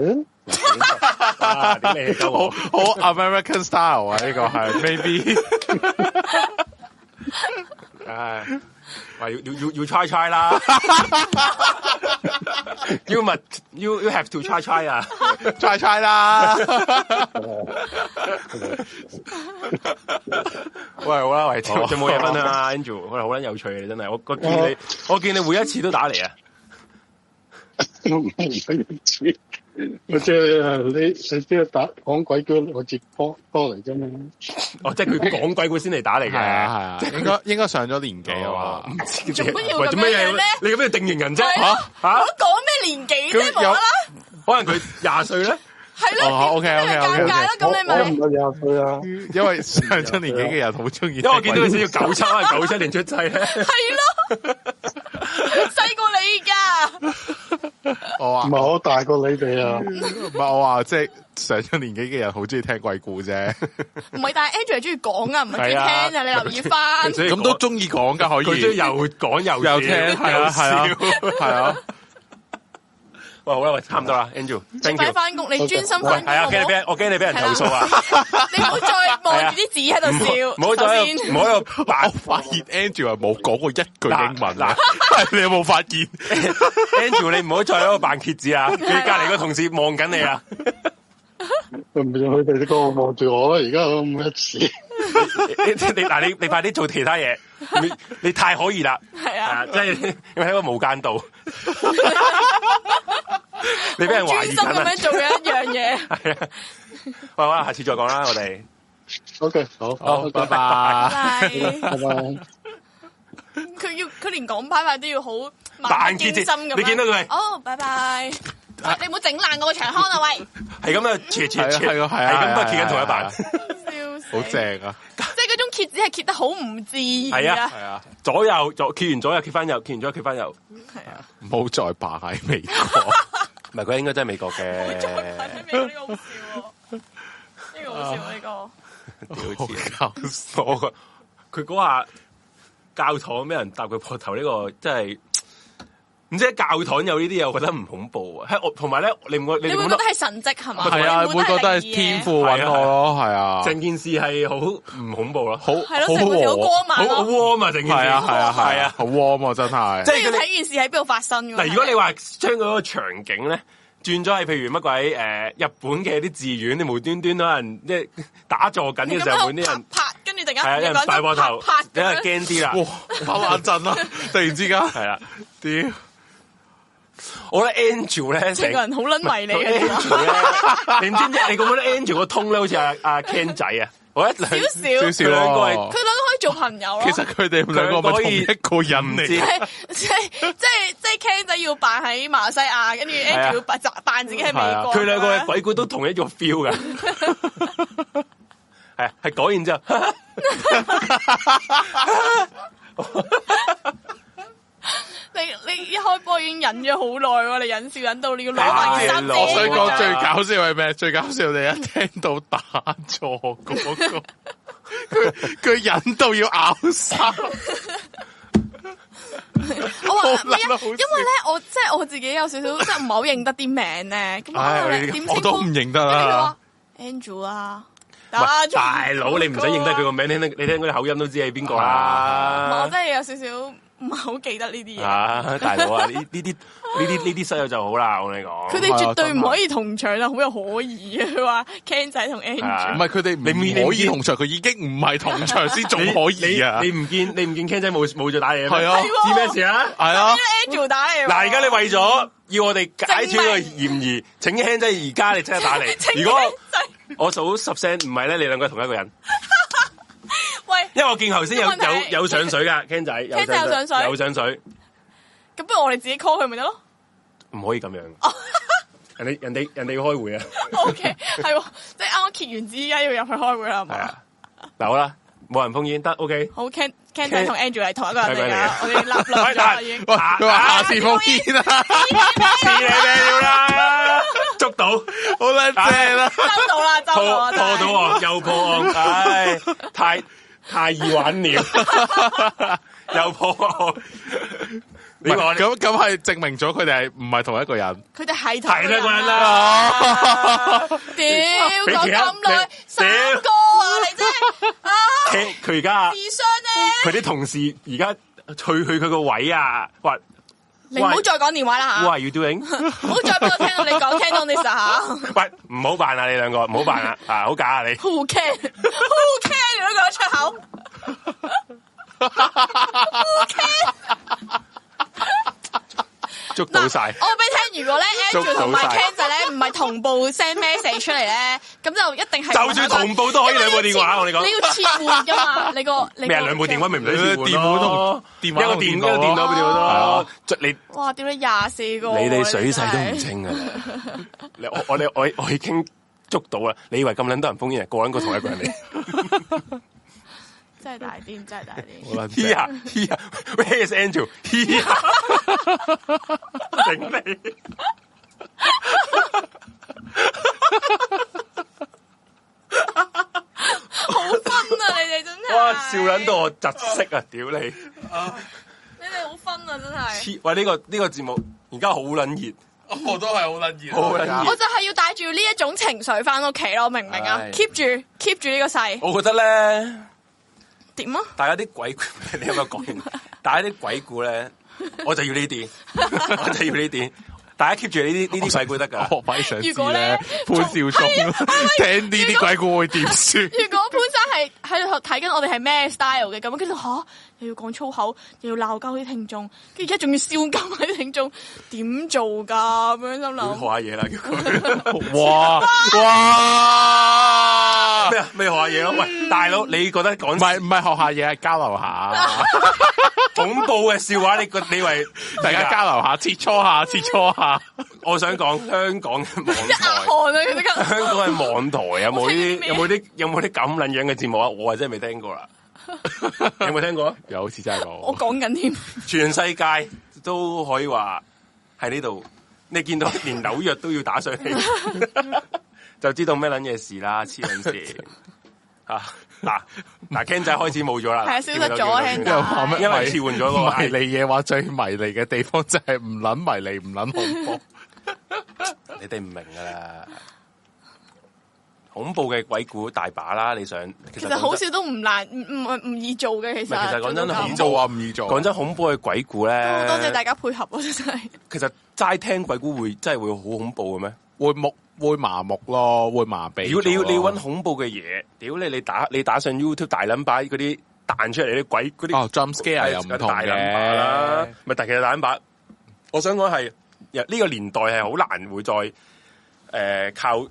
啊屌你夠好我好 American style 啊！呢個 係 maybe 唉，話要要要要 try try 啦，you must you you have to try try 啊！ try try 啦， 喂好啦，喂，仲有冇嘢分享啊，Angel，我哋好撚有趣啊，你真係，我我見你，我見你每一次都打嚟啊，我唔係唔知，我即係你你即係打講鬼叫我接波波嚟啫嘛。哦，即 係佢講鬼故先嚟打嚟係啊嘅，係啊，應該應該上咗年紀啊哦嘛唔。知做乜要喂做乜咁樣嘢咧你咁樣定型人啫，係吓啊吓我，講咩年紀啫，佢無啦有啦，可能佢廿歲咧，係咯哦，，OK，OK，OK，OK 咁你咪尷尬咯，咁你我我唔咪係廿歲啊，因為上咗年紀嘅人好中意，因因為我見到佢先要九七，可能九七年出世咧，係咯，細過你㗎， 我唔話係我大過你哋啊。唔係我話，即係上咗年紀嘅人好中意聽鬼故啫，唔係，但係 Andrew 係中意講啊，唔係中意係啊聽啊，你留意翻。所以咁都中意講噶可以，佢都又講又又笑聽係又啊係啊笑係啊，喂好啦，啊喂差唔多啦你，Angel，thank 快 you。翻工，你專心翻喂，工係啊，好我驚你冇俾人，我驚你俾人投訴啊！你唔好再 望住啲字喺度唔笑。好再首喺先度唔好喺度我扮發現 Andrew 係冇講過一句英文嗱啊，係你有冇發現？ Andrew，你唔好再喺度扮蝎子 啊！你隔離個同事望緊你啊！唔係佢哋個個望住我啦，而家咁一次。你你你嗱，你你快啲做其他嘢，你你太可以啦！係啊，即係你喺個無 間道，你俾人懷專疑心緊咁啊樣！做嘅一樣嘢。係啊，喂好啦，下次再講啦，我哋 OK，好，好，拜拜。拜拜拜。佢要佢連講拜拜都要好漫扮不經堅持心咁樣。你見到佢哦，拜拜。喂你唔好整爛我個長康啊！喂，係咁啊，切切切，係啊係啊係啊啊係咁都係揭緊同一版，笑死！好，正啊！即係嗰種揭只係揭得好唔自係然啊！啊係啊，左右左揭完左右揭翻右，揭完左右揭翻右，唔好再霸喺美國。 唔係佢應該真係美國係嘅咪。呢個好笑喎？呢個好笑喎呢個。 好搞笑！我覺 佢嗰下教堂咩人搭佢膊頭呢個真係唔知喺教堂有呢啲嘢，我覺得唔恐怖啊。喺我同埋咧，你唔覺你你唔會覺覺得得係神蹟係嘛？係啊，每個都係天賦揾我咯，係啊，成件事係好唔恐怖咯？好係咯成個好光好猛好咯。 warm 啊！成件事係啊，係啊，係係啊啊，。好 warm 啊，真係即。都要係佢哋睇件事喺邊度發生㗎。嗱，如果你話將佢嗰個場景咧。轉咗係譬如乜鬼誒、呃日本嘅啲寺院，你無端端可能即係打坐緊你嘅咁時候，樣會啲人拍拍，跟住突係啊，然間有人有個大膊人就，頭拍有拍人咁樣驚啲啦，哇！打冷 震啊啦，突然之間，係啦。屌！我覺得 Angel 咧成成個人好撚迷你啊！ Angel 咧，你唔知唔 知你覺唔覺得 Angel 個通咧好似阿阿 Ken 仔啊？我一兩少唔少，少佢少兩個啊係兩個可以做朋友咯。其實佢哋兩個咪同一個人知嚟，係即係即係即係 Ken 仔要扮喺馬來西亞，跟住 Andrew 要扮扮自己喺美國。啊佢兩個嘅咁樣鬼故都同一個 feel 嘅，係啊係講完之後，你你一開波已經忍咗好耐喎，你忍笑忍到你要攞大埋件衫遮佬我想講最㗎搞笑係咩？最搞笑你一聽到打錯嗰個，佢佢忍到要咬衫， 我話好唔係撚好啊笑因為咧，我即係我自己有少少即係唔係好認得啲名咧，咁我唉咧點，我稱都呼？跟唔住認得佢啦話。Andrew 啊，喂打大佬，你唔使認得佢個名，你聽你聽嗰啲口音都知係邊個我啦。真係有少少唔係好記得呢啲嘢。啊，大佬啊，呢呢啲呢啲呢啲室友就好啦，我同你講。佢哋係啊絕對真係唔可以同場啊，好有可疑啊！佢話 Ken 仔同 Andrew，啊唔係佢哋唔你唔可以你唔同場，佢已經唔係同場 先仲 可以啊！你唔見你唔見 Ken 仔冇冇咗打你咩？係啊知咩事啊？係啊， Andrew 打嚟喎。嗱，而家你為咗要我哋解除呢個證嫌疑，請 Ken 仔而家你即刻 打嚟。如果我數十聲唔係咧，你兩個係同一個人。喂，因為我見頭先有冇問題有有上水噶 Ken 仔，有 Ken 仔有上水有上水， 咁不如我哋自己 call 佢咪得咯唔可以咁樣。人哋人哋人哋要開會啊， ？OK，係喎，即係啱啱揭完紙，而家要入去開會啦，係係嘛？啊。嗱好啦，冇人封煙得 OK。好，Ken Ken 仔 Ken- 同 Andrew 係同一個人嚟係咪嚟啊㗎，我哋立立咗啦已經。喂佢話下次冇見啦，是你咩料啦？捉到，啊好啦，正啊啦，收到啦，收破到啦，破真係到案又破 案，唉，太太易玩了， 又破案。唔你係話我哋咁咁係證明咗佢哋係唔係同一個人。佢哋係同係一啦個人啦，啊屌講俾其他咁耐，你三屌個啊，你真係啊，佢佢而家智商咧，啊佢啲同事而家去去佢個位啊，話你唔好再講電話啊啦吓，哇要 doing，唔好再俾我聽到你講 Ken on this 啊吓喂唔好扮啦你兩個，唔好扮啦啊好假啊你， ，Who can？Who can？你都講得出口 捉到嗱，晒。我俾你聽，如 果咧 Andrew 同埋捉到晒 Ken 仔咧唔係同步 send message 出嚟咧，咁就一定係就算同步都可以兩部電話，我哋因為講你要切換噶 嘛，你個你個咩啊？兩部電話咪唔使你換電話咯同一電個話同電一電個腦咯電腦咪電腦咯哦，即你哇，屌你廿四個喎，你哋水真勢係都唔清啊！ 你我我哋我我已經捉到啦！你以為咁撚多人封煙，個撚個同一個人 嚟？真係大癲，真係大 癲。好啦，咿呀咿呀，Where is Angel？咿呀， 頂你！ 好分啊！你哋真係哇，笑撚到！我窒息啊！屌你！ 你哋好分啊！真係，黐喂，呢個呢個節目而家好撚我都係好撚熱，啊熱，好撚熱我。就係要帶住呢一種情緒翻屋企咯，明唔明啊唉？keep 住 keep 住呢個勢，我覺得咧。點啊？啊大家啲鬼故， 你有冇講完？大家啲鬼故咧，我就要呢 啲，我就要呢啲。大家 keep 住呢啲呢啲鬼故得噶。我反而想知如果咧呢，哎潘少忠聽呢啲鬼故會點算？如果潘生係喺度睇緊我哋係咩 style 嘅咁，跟住吓又要講粗口，又要鬧交啲聽眾，跟住而家仲要笑鳩埋啲聽眾，點做㗎？咁樣心要學諗，下嘢啦，叫 佢哇哇！ 咩啊？咩學下嘢咯？嗯喂，大佬，你覺得講唔係唔係學下嘢，係交流 下，恐怖嘅笑話，你覺你以為大家？交流下，切磋下，切磋下。我想講香港嘅網一額台，汗啊！佢即刻香港嘅網台有冇我聽緊啲咩有冇啲有冇啲咁撚樣嘅節目啊？我係真係未聽 過啦。有冇聽過啊？又好似真係冇。我講緊添，全世界都可以話喺呢度，你見到連紐約都要打上 嚟，就知道咩撚嘢事啦，黐撚 線啊！嗱嗱，Ken 仔開始冇咗啦，係啊消失咗見到 Ken 仔又話咩？ 因為切換咗個迷你嘢，話最迷你嘅地方就係唔捻迷你，唔捻恐哦 怖。你哋唔明噶啦，恐怖嘅鬼故大把啦，你想其其實實好講真少都唔難，唔唔唔易做嘅其唔係實。其實講真做到咁易易做做啊啊，唔易做。講真，恐怖嘅鬼故咧，都多謝大家配合咯，真係。其實齋聽鬼故會真係會好恐怖嘅咩？會木會麻木咯，會麻痹咗咯。如果你要你揾恐怖嘅嘢，屌你你打你打上 YouTube 大撚把嗰啲彈出嚟啲鬼嗰啲哦，jump scare 又唔同大撚把啦嘅，，咪但係其實大撚把，我想講係呢個年代係好難會再誒、呃靠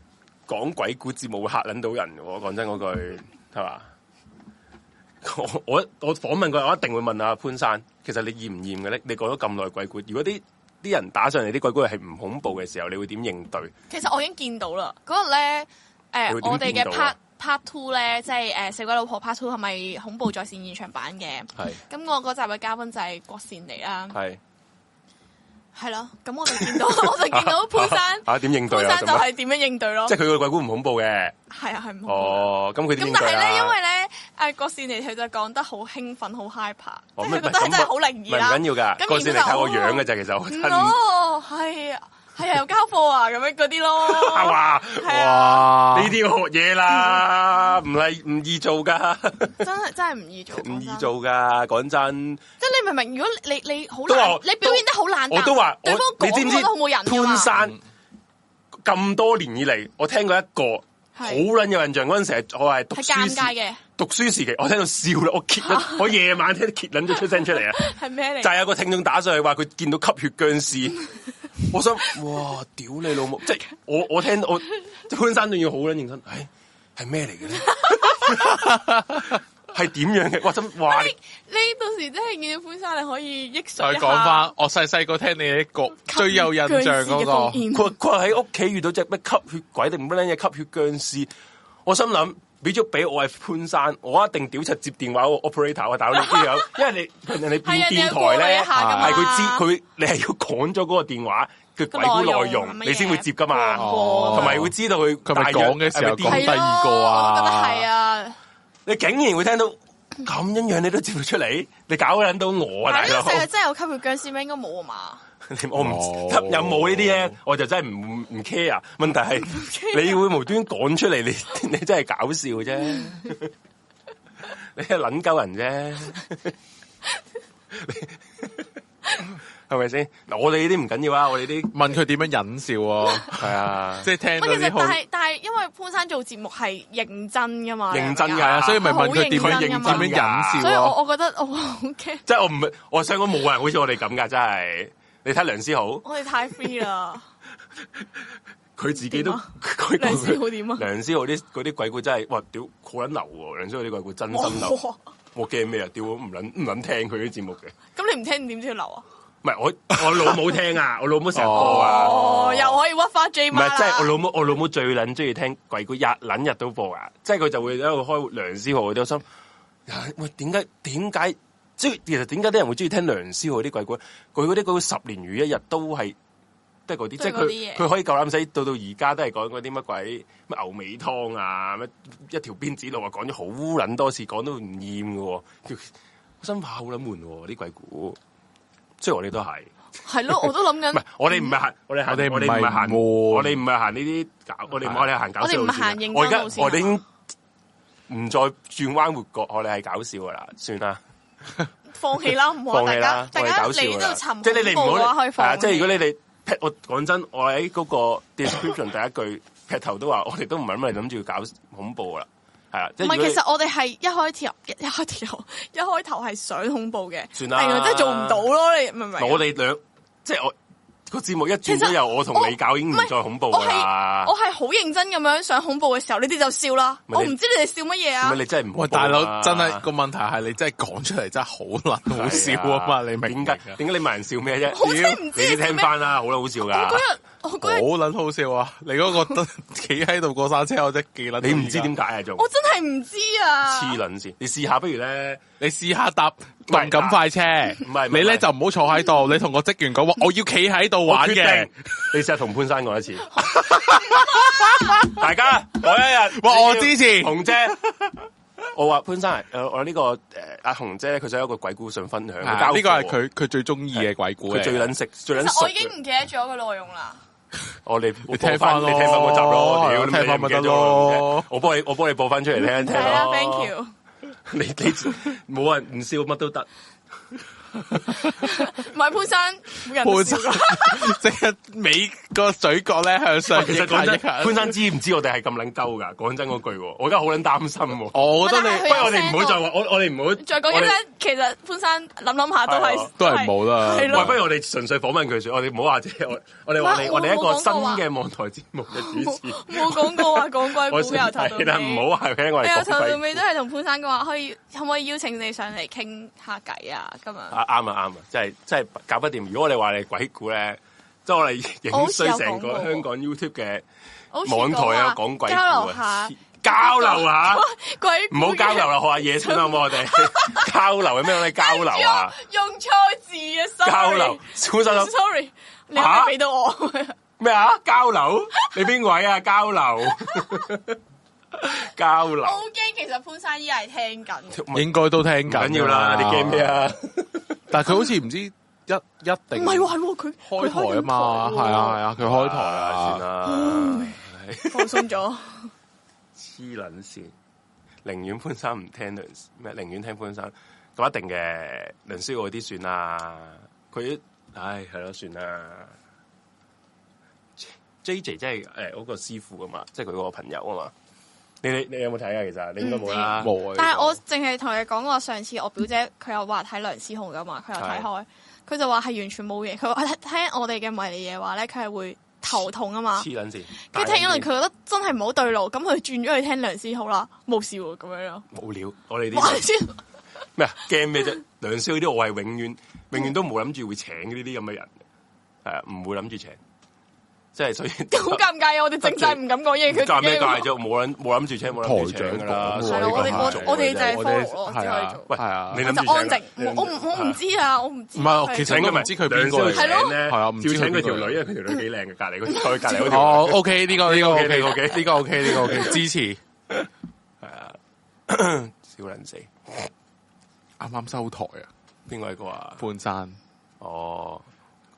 講鬼故節目會嚇撚到人嘅喎，講真嗰句係嘛？我我我訪問過，我一定會問阿潘生，其實你厭唔厭嘅咧？你講咗咁耐鬼故，如果啲啲人打上嚟啲鬼故係唔恐怖嘅時候，你會點應對？其實我已經見到啦，嗰日咧，誒你會點我哋嘅見到啊 part part two 咧，即係誒四鬼老婆 part two 係咪恐怖在線現場版嘅？係咁我嗰集嘅嘉賓就係郭善嚟啦，係係咯。咁我就見 到，我就 見到潘生，啊點應對啊？潘咁生啊就係點樣應對咯即係？佢個鬼故唔恐怖嘅。係啊，係唔好。哦，咁佢點咁應但對係咧，因啊？為咧，誒郭善妮佢就講得好興奮，好 hyper，即哦係咩佢覺得唔係咁真係好靈唔異啦。緊要㗎，咁嗰然時你之後睇我哦樣嘅啫，其實我真嗯哦，係啊，係啊，有交貨啊，咁樣嗰 啲啊咯，哇係啊，哇！呢啲要學嘢啦，唔係唔易做噶，真係真係唔易做，唔講易真做噶，講真。即係你明唔明？如果你你你好都話難我，你表現得好難，我都話我對方你知唔講知都好冇人㗎潘嘛。山咁多年以嚟，我聽過一個好係撚有印象嗰陣時係，我係讀係書尷尬時嘅，讀書時期，我聽到笑啦，我 揭撚我夜晚聽揭撚咗出聲出嚟啊！係咩嚟？就係有個聽眾打上去話佢見到吸血僵屍，我想哇屌你老母！即係我我聽到我潘山仲要好撚認真，唉係咩嚟嘅咧？係點樣嘅？哇真哇！你你到時真係見到潘生，你可以憶述再一講翻，我細細個聽你一個最有印象嗰個，佢話佢話喺屋企遇到只咩吸血鬼定乜撚嘢吸血僵屍，我心諗俾咗俾我係潘山，我一定屌柒接電話個 operator 啊！大佬呢啲友，因為 你人哋變係啊，你有電台過濾咧一，下㗎嘛係佢知佢你係要講咗嗰個電話嘅鬼故內容，啊你先會接噶嘛，哦同埋會知道佢佢咪大約講嘅時候講係咪癲係第二個啊我都覺得係啊，你竟然會聽到咁樣樣，你都接到出嚟，你搞撚到我啊，大但係呢佬個！世界真係有吸血僵屍咩？應該冇啊嘛。你 我唔知冇有冇呢啲咧，我就真係唔唔 care。問啊題係你會無端講出嚟，你 你真係搞笑啫， 你係撚鳩人啫， 係咪先？嗱，我哋呢啲唔緊要啊，我哋啲問佢點樣忍笑 喎，係啊，即係聽到喂，其啲實好但係但係，因為潘生做節目係認真噶嘛，認真你明唔㗎明啊係啊，所以咪問佢點好樣認真㗎嘛點樣忍所以笑我啊？我覺得我好驚，即係我唔係，我想講冇人好似我哋咁噶，真係。你睇梁思浩，我哋太 free 啦。佢自己都點啊佢梁思浩點啊 梁思浩啲嗰啲鬼故真係，哇屌，好撚流喎！梁思浩啲鬼故真心流。 哇我驚咩啊？屌，我唔捻唔捻聽佢啲節目嘅，咁你唔聽點知要留啊？唔係我我老母聽啊，我老母成日播啊，哦，又可以屈翻 J 唔媽係啦。即係我老母我老母最捻中意聽鬼故，日捻日都播啊，即係佢就會喺度開梁思浩嗰啲，我心唉喂點解點解即係其實點解啲人會中意聽梁思浩啲鬼故？佢嗰啲鬼故十年如一日都係。都係嗰啲，即係都係嗰啲佢嘢佢可以夠膽死，到到而家都係講嗰啲乜鬼乜牛尾湯啊，乜一條辮子路啊，講咗好撚多次，講到唔厭嘅喎，叫真怕好撚悶喎啲鬼故。雖然我哋都係，係 咯，我都諗唔係緊，嗯我哋唔係行，我哋行我哋唔我哋唔係行，係悶我哋唔係行呢啲搞，我哋唔我哋行搞笑我哋路線唔係行認真我而家路線啊我哋已經唔再轉彎抹角，我哋係搞笑噶啦，算啦。放棄啦，唔好放啊大棄啦家，我大哋家搞笑嚟呢㗎啦度尋即係你哋恐怖唔嘅話好可以係啊放。即係如果你哋劈，我講真，我喺嗰個 description 第一句 劈頭都話，我哋都唔係乜諗住搞恐怖㗎啦，係啊，即唔係如係，果其實我哋係一開始一一開頭 一開頭係想恐怖嘅，算啦但原來真係做唔到咯，你明唔明你啊？我哋兩即係我個節目一轉其咗實由我同你搞已經唔我唔係再恐怖我係㗎啦我，係好認真咁樣想恐怖嘅時候，你哋就笑啦。唔係我你唔知你哋笑乜嘢啊咁？你真係唔喂，恐怖大佬啊真係個問題係你真係講出嚟真係好撚好笑啊嘛！你明唔明點啊？解點解你問人笑咩啫？好屌似你唔知你啲笑聽咩翻啦，好啦，好笑我㗎。嗰日我好嗰日撚好笑啊！你嗰個得 企喺度過山車，我真係記撚到你唔知而家點解啊？仲我真係唔知啊！黐撚線，你試下不如咧。你試下搭動係感快車，唔係唔係你咧唔係就唔好坐喺度，你同個職員講話，我要企喺度我玩決嘅定。，你試下同潘生講一次。大家我一日， 哇我支持紅姐。 我話潘生，诶，我呢個诶阿紅姐咧，佢想有一個鬼故想分享，係交啊呢個係貨佢佢最中意嘅鬼故嚟佢最撚食其最撚實熟我已經嘅。唔記得咗個內容啦。我哋你我聽播返翻，咯你聽翻嗰集咯，係屌啊你聽返咪得咯我幫你我幫你播翻出嚟聽一聽係啦咯。 ，thank you。 你你冇人唔笑乜都得，唔係潘生，每人都潘笑生㗎即係尾個嘴角咧向上，其實講一真，下潘生知唔知我哋係咁撚鳩㗎？講真嗰句喎，我而家好撚擔心喎。哦我覺得但係佢你不如我哋唔好再話，我我哋唔好再講一我哋陣，其實潘生諗諗下都係啊係都係冇啦係喂，咯不，如我哋純粹訪問佢先，我哋唔好話啫，我我哋話你，唔係我哋一個我冇新講過啊嘅網台節目嘅主 冇持，冇講過 話講鬼故我由頭到係啦，尾。唔好啊話聽我哋你由頭到講鬼尾都係同潘生講話，可以可唔可以邀請你上嚟傾下偈啊？咁樣啊啱啊啱啊，真係真係搞不掂。如果我哋話你鬼故咧，即係我哋影衰成個香港 YouTube 嘅好似網台話啊，講鬼故交流下啊，交流 下，鬼故唔嘅好交啊流啦，學下嘢先啦，好唔好？我哋 交流有咩可以交流啊？用用錯字啊，sorry！交流，小心心 sorry，你可唔可以俾到我？咩啊？交流？你邊位啊？交流？ 交流，我驚其實潘生依家係聽緊嘅， 應該都聽唔緊緊要啦，你驚咩？啊？ 但係佢好似唔知一一唔定係喎，係喎，佢開台啊嘛，係啊係啊，佢開台啊，算啦，佢放鬆咗，黐撚線，寧願潘生唔聽梁咩，寧願聽潘生，咁一定嘅，梁思浩嗰啲算啦，佢唉係咯，算啦。J J 即係誒嗰個師傅啊嘛，即係佢個朋友啊嘛。你你你有冇睇啊？其實你應該冇啦，冇啊。但係我淨係同佢講過，上次我表姐佢又話睇梁思浩噶嘛，佢又睇開，佢就話係完全冇嘢。佢話 聽我哋嘅迷你嘢話咧，佢係會頭痛啊嘛。黐撚線。佢聽咗嚟，大撚佢覺得真係唔好對路，咁佢轉咗去聽梁思浩啦，冇事喎咁樣咯。啲冇料，我哋哇！啲先 咩啊驚咩啫？梁思浩啲我係永遠永遠都冇諗住會請呢啲咁嘅人，係啊唔會諗住請，即 係所以好尷尬啊！我哋正晒唔敢講嘢， 佢賺咩自界己啫？冇諗冇諗住請，冇諗住請噶台啦。啊係長咯，講喎我哋我我哋呢個係就係 follow 咯，只可係以啊做，，喂係啊你。我諗就安住靜請，，我唔我唔知啊，我 唔知唔佢係係。我其實請我嘅唔知佢邊個嚟係咯咧，係啊唔知照請佢邊佢個條嚟女，因為佢條女幾靚嘅，隔離嗰 佢隔離嗰條哦，OK，呢個呢個 OK， OK，呢個 OK 呢個 OK，呢個 OK，支持。啊小人死，啱啱收台啊，邊位個啊？半山。哦，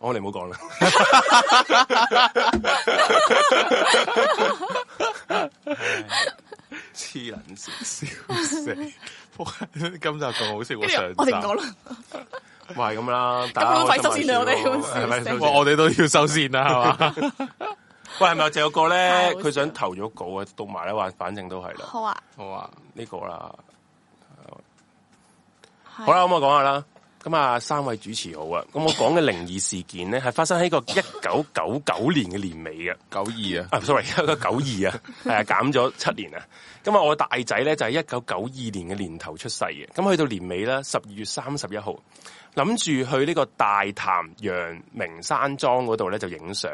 我哋唔好講啦。 啊黐撚線，笑死！仆街今集仲好笑過跟上住集我哋唔講啦，咪係咁啦，大咁家會快開收心線啦下先我哋係咪笑死收哇線我哋都要收線啦，係嘛？ 喂，係咪就有個咧太好？笑佢想投咗稿啊，讀埋啦，話反正都係啦，好啊，好啊，呢個啦。好好啦，咁我講下啦。咁啊，三位主持好啊。咁我講嘅靈異事件咧，係發生喺個一九九九年嘅年尾嘅。九二啊，啊，sorry，一 九九二啊，係啊，減咗七年啊。咁啊，我大仔咧就係一九九二年嘅年頭出世嘅。咁去到年尾啦，十二月三十一號，諗住去呢個大潭陽明山莊嗰度咧就影相，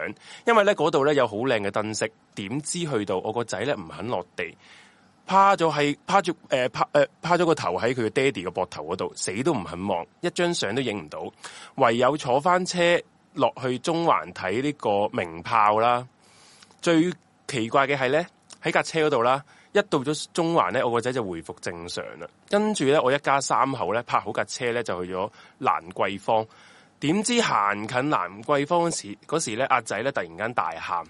因為咧嗰度咧有好靚嘅燈飾。點知去到我個仔咧唔肯落地。趴咗喺趴住誒趴誒趴咗個頭喺佢嘅爹哋嘅膊頭嗰度，死都唔肯望，一張相都影唔到，唯有坐翻車落去中環睇呢個明炮啦。最奇怪嘅係咧，喺架車嗰度啦，一到咗中環咧，我個仔就回復正常啦。跟住咧，我一家三口咧泊好架車咧，就去咗蘭桂坊。點知行近蘭桂坊嗰時，嗰時咧阿仔咧突然間大喊，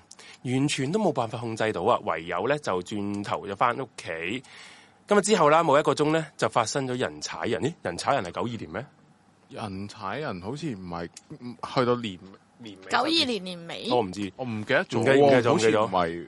完全都冇辦法控制到啊！唯有咧就轉頭就翻屋企。咁啊之後啦，冇一個鐘咧就發生咗人踩人。咦，人踩人係九二年咩？人踩人好似唔係嗯去到年年尾九二，年年尾我唔知，我唔記得咗唔記得唔記喎，得咗好似唔係，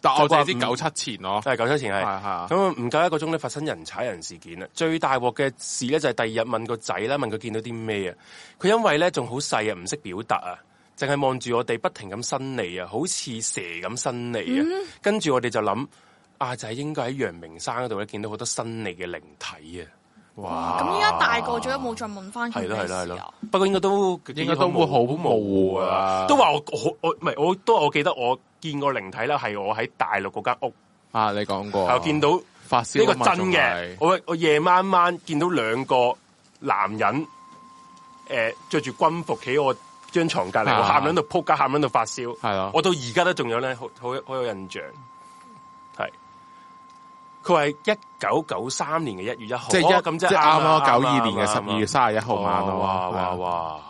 但我淨係知就話九七前咯，係係九七前係。係啊，咁唔夠一個鐘咧，發生人踩人事件啦。啊最大鑊嘅事咧，就係第二日問個仔啦，問佢見到啲咩啊？佢因為咧仲好細啊，唔識表達啊，淨係望住我哋不停咁伸脷啊，好似蛇咁伸脷啊。嗯跟住我哋就諗，阿仔應該喺陽明山嗰度咧見到好多伸脷嘅靈體啊。哇！咁依家大個咗，有冇再問翻佢係咩咯係咯係事啊咯？，不過應該都應該都會好模糊啊都話我我我唔係我都話我記得我見過靈體啦，係我喺大陸嗰間屋，啊你講過，我見到。發燒呢啊個嘛真仲嘅係，我我夜晚晚見到兩個男人，誒着住軍服企喺我張床隔離，啊我喊喺度撲街，喊喺度發燒。係啊我到而家都仲有咧，好好好有印象。係，佢係一九九三年嘅一月一號，即係哦一咁即係啱啊啱九二啱年嘅啊十二月三十一號晚啊，哇係啊哇哇！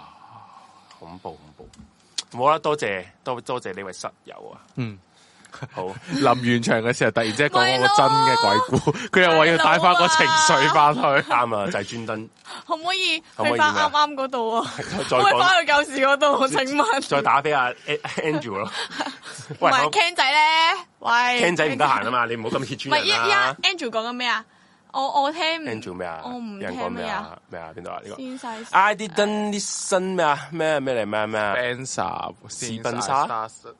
恐怖恐怖，好啦，多謝多多謝呢位室友啊，嗯。好。臨完場嘅時候，突然之間講咪我個咯真嘅鬼故，佢又話要帶翻個情緒翻去。啱啊，就係 專登可唔可以去可唔可以翻點啊啱啱嗰度 啊？ 再可唔可以講翻去舊時嗰度啊？請問， 再打俾阿 Andrew 咯。唔喂係 Ken 仔咧？喂 Ken 仔唔得閒啊嘛，你唔好咁 hit 唔住係依依人家啦。 Andrew 講緊咩啊？我我聽唔 Andrew 咩啊？我唔有人講聽咩咩啊？啊？咩啊？邊度啊？呢個先細 I didn't listen 咩啊？咩咩嚟咩咩啊？ Spencer 史賓啊莎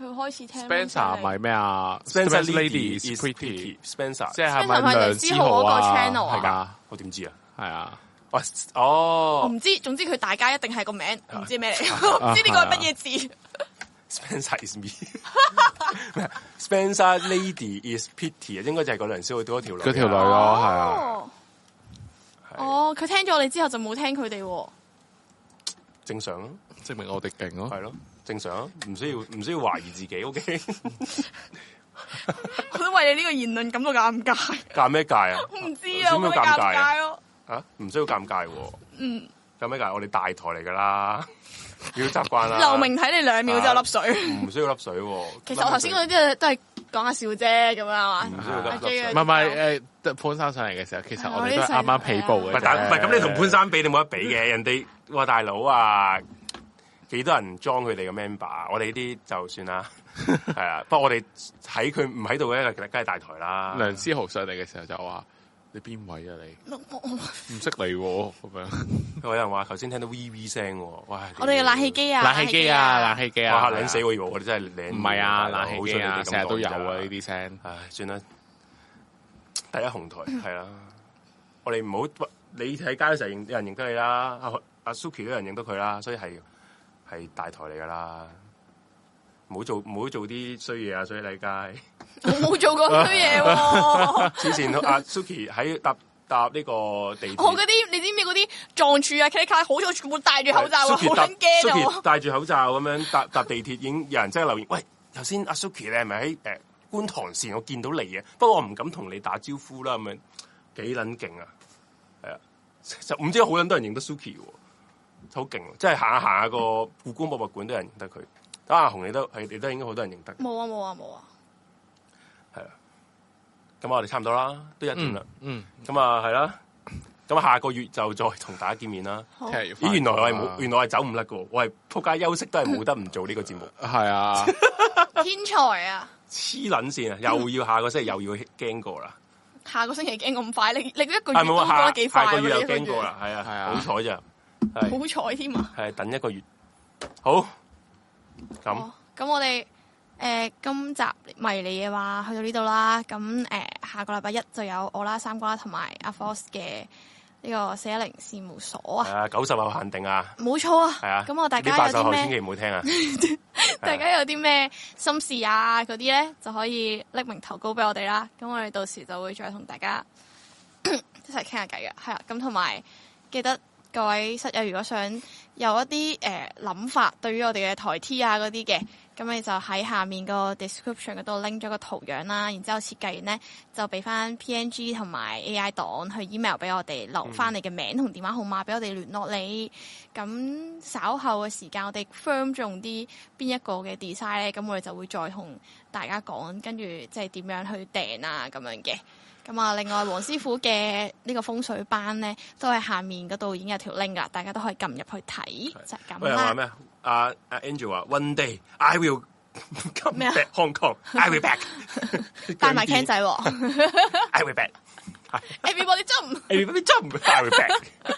佢開始聽 Spencer 咪咩啊 Spencer Lady Lady is is Pretty， pretty Spencer，即係 Spencer 係咪咪梁思梁思浩浩啊？嗰個 channel 啊係噶，我點知啊？哦係啊，喂，我哦唔知，啊總之佢大家一定係個名，啊唔知咩嚟， 我唔知呢個係乜嘢字。 ，Spencer is me 咩啊。Spencer Lady is pretty 啊，應該就係嗰梁小浩嗰條女啊。嗰條女咯，係啊，哦，係哦，佢聽咗我哋之後就冇聽佢哋 喎。正常咯，證明我哋勁咯。係咯，正常咯，唔需要唔需要懷疑自己。OK，我都為你呢個言論感到尷尬。尷咩界啊？我唔知啊，我覺得點尷樣尷尬尬咯。啊，唔需要尷尬喎。嗯，尷咩界？我哋大台嚟噶啦，要習慣 啦。啊劉明睇你兩秒就粒水。唔需要粒水喎。其實我頭先嗰啲都係講下笑啫，咁樣係唔嘛？啊需要粒水。唔係唔係诶，誒潘生上嚟嘅時候，其實我哋都係啱啱起步唔嘅啫。係，但唔係咁，你同潘生比，你冇得比嘅。人哋哇大佬啊，幾多人裝佢哋嘅 member？我哋呢啊啲就 算啦，係啊。不過我哋喺佢唔喺度咧，其實梗係大台啦。梁思豪上嚟嘅時候就話：你邊位啊你？唔識你喎咁 樣。有人話頭先聽到 V V 聲喎，哇！我哋嘅冷氣機啊，冷氣機啊，冷氣機啊，哇撚死我以為我哋真係靚。唔係啊，冷好氣彩機你哋啊，咁講成日都有啊咋呢啲聲。唉，算啦，第一紅 台係啦，我哋唔好喂你喺街嘅時候認有人認得你啦，阿阿 Suki 都有人認得佢啦，所以係係大台嚟噶啦，唔好做唔好做啲衰嘢啊，所以你街。我啊冇做 過衰嘢喎。 之前啊 阿 Suki 喺搭搭呢個地我鐵嗰啲你知唔知嗰啲撞柱啊、K K 好咗全部戴住口罩啊， 好 Suki 搭撚驚啊 Suki！戴住口罩咁樣搭 搭地鐵，已經有人真係留言，喂，頭先阿 Suki 你係咪喺誒觀塘線？我見到你啊，不過我唔敢同你打招呼啦，咁樣幾撚勁啊！係啊， 就唔知好撚多人認得 Suki 喎，好勁喎！即係行下行下個故宮博物館都有人認得佢。啊，紅你都係你都應該好多人認得，冇啊冇啊冇啊！係啦。咁我哋差唔多啦，都一點啦嗯。嗯，咁啊係啦，咁下個月就再同大家見面啦。聽日要返咦，原來我係工啊冇，原來我係走唔甩嘅，我係仆街休息都係冇得唔做呢個節目，係啊，天才啊！ 黐撚線啊！又要下個星期又要驚過啦，啊下個星期驚咁快，你你一個月係都冇過下得幾快喎下個月又你一個驚月過啦，係啊，係啊好彩咋，係好彩添啊！係等一個月，好咁哦咁我哋誒今集迷你嘅話去到呢度啦，咁誒下個禮拜一就有我啦、三瓜同埋阿 Force 嘅呢個四一零事務所係啊，啊，九十後限定啊，冇錯啊係啊，，咁我大呢家八十有啲後千咩，祈唔好 聽啊，大家有啲咩心事啊嗰啲咧，就可以匿名投稿俾我哋啦，咁我哋到時就會再同大家 一齊傾下偈嘅，係啊啦，咁同埋記得。各位室友，如果想有一啲誒諗法，對於我哋嘅台 T 啊嗰啲嘅，咁你就喺下面個 description 嗰度拎咗個圖樣啦，然之後設計完咧就俾翻 PNG 同埋 AI 檔去 email 俾我哋，留翻你嘅名同電話號碼俾我哋聯絡你。咁稍後嘅時間，我哋 firm 中啲邊一個嘅 design 咧，咁我哋就會再同大家講，跟住即係點樣去訂啊咁樣嘅。咁啊，另外黃師傅嘅呢個風水班咧，都喺下面嗰度已經有條 link 噶，大家都可以撳入去睇，就係咁喂，話啦。咩啊？阿阿 Angel 話，One day I will come 咩啊 back Hong Kong，I will back，帶埋 Ken 仔喎 I will back。 ，everybody jump！你邊真唔會 I will back。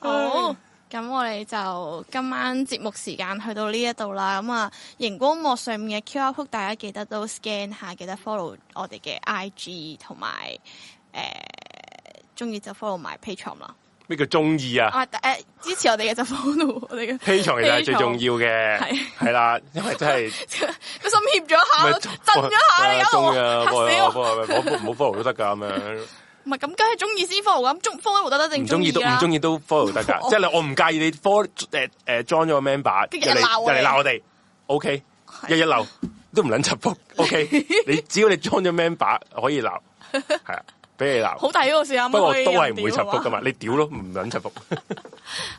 哎好，咁我哋就今晚節目時間去到呢一度啦。咁啊，熒光幕上面嘅 QR code，大家記得都 scan 下，記得 follow 我哋嘅 IG 同埋誒，中、意就 follow 埋 Patreon 啦。咩叫中意啊？啊，誒、支持我哋嘅就 follow 我哋嘅 P 床其實係最重要嘅，係係啦，因為 真係啊個心怯咗下，我震咗下，你搞到中我嘅，嚇死我我！我唔好 follow 都得㗎咁樣，唔係咁，梗係中意先 follow 咁，中 follow 得得唔定啊中中意都啦唔。中意都 follow 得 㗎，即係你我唔介意你 follow 誒誒 join 咗個 member，跟住人又鬧嚟我哋又嚟鬧我哋，OK，係日日鬧都唔撚插福，OK，你 只要你 join 咗 member 可以鬧，係啊，俾你鬧，好睇嗰個時間，不過都係唔會插插福㗎嘛，你屌咯，唔撚插福，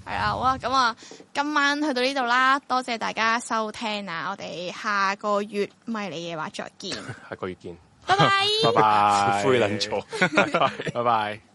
係啊，好啊，咁啊，今晚去到呢度啦，多謝大家收聽啊，我哋下個月迷你夜話再見，下個月見， 拜拜。拜拜，灰撚咗。 拜拜。